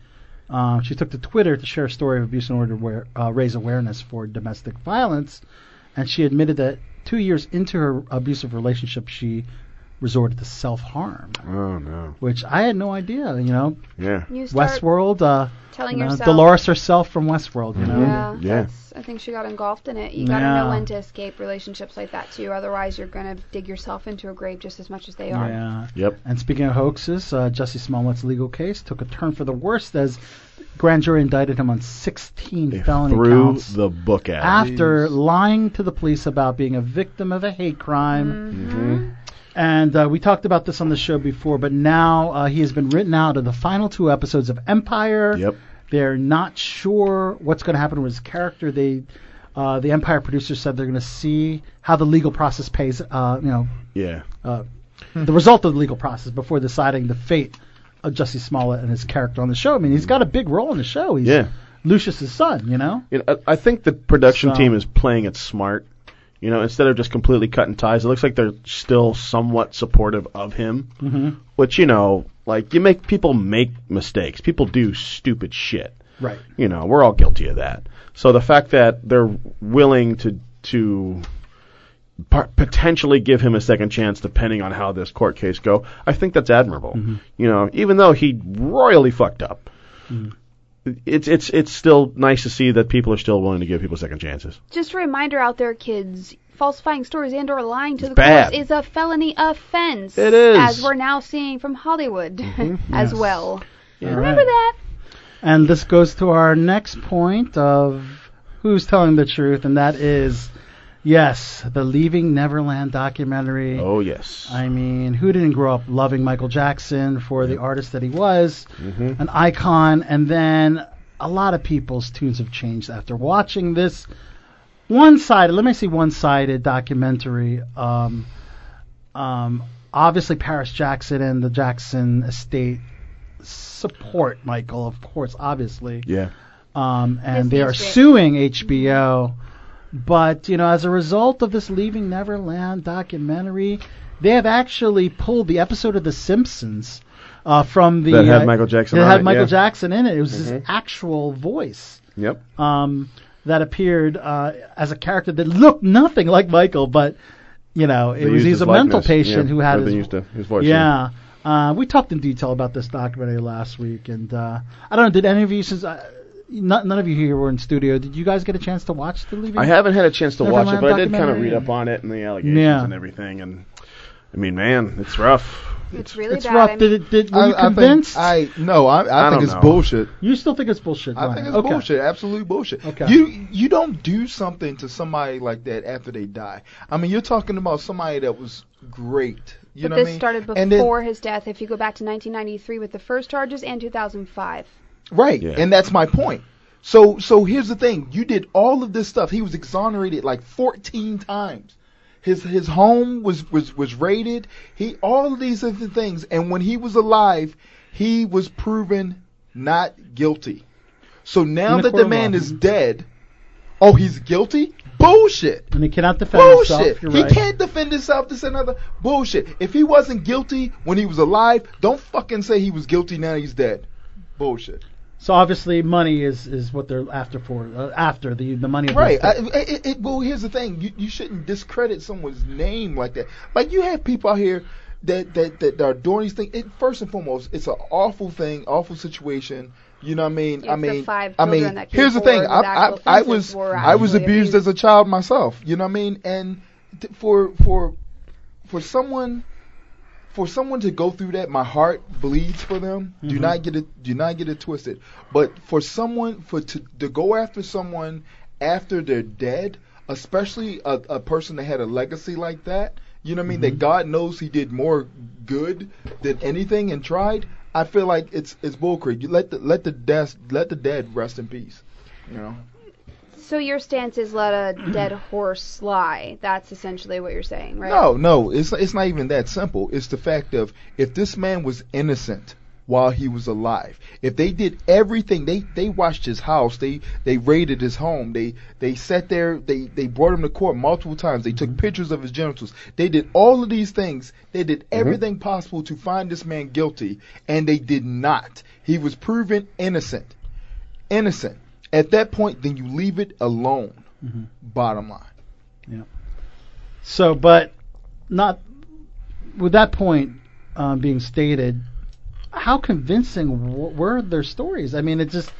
Speaker 6: Uh, she took to Twitter to share a story of abuse in order to wear, uh, raise awareness for domestic violence, and she admitted that two years into her abusive relationship, she resorted to self harm,
Speaker 9: Oh no.
Speaker 6: which I had no idea. You know,
Speaker 9: Yeah.
Speaker 3: You start
Speaker 6: Westworld. Uh,
Speaker 3: telling
Speaker 6: you know,
Speaker 3: yourself-
Speaker 6: Dolores herself from Westworld. You know,
Speaker 3: Yeah,
Speaker 9: Mm-hmm. Yeah.
Speaker 3: I think she got engulfed in it. You gotta know
Speaker 6: Mm-hmm. Yeah.
Speaker 3: when to escape relationships like that too. Otherwise, you're gonna dig yourself into a grave just as much as they are.
Speaker 6: Yeah.
Speaker 9: Yep.
Speaker 6: And speaking of hoaxes, uh, Jesse Smollett's legal case took a turn for the worst as grand jury indicted him on 16 felony
Speaker 9: Threw
Speaker 6: counts
Speaker 9: the book at. him.
Speaker 6: after lying to the police about being a victim of a hate crime.
Speaker 9: Mm-hmm.
Speaker 6: Mm-hmm. And uh, we talked about this on the show before, but now uh, he has been written out of the final two episodes of Empire. Yep. They're not sure what's going to happen with his character. They, uh, the Empire producers said they're going to see how the legal process pays, uh, you know,
Speaker 9: Yeah.
Speaker 6: uh, the result of the legal process before deciding the fate of Jesse Smollett and his character on the show. I mean, he's got a big role in the show. He's
Speaker 9: Yeah.
Speaker 6: Lucius's son, you know.
Speaker 9: You know, I, I think the production
Speaker 6: So-
Speaker 9: team is playing it smart. You know, instead of just completely cutting ties, it looks like they're still somewhat supportive of him.
Speaker 6: Mhm.
Speaker 9: Which you know, like you make people make mistakes. People do stupid shit.
Speaker 6: Right.
Speaker 9: You know, we're all guilty of that. So the fact that they're willing to to p- potentially give him a second chance depending on how this court case go. I think that's admirable.
Speaker 6: Mm-hmm.
Speaker 9: You know, even though he royally fucked up,
Speaker 6: Mm-hmm.
Speaker 9: it's it's it's still nice to see that people are still willing to give people second chances.
Speaker 3: Just a reminder out there, kids. Falsifying stories and/or lying to the
Speaker 9: bad.
Speaker 3: courts is a felony offense.
Speaker 9: It is. Mm-hmm.
Speaker 3: as we're now seeing from Hollywood [laughs] as
Speaker 6: Yes.
Speaker 3: well.
Speaker 6: Yeah.
Speaker 3: Remember that.
Speaker 6: And this goes to our next point of who's telling the truth, and that is, yes, the Leaving Neverland documentary.
Speaker 9: Oh yes.
Speaker 6: I mean, who didn't grow up loving Michael Jackson for the artist that he was,
Speaker 9: Mm-hmm.
Speaker 6: an icon, and then a lot of people's tunes have changed after watching this one-sided. Let me see, one-sided documentary. Um, um, obviously, Paris Jackson and the Jackson estate support Michael, of course, obviously.
Speaker 9: Yeah.
Speaker 6: Um, and they
Speaker 9: Disney's
Speaker 6: are
Speaker 9: great.
Speaker 6: suing HBO. But, you know, as a result of this Leaving Neverland documentary, they have actually pulled the episode of The Simpsons uh, from the.
Speaker 9: That had
Speaker 6: uh,
Speaker 9: Michael Jackson
Speaker 6: That
Speaker 9: on
Speaker 6: had
Speaker 9: it,
Speaker 6: Michael
Speaker 9: yeah.
Speaker 6: Jackson in it. It was his
Speaker 9: Mhm.
Speaker 6: actual voice
Speaker 9: Yep.
Speaker 6: um, that appeared uh, as a character that looked nothing like Michael, but, you know, it
Speaker 9: They
Speaker 6: was
Speaker 9: used
Speaker 6: he's
Speaker 9: his
Speaker 6: a mental
Speaker 9: likeness,
Speaker 6: patient
Speaker 9: yeah,
Speaker 6: who had
Speaker 9: or they
Speaker 6: his
Speaker 9: used to- his voice,
Speaker 6: yeah. Uh, we talked in detail about this documentary last week, and uh, I don't know. Did any of you, since uh, not, none of you here were in studio, did you guys get a chance to watch the Leaving?
Speaker 9: I haven't had a chance to watch it,
Speaker 6: Neverland
Speaker 9: but I did kind of
Speaker 6: documentary?
Speaker 9: read up on it and the allegations
Speaker 6: Yeah.
Speaker 9: and everything. And I mean, man, it's rough.
Speaker 3: It's really
Speaker 6: it's
Speaker 3: bad.
Speaker 6: rough.
Speaker 3: I
Speaker 6: Did
Speaker 3: mean-
Speaker 6: it? Did, were
Speaker 7: I-
Speaker 6: you
Speaker 7: I think-
Speaker 6: convinced?
Speaker 7: I, no, I, I,
Speaker 9: I
Speaker 7: think
Speaker 9: don't
Speaker 7: it's
Speaker 9: know.
Speaker 7: bullshit.
Speaker 6: you still think it's bullshit?
Speaker 7: I
Speaker 6: Ryan?
Speaker 7: think it's
Speaker 6: okay.
Speaker 7: bullshit, absolute bullshit.
Speaker 6: Okay.
Speaker 7: You you don't do something to somebody like that after they die. I mean, you're talking about somebody that was great. You
Speaker 3: but
Speaker 7: know
Speaker 3: this
Speaker 7: what I mean?
Speaker 3: started
Speaker 7: And then-
Speaker 3: before his death. If you go back to 1993 with the first charges and 2005.
Speaker 7: Right, and that's my point. So so here's the thing: you did all of this stuff. He was exonerated like 14 times. His his home was was was raided. He all of these other things, and when he was alive, he was proven not guilty. So now
Speaker 6: In the
Speaker 7: that
Speaker 6: court
Speaker 7: the
Speaker 6: of
Speaker 7: man
Speaker 6: law.
Speaker 7: is dead, oh, he's guilty? Bullshit.
Speaker 6: And he cannot defend
Speaker 7: Bullshit.
Speaker 6: himself. You're
Speaker 7: he
Speaker 6: right.
Speaker 7: can't defend himself. This and another bullshit. If he wasn't guilty when he was alive, don't fucking say he was guilty now he's dead. Bullshit.
Speaker 6: So obviously, money is, is what they're after for. Uh, after the the money. of
Speaker 7: Right.
Speaker 6: this-
Speaker 7: I, I- it, it, well, here's the thing: you, you shouldn't discredit someone's name like that. Like you have people out here that that that, are doing these things. It, first and foremost, it's an awful thing, awful situation. You know what I mean? I
Speaker 3: It's the
Speaker 7: mean,
Speaker 3: five
Speaker 7: I
Speaker 3: children
Speaker 7: mean,
Speaker 3: that came
Speaker 7: here's the thing:
Speaker 3: forward
Speaker 7: I,
Speaker 3: with actual
Speaker 7: I, I was
Speaker 3: offenses were
Speaker 7: I was
Speaker 3: actually
Speaker 7: abused as a child myself. You know what I mean? And th- for for for someone for someone to go through that, my heart bleeds for them. Do
Speaker 16: Mhm.
Speaker 7: not get it. Do not get it twisted. But for someone for to, to go after someone after they're dead, especially a, a person that had a legacy like that, you know what I mean? That God knows he did more good than anything and tried. I feel like it's it's bullcrap. You let the let the death let the dead rest in peace. You know.
Speaker 3: So your stance is let a dead horse lie. That's essentially what you're saying, right?
Speaker 7: No, no, it's it's not even that simple. It's the fact of if this man was innocent while he was alive, if they did everything, they they watched his house, they they raided his home, they they sat there, they they brought him to court multiple times, they took pictures of his genitals, they did all of these things, they did everything possible to find this man guilty, and they did not. He was proven innocent, innocent. At that point, then you leave it alone. Bottom line.
Speaker 6: So, but not with that point um, being stated, how convincing w- were their stories? I mean, it just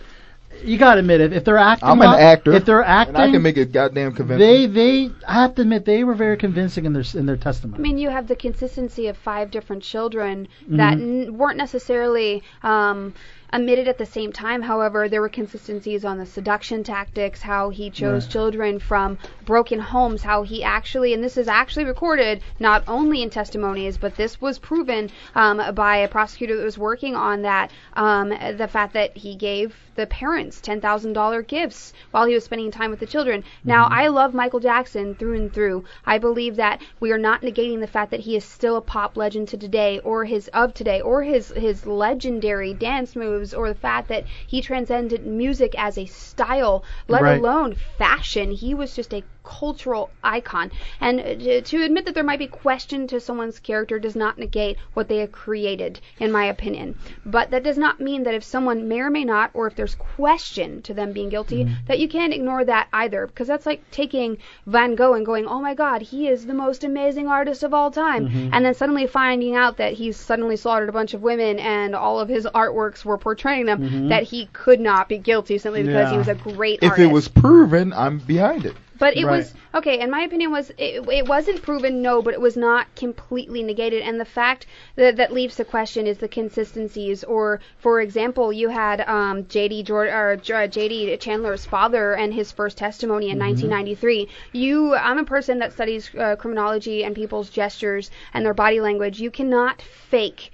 Speaker 6: you got to admit if, if they're acting.
Speaker 7: I'm an
Speaker 6: well-
Speaker 7: actor.
Speaker 6: If they're
Speaker 7: and
Speaker 6: acting,
Speaker 7: I can make it goddamn convincing.
Speaker 6: they they I have to admit they were very convincing in their s- in their
Speaker 3: I
Speaker 6: testimony.
Speaker 3: mean, you have the consistency of five different children that
Speaker 6: Mhm.
Speaker 3: n- weren't necessarily um, admitted at the same time. However, there were consistencies on the seduction tactics, how he chose
Speaker 17: Right.
Speaker 3: children from broken homes, how he actually, and this is actually recorded not only in testimonies, but this was proven um, by a prosecutor that was working on that. Um, the fact that he gave the parents $10,000 gifts while he was spending time with the children. Now, I love Michael Jackson through and through. I believe that we are not negating the fact that he is still a pop legend to today, or his of today, or his his legendary dance moves, or the fact that he transcended music as a style, let
Speaker 17: Right.
Speaker 3: alone fashion. He was just a cultural icon. And uh, to- to admit that there might be question to someone's character does not negate what they have created, in my opinion. But that does not mean that if someone may or may not, or if there's question to them being guilty,
Speaker 16: Mhm.
Speaker 3: that you can't ignore that either. Because that's like taking Van Gogh and going, oh my God, he is the most amazing artist of all time.
Speaker 16: Mhm.
Speaker 3: And then suddenly finding out that he's suddenly slaughtered a bunch of women and all of his artworks were portraying them,
Speaker 7: Mhm.
Speaker 3: that he could not be guilty simply because he was a great
Speaker 7: If
Speaker 3: artist.
Speaker 7: it was proven, I'm behind it.
Speaker 3: But it was okay, and my opinion was it, it wasn't proven no, but it was not completely negated. And the fact that that leaves the question is the consistencies. Or for example, you had um, J.D. Jord or J- J.D. Chandler's father and his first testimony in
Speaker 7: Mm-hmm.
Speaker 16: Mhm.
Speaker 3: 1993. You, I'm a person that studies uh, criminology and people's gestures and their body language. You cannot fake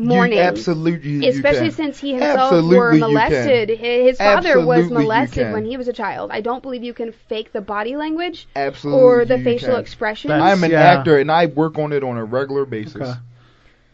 Speaker 3: mourning.
Speaker 7: You absolutely, you
Speaker 3: Especially
Speaker 7: can.
Speaker 3: since he himself were
Speaker 7: Absolutely you can.
Speaker 3: molested. Hi- eh, His father
Speaker 7: Absolutely
Speaker 3: was
Speaker 7: you
Speaker 3: molested
Speaker 7: can.
Speaker 3: when he was a child. I don't believe you can fake the body language
Speaker 7: Absolutely,
Speaker 3: or the
Speaker 7: you
Speaker 3: facial
Speaker 7: can.
Speaker 3: expression.
Speaker 7: I'm an
Speaker 6: yeah.
Speaker 7: actor, and I work on it on a regular basis.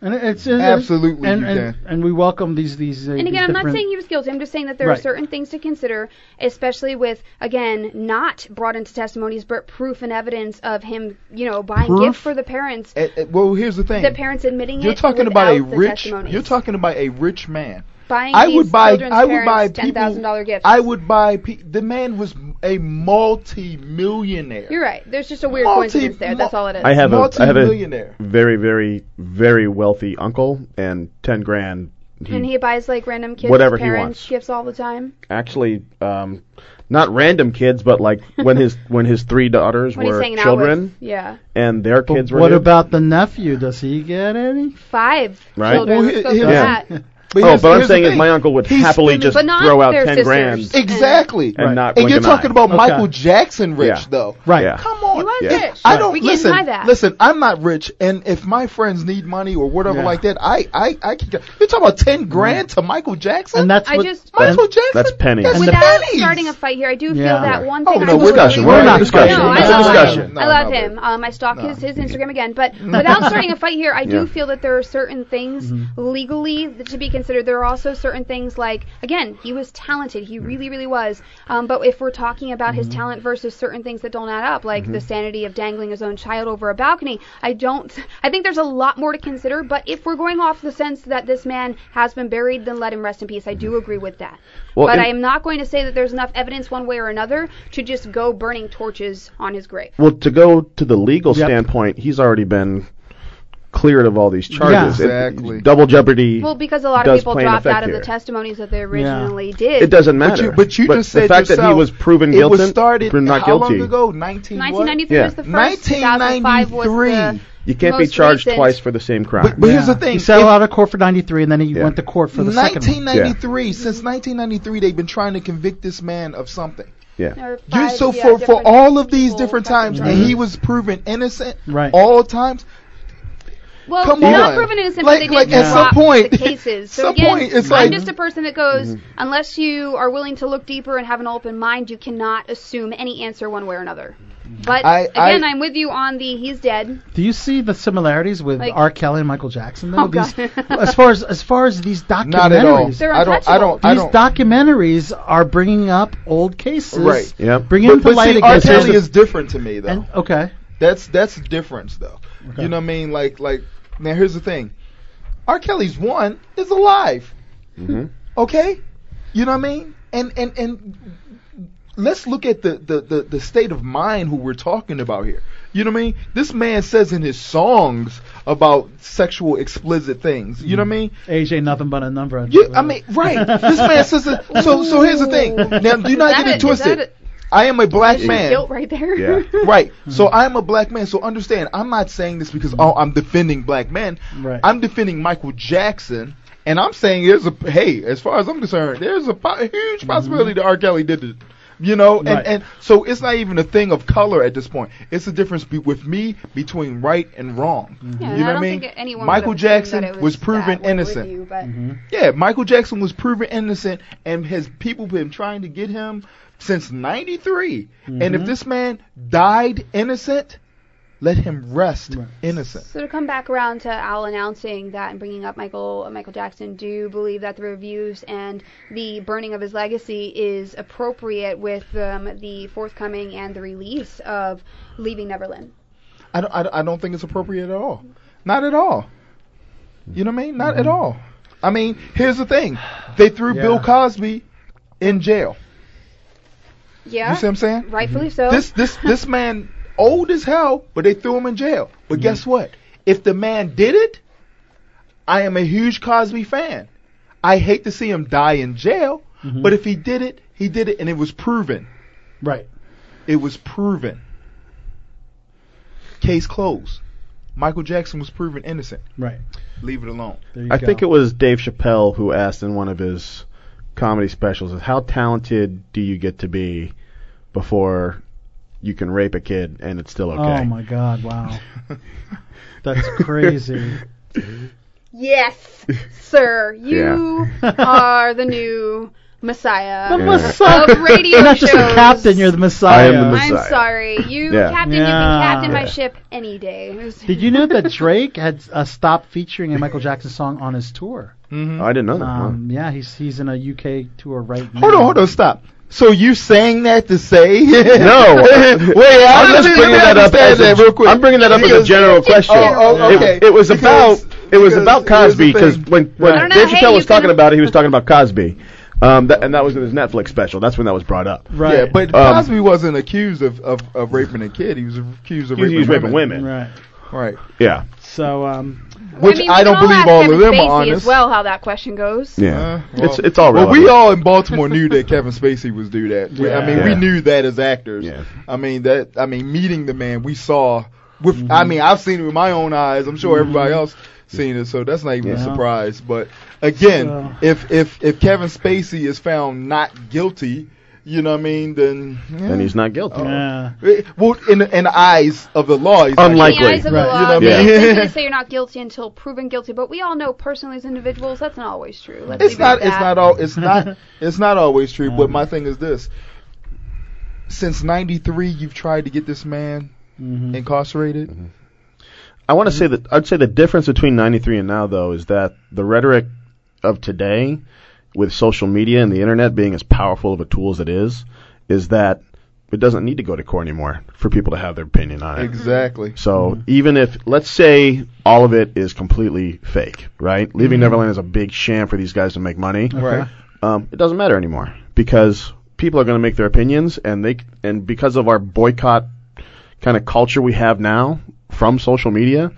Speaker 6: And it's
Speaker 7: Absolutely
Speaker 6: and,
Speaker 7: you
Speaker 6: and, and we welcome these these. uh,
Speaker 3: And again, I'm not
Speaker 6: different-
Speaker 3: saying he was guilty. I'm just saying that there are
Speaker 6: Right.
Speaker 3: certain things to consider, especially with again not brought into testimonies, but proof and evidence of him, you know, buying
Speaker 7: Proof?
Speaker 3: gifts for the parents,
Speaker 7: Eh, eh, well, here's the thing.
Speaker 3: the parents admitting
Speaker 7: you're
Speaker 3: it
Speaker 7: talking about a
Speaker 3: without the
Speaker 7: rich.
Speaker 3: testimonies.
Speaker 7: You're talking about a rich man.
Speaker 3: buying
Speaker 7: I
Speaker 3: these
Speaker 7: would buy.
Speaker 3: children's
Speaker 7: I would buy
Speaker 3: parents ten
Speaker 7: people.
Speaker 3: thousand dollar gifts.
Speaker 7: I would buy. Pe- the man was a
Speaker 9: [laughs]
Speaker 7: multi-millionaire.
Speaker 3: You're right. There's just a weird
Speaker 7: Multi-
Speaker 3: coincidence there. That's all it is.
Speaker 9: I have a, I have a
Speaker 7: Multi-millionaire.
Speaker 9: very, very, very wealthy uncle and ten grand. He
Speaker 3: and he buys like random kids'
Speaker 9: Whatever he
Speaker 3: parents
Speaker 9: wants.
Speaker 3: gifts all the time.
Speaker 9: actually, um, not random kids, but like when
Speaker 3: [laughs]
Speaker 9: his when his three daughters
Speaker 3: When he's
Speaker 9: were
Speaker 3: hanging out with-
Speaker 9: children,
Speaker 3: yeah.
Speaker 9: and their
Speaker 6: But
Speaker 9: kids were.
Speaker 6: what
Speaker 9: his,
Speaker 6: about the nephew? Does he get any?
Speaker 3: Five
Speaker 9: Right.
Speaker 3: children.
Speaker 9: Well,
Speaker 3: Let's go
Speaker 9: he-
Speaker 3: for
Speaker 9: yeah.
Speaker 3: that.
Speaker 9: But oh,
Speaker 7: here's-
Speaker 9: but I'm
Speaker 7: here's the
Speaker 9: saying is
Speaker 7: thing.
Speaker 9: my uncle would happily just
Speaker 3: But not
Speaker 9: throw out
Speaker 3: their
Speaker 9: ten
Speaker 3: sisters.
Speaker 9: grand.
Speaker 7: Exactly.
Speaker 9: And not
Speaker 7: And
Speaker 9: wink
Speaker 7: you're
Speaker 9: an
Speaker 7: talking
Speaker 9: eye.
Speaker 7: about
Speaker 9: Okay.
Speaker 7: Michael Jackson rich
Speaker 9: Yeah.
Speaker 7: though.
Speaker 9: Right. Yeah.
Speaker 7: Come on.
Speaker 3: He was
Speaker 7: If-
Speaker 3: rich.
Speaker 7: I don't
Speaker 3: We can't
Speaker 7: listen.
Speaker 3: deny that.
Speaker 7: Listen, I'm not rich, and if my friends need money or whatever
Speaker 6: Yeah.
Speaker 7: like that, I I I can. You're talking about ten grand to Michael Jackson. And
Speaker 6: that's
Speaker 3: I what- just-
Speaker 7: Michael Jackson.
Speaker 9: That's pennies.
Speaker 7: That's
Speaker 3: Without
Speaker 7: pennies.
Speaker 3: starting a fight here, I do feel
Speaker 9: Yeah.
Speaker 3: that one
Speaker 7: Oh,
Speaker 3: thing.
Speaker 7: no,
Speaker 3: I
Speaker 7: we're discussion. We're not discussion.
Speaker 3: No, I
Speaker 7: It's a
Speaker 3: love
Speaker 7: discussion.
Speaker 3: him.
Speaker 7: No,
Speaker 3: I love
Speaker 7: no,
Speaker 3: him. Um, I stalk his, his Instagram
Speaker 7: [laughs]
Speaker 3: again, but without starting a fight here, I do
Speaker 16: Yeah.
Speaker 3: feel that there are certain things
Speaker 16: Mhm.
Speaker 3: legally that should be considered. There are also certain things like again, he was talented. He really, really was. Um, but if we're talking about his talent versus certain things that don't add up, like
Speaker 16: Mhm.
Speaker 3: the sanity of dangling his own child over a balcony, I don't. I think there's a lot more to consider. But if we're going off the sense that this man has been buried, then let him rest in peace. I do agree with that
Speaker 16: Well,
Speaker 3: but
Speaker 16: and-
Speaker 3: I am not going to say that there's enough evidence one way or another to just go burning torches on his grave.
Speaker 9: Well, to go to the legal standpoint, he's already been cleared of all these charges.
Speaker 7: Yeah.
Speaker 9: It-
Speaker 7: Exactly.
Speaker 9: double jeousity.
Speaker 3: Well, because a lot of
Speaker 9: does
Speaker 3: people
Speaker 9: play an
Speaker 3: dropped
Speaker 9: effect
Speaker 3: out of
Speaker 9: here.
Speaker 3: the testimonies that they originally did.
Speaker 9: It doesn't matter.
Speaker 7: But you, but you just
Speaker 9: the
Speaker 7: said
Speaker 9: fact that he
Speaker 7: yourself,
Speaker 9: was proven
Speaker 7: it was
Speaker 9: guilty,
Speaker 7: started
Speaker 9: proven not
Speaker 7: how
Speaker 9: guilty.
Speaker 7: long ago? 19 what?
Speaker 3: 1993
Speaker 9: Yeah.
Speaker 3: was the first. 2005 was the
Speaker 7: 1993.
Speaker 9: you can't be
Speaker 3: most
Speaker 9: charged
Speaker 3: recent-
Speaker 9: twice for the same crime.
Speaker 7: But here's the
Speaker 6: He
Speaker 7: thing.
Speaker 6: settled
Speaker 7: if-
Speaker 6: out of court for 93, and then he went to court for the second one.
Speaker 7: 1993. Since 1993, they've been trying to convict this man of something.
Speaker 9: Yeah.
Speaker 7: You so for for all of these different times, and he was proven innocent
Speaker 6: Right.
Speaker 7: all times.
Speaker 3: Well,
Speaker 7: Come
Speaker 3: not
Speaker 7: on.
Speaker 3: proven innocent,
Speaker 7: Like-
Speaker 3: but they
Speaker 7: like,
Speaker 3: did
Speaker 7: at some
Speaker 3: drop
Speaker 7: point-
Speaker 3: the cases. So
Speaker 7: some
Speaker 3: again,
Speaker 7: point, it's
Speaker 3: I'm
Speaker 7: like-
Speaker 3: just a person that goes,
Speaker 9: Mhm.
Speaker 3: unless you are willing to look deeper and have an open mind, you cannot assume any answer one way or another. But
Speaker 6: I-
Speaker 3: again,
Speaker 6: I-
Speaker 3: I'm with you on the he's dead.
Speaker 6: Do you see the similarities with
Speaker 3: Like-
Speaker 6: R. Kelly and Michael Jackson? though?
Speaker 3: Oh,
Speaker 6: These-
Speaker 3: God.
Speaker 6: as far as as far as these documentaries,
Speaker 7: [laughs] Not at all. They're
Speaker 6: I don't. I don't.
Speaker 7: I
Speaker 6: These
Speaker 7: don't-
Speaker 6: documentaries are bringing up old cases.
Speaker 7: Right.
Speaker 6: Bringing
Speaker 7: but,
Speaker 6: them to
Speaker 7: but
Speaker 6: light
Speaker 7: see,
Speaker 6: again.
Speaker 7: R. Kelly is different to me though.
Speaker 6: okay.
Speaker 7: That's that's the difference though. You know what I mean? Like like now here's the thing. R. Kelly's one is alive.
Speaker 9: Mm-hmm.
Speaker 7: Okay? You know what I mean? And and and let's look at the the the, the state of mind who we're talking about here. You know what I mean? This man says in his songs about sexual explicit things. You know what I mean?
Speaker 6: Mm. Age ain't nothing but a number.
Speaker 7: You, I mean, right? This man says that- so. So here's the thing. Now, do
Speaker 6: [laughs]
Speaker 3: Is
Speaker 7: not
Speaker 3: that
Speaker 7: get
Speaker 3: a-
Speaker 7: it
Speaker 3: is
Speaker 7: twisted.
Speaker 3: that
Speaker 7: I am a black
Speaker 3: That's
Speaker 7: man.
Speaker 3: guilt right there. [laughs]
Speaker 7: right. So I'm a black man. So understand, I'm not saying this because oh, I'm defending black men.
Speaker 6: Right.
Speaker 7: I'm defending Michael Jackson, and I'm saying there's a hey, as far as I'm concerned, there's a po- huge possibility that R. Kelly did it. You know, and,
Speaker 6: Mm-hmm. Right.
Speaker 7: and so it's not even a thing of color at this point. It's the difference be- with me between right and wrong.
Speaker 6: Mm-hmm.
Speaker 3: Yeah,
Speaker 7: you know
Speaker 3: and I
Speaker 7: what I
Speaker 3: don't
Speaker 7: mean?
Speaker 3: think anyone
Speaker 7: Michael
Speaker 3: would have assumed
Speaker 7: Jackson
Speaker 3: that it
Speaker 7: was,
Speaker 3: was
Speaker 7: proven
Speaker 3: that way with
Speaker 7: innocent.
Speaker 3: you, but-
Speaker 7: Mm-hmm.
Speaker 6: Mm-hmm.
Speaker 7: Yeah, Michael Jackson was proven innocent, and his people been trying to get him since '93. And if
Speaker 6: Mhm.
Speaker 7: this man died innocent, Let him rest innocent.
Speaker 3: So to come back around to Al announcing that and bringing up Michael uh, Michael Jackson, do you believe that the reviews and the burning of his legacy is appropriate with um, the forthcoming and the release of Leaving Neverland?
Speaker 7: I don't, I don't- I don't think it's appropriate at all. Not at all. You know what I mean? Not at all. I mean, here's the thing. They threw Bill Cosby in jail.
Speaker 3: Yeah.
Speaker 7: You see what I'm saying?
Speaker 3: Rightfully so.
Speaker 7: This this this man old as hell, but they threw him in jail. But
Speaker 6: Mm-hmm.
Speaker 7: guess what? If the man did it, I am a huge Cosby fan. I hate to see him die in jail,
Speaker 6: Mm-hmm.
Speaker 7: but if he did it, he did it and it was proven.
Speaker 6: Right.
Speaker 7: It was proven. Case closed. Michael Jackson was proven innocent.
Speaker 6: Right.
Speaker 7: Leave it alone.
Speaker 9: I think it was Dave Chappelle who asked in one of his comedy specials, "How talented do you get to be before you can rape a kid and it's still
Speaker 7: Uh,
Speaker 9: okay?"
Speaker 6: Oh my God!
Speaker 7: [laughs]
Speaker 6: Wow. That's [laughs] crazy. [laughs]
Speaker 3: Yes, sir. You are the new messiah.
Speaker 6: The Messiah.
Speaker 3: Of radio
Speaker 6: You're not just the
Speaker 3: shows.
Speaker 6: captain. You're the Messiah.
Speaker 9: I am the
Speaker 3: I'm sorry. You,
Speaker 6: Yeah.
Speaker 3: Captain,
Speaker 6: Yeah.
Speaker 3: you can captain my
Speaker 6: Yeah.
Speaker 3: ship any day.
Speaker 6: Did you know that Drake had uh, stopped featuring a Michael Jackson song on his tour?
Speaker 7: Mm-hmm.
Speaker 9: Oh, I didn't know that.
Speaker 6: Um, yeah, he's he's in a UK tour right now.
Speaker 7: Hold on, hold on, stop. So you saying that to
Speaker 9: [laughs]
Speaker 7: say? no. [laughs] Wait,
Speaker 9: I'm
Speaker 7: I
Speaker 9: just
Speaker 7: don't
Speaker 9: bringing that
Speaker 7: understand
Speaker 9: up as a-
Speaker 7: that real quick.
Speaker 9: I'm bringing that up as a
Speaker 7: Because-
Speaker 9: general question.
Speaker 7: Oh, oh,
Speaker 9: It-
Speaker 7: okay.
Speaker 9: It, was
Speaker 7: Because-
Speaker 9: about it was about Cosby because when when
Speaker 7: I don't know,
Speaker 9: Dave
Speaker 7: hey,
Speaker 9: Chappelle
Speaker 7: you
Speaker 9: was talking about it, he was talking about Cosby, um, that, and that was in his Netflix special. That's when that was brought up.
Speaker 7: Right. Yeah, but
Speaker 9: Um,
Speaker 7: Cosby wasn't accused of, of, of raping a kid. He was accused of
Speaker 9: He was
Speaker 7: raping,
Speaker 9: raping women.
Speaker 6: Right.
Speaker 7: Right.
Speaker 9: Yeah.
Speaker 6: So, um,
Speaker 7: which I,
Speaker 3: mean, we
Speaker 7: don't
Speaker 3: can
Speaker 7: believe
Speaker 3: ask
Speaker 7: all
Speaker 3: Kevin
Speaker 7: of them
Speaker 3: Spacey
Speaker 7: are honest.
Speaker 3: As well, how that question goes.
Speaker 9: Yeah.
Speaker 7: well,
Speaker 9: It's- it's all
Speaker 7: well, we
Speaker 9: relevant.
Speaker 7: all in Baltimore knew that Kevin Spacey was do that. We- I
Speaker 9: Yeah.
Speaker 7: mean,
Speaker 9: Yeah.
Speaker 7: we knew that as actors. I mean that. I mean, meeting the man, we saw. With
Speaker 9: Mm-hmm.
Speaker 7: I mean, I've seen it with my own eyes. I'm sure everybody else seen it, so that's not even a
Speaker 9: Yeah.
Speaker 7: surprise. But again,
Speaker 9: So-
Speaker 7: if if if Kevin Spacey is found not guilty, you know what I mean, then yeah.
Speaker 9: Then he's not guilty.
Speaker 7: Oh.
Speaker 6: Yeah.
Speaker 7: Eh, Well, in the, in the eyes of the law, he's not
Speaker 9: Unlikely.
Speaker 7: guilty.
Speaker 9: In the eyes of the Right. law,
Speaker 7: You know what I
Speaker 9: yeah.
Speaker 7: mean? [laughs]
Speaker 3: They [laughs] say you're not guilty until proven guilty, but we all know personally as individuals that's not always true. Let's
Speaker 7: it's
Speaker 3: leave it at
Speaker 7: not. It's
Speaker 3: that.
Speaker 7: not all. It's
Speaker 3: [laughs]
Speaker 7: not. It's not always true. But
Speaker 9: Mm-hmm.
Speaker 7: my thing is this: since '93, you've tried to get this man
Speaker 3: Mm-hmm.
Speaker 7: incarcerated.
Speaker 9: Mm-hmm. I want to say that I'd say the difference between 93 and now though is that the rhetoric of today with social media and the internet being as powerful of a tool as it is is that it doesn't need to go to court anymore for people to have their opinion on it.
Speaker 7: Exactly.
Speaker 9: So even if let's say all of it is completely fake, right? Leaving
Speaker 7: Mhm.
Speaker 9: Neverland is a big sham for these guys to make money.
Speaker 7: Right.
Speaker 9: Um, it doesn't matter anymore because people are going to make their opinions, and they and because of our boycott kind of culture we have now from social media,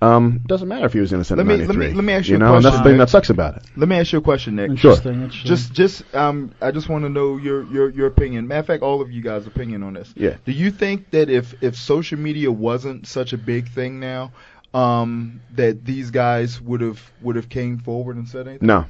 Speaker 9: um, it doesn't matter if he was innocent.
Speaker 7: Let
Speaker 9: in
Speaker 7: me- let
Speaker 9: 93,
Speaker 7: me- let me ask you a
Speaker 9: know, and that's the
Speaker 7: question,
Speaker 9: thing
Speaker 7: Nick.
Speaker 9: that sucks about it.
Speaker 7: Let me ask you a question, Nick.
Speaker 9: Sure. Interesting,
Speaker 6: interesting.
Speaker 7: Just, just, um, I just want to know your, your, your opinion. Matter of fact, all of you guys' opinion on this.
Speaker 9: Yeah.
Speaker 7: Do you think that if, if social media wasn't such a big thing now, um, that these guys would have, would have came forward and said anything?
Speaker 9: No,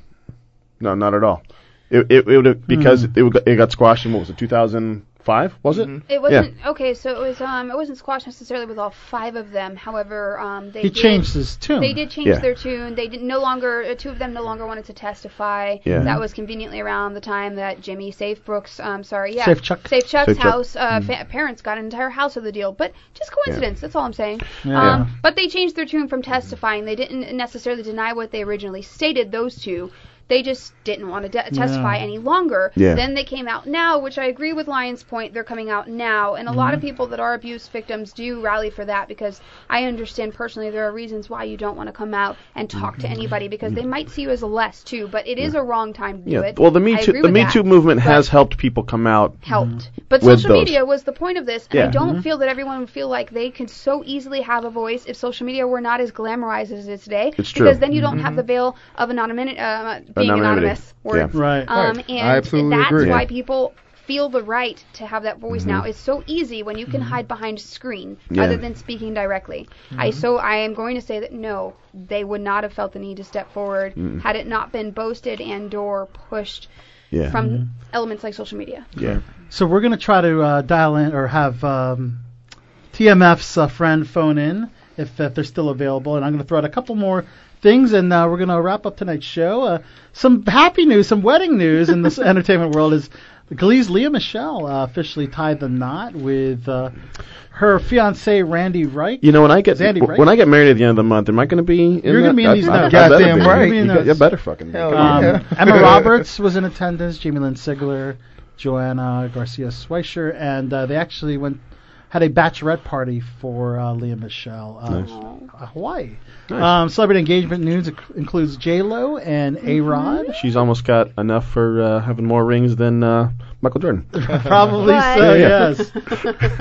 Speaker 9: no, not at all. It it, it would because
Speaker 7: Hmm.
Speaker 9: it would, it got squashed in what was it 2005 was it?
Speaker 7: Mm-hmm.
Speaker 3: It
Speaker 9: Yeah.
Speaker 3: wasn't okay. So it was um it wasn't squash necessarily with all five of them. However, um they
Speaker 6: He
Speaker 3: did,
Speaker 6: changed his tune.
Speaker 3: They did change
Speaker 6: Yeah.
Speaker 3: their tune. They did no longer uh, two of them no longer wanted to testify.
Speaker 6: Yeah.
Speaker 3: That was conveniently around the time that Jimmy Safe Brooks um sorry yeah
Speaker 6: Safechuck.
Speaker 3: Safe Chuck's
Speaker 6: Safechuck.
Speaker 3: house uh,
Speaker 6: Mhm.
Speaker 3: fa- parents got an entire house of the deal. But just coincidence. That's all I'm saying.
Speaker 6: Yeah.
Speaker 3: Um, but they changed their tune from testifying. They didn't necessarily deny what they originally stated. Those two. They just didn't want to de- testify
Speaker 16: Yeah.
Speaker 3: any longer.
Speaker 16: Yeah.
Speaker 3: Then they came out now, which I agree with Lion's point. They're coming out now, and a lot of
Speaker 9: Mm-hmm.
Speaker 3: people that are abuse victims do rally for that because I understand personally there are reasons why you don't want to come out and talk to anybody because they might see you as a less too. But it is a wrong time to do
Speaker 9: Mm-hmm. Yeah.
Speaker 3: it.
Speaker 9: Well, the Me
Speaker 3: I
Speaker 9: Too
Speaker 3: agree
Speaker 9: the
Speaker 3: with
Speaker 9: Me
Speaker 3: that.
Speaker 9: Too movement has helped people come out
Speaker 3: helped. But
Speaker 9: Mm-hmm. with
Speaker 3: social
Speaker 9: those.
Speaker 3: media was the point of this, and I
Speaker 9: Yeah.
Speaker 3: don't
Speaker 9: Mhm.
Speaker 3: feel that everyone would feel like they could so easily have a voice if social media were not as glamorized as it is today.
Speaker 9: It's true.
Speaker 3: because then you don't have
Speaker 9: Mhm.
Speaker 3: the veil of anonymity, uh, being
Speaker 9: Anonymity.
Speaker 3: anonymous.
Speaker 9: Yeah.
Speaker 3: Words.
Speaker 9: Right.
Speaker 3: Um,
Speaker 9: Right.
Speaker 3: And
Speaker 9: I absolutely
Speaker 3: that's
Speaker 9: agree.
Speaker 3: why
Speaker 9: Yeah. Mm-hmm.
Speaker 3: people feel the right to have that voice now. It's so easy when you can hide behind a screen
Speaker 9: Yeah. Mm-hmm.
Speaker 3: other than speaking directly. I
Speaker 16: Mhm.
Speaker 3: so I am going to say that no, they would not have felt the need to step forward
Speaker 9: Mm.
Speaker 3: had it not been boasted and or pushed
Speaker 9: Yeah. Mm-hmm.
Speaker 3: from elements like social media.
Speaker 9: Yeah.
Speaker 6: So we're gonna try to uh, dial in or have um, TMF's uh, friend phone in if, if they're still available, and I'm gonna throw out a couple more things, and uh, we're
Speaker 9: [laughs]
Speaker 6: gonna wrap up tonight's show. Uh, some happy news, some wedding news in this entertainment world is Glee's Leah Michelle uh, officially tied the knot with uh, her fiance Randy Reich.
Speaker 9: You know, when I get
Speaker 6: Zandy Reich.
Speaker 9: when I get married at the end of the month, am I going to be? In
Speaker 6: You're gonna
Speaker 9: going to
Speaker 6: be in these notes. Goddamn right. You're gonna be in
Speaker 9: You
Speaker 6: those.
Speaker 9: better fucking. be.
Speaker 6: Um,
Speaker 3: [laughs]
Speaker 6: Emma Roberts was in attendance, Jamie Lynn Sigler, Joanna Garcia Swisher, and uh, they actually went had a bachelorette party for uh, Leah Michelle, uh, uh, Hawaii.
Speaker 9: Nice.
Speaker 6: Um, celebrity engagement news inc- includes J Lo and A Rod.
Speaker 9: Mm-hmm. She's almost got enough for uh, having more rings than uh, Michael Jordan.
Speaker 6: [laughs] Probably
Speaker 9: Right.
Speaker 6: so,
Speaker 9: Yeah.
Speaker 6: yes.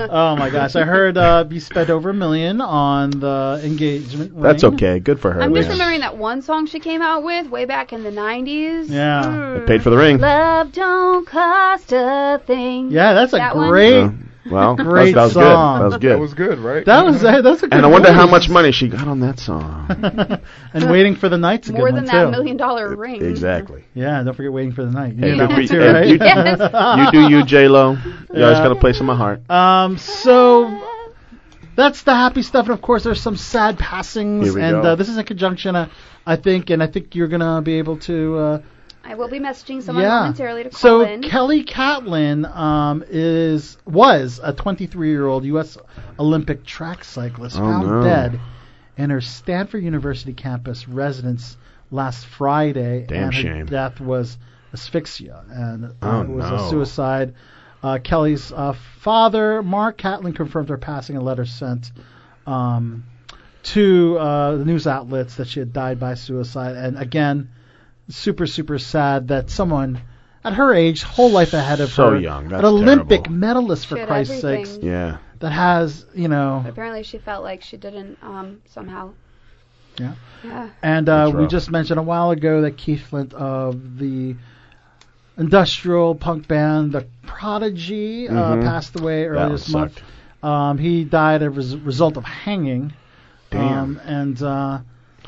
Speaker 9: [laughs]
Speaker 6: oh my gosh, I heard uh, be spent over a million on the engagement.
Speaker 9: That's
Speaker 6: ring.
Speaker 9: okay. Good for her.
Speaker 3: I'm
Speaker 9: at
Speaker 3: just
Speaker 9: least.
Speaker 3: remembering that one song she came out with way back in the 90s.
Speaker 6: Yeah.
Speaker 9: It paid for the ring.
Speaker 3: Love don't cost a thing.
Speaker 6: Yeah, that's a
Speaker 3: That one?
Speaker 6: great.
Speaker 9: Yeah.
Speaker 6: [laughs]
Speaker 9: Well, that was-
Speaker 6: Great
Speaker 9: that was good.
Speaker 6: song.
Speaker 9: That was good.
Speaker 7: That was good, right?
Speaker 6: That was that, that's a good.
Speaker 9: and I wonder how
Speaker 6: voice.
Speaker 9: much money she got on that song.
Speaker 6: [laughs] And waiting for the night's a
Speaker 3: More
Speaker 6: good
Speaker 3: than
Speaker 6: one
Speaker 3: that
Speaker 6: too.
Speaker 3: million dollar ring.
Speaker 9: E, Exactly.
Speaker 6: Yeah, don't forget waiting for the night. You
Speaker 9: Hey,
Speaker 6: know
Speaker 9: you
Speaker 6: that one
Speaker 9: pre-
Speaker 6: too,
Speaker 9: hey,
Speaker 6: right?
Speaker 3: [laughs]
Speaker 9: you- you do you, J Lo. You always
Speaker 6: Yeah.
Speaker 9: got a place in my heart.
Speaker 6: Um, so that's the happy stuff, and of course, there's some sad passings,
Speaker 9: Here we
Speaker 6: and
Speaker 9: go.
Speaker 6: Uh, this is in conjunction, uh, I think, and I think you're gonna be able to. Uh,
Speaker 3: I will be messaging someone
Speaker 6: yeah.
Speaker 3: momentarily to call
Speaker 6: so
Speaker 3: in.
Speaker 6: Kelly Catlin um, is was a 23 year old U.S. Olympic track cyclist
Speaker 9: Oh,
Speaker 6: found
Speaker 9: no.
Speaker 6: dead in her Stanford University campus residence last Friday,
Speaker 9: Damn
Speaker 6: and her
Speaker 9: shame.
Speaker 6: death was asphyxia, and uh,
Speaker 9: Oh,
Speaker 6: it was
Speaker 9: no.
Speaker 6: a suicide. Uh, Kelly's uh, father, Mark Catlin, confirmed her passing in a letter sent um, to uh, the news outlets that she had died by suicide. And again, super, super sad that someone at her age, whole life ahead of
Speaker 9: So
Speaker 6: her,
Speaker 9: young, that's
Speaker 6: an Olympic medalist for
Speaker 3: She had
Speaker 6: Christ's
Speaker 3: everything.
Speaker 6: sakes,
Speaker 9: Yeah.
Speaker 6: that has you know.
Speaker 3: But apparently she felt like she didn't um somehow.
Speaker 6: Yeah.
Speaker 3: Yeah.
Speaker 6: And uh,
Speaker 9: That's
Speaker 6: we
Speaker 9: rough.
Speaker 6: just mentioned a while ago that Keith Flint of the industrial punk band The Prodigy uh,
Speaker 9: Mhm.
Speaker 6: passed away
Speaker 9: That
Speaker 6: earlier
Speaker 9: one
Speaker 6: this month. Um, he died as a result of hanging.
Speaker 9: Damn.
Speaker 6: Um, and uh,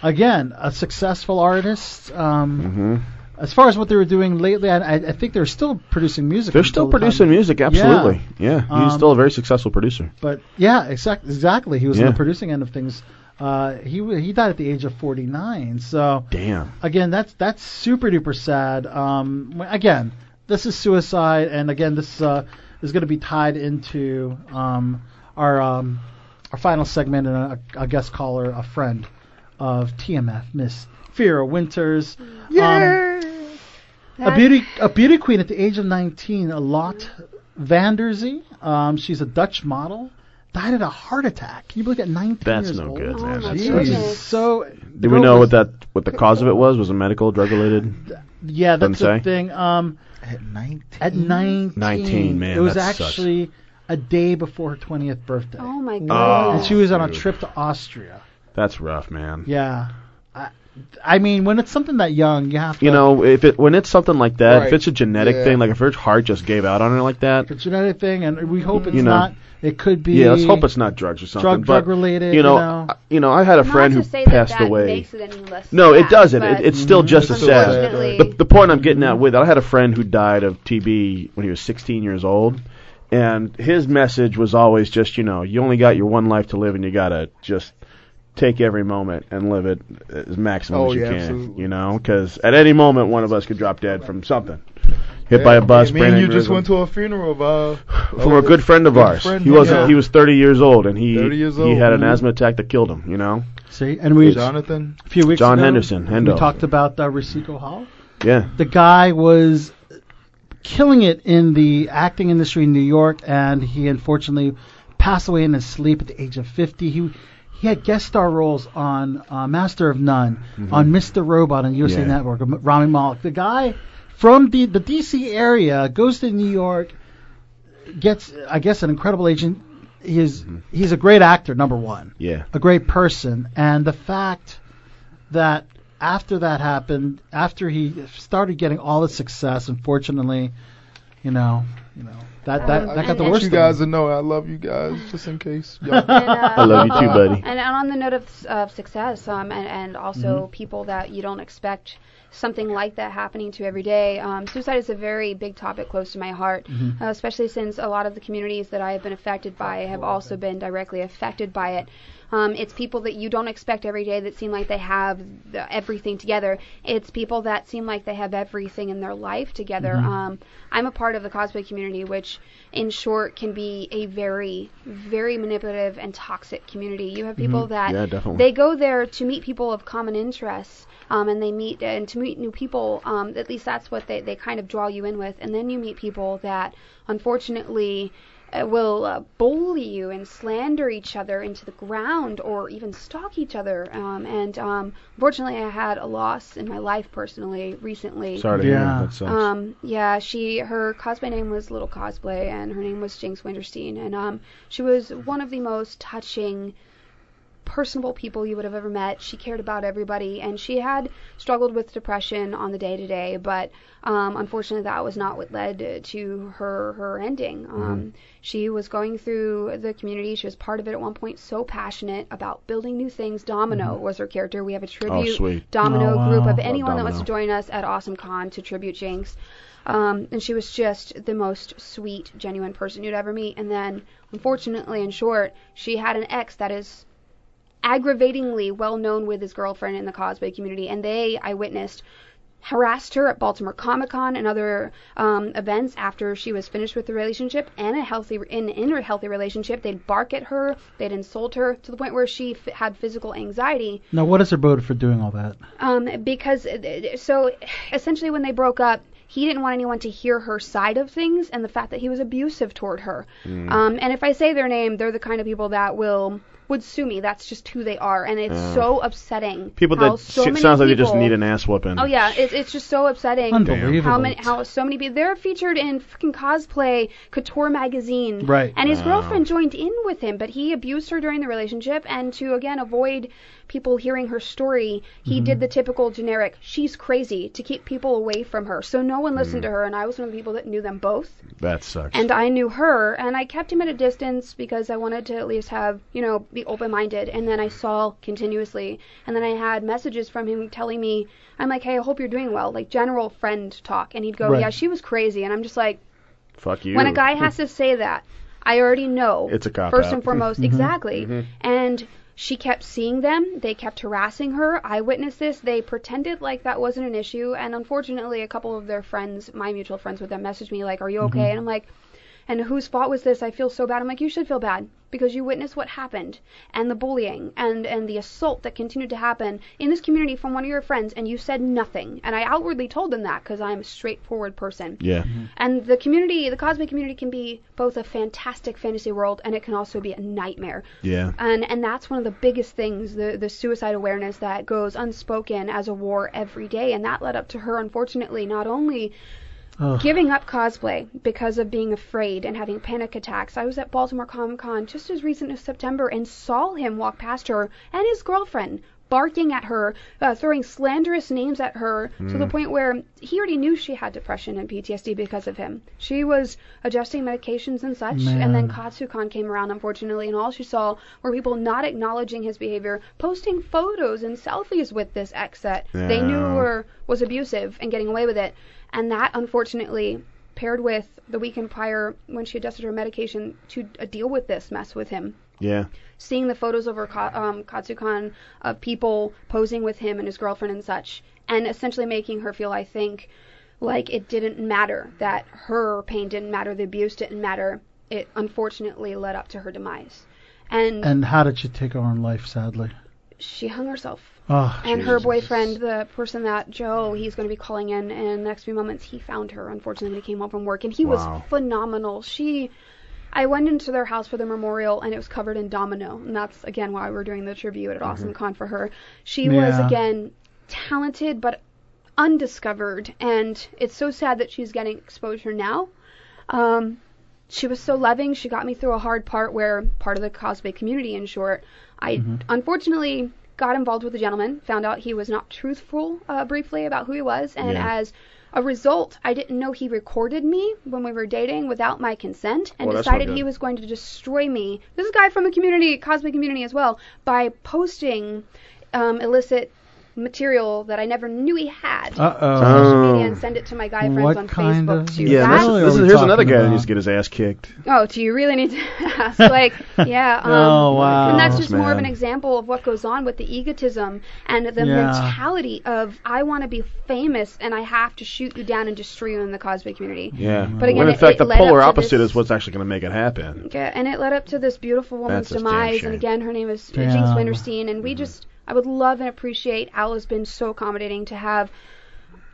Speaker 6: again, a successful artist. Um,
Speaker 9: Mm-hmm.
Speaker 6: As far as what they were doing lately, I, I I think they're still producing music.
Speaker 9: They're
Speaker 6: until
Speaker 9: still
Speaker 6: the time-
Speaker 9: producing music,
Speaker 6: Yeah.
Speaker 9: absolutely. Yeah, he's
Speaker 6: Um,
Speaker 9: still a very successful producer.
Speaker 6: But yeah, exact, exactly. He was in
Speaker 9: Yeah.
Speaker 6: the producing end of things. Uh, he wa- he died at the age of 49. So
Speaker 9: Damn.
Speaker 6: again, that's that's super duper sad. Um, w- again, this is suicide, and again, this uh, is going to be tied into um, our um, our final segment and a, a guest caller, a friend of TMF, Miss Fira Winters. Yeah. a beauty a beauty queen at the age of 19, a lot Vanderzee. Um, she's a Dutch model. Died of a heart attack. Can you believe at 19
Speaker 9: That's
Speaker 6: years
Speaker 9: no
Speaker 6: old?
Speaker 4: Oh,
Speaker 9: good, man. That's-
Speaker 6: Jeez.
Speaker 9: that's-
Speaker 6: So
Speaker 9: Do we know what that what the cause of it was? Was it medical, drug related?
Speaker 6: Yeah, that's
Speaker 9: Doesn't
Speaker 6: the
Speaker 9: say?
Speaker 6: thing. Um, at 19. At 19.
Speaker 9: 19, man,
Speaker 6: It was
Speaker 9: that sucks.
Speaker 6: actually a day before her 20th birthday.
Speaker 3: Oh my
Speaker 9: God.
Speaker 6: And she was on a
Speaker 9: dude.
Speaker 6: trip to Austria.
Speaker 9: That's rough, man.
Speaker 6: Yeah. I, I mean, when it's something that young, you have to.
Speaker 9: You know, if it when it's something like that, if
Speaker 6: Right.
Speaker 9: it's a genetic
Speaker 6: Yeah.
Speaker 9: thing, like if her heart just gave out on her like that,
Speaker 6: It's another thing, and we hope it's
Speaker 9: You know.
Speaker 6: not. It could be.
Speaker 9: yeah, let's hope it's not drugs or something.
Speaker 6: Drug-
Speaker 9: but,
Speaker 6: drug-related,
Speaker 9: You know,
Speaker 6: you know.
Speaker 9: I- you know, I had a
Speaker 6: Not
Speaker 9: friend
Speaker 6: to
Speaker 9: who
Speaker 6: say that
Speaker 9: passed
Speaker 6: that
Speaker 9: away.
Speaker 6: makes
Speaker 3: it any less
Speaker 9: no, it
Speaker 3: sad,
Speaker 9: doesn't.
Speaker 3: but-
Speaker 9: It, it's still
Speaker 3: Mhm.
Speaker 9: just as
Speaker 3: It's
Speaker 9: sad.
Speaker 3: unfortunately-
Speaker 9: The, the point I'm getting at with it, I had a friend who died of TB when he was 16 years old, and his message was always just, you know, you only got your one life to live, and you gotta just take every moment and live it as maximum
Speaker 7: Oh,
Speaker 9: as you
Speaker 7: yeah,
Speaker 9: can.
Speaker 7: absolutely.
Speaker 9: You know, because at any moment one of us could drop dead from something, hit
Speaker 7: Yeah,
Speaker 9: by a bus,
Speaker 7: I mean,
Speaker 9: brain
Speaker 7: you just
Speaker 9: aneurysm
Speaker 7: went to a funeral of
Speaker 9: [sighs]
Speaker 7: uh,
Speaker 9: from a good friend of
Speaker 7: good
Speaker 9: ours.
Speaker 7: friend,
Speaker 9: he wasn't.
Speaker 7: yeah.
Speaker 9: He was 30 years old, and he
Speaker 7: 30 years
Speaker 9: he
Speaker 7: old,
Speaker 9: had an
Speaker 7: mhm.
Speaker 9: asthma attack that killed him. You know.
Speaker 6: See, and we
Speaker 7: Jonathan?
Speaker 6: a few weeks
Speaker 9: John
Speaker 6: ago,
Speaker 9: Henderson, Hendo.
Speaker 6: We talked about uh, Rosico Hall.
Speaker 9: Yeah.
Speaker 6: The guy was killing it in the acting industry in New York, and he unfortunately passed away in his sleep at the age of 50. He he had guest star roles on uh, Master of None, on Mr. Robot on USA
Speaker 9: Yeah.
Speaker 6: Network, on Rami Malek. The guy from the the DC area goes to New York, gets I guess an incredible agent. He is he's a great actor, number one
Speaker 9: Yeah.
Speaker 6: a great person. And the fact that after that happened, after he started getting all the success, unfortunately, you know, you know that that,
Speaker 7: I,
Speaker 6: that got the
Speaker 7: want
Speaker 6: worst.
Speaker 7: you
Speaker 6: of
Speaker 7: guys
Speaker 6: him.
Speaker 7: to know I love you guys, just in
Speaker 3: [laughs]
Speaker 7: case. Y'all.
Speaker 3: I
Speaker 6: love you too, buddy.
Speaker 3: uh, And on the note of of success, um, and, and also
Speaker 6: Mm-hmm.
Speaker 3: people that you don't expect something like that happening to every day, um, suicide is a very big topic close to my heart,
Speaker 16: Mhm.
Speaker 6: Mm-hmm.
Speaker 3: uh, especially since a lot of the communities that I have been affected by have also been directly affected by it. Um, it's people that you don't expect every day that seem like they have the, everything together. It's people that seem like they have everything in their life together.
Speaker 9: Mm-hmm.
Speaker 16: Mhm.
Speaker 3: Um, I'm a part of the cosplay community, which in short can be a very, very manipulative and toxic community. You have people
Speaker 9: Mhm.
Speaker 3: that
Speaker 9: Yeah, definitely.
Speaker 3: they go there to meet people of common interests. Um, and they meet and to meet new people. Um, at least that's what they, they kind of draw you in with. And then you meet people that unfortunately uh, will uh, bully you and slander each other into the ground or even stalk each other. Um, and um, fortunately, I had a loss in my life personally recently.
Speaker 9: Sorry to hear that. Yeah. That sucks.
Speaker 3: Um, yeah, she her cosplay name was Little Cosplay, and her name was Jinx Winterstein, and um, she was one of the most touching personable people you would have ever met. She cared about everybody, and she had struggled with depression on the day to day, but um, unfortunately, that was not what led uh, to her her ending. Um, She was going through the community. She was part of it at one point, so passionate about building new things. Domino was her character. We have a tribute
Speaker 16: sweet.
Speaker 3: Domino
Speaker 16: Oh, wow.
Speaker 3: group of
Speaker 16: Love
Speaker 3: anyone that wants to
Speaker 16: Domino.
Speaker 3: join us at Awesome Con to tribute Jinx. Um, and she was just the most sweet, genuine person you'd ever meet. And then, unfortunately, in short, she had an ex that is aggravatingly well known with his girlfriend in the cosplay community, and they, I witnessed, harassed her at Baltimore Comic Con and other um, events after she was finished with the relationship and a healthy in in a healthy relationship. They'd bark at her, they'd insult her to the point where she f- had physical anxiety
Speaker 6: Now, what is her motive for doing all that?
Speaker 3: um, because so essentially when they broke up, he didn't want anyone to hear her side of things and the fact that he was abusive toward her.
Speaker 16: Mm.
Speaker 3: Um, and if I say their name, they're the kind of people that will would sue me. That's just who they are, and it's
Speaker 9: Yeah.
Speaker 3: so upsetting.
Speaker 9: People
Speaker 3: how
Speaker 9: that
Speaker 3: so
Speaker 9: it
Speaker 3: many
Speaker 9: sounds like they just
Speaker 3: people-
Speaker 9: need an ass whooping.
Speaker 3: Oh yeah, it's it's just so upsetting.
Speaker 9: Unbelievable.
Speaker 3: How many how so many people they're featured in freaking cosplay couture magazine.
Speaker 9: Right.
Speaker 3: And his
Speaker 9: Wow.
Speaker 3: girlfriend joined in with him, but he abused her during the relationship and to again avoid people hearing her story, he
Speaker 9: Mm-hmm.
Speaker 16: Mhm.
Speaker 3: did the typical generic she's crazy to keep people away from her. So no one
Speaker 9: Mm.
Speaker 3: listened to her and I was one of the people that knew them both.
Speaker 9: That sucks.
Speaker 3: And I knew her, and I kept him at a distance because I wanted to at least have, you know, be open minded. And then I saw continuously. And then I had messages from him telling me, I'm like, hey, I hope you're doing well. Like, general friend talk. And he'd go,
Speaker 9: Right.
Speaker 3: yeah, she was crazy. And I'm just like,
Speaker 9: Fuck you.
Speaker 3: when a guy has to say that, I already know.
Speaker 9: [laughs] It's a cop
Speaker 3: First
Speaker 9: out.
Speaker 3: and
Speaker 9: [laughs]
Speaker 3: foremost,
Speaker 6: Mm-hmm.
Speaker 9: Mhm.
Speaker 3: exactly.
Speaker 9: Mhm.
Speaker 3: And she kept seeing them. They kept harassing her. I witnessed this. They pretended like that wasn't an issue. And unfortunately, a couple of their friends, my mutual friends with them, messaged me like, "Are you okay?"
Speaker 9: Mm-hmm.
Speaker 16: Mhm.
Speaker 3: And I'm like. And whose fault was this? I feel so bad. I'm like, you should feel bad because you witnessed what happened and the bullying and, and the assault that continued to happen in this community from one of your friends, and you said nothing. And I outwardly told them that because I'm a straightforward person.
Speaker 9: Yeah.
Speaker 6: Mm-hmm.
Speaker 3: And the community, the cosmic community, can be both a fantastic fantasy world and it can also be a nightmare.
Speaker 9: Yeah.
Speaker 3: And and that's one of the biggest things, the the suicide awareness that goes unspoken as a war every day, and that led up to her, unfortunately, not only giving up cosplay because of being afraid and having panic attacks. I was at Baltimore Comic Con just as recent as September and saw him walk past her and his girlfriend barking at her, uh, throwing slanderous names at her to the
Speaker 16: Mm.
Speaker 3: point where he already knew she had depression and PTSD because of him. She was adjusting medications and such, and then
Speaker 16: Man.
Speaker 3: Katsukan came around, unfortunately, and all she saw were people not acknowledging his behavior, posting photos and selfies with this ex that they knew
Speaker 16: Yeah.
Speaker 3: were was abusive and getting away with it. And that, unfortunately, paired with the weekend prior when she adjusted her medication to uh, deal with this mess with him,
Speaker 9: Yeah.
Speaker 3: seeing the photos over Ka- um, Katsukan of people posing with him and his girlfriend and such, and essentially making her feel, I think, like it didn't matter that her pain didn't matter, the abuse didn't matter. It unfortunately led up to her demise, and,
Speaker 6: And how did she take her own life, sadly?
Speaker 3: she hung herself.
Speaker 6: Oh,
Speaker 3: and her boyfriend, the person that Joe, he's going to be calling in in the next few moments, he found her, unfortunately, when he came home from work. And he was
Speaker 16: Wow.
Speaker 3: phenomenal. She. I went into their house for the memorial, and it was covered in domino. And that's, again, why we're doing the tribute at Awesome Con for her. She was,
Speaker 16: Mm-hmm. Yeah.
Speaker 3: again, talented but undiscovered. And it's so sad that she's getting exposure now. Um, she was so loving. She got me through a hard part where part of the cosplay community, in short, I
Speaker 16: Mhm.
Speaker 3: unfortunately got involved with a gentleman, found out he was not truthful uh, briefly about who he was, and
Speaker 16: Yeah.
Speaker 3: as a result, I didn't know he recorded me when we were dating without my consent and
Speaker 16: Well, that's not
Speaker 3: decided he
Speaker 16: good.
Speaker 3: was going to destroy me. This is a guy from the community, cosmic community as well, by posting um, illicit material that I never knew he had.
Speaker 6: Uh
Speaker 3: Social media, and send it to my guy friends
Speaker 6: What
Speaker 3: on
Speaker 6: kind
Speaker 3: Facebook
Speaker 6: of-
Speaker 3: too.
Speaker 9: yeah,
Speaker 3: That-
Speaker 9: this,
Speaker 6: Really
Speaker 9: is- this
Speaker 6: are
Speaker 9: is
Speaker 6: we
Speaker 9: here's another
Speaker 6: talking
Speaker 9: guy that
Speaker 6: about?
Speaker 9: needs to get his ass kicked.
Speaker 3: Oh, do you really need to [laughs] ask? Like,
Speaker 6: [laughs]
Speaker 3: yeah. Um,
Speaker 9: Oh, wow.
Speaker 3: And that's
Speaker 9: Yes,
Speaker 3: just more of an
Speaker 9: man.
Speaker 3: example of what goes on with the egotism and the
Speaker 9: Yeah.
Speaker 3: mentality of I want to be famous and I have to shoot you down and destroy you in the cosplay community.
Speaker 9: Yeah.
Speaker 3: But again,
Speaker 9: when in
Speaker 3: it-
Speaker 9: fact,
Speaker 3: it
Speaker 9: the
Speaker 3: led
Speaker 9: polar
Speaker 3: up to this-
Speaker 9: opposite is what's actually going to make it
Speaker 6: Uh,
Speaker 9: happen.
Speaker 3: Okay, and it led up to this beautiful woman's
Speaker 9: That's a damn
Speaker 3: demise.
Speaker 9: shame. Mm-hmm.
Speaker 3: And again, her name is
Speaker 9: Damn.
Speaker 3: Jinx Winterstein, and we just I would love and appreciate Al has been so accommodating to have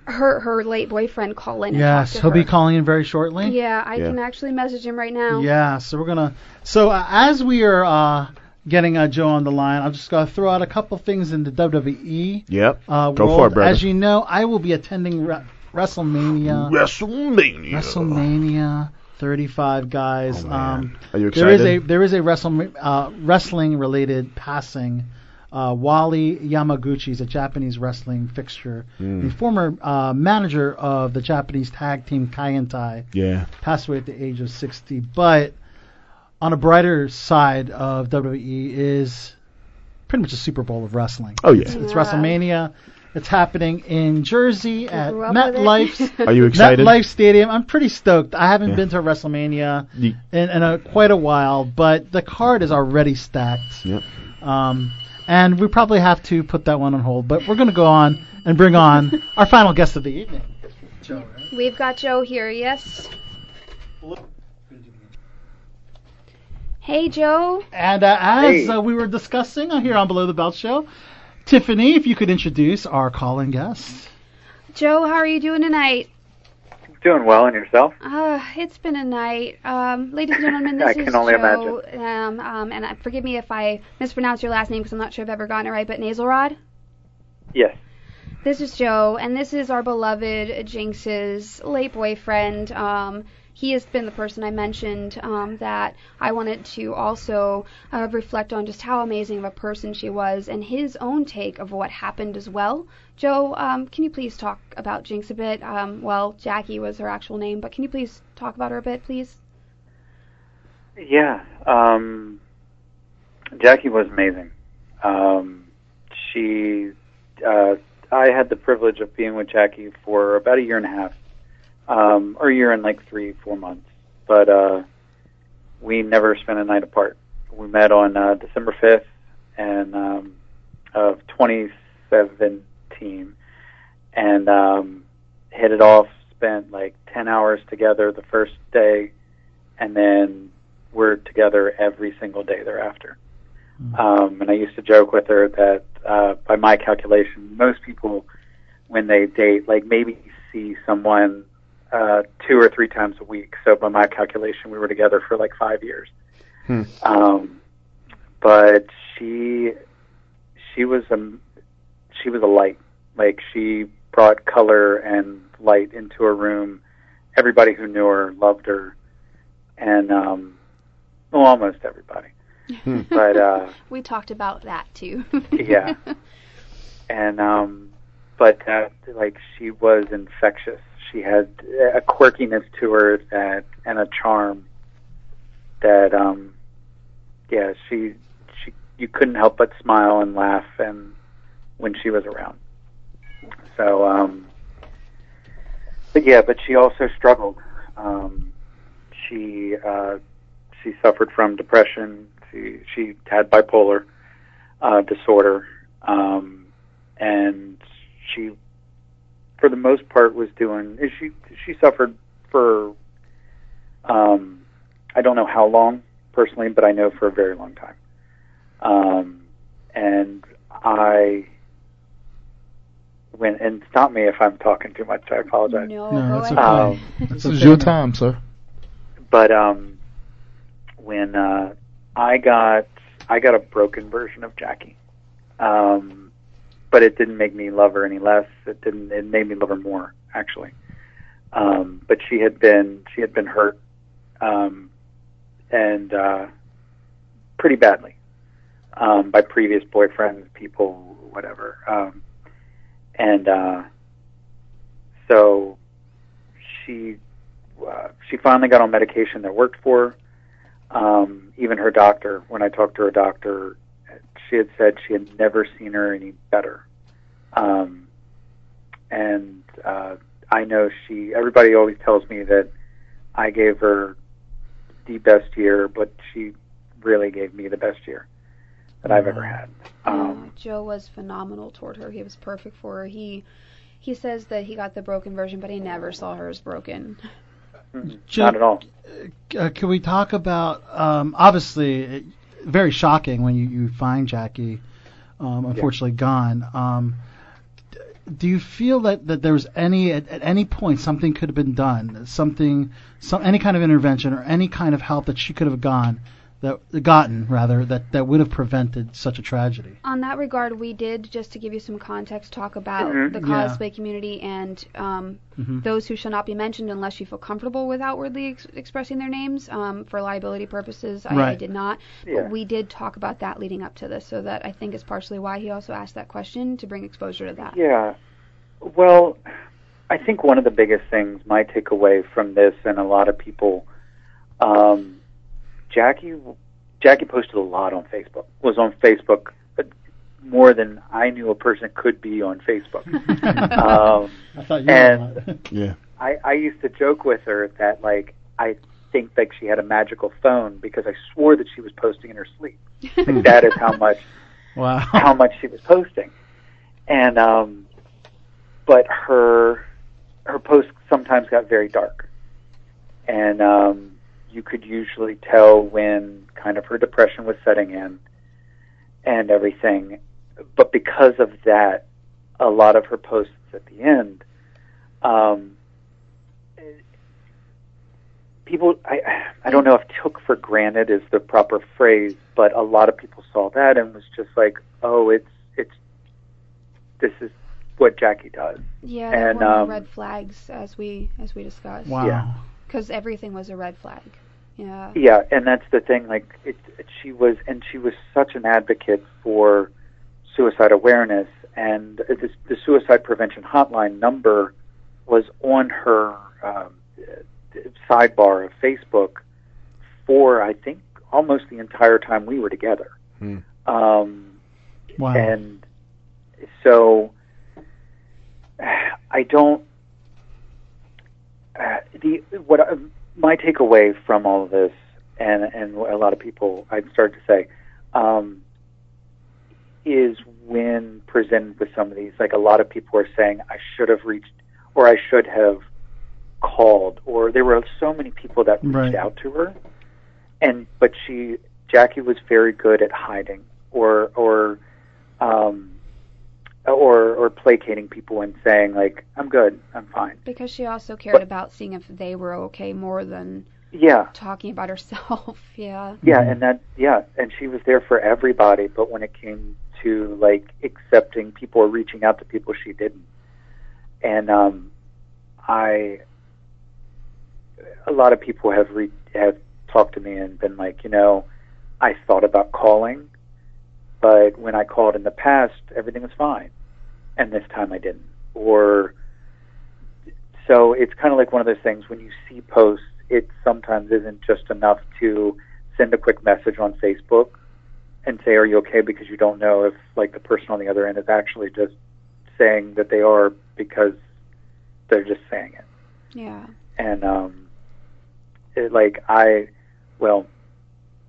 Speaker 3: her her late boyfriend call in.
Speaker 6: Yes, he'll
Speaker 3: and talk to
Speaker 6: be
Speaker 3: her.
Speaker 6: calling in very shortly.
Speaker 3: Yeah, I can actually message him right now.
Speaker 6: Yeah, so we're gonna. So uh, as we are uh, getting uh, Joe on the line, I'm just gonna throw out a couple things in the WWE.
Speaker 9: Yep.
Speaker 6: Uh,
Speaker 9: Go
Speaker 6: world.
Speaker 9: for it, brother.
Speaker 6: As you know, I will be attending Re- WrestleMania.
Speaker 9: WrestleMania. Oh,
Speaker 6: WrestleMania 35, guys. um,
Speaker 9: Are you
Speaker 6: there is a
Speaker 9: excited?
Speaker 6: there is a wrestle, uh, wrestling related passing. Uh, Wally Yamaguchi is a Japanese wrestling fixture,
Speaker 9: Hmm.
Speaker 6: [laughs] the former uh, manager of the Japanese tag team Kaientai
Speaker 9: Yeah.
Speaker 6: passed away at the age of 60. But on a brighter side of WWE is pretty much a Super Bowl of wrestling.
Speaker 9: Oh, yeah.
Speaker 6: It's, it's
Speaker 9: Yeah.
Speaker 6: WrestleMania. It's happening in Jersey at
Speaker 9: grew up with it.
Speaker 6: MetLife's
Speaker 9: [laughs] Are you excited?
Speaker 6: MetLife Stadium. I'm pretty stoked. I haven't
Speaker 9: Yeah.
Speaker 6: been to WrestleMania
Speaker 9: Ye-
Speaker 6: in, in a, quite a while, but the card is already stacked.
Speaker 9: Yep.
Speaker 6: Um, and we probably have to put that one on hold, but we're going to go on and bring on our final guest of the evening.
Speaker 3: We've got Joe here. Yes. Hey, Joe.
Speaker 6: And uh, as
Speaker 3: Hey.
Speaker 6: uh, we were discussing uh, here on Below the Belt Show, Tiffany, if you could introduce our call-in guest.
Speaker 3: Joe, how are you doing tonight?
Speaker 16: Doing well, and yourself?
Speaker 3: Uh, it's been a night. Um, ladies and gentlemen, this
Speaker 16: [laughs] I
Speaker 3: is
Speaker 16: can only
Speaker 3: Joe. Um, um, and uh, forgive me if I mispronounce your last name because I'm not sure I've ever gotten it right, but Nasalrod?
Speaker 16: Yes.
Speaker 3: This is Joe, and this is our beloved Jinx's late boyfriend. Um, he has been the person I mentioned um, that I wanted to also uh, reflect on just how amazing of a person she was and his own take of what happened as well. Joe, um, can you please talk about Jinx a bit? Um, well, Jackie was her actual name, but can you please talk about her a bit, please?
Speaker 16: Yeah. Um, Jackie was amazing. Um, she, uh, I had the privilege of being with Jackie for about a year and a half, um, or a year and like three, four months. But uh, we never spent a night apart. We met on uh, December fifth, and um, of 2017, and um, hit it off. Spent like 10 hours together the first day, and then we're together every single day thereafter. Um, and I used to joke with her that, uh, by my calculation, most people, when they date, like maybe see someone uh, two or three times a week. So by my calculation, we were together for like five years.
Speaker 9: Hmm.
Speaker 16: Um, but she, she was a, she was a light. Like she brought color and light into a room. Everybody who knew her loved her, and um, well, almost everybody. [laughs] But uh,
Speaker 3: we talked about that too. [laughs]
Speaker 16: yeah. And um but uh, like she was infectious. She had a quirkiness to her that and a charm that um yeah, she she you couldn't help but smile and laugh and when she was around. So um but yeah, but she also struggled. Um she uh she suffered from depression. She she had bipolar uh, disorder, um, and she, for the most part, was doing. She she suffered for, um, I don't know how long personally, but I know for a very long time. Um, and I went and stop me if I'm talking too much. I apologize.
Speaker 7: No, that's okay.
Speaker 16: Um,
Speaker 3: [laughs]
Speaker 7: this is your time, sir.
Speaker 16: but um, when uh, I got I got a broken version of Jackie, um, but it didn't make me love her any less. It didn't. It made me love her more actually. Um, but she had been she had been hurt, um, and uh, pretty badly um, by previous boyfriends, people, whatever. Um, and uh, so she uh, she finally got on medication that worked for her. Um, even her doctor, when I talked to her doctor, she had said she had never seen her any better. Um, and uh, I know she. Everybody always tells me that I gave her the best year, but she really gave me the best year that I've ever had. Um,
Speaker 3: Yeah, Joe was phenomenal toward her. He was perfect for her. He he says that he got the broken version, but he never saw hers broken.
Speaker 16: Not at all.
Speaker 6: Uh, can we talk about um, obviously it, very shocking when you, you find Jackie, um, unfortunately gone. Um, d- do you feel that, that there was any at, at any point something could have been done, something some any kind of intervention or any kind of help that she could have gone that gotten rather that, that would have prevented such a tragedy?
Speaker 3: On that regard, we did just to give you some context talk about
Speaker 16: Mm-hmm.
Speaker 6: Mhm.
Speaker 3: the
Speaker 6: Yeah.
Speaker 3: cosplay community and um,
Speaker 6: Mhm.
Speaker 3: those who shall not be mentioned unless you feel comfortable with outwardly ex- expressing their names um, for liability purposes. I, I
Speaker 6: Right.
Speaker 3: did not,
Speaker 6: Yeah.
Speaker 3: but we did talk about that leading up to this, so that I think is partially why he also asked that question to bring exposure to that.
Speaker 16: Yeah. Well, I think one of the biggest things my takeaway from this, and a lot of people, um, Jackie, Jackie posted a lot on Facebook. Was on Facebook but more than I knew a person could be on
Speaker 6: [laughs]
Speaker 16: Facebook. um,
Speaker 6: I thought
Speaker 16: you and
Speaker 9: Yeah.
Speaker 16: I, I used to joke with her that like I think like she had a magical phone because I swore that she was posting in her sleep. Like that is how much
Speaker 6: Wow.
Speaker 16: [laughs] how much she was posting. And um but her her posts sometimes got very dark. And um you could usually tell when kind of her depression was setting in and everything. But because of that, a lot of her posts at the end um people I I don't know if took for granted is the proper phrase, but a lot of people saw that and was just like, oh, it's it's this is what Jackie does.
Speaker 3: Yeah, there
Speaker 16: and
Speaker 3: were no
Speaker 16: um,
Speaker 3: red flags as we as we discussed.
Speaker 16: Wow. Yeah.
Speaker 3: Because everything was a red flag. Yeah.
Speaker 16: yeah, and that's the thing. Like it, it, she was, and she was such an advocate for suicide awareness, and the, the suicide prevention hotline number was on her um, uh, sidebar of Facebook for I think almost the entire time we were together.
Speaker 9: Hmm.
Speaker 16: Um,
Speaker 6: Wow.
Speaker 16: And so I don't. Uh, the what I, my takeaway from all of this, and and what a lot of people I'd start to say, um, is when presented with some of these, like a lot of people are saying, I should have reached, or I should have called, or there were so many people that reached
Speaker 6: Right.
Speaker 16: out to her, and but she Jackie was very good at hiding or or um, or or placating people and saying like I'm good, I'm fine.
Speaker 3: Because she also cared about seeing if they were okay more than
Speaker 16: Yeah,
Speaker 3: talking about herself. [laughs] yeah.
Speaker 16: yeah, and that yeah, and she was there for everybody. But when it came to like accepting people or reaching out to people, she didn't. And um, I, a lot of people have re- have talked to me and been like, you know, I thought about calling, but when I called in the past, everything was fine, and this time I didn't. Or so it's kind of like one of those things when you see posts, it sometimes isn't just enough to send a quick message on Facebook and say, "Are you okay?" Because you don't know if like the person on the other end is actually just saying that they are because they're just saying it.
Speaker 3: Yeah.
Speaker 16: And um, it, like I, well,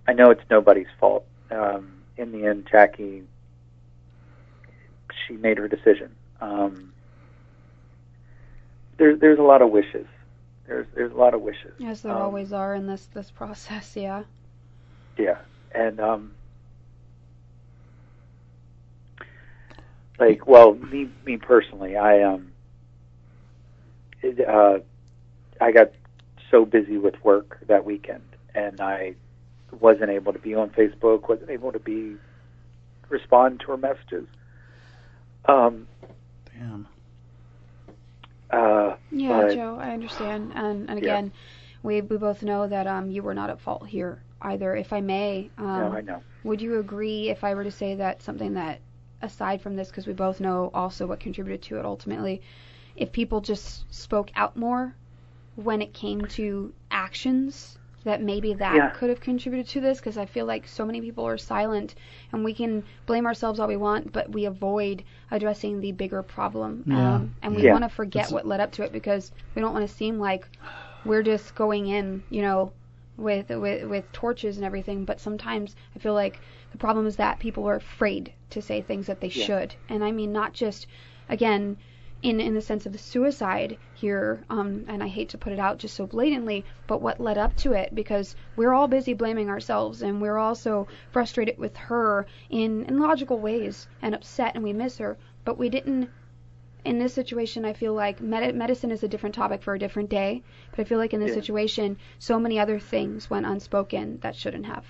Speaker 16: I know it's nobody's fault. Um, in the end, Jackie, she made her decision. Um, there's there's a lot of wishes. There's there's a lot of wishes.
Speaker 3: As there
Speaker 16: Um,
Speaker 3: always are in this this process, yeah.
Speaker 16: Yeah, and um, like, well, me me personally, I um, it, uh, I got so busy with work that weekend, and I wasn't able to be on Facebook, wasn't able to be respond to her messages. Um,
Speaker 6: Damn.
Speaker 16: Uh,
Speaker 3: Yeah,
Speaker 16: but-
Speaker 3: Joe, I understand. And and
Speaker 16: Yeah.
Speaker 3: again, we we both know that um you were not at fault here either. If I may, um,
Speaker 16: No, I know.
Speaker 3: would you agree if I were to say that something that aside from this, because we both know also what contributed to it ultimately, if people just spoke out more when it came to actions that maybe that
Speaker 10: Yeah.
Speaker 3: could have contributed to this because I feel like so many people are silent and we can blame ourselves all we want, but we avoid addressing the bigger problem.
Speaker 10: Yeah.
Speaker 3: Um, and we
Speaker 10: Yeah.
Speaker 3: want to forget
Speaker 10: That's-
Speaker 3: what led up to it because we don't want to seem like we're just going in, you know, with, with with torches and everything. But sometimes I feel like the problem is that people are afraid to say things that they
Speaker 10: Yeah.
Speaker 3: should. And I mean not just again in in the sense of the suicide here, um, and I hate to put it out just so blatantly, but what led up to it because we're all busy blaming ourselves and we're also frustrated with her in, in logical ways and upset and we miss her, but we didn't. In this situation, I feel like med- medicine is a different topic for a different day, but I feel like in this
Speaker 16: Yeah.
Speaker 3: situation, so many other things went unspoken that shouldn't have.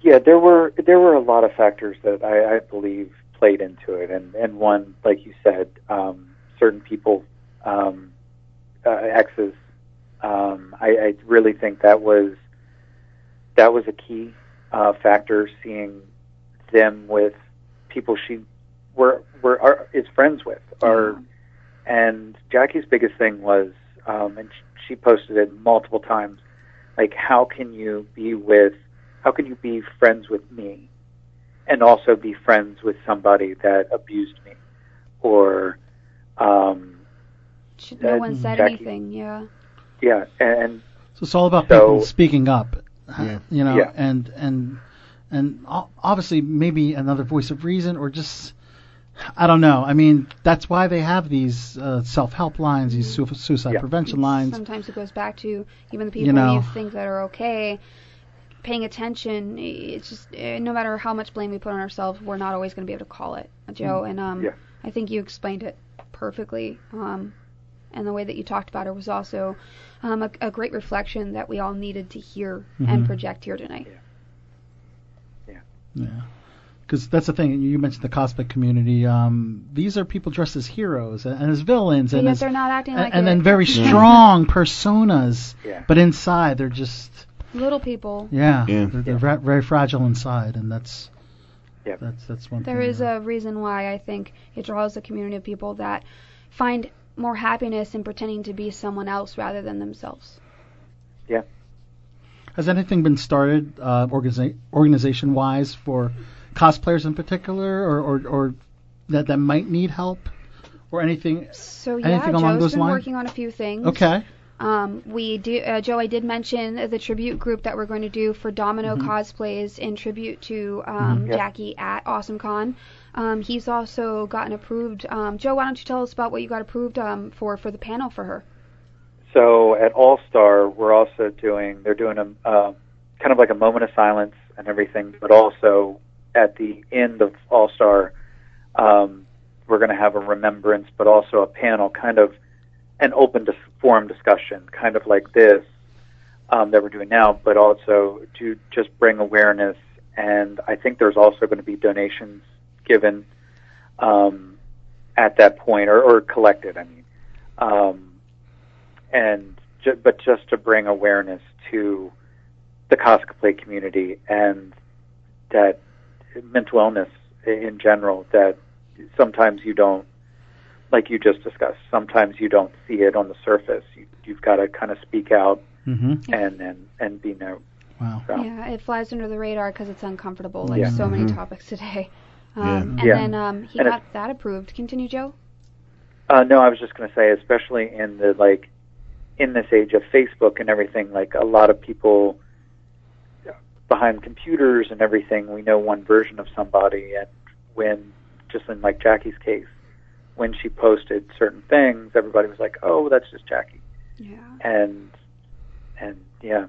Speaker 16: Yeah, there were there were a lot of factors that I, I believe played into it, and and one, like you said, um, certain people, um, uh, exes. Um, I, I really think that was that was a key uh, factor. Seeing them with people she were were are, is friends with, or and Jackie's biggest thing was, um, and sh- she posted it multiple times. Like, how can you be with how can you be friends with me and also be friends with somebody that abused me or um
Speaker 3: Should- No
Speaker 16: Uh,
Speaker 3: one said
Speaker 16: Jackie-
Speaker 3: anything, yeah.
Speaker 16: yeah and
Speaker 6: So it's all about
Speaker 16: So-
Speaker 6: people speaking up, you know,
Speaker 16: Yeah.
Speaker 6: and and and o- obviously maybe another voice of reason or just I don't know. I mean, that's why they have these uh, self-help lines, these
Speaker 16: Mm-hmm.
Speaker 6: su- suicide prevention lines.
Speaker 3: Sometimes it goes back to even the
Speaker 6: You
Speaker 3: people
Speaker 6: know.
Speaker 3: you think that are okay, paying attention. It's just eh, no matter how much blame we put on ourselves, we're not always going to be able to call it, Joe.
Speaker 6: Mm-hmm.
Speaker 10: Mm.
Speaker 3: And um,
Speaker 10: Yeah.
Speaker 3: I think you explained it perfectly. Um, and the way that you talked about it was also um, a, a great reflection that we all needed to hear and
Speaker 6: Mhm.
Speaker 3: project here tonight.
Speaker 6: Yeah. Because that's the thing. You mentioned the cosmic community. Um, these are people dressed as heroes and, and as villains,
Speaker 3: But
Speaker 6: and
Speaker 3: yet
Speaker 6: as,
Speaker 3: they're not acting
Speaker 6: and,
Speaker 3: like
Speaker 6: and
Speaker 3: it.
Speaker 6: then very strong personas.
Speaker 16: Yeah.
Speaker 6: But inside, they're just
Speaker 3: Little people.
Speaker 6: yeah,
Speaker 9: Yeah.
Speaker 6: they're, they're ra- very fragile inside, and that's that's that's one
Speaker 3: There
Speaker 6: thing.
Speaker 3: is a reason why I think it draws a community of people that find more happiness in pretending to be someone else rather than themselves.
Speaker 6: Has anything been started uh, organiza- organization wise for cosplayers in particular, or, or, or that that might need help, or anything?
Speaker 3: So yeah,
Speaker 6: Anything
Speaker 3: Joe's
Speaker 6: along those
Speaker 3: been
Speaker 6: lines?
Speaker 3: working on a few things.
Speaker 6: Okay.
Speaker 3: Um, we do, uh, Joe. I did mention the tribute group that we're going to do for Domino
Speaker 6: Mm-hmm.
Speaker 3: cosplays in tribute to um,
Speaker 10: Mhm. Yeah.
Speaker 3: Jackie at AwesomeCon. Um, he's also gotten approved. Um, Joe, why don't you tell us about what you got approved um, for for the panel for her?
Speaker 16: so at all star we're also doing they're doing a uh, kind of like a moment of silence and everything but also at the end of all star um, we're going to have a remembrance but also a panel kind of an open dis- forum discussion kind of like this um, that we're doing now but also to just bring awareness and i think there's also going to be donations given um, at that point or, or collected i mean um, and ju- but just to bring awareness to the cosplay community and that mental illness i- in general that sometimes you don't like you just discussed sometimes you don't see it on the surface you, you've got to kind of speak out
Speaker 6: Mm-hmm.
Speaker 16: and and and be known
Speaker 6: wow
Speaker 3: Yeah, it flies under the radar because it's uncomfortable, like
Speaker 16: Yeah.
Speaker 3: so many
Speaker 16: Mhm.
Speaker 3: topics [laughs] today.
Speaker 16: Yeah.
Speaker 3: Um, And
Speaker 16: Yeah.
Speaker 3: then um, he
Speaker 16: And it-
Speaker 3: got that approved. Continue, Joe.
Speaker 16: Uh, no, I was just going to say, especially in the like, in this age of Facebook and everything, like a lot of people behind computers and everything, we know one version of somebody. And when, just in like Jackie's case, when she posted certain things, everybody was like, "Oh, that's just Jackie."
Speaker 3: Yeah.
Speaker 16: And and yeah,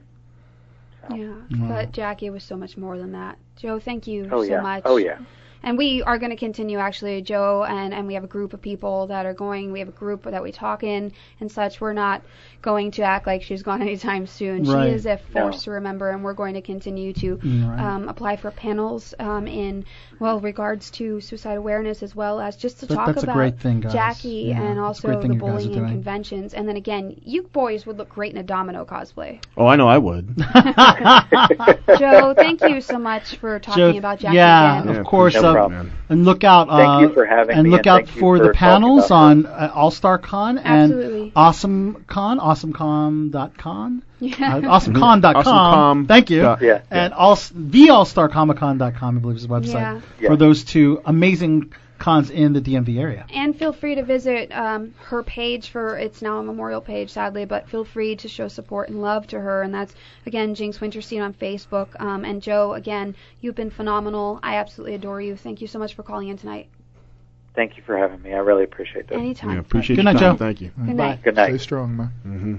Speaker 3: Yeah,
Speaker 6: Mm.
Speaker 3: but Jackie was so much more than that. Joe, thank you
Speaker 16: oh
Speaker 3: so
Speaker 16: yeah,
Speaker 3: much.
Speaker 16: oh yeah,
Speaker 3: And we are going to continue, actually, Joe, and, and we have a group of people that are going. We have a group that we talk in and such. We're not going to act like she's [laughs] gone anytime soon.
Speaker 10: Right.
Speaker 3: She is a
Speaker 10: No.
Speaker 3: force to remember, and we're going to continue to
Speaker 10: Right.
Speaker 3: um, apply for panels um, in, well, regards to suicide awareness as well as just to
Speaker 6: That-
Speaker 3: talk
Speaker 6: that's a
Speaker 3: about
Speaker 6: great thing, guys.
Speaker 3: Jackie
Speaker 6: Yeah,
Speaker 3: and
Speaker 6: it's a great
Speaker 3: also the
Speaker 6: thing you guys are
Speaker 3: bullying and
Speaker 6: doing.
Speaker 3: conventions. And then again, you boys would look great in a domino cosplay.
Speaker 9: Oh, I know
Speaker 3: [laughs]
Speaker 9: I would. [laughs]
Speaker 3: Joe, thank you so much for talking
Speaker 6: Joe-
Speaker 3: about Jackie
Speaker 6: yeah,
Speaker 3: again.
Speaker 6: of course. uh,
Speaker 16: problem.
Speaker 6: And look out.
Speaker 16: Thank
Speaker 6: uh,
Speaker 16: you for having
Speaker 6: And
Speaker 16: me,
Speaker 6: look
Speaker 16: and
Speaker 6: out
Speaker 16: thank you
Speaker 6: for,
Speaker 16: for
Speaker 6: the
Speaker 16: talking
Speaker 6: panels
Speaker 16: about
Speaker 6: on uh, All Star Con
Speaker 3: Absolutely.
Speaker 6: and Awesome Con, AwesomeCon.con,
Speaker 3: [laughs] Yeah.
Speaker 6: uh, AwesomeCon.com.
Speaker 9: Awesome.com.
Speaker 6: Thank you.
Speaker 9: Yeah, yeah.
Speaker 6: And all the AllStarComicCon.com, I believe, is the website
Speaker 3: Yeah.
Speaker 9: Yeah.
Speaker 6: for those two amazing cons in the DMV area.
Speaker 3: And feel free to visit um, her page for it's now a memorial page, sadly, but feel free to show support and love to her. And that's again Jinx Winterstein on Facebook. Um, and Joe, again, you've been phenomenal. I absolutely adore you. Thank you so much for calling in tonight.
Speaker 16: Thank you for having me. I really appreciate this.
Speaker 3: Anytime.
Speaker 9: Yeah, appreciate
Speaker 6: Good
Speaker 9: your
Speaker 6: night,
Speaker 9: time.
Speaker 6: Joe.
Speaker 9: Thank you.
Speaker 3: Good night.
Speaker 16: Good night.
Speaker 7: Stay strong, man.
Speaker 9: Mm-hmm.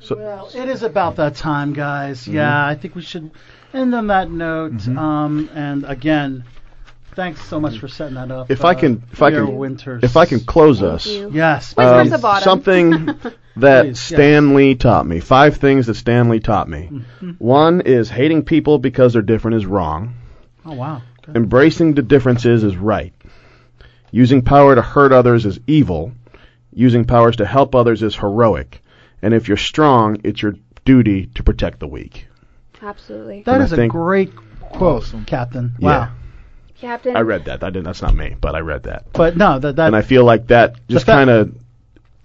Speaker 9: So, Mm-hmm.
Speaker 6: well, it is about that time, guys. Yeah, I think we should end on that note. Um, and again, thanks so much for setting that up.
Speaker 9: if I
Speaker 6: uh,
Speaker 9: can, if I
Speaker 6: Vera
Speaker 9: can,
Speaker 6: Winters.
Speaker 9: if I can close us,
Speaker 6: Yes,
Speaker 9: um,
Speaker 6: please.
Speaker 9: something that Stan Lee taught me. Five things that Stan Lee taught me.
Speaker 6: Mm-hmm.
Speaker 9: One is hating people because they're different is wrong.
Speaker 6: Oh wow.
Speaker 9: Embracing the differences is right. Using power to hurt others is evil. Using powers to help others is heroic. And if you're strong, it's your duty to protect the weak.
Speaker 3: Absolutely.
Speaker 6: That
Speaker 9: And I
Speaker 6: is a
Speaker 9: think-
Speaker 6: great quote, Captain.
Speaker 9: Yeah.
Speaker 6: Wow.
Speaker 3: Captain.
Speaker 9: I read that. I didn't. That's not me, but I read that.
Speaker 6: But no, that that
Speaker 9: and I feel like that just
Speaker 6: that-
Speaker 9: kind of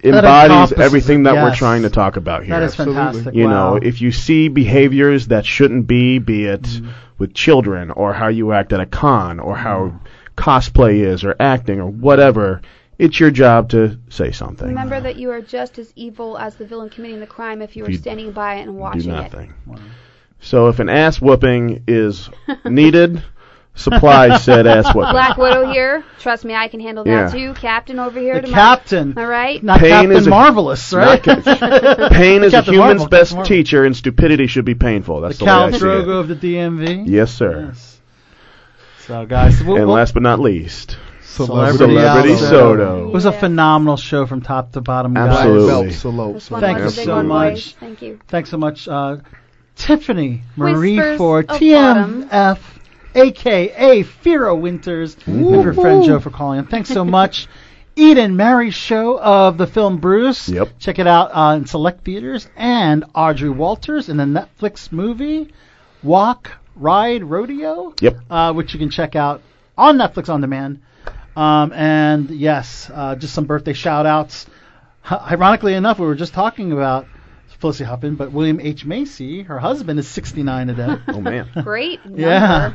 Speaker 6: that
Speaker 9: embodies
Speaker 6: encompasses
Speaker 9: everything
Speaker 6: it,
Speaker 9: that we're
Speaker 6: yes.
Speaker 9: trying to talk about here.
Speaker 6: That is Absolutely. fantastic,
Speaker 9: You
Speaker 6: wow.
Speaker 9: know, if you see behaviors that shouldn't be, be it with children or how you act at a con or how cosplay is or acting or whatever, it's your job to say something.
Speaker 3: Remember that you are just as evil as the villain committing the crime if you were
Speaker 9: you
Speaker 3: standing by it and watching
Speaker 9: do
Speaker 3: it.
Speaker 9: nothing. So if an ass whooping is needed, supply said ass whooping.
Speaker 3: Black Widow here. Trust me, I can handle that
Speaker 9: Yeah.
Speaker 3: too. Captain over here. to my-
Speaker 6: Captain.
Speaker 3: All right.
Speaker 6: Not
Speaker 9: Pain
Speaker 6: Captain
Speaker 9: is a- [laughs]
Speaker 6: Marvelous, right? [laughs]
Speaker 9: Pain is a
Speaker 6: Captain
Speaker 9: human's
Speaker 6: Marvel,
Speaker 9: best
Speaker 6: Captain Marvel.
Speaker 9: teacher, and stupidity should be painful. That's the, way
Speaker 6: Cal
Speaker 9: I see it.
Speaker 6: Drogo of the DMV.
Speaker 9: Yes, sir.
Speaker 6: So, guys, we'll-
Speaker 9: and
Speaker 6: we'll-
Speaker 9: last but not least,
Speaker 6: Celebrity,
Speaker 9: Celebrity
Speaker 6: Soto.
Speaker 9: Soto.
Speaker 6: It was a phenomenal show from top to bottom, guys.
Speaker 9: Absolutely.
Speaker 6: Thank you so much.
Speaker 3: Thank you.
Speaker 6: Thanks so much, uh, Tiffany Marie
Speaker 3: Whispers
Speaker 6: for
Speaker 3: of
Speaker 6: TMF, aka Fira Winters, and her friend
Speaker 3: Woohoo.
Speaker 6: Joe for calling. And thanks so much. Eden Mary's show of the film Bruce. Yep. Check it out uh, in select theaters. And Audrey Walters in the Netflix movie Walk, Ride, Rodeo.
Speaker 9: Yep.
Speaker 6: Uh, which you can check out on Netflix on demand. Um, and yes, uh, just some birthday shout outs. Ironically enough, we were just talking about Felicity Huffman, but William H. Macy, her husband, is 69 today.
Speaker 9: [laughs] Oh, man. Mm-hmm.
Speaker 3: Great.
Speaker 6: [laughs]
Speaker 3: Number.
Speaker 6: yeah.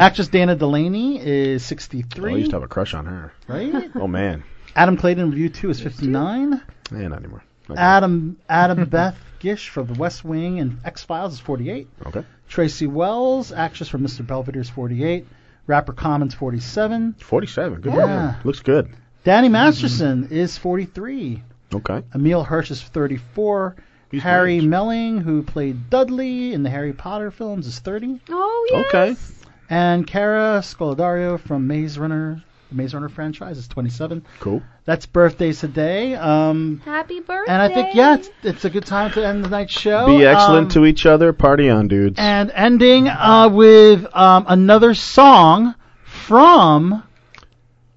Speaker 6: Actress Dana Delaney is 63.
Speaker 9: I used to have a crush on her.
Speaker 6: Right?
Speaker 9: Oh man,
Speaker 6: Adam Clayton Review 2 is 59.
Speaker 9: eh, not anymore. Not
Speaker 6: Adam Adam [laughs] Beth Gish from The West Wing and X Files is 48.
Speaker 9: Okay.
Speaker 6: Tracy Wells, actress from Mr. Belvedere, is 48. Rapper Commons 47.
Speaker 9: 47. Good
Speaker 6: Yeah.
Speaker 9: for her. Looks good.
Speaker 6: Danny Masterson is 43.
Speaker 9: Okay.
Speaker 6: Emil Hirsch is 34. Harry Melling, who played Dudley in the Harry Potter films, is 30.
Speaker 3: Oh yes.
Speaker 6: And Kara Scolodario from Maze Runner, the Maze Runner franchise, is 27.
Speaker 9: Cool.
Speaker 6: That's birthdays today. Um,
Speaker 3: Happy birthday.
Speaker 6: and I think yeah, it's, it's a good time to end the night show.
Speaker 9: Be excellent
Speaker 6: Um,
Speaker 9: to each other. Party on, dudes.
Speaker 6: and ending uh, with um, another song from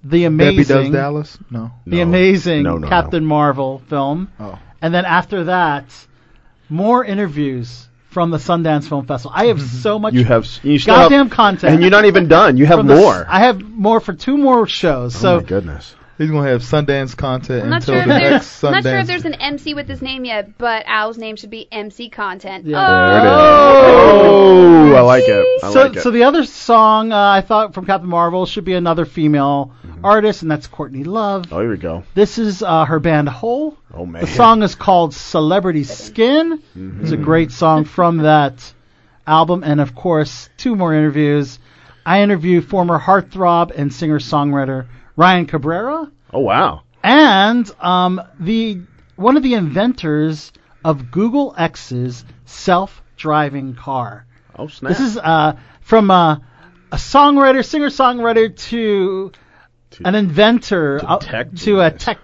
Speaker 6: the amazing
Speaker 7: Debbie Does Dallas? No.
Speaker 6: the amazing
Speaker 7: No, no, no.
Speaker 6: Captain Marvel film.
Speaker 7: Oh.
Speaker 6: And then after that, more interviews from the Sundance Film Festival. I have so much
Speaker 9: Mm-hmm. You have s- you still
Speaker 6: goddamn
Speaker 9: have,
Speaker 6: content.
Speaker 9: and you're not even done. You have
Speaker 6: from the s-
Speaker 9: more.
Speaker 6: I have more for two more shows. So
Speaker 9: oh my goodness.
Speaker 7: He's gonna have Sundance content
Speaker 3: I'm not
Speaker 7: until
Speaker 3: sure, if
Speaker 7: the next
Speaker 3: there's,
Speaker 7: Sundance.
Speaker 3: not sure if there's an MC with this name yet, but Al's name should be MC Content.
Speaker 9: There it is.
Speaker 6: Oh.
Speaker 9: Oh, I like it. I
Speaker 6: so,
Speaker 9: like it.
Speaker 6: so the other song uh, I thought from Captain Marvel should be another female
Speaker 9: Mm-hmm.
Speaker 6: artist, and that's Courtney Love.
Speaker 9: oh, here we go.
Speaker 6: This is uh, her band Hole.
Speaker 9: Oh man. Mm-hmm.
Speaker 6: The song is called Celebrity Skin. It's a great song from that album. And of course, two more interviews. I interview former heartthrob and singer songwriter Ryan Cabrera
Speaker 9: Oh wow.
Speaker 6: and um, the one of the inventors of Google X's self driving car.
Speaker 9: Oh snap.
Speaker 6: This is uh, from uh, a songwriter, singer songwriter to, an inventor, uh, to a tech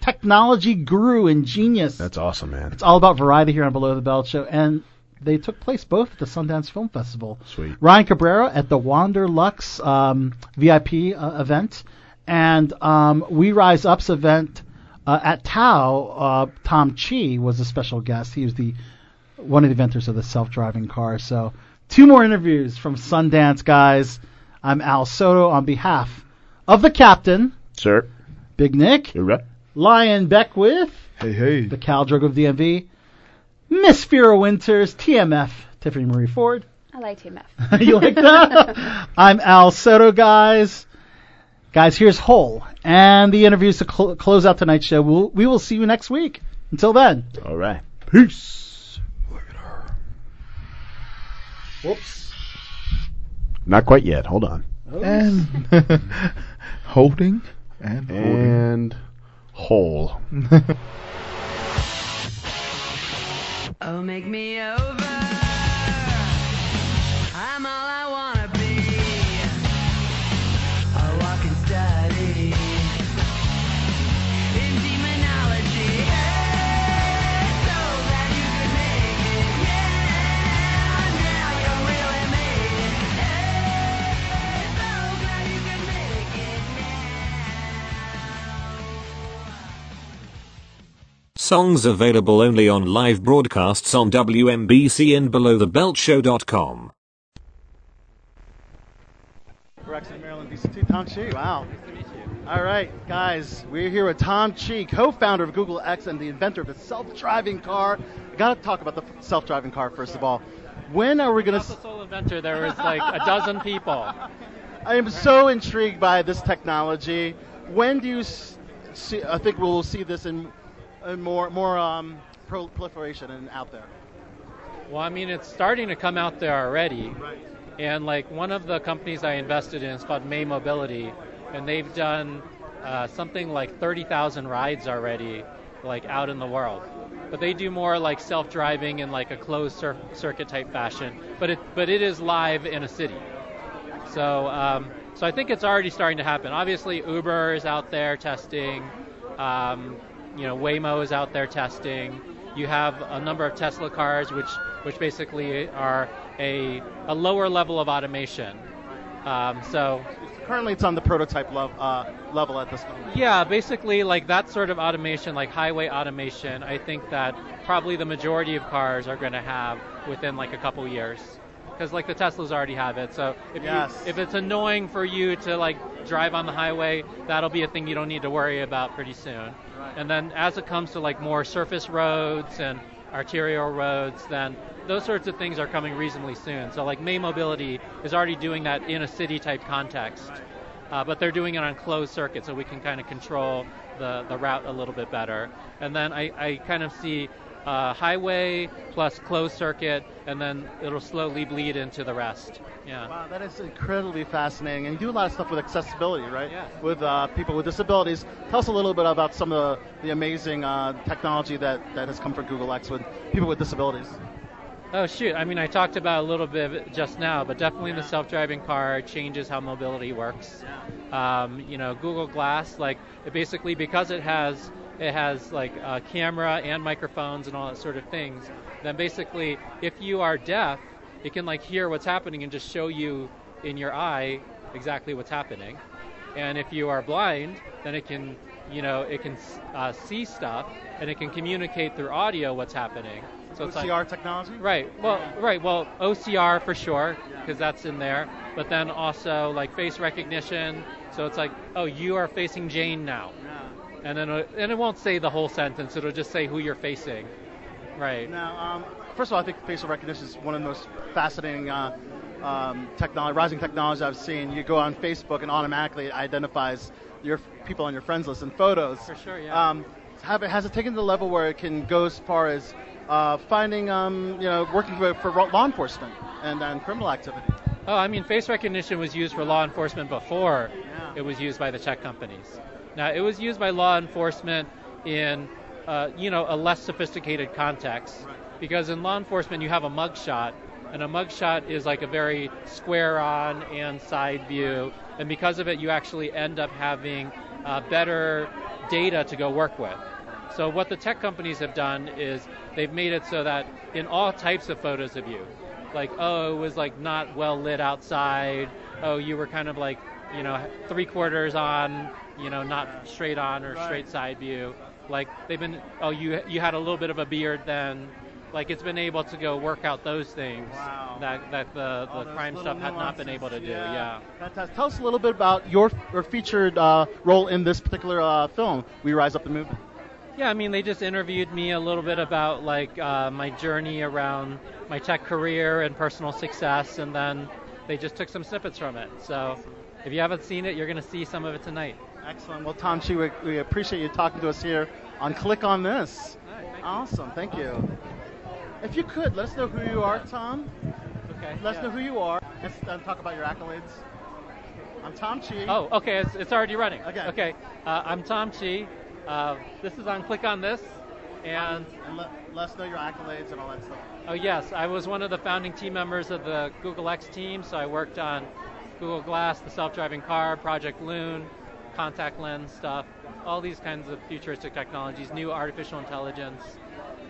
Speaker 6: technology guru and genius.
Speaker 9: That's awesome, man.
Speaker 6: It's all about variety here on Below the Belt Show, and they took place both at the Sundance Film Festival.
Speaker 9: Sweet.
Speaker 6: Ryan Cabrera at the Wander Lux um, VIP uh, event, and um, We Rise Up's event uh, at Tau. Uh, Tom Chi was a special guest. He was the one of the inventors of the self-driving car. So, two more interviews from Sundance guys. I'm Al Soto on behalf of the captain,
Speaker 9: Sir.
Speaker 6: Big Nick, Lion Beckwith, hey hey, the Cal Drug of DMV, Miss Vera Winters, TMF, Tiffany Marie [laughs] Ford.
Speaker 3: I like TMF.
Speaker 6: you like
Speaker 9: [laughs]
Speaker 6: that? I'm Al Soto, guys. Guys, here's Hole and the interviews to cl- close out tonight's show. We'll, we will see you next week. Until then.
Speaker 9: All right. Peace.
Speaker 7: Whoops.
Speaker 9: Not quite yet. Hold on.
Speaker 7: And
Speaker 6: [laughs]
Speaker 7: holding and holding.
Speaker 9: And
Speaker 6: [laughs]
Speaker 9: hole.
Speaker 17: Oh, make me over. I'm all I wanna be. A walking study in demonology. Hey, so glad you could make it. Yeah, now you really made it. Hey, so glad you could make it.
Speaker 13: Songs available only on live broadcasts on WMBC and belowthebeltshow.com.
Speaker 6: We're actually in Maryland, D.C. too. Tom Chi, wow. Nice to meet you. All right, guys, we're here with Tom Chi, co-founder of Google X and the inventor of the self-driving car. I gotta talk about the f- self-driving car first of all. When are we gonna?
Speaker 18: Not the sole inventor. There was like a dozen people.
Speaker 6: s- I am so intrigued by this technology. When do you s- see? I think we'll see this in, in more more um, pro- proliferation and out there.
Speaker 18: Well, I mean, it's starting to come out there already. And like one of the companies I invested in is called May Mobility, and they've done uh, something like 30,000 rides already, like out in the world. But they do more like self-driving in like a closed cir- circuit type fashion. But it but it is live in a city. So um, so I think it's already starting to happen. Obviously, Uber is out there testing. Um, you know, Waymo is out there testing. You have a number of Tesla cars, which which basically are a a lower level of automation. Um, so
Speaker 6: Currently, it's on the prototype level uh, level at this moment.
Speaker 18: yeah, basically like that sort of automation, like highway automation. I think that probably the majority of cars are going to have within like a couple years, because like the Teslas already have it. So if
Speaker 6: Yes.
Speaker 18: you, if it's annoying for you to like drive on the highway, that'll be a thing you don't need to worry about pretty soon. And then as it comes to like more surface roads and arterial roads, then those sorts of things are coming reasonably soon. So like May Mobility is already doing that in a city type context. Uh, but they're doing it on closed circuit, so we can kind of control the, the route a little bit better. And then I, I kind of see uh, highway plus closed circuit, and then it'll slowly bleed into the rest. Yeah.
Speaker 6: Wow, Uh, that is incredibly fascinating. And you do a lot of stuff with accessibility, right? Yeah. With uh, people with disabilities. Tell us a little bit about some of the, the amazing uh, technology that, that has come from Google X with people with disabilities.
Speaker 18: Oh shoot! I mean, I talked about a little bit of it just now, but definitely the self-driving car changes how mobility works. Um, you know, Google Glass, like it basically because it has it has like a camera and microphones and all that sort of things. Then basically, if you are deaf, it can like hear what's happening and just show you in your eye exactly what's happening. And if you are blind, then it can, you know, it can uh, see stuff and it can communicate through audio what's happening. So it's like-
Speaker 6: OCR technology?
Speaker 18: Right. Well, right. Well, OCR for sure, because that's in there. But then also like face recognition. So it's like, oh, you are facing Jane now. And then it- and it won't say the whole sentence. It'll just say who you're facing. Right.
Speaker 6: Now, um, first of all, I think facial recognition is one of the most fascinating uh, um, technology, rising technology I've seen. You go on Facebook and automatically it identifies your people on your friends list and photos. For
Speaker 18: sure, yeah.
Speaker 6: Um, have it, has it taken to the level where it can go as far as uh, finding, um, you know, working for, for law enforcement and, and criminal activity?
Speaker 18: Oh, I mean, face recognition was used for law enforcement before it was used by the tech companies. Now, it was used by law enforcement in, uh, you know, a less sophisticated context, because in law enforcement you have a mugshot, and a mugshot is like a very square-on and side view, and because of it, you actually end up having uh, better data to go work with. So what the tech companies have done is they've made it so that in all types of photos of you, like oh it was like not well lit outside, oh you were kind of like you know three quarters on, you know not straight on or
Speaker 19: Right.
Speaker 18: straight side view, like they've been oh you you had a little bit of a beard then, like it's been able to go work out those things that that the, the crime stuff had not been able to do. Yeah.
Speaker 6: Fantastic. Tell us a little bit about your your featured uh, role in this particular uh, film, We Rise Up the Movement.
Speaker 18: Yeah, I mean, they just interviewed me a little bit about like uh, my journey around my tech career and personal success, and then they just took some snippets from it. So if you haven't seen it, you're gonna see some of it tonight.
Speaker 6: Excellent. Well, Tom Chi, we, we appreciate you talking to us here on Click on This. awesome. Thank you. If you could, let us know who you are, Tom.
Speaker 18: Okay.
Speaker 6: Let us know who you are. Let's uh, talk about your accolades. I'm Tom Chi.
Speaker 18: Oh, okay, it's, it's already running.
Speaker 6: Okay.
Speaker 18: Okay. Uh, I'm Tom Chi. Uh, this is on Click on This, and
Speaker 6: And let, let us know your accolades and all that stuff. [laughs]
Speaker 18: Oh, yes. I was one of the founding team members of the Google X team, so I worked on Google Glass, the self driving car, Project Loon, contact lens stuff, all these kinds of futuristic technologies, new artificial intelligence,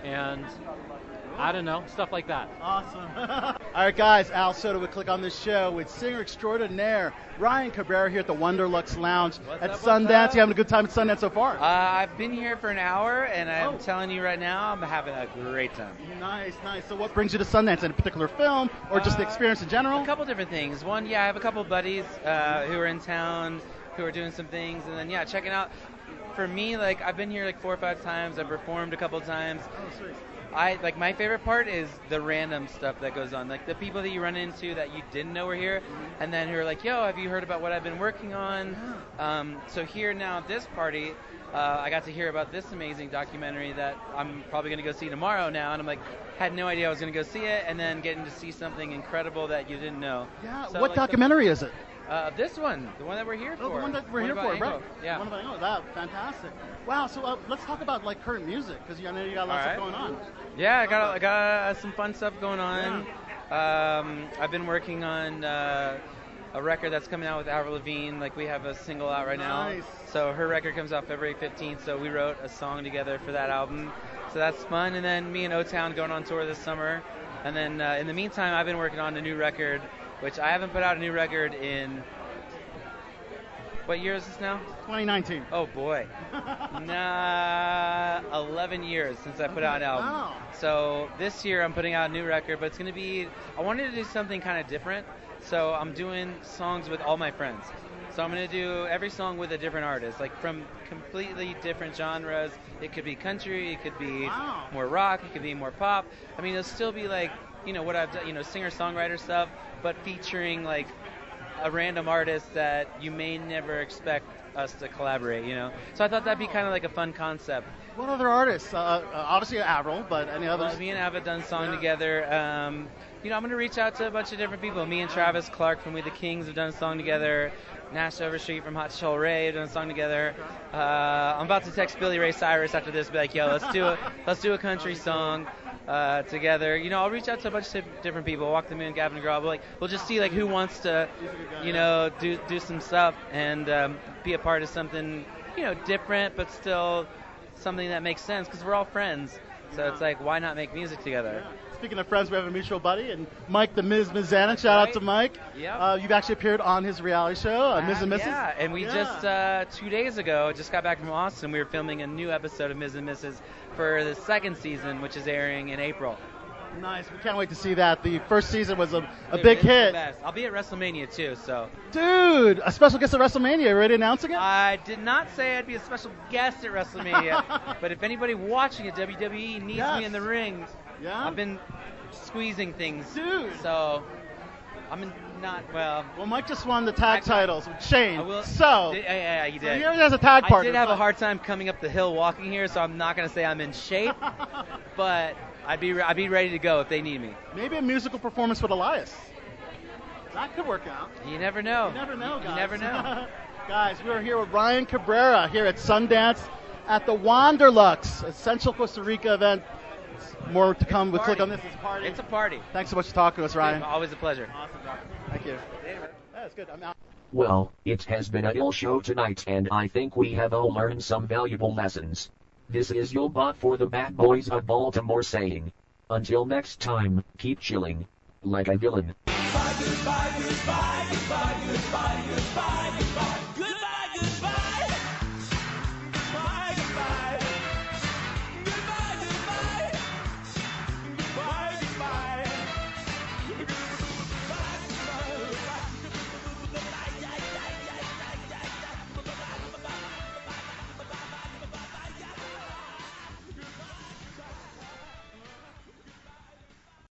Speaker 18: and I don't know, stuff like that.
Speaker 6: Awesome. All right, guys, Al Soto would click on this show with singer extraordinaire Ryan Cabrera here at the Wonderlux Lounge at
Speaker 19: up, what's
Speaker 6: Sundance.
Speaker 19: up?
Speaker 6: You having a good time at Sundance so far?
Speaker 19: Uh, I've been here for an hour, and I'm telling you right now, I'm having a great time.
Speaker 6: Oh. Nice, nice. So what brings you to Sundance? Any particular film or just the experience in general?
Speaker 19: Uh, A couple different things. One, yeah, I have a couple buddies uh, who are in town who are doing some things, and then yeah, checking out. For me, like I've been here like four or five times. I've performed a couple times.
Speaker 6: Oh,
Speaker 19: I like my favorite part is the random stuff that goes on, like the people that you run into that you didn't know were here, and then who are like, "Yo, have you heard about what I've been working on?" Um, so here now at this party, uh, I got to hear about this amazing documentary that I'm probably gonna go see tomorrow now, and I'm like, had no idea I was gonna go see it, and then getting to see something incredible that you didn't know.
Speaker 6: Yeah,
Speaker 19: So,
Speaker 6: what
Speaker 19: like, the-
Speaker 6: documentary is it?
Speaker 19: uh, this one, the one that we're here
Speaker 6: Oh,
Speaker 19: for.
Speaker 6: the one that we're here
Speaker 19: about
Speaker 6: for, right?
Speaker 19: Angle. Yeah.
Speaker 6: One about Angle. That fantastic. Wow. So uh, let's talk about like current music because I know you got lots
Speaker 19: All right.
Speaker 6: of going on.
Speaker 19: Yeah, I got I got uh, some fun stuff going on. Um, I've been working on uh, a record that's coming out with Avril Lavigne. Like we have a single out right
Speaker 6: Nice.
Speaker 19: now. So her record comes out February 15th. So we wrote a song together for that album. So that's fun. And then me and O Town going on tour this summer. And then uh, in the meantime, I've been working on a new record, which I haven't put out a new record in. What year is this now?
Speaker 6: 2019.
Speaker 19: Oh boy. [laughs]
Speaker 9: [laughs]
Speaker 19: nah, 11 years since I put
Speaker 6: Okay,
Speaker 19: out an album.
Speaker 6: wow.
Speaker 19: So this year I'm putting out a new record, but it's gonna be. I wanted to do something kind of different, so I'm doing songs with all my friends. So I'm gonna do every song with a different artist, like from completely different genres. It could be country, it could be more rock, it could be more pop. I mean, it'll still be like you know what I've done, you know, singer-songwriter stuff, but featuring like a random artist that you may never expect us to collaborate. You know, so I thought that'd be kind of like a fun concept.
Speaker 6: What other artists? Uh, uh, obviously Avril, but uh, any others?
Speaker 19: Well, me and Ava done a song together. Um, you know, I'm gonna reach out to a bunch of different people. Me and Travis Clark from We the Kings have done a song together. Nash Overstreet from Hot Chole Ray have done a song together. Uh, I'm about to text Billy Ray Cyrus after this, be like, "Yo, let's
Speaker 6: [laughs]
Speaker 19: do a let's do a country song uh, together." You know, I'll reach out to a bunch of different people. Walk the Moon, Gavin McGraw. But like, we'll just see like who wants to, you know, do do some stuff and um, be a part of something, you know, different but still something that makes sense because we're all friends. So it's like, why not make music together?
Speaker 6: Speaking of friends, we have a mutual buddy and Mike the Ms. Mizana. Shout out to Mike.
Speaker 19: Yep. Ah,
Speaker 6: Uh, you've actually appeared on his reality show, uh, Ms. and Mrs.
Speaker 19: Yeah, and we
Speaker 6: Yeah.
Speaker 19: just uh, two days ago just got back from Austin. We were filming a new episode of Ms. and Mrs. for the second season, which is airing in April.
Speaker 6: Nice. We can't wait to see that. The first season was a, a
Speaker 19: Dude,
Speaker 6: big
Speaker 19: it's the
Speaker 6: hit.
Speaker 19: best. I'll be at WrestleMania too, so
Speaker 6: Dude, a special guest at WrestleMania. You Ready to announce again?
Speaker 19: I did not say I'd be a special guest at
Speaker 6: [laughs]
Speaker 19: WrestleMania. but if anybody watching at WWE needs
Speaker 6: Yes.
Speaker 19: me in the ring,
Speaker 6: yeah.
Speaker 19: I've been squeezing things,
Speaker 6: dude.
Speaker 19: So I'm in- not well.
Speaker 6: Well, Mike just won the tag titles with Shane.
Speaker 19: I will-
Speaker 6: so,
Speaker 19: Yeah, yeah, yeah, you
Speaker 6: So
Speaker 19: did.
Speaker 6: he already has a tag partner.
Speaker 19: I did have a hard time coming up the hill walking here, so I'm not gonna say I'm
Speaker 6: [laughs]
Speaker 19: in shape, but I'd be re- I'd be ready to go if they need me.
Speaker 6: maybe a musical performance with Elias. That could work out.
Speaker 19: You never know.
Speaker 6: You never know,
Speaker 19: You
Speaker 6: guys. [laughs]
Speaker 19: never know.
Speaker 6: guys, we are here with Ryan Cabrera here at Sundance at the Wanderlux, a Central Costa Rica event. More to come with Um, Click on This. party.
Speaker 19: It's a party.
Speaker 6: Thanks so much for talking to us, Ryan.
Speaker 19: Always a pleasure.
Speaker 6: Thank you. That's good. I'm out.
Speaker 2: Well, it has been a ill show tonight, and I think we have all learned some valuable lessons. This is your bot for the bad boys of Baltimore saying, until next time, keep chilling. Like a villain.
Speaker 14: uh,
Speaker 17: Goodbye, goodbye, goodbye, goodbye, goodbye, goodbye.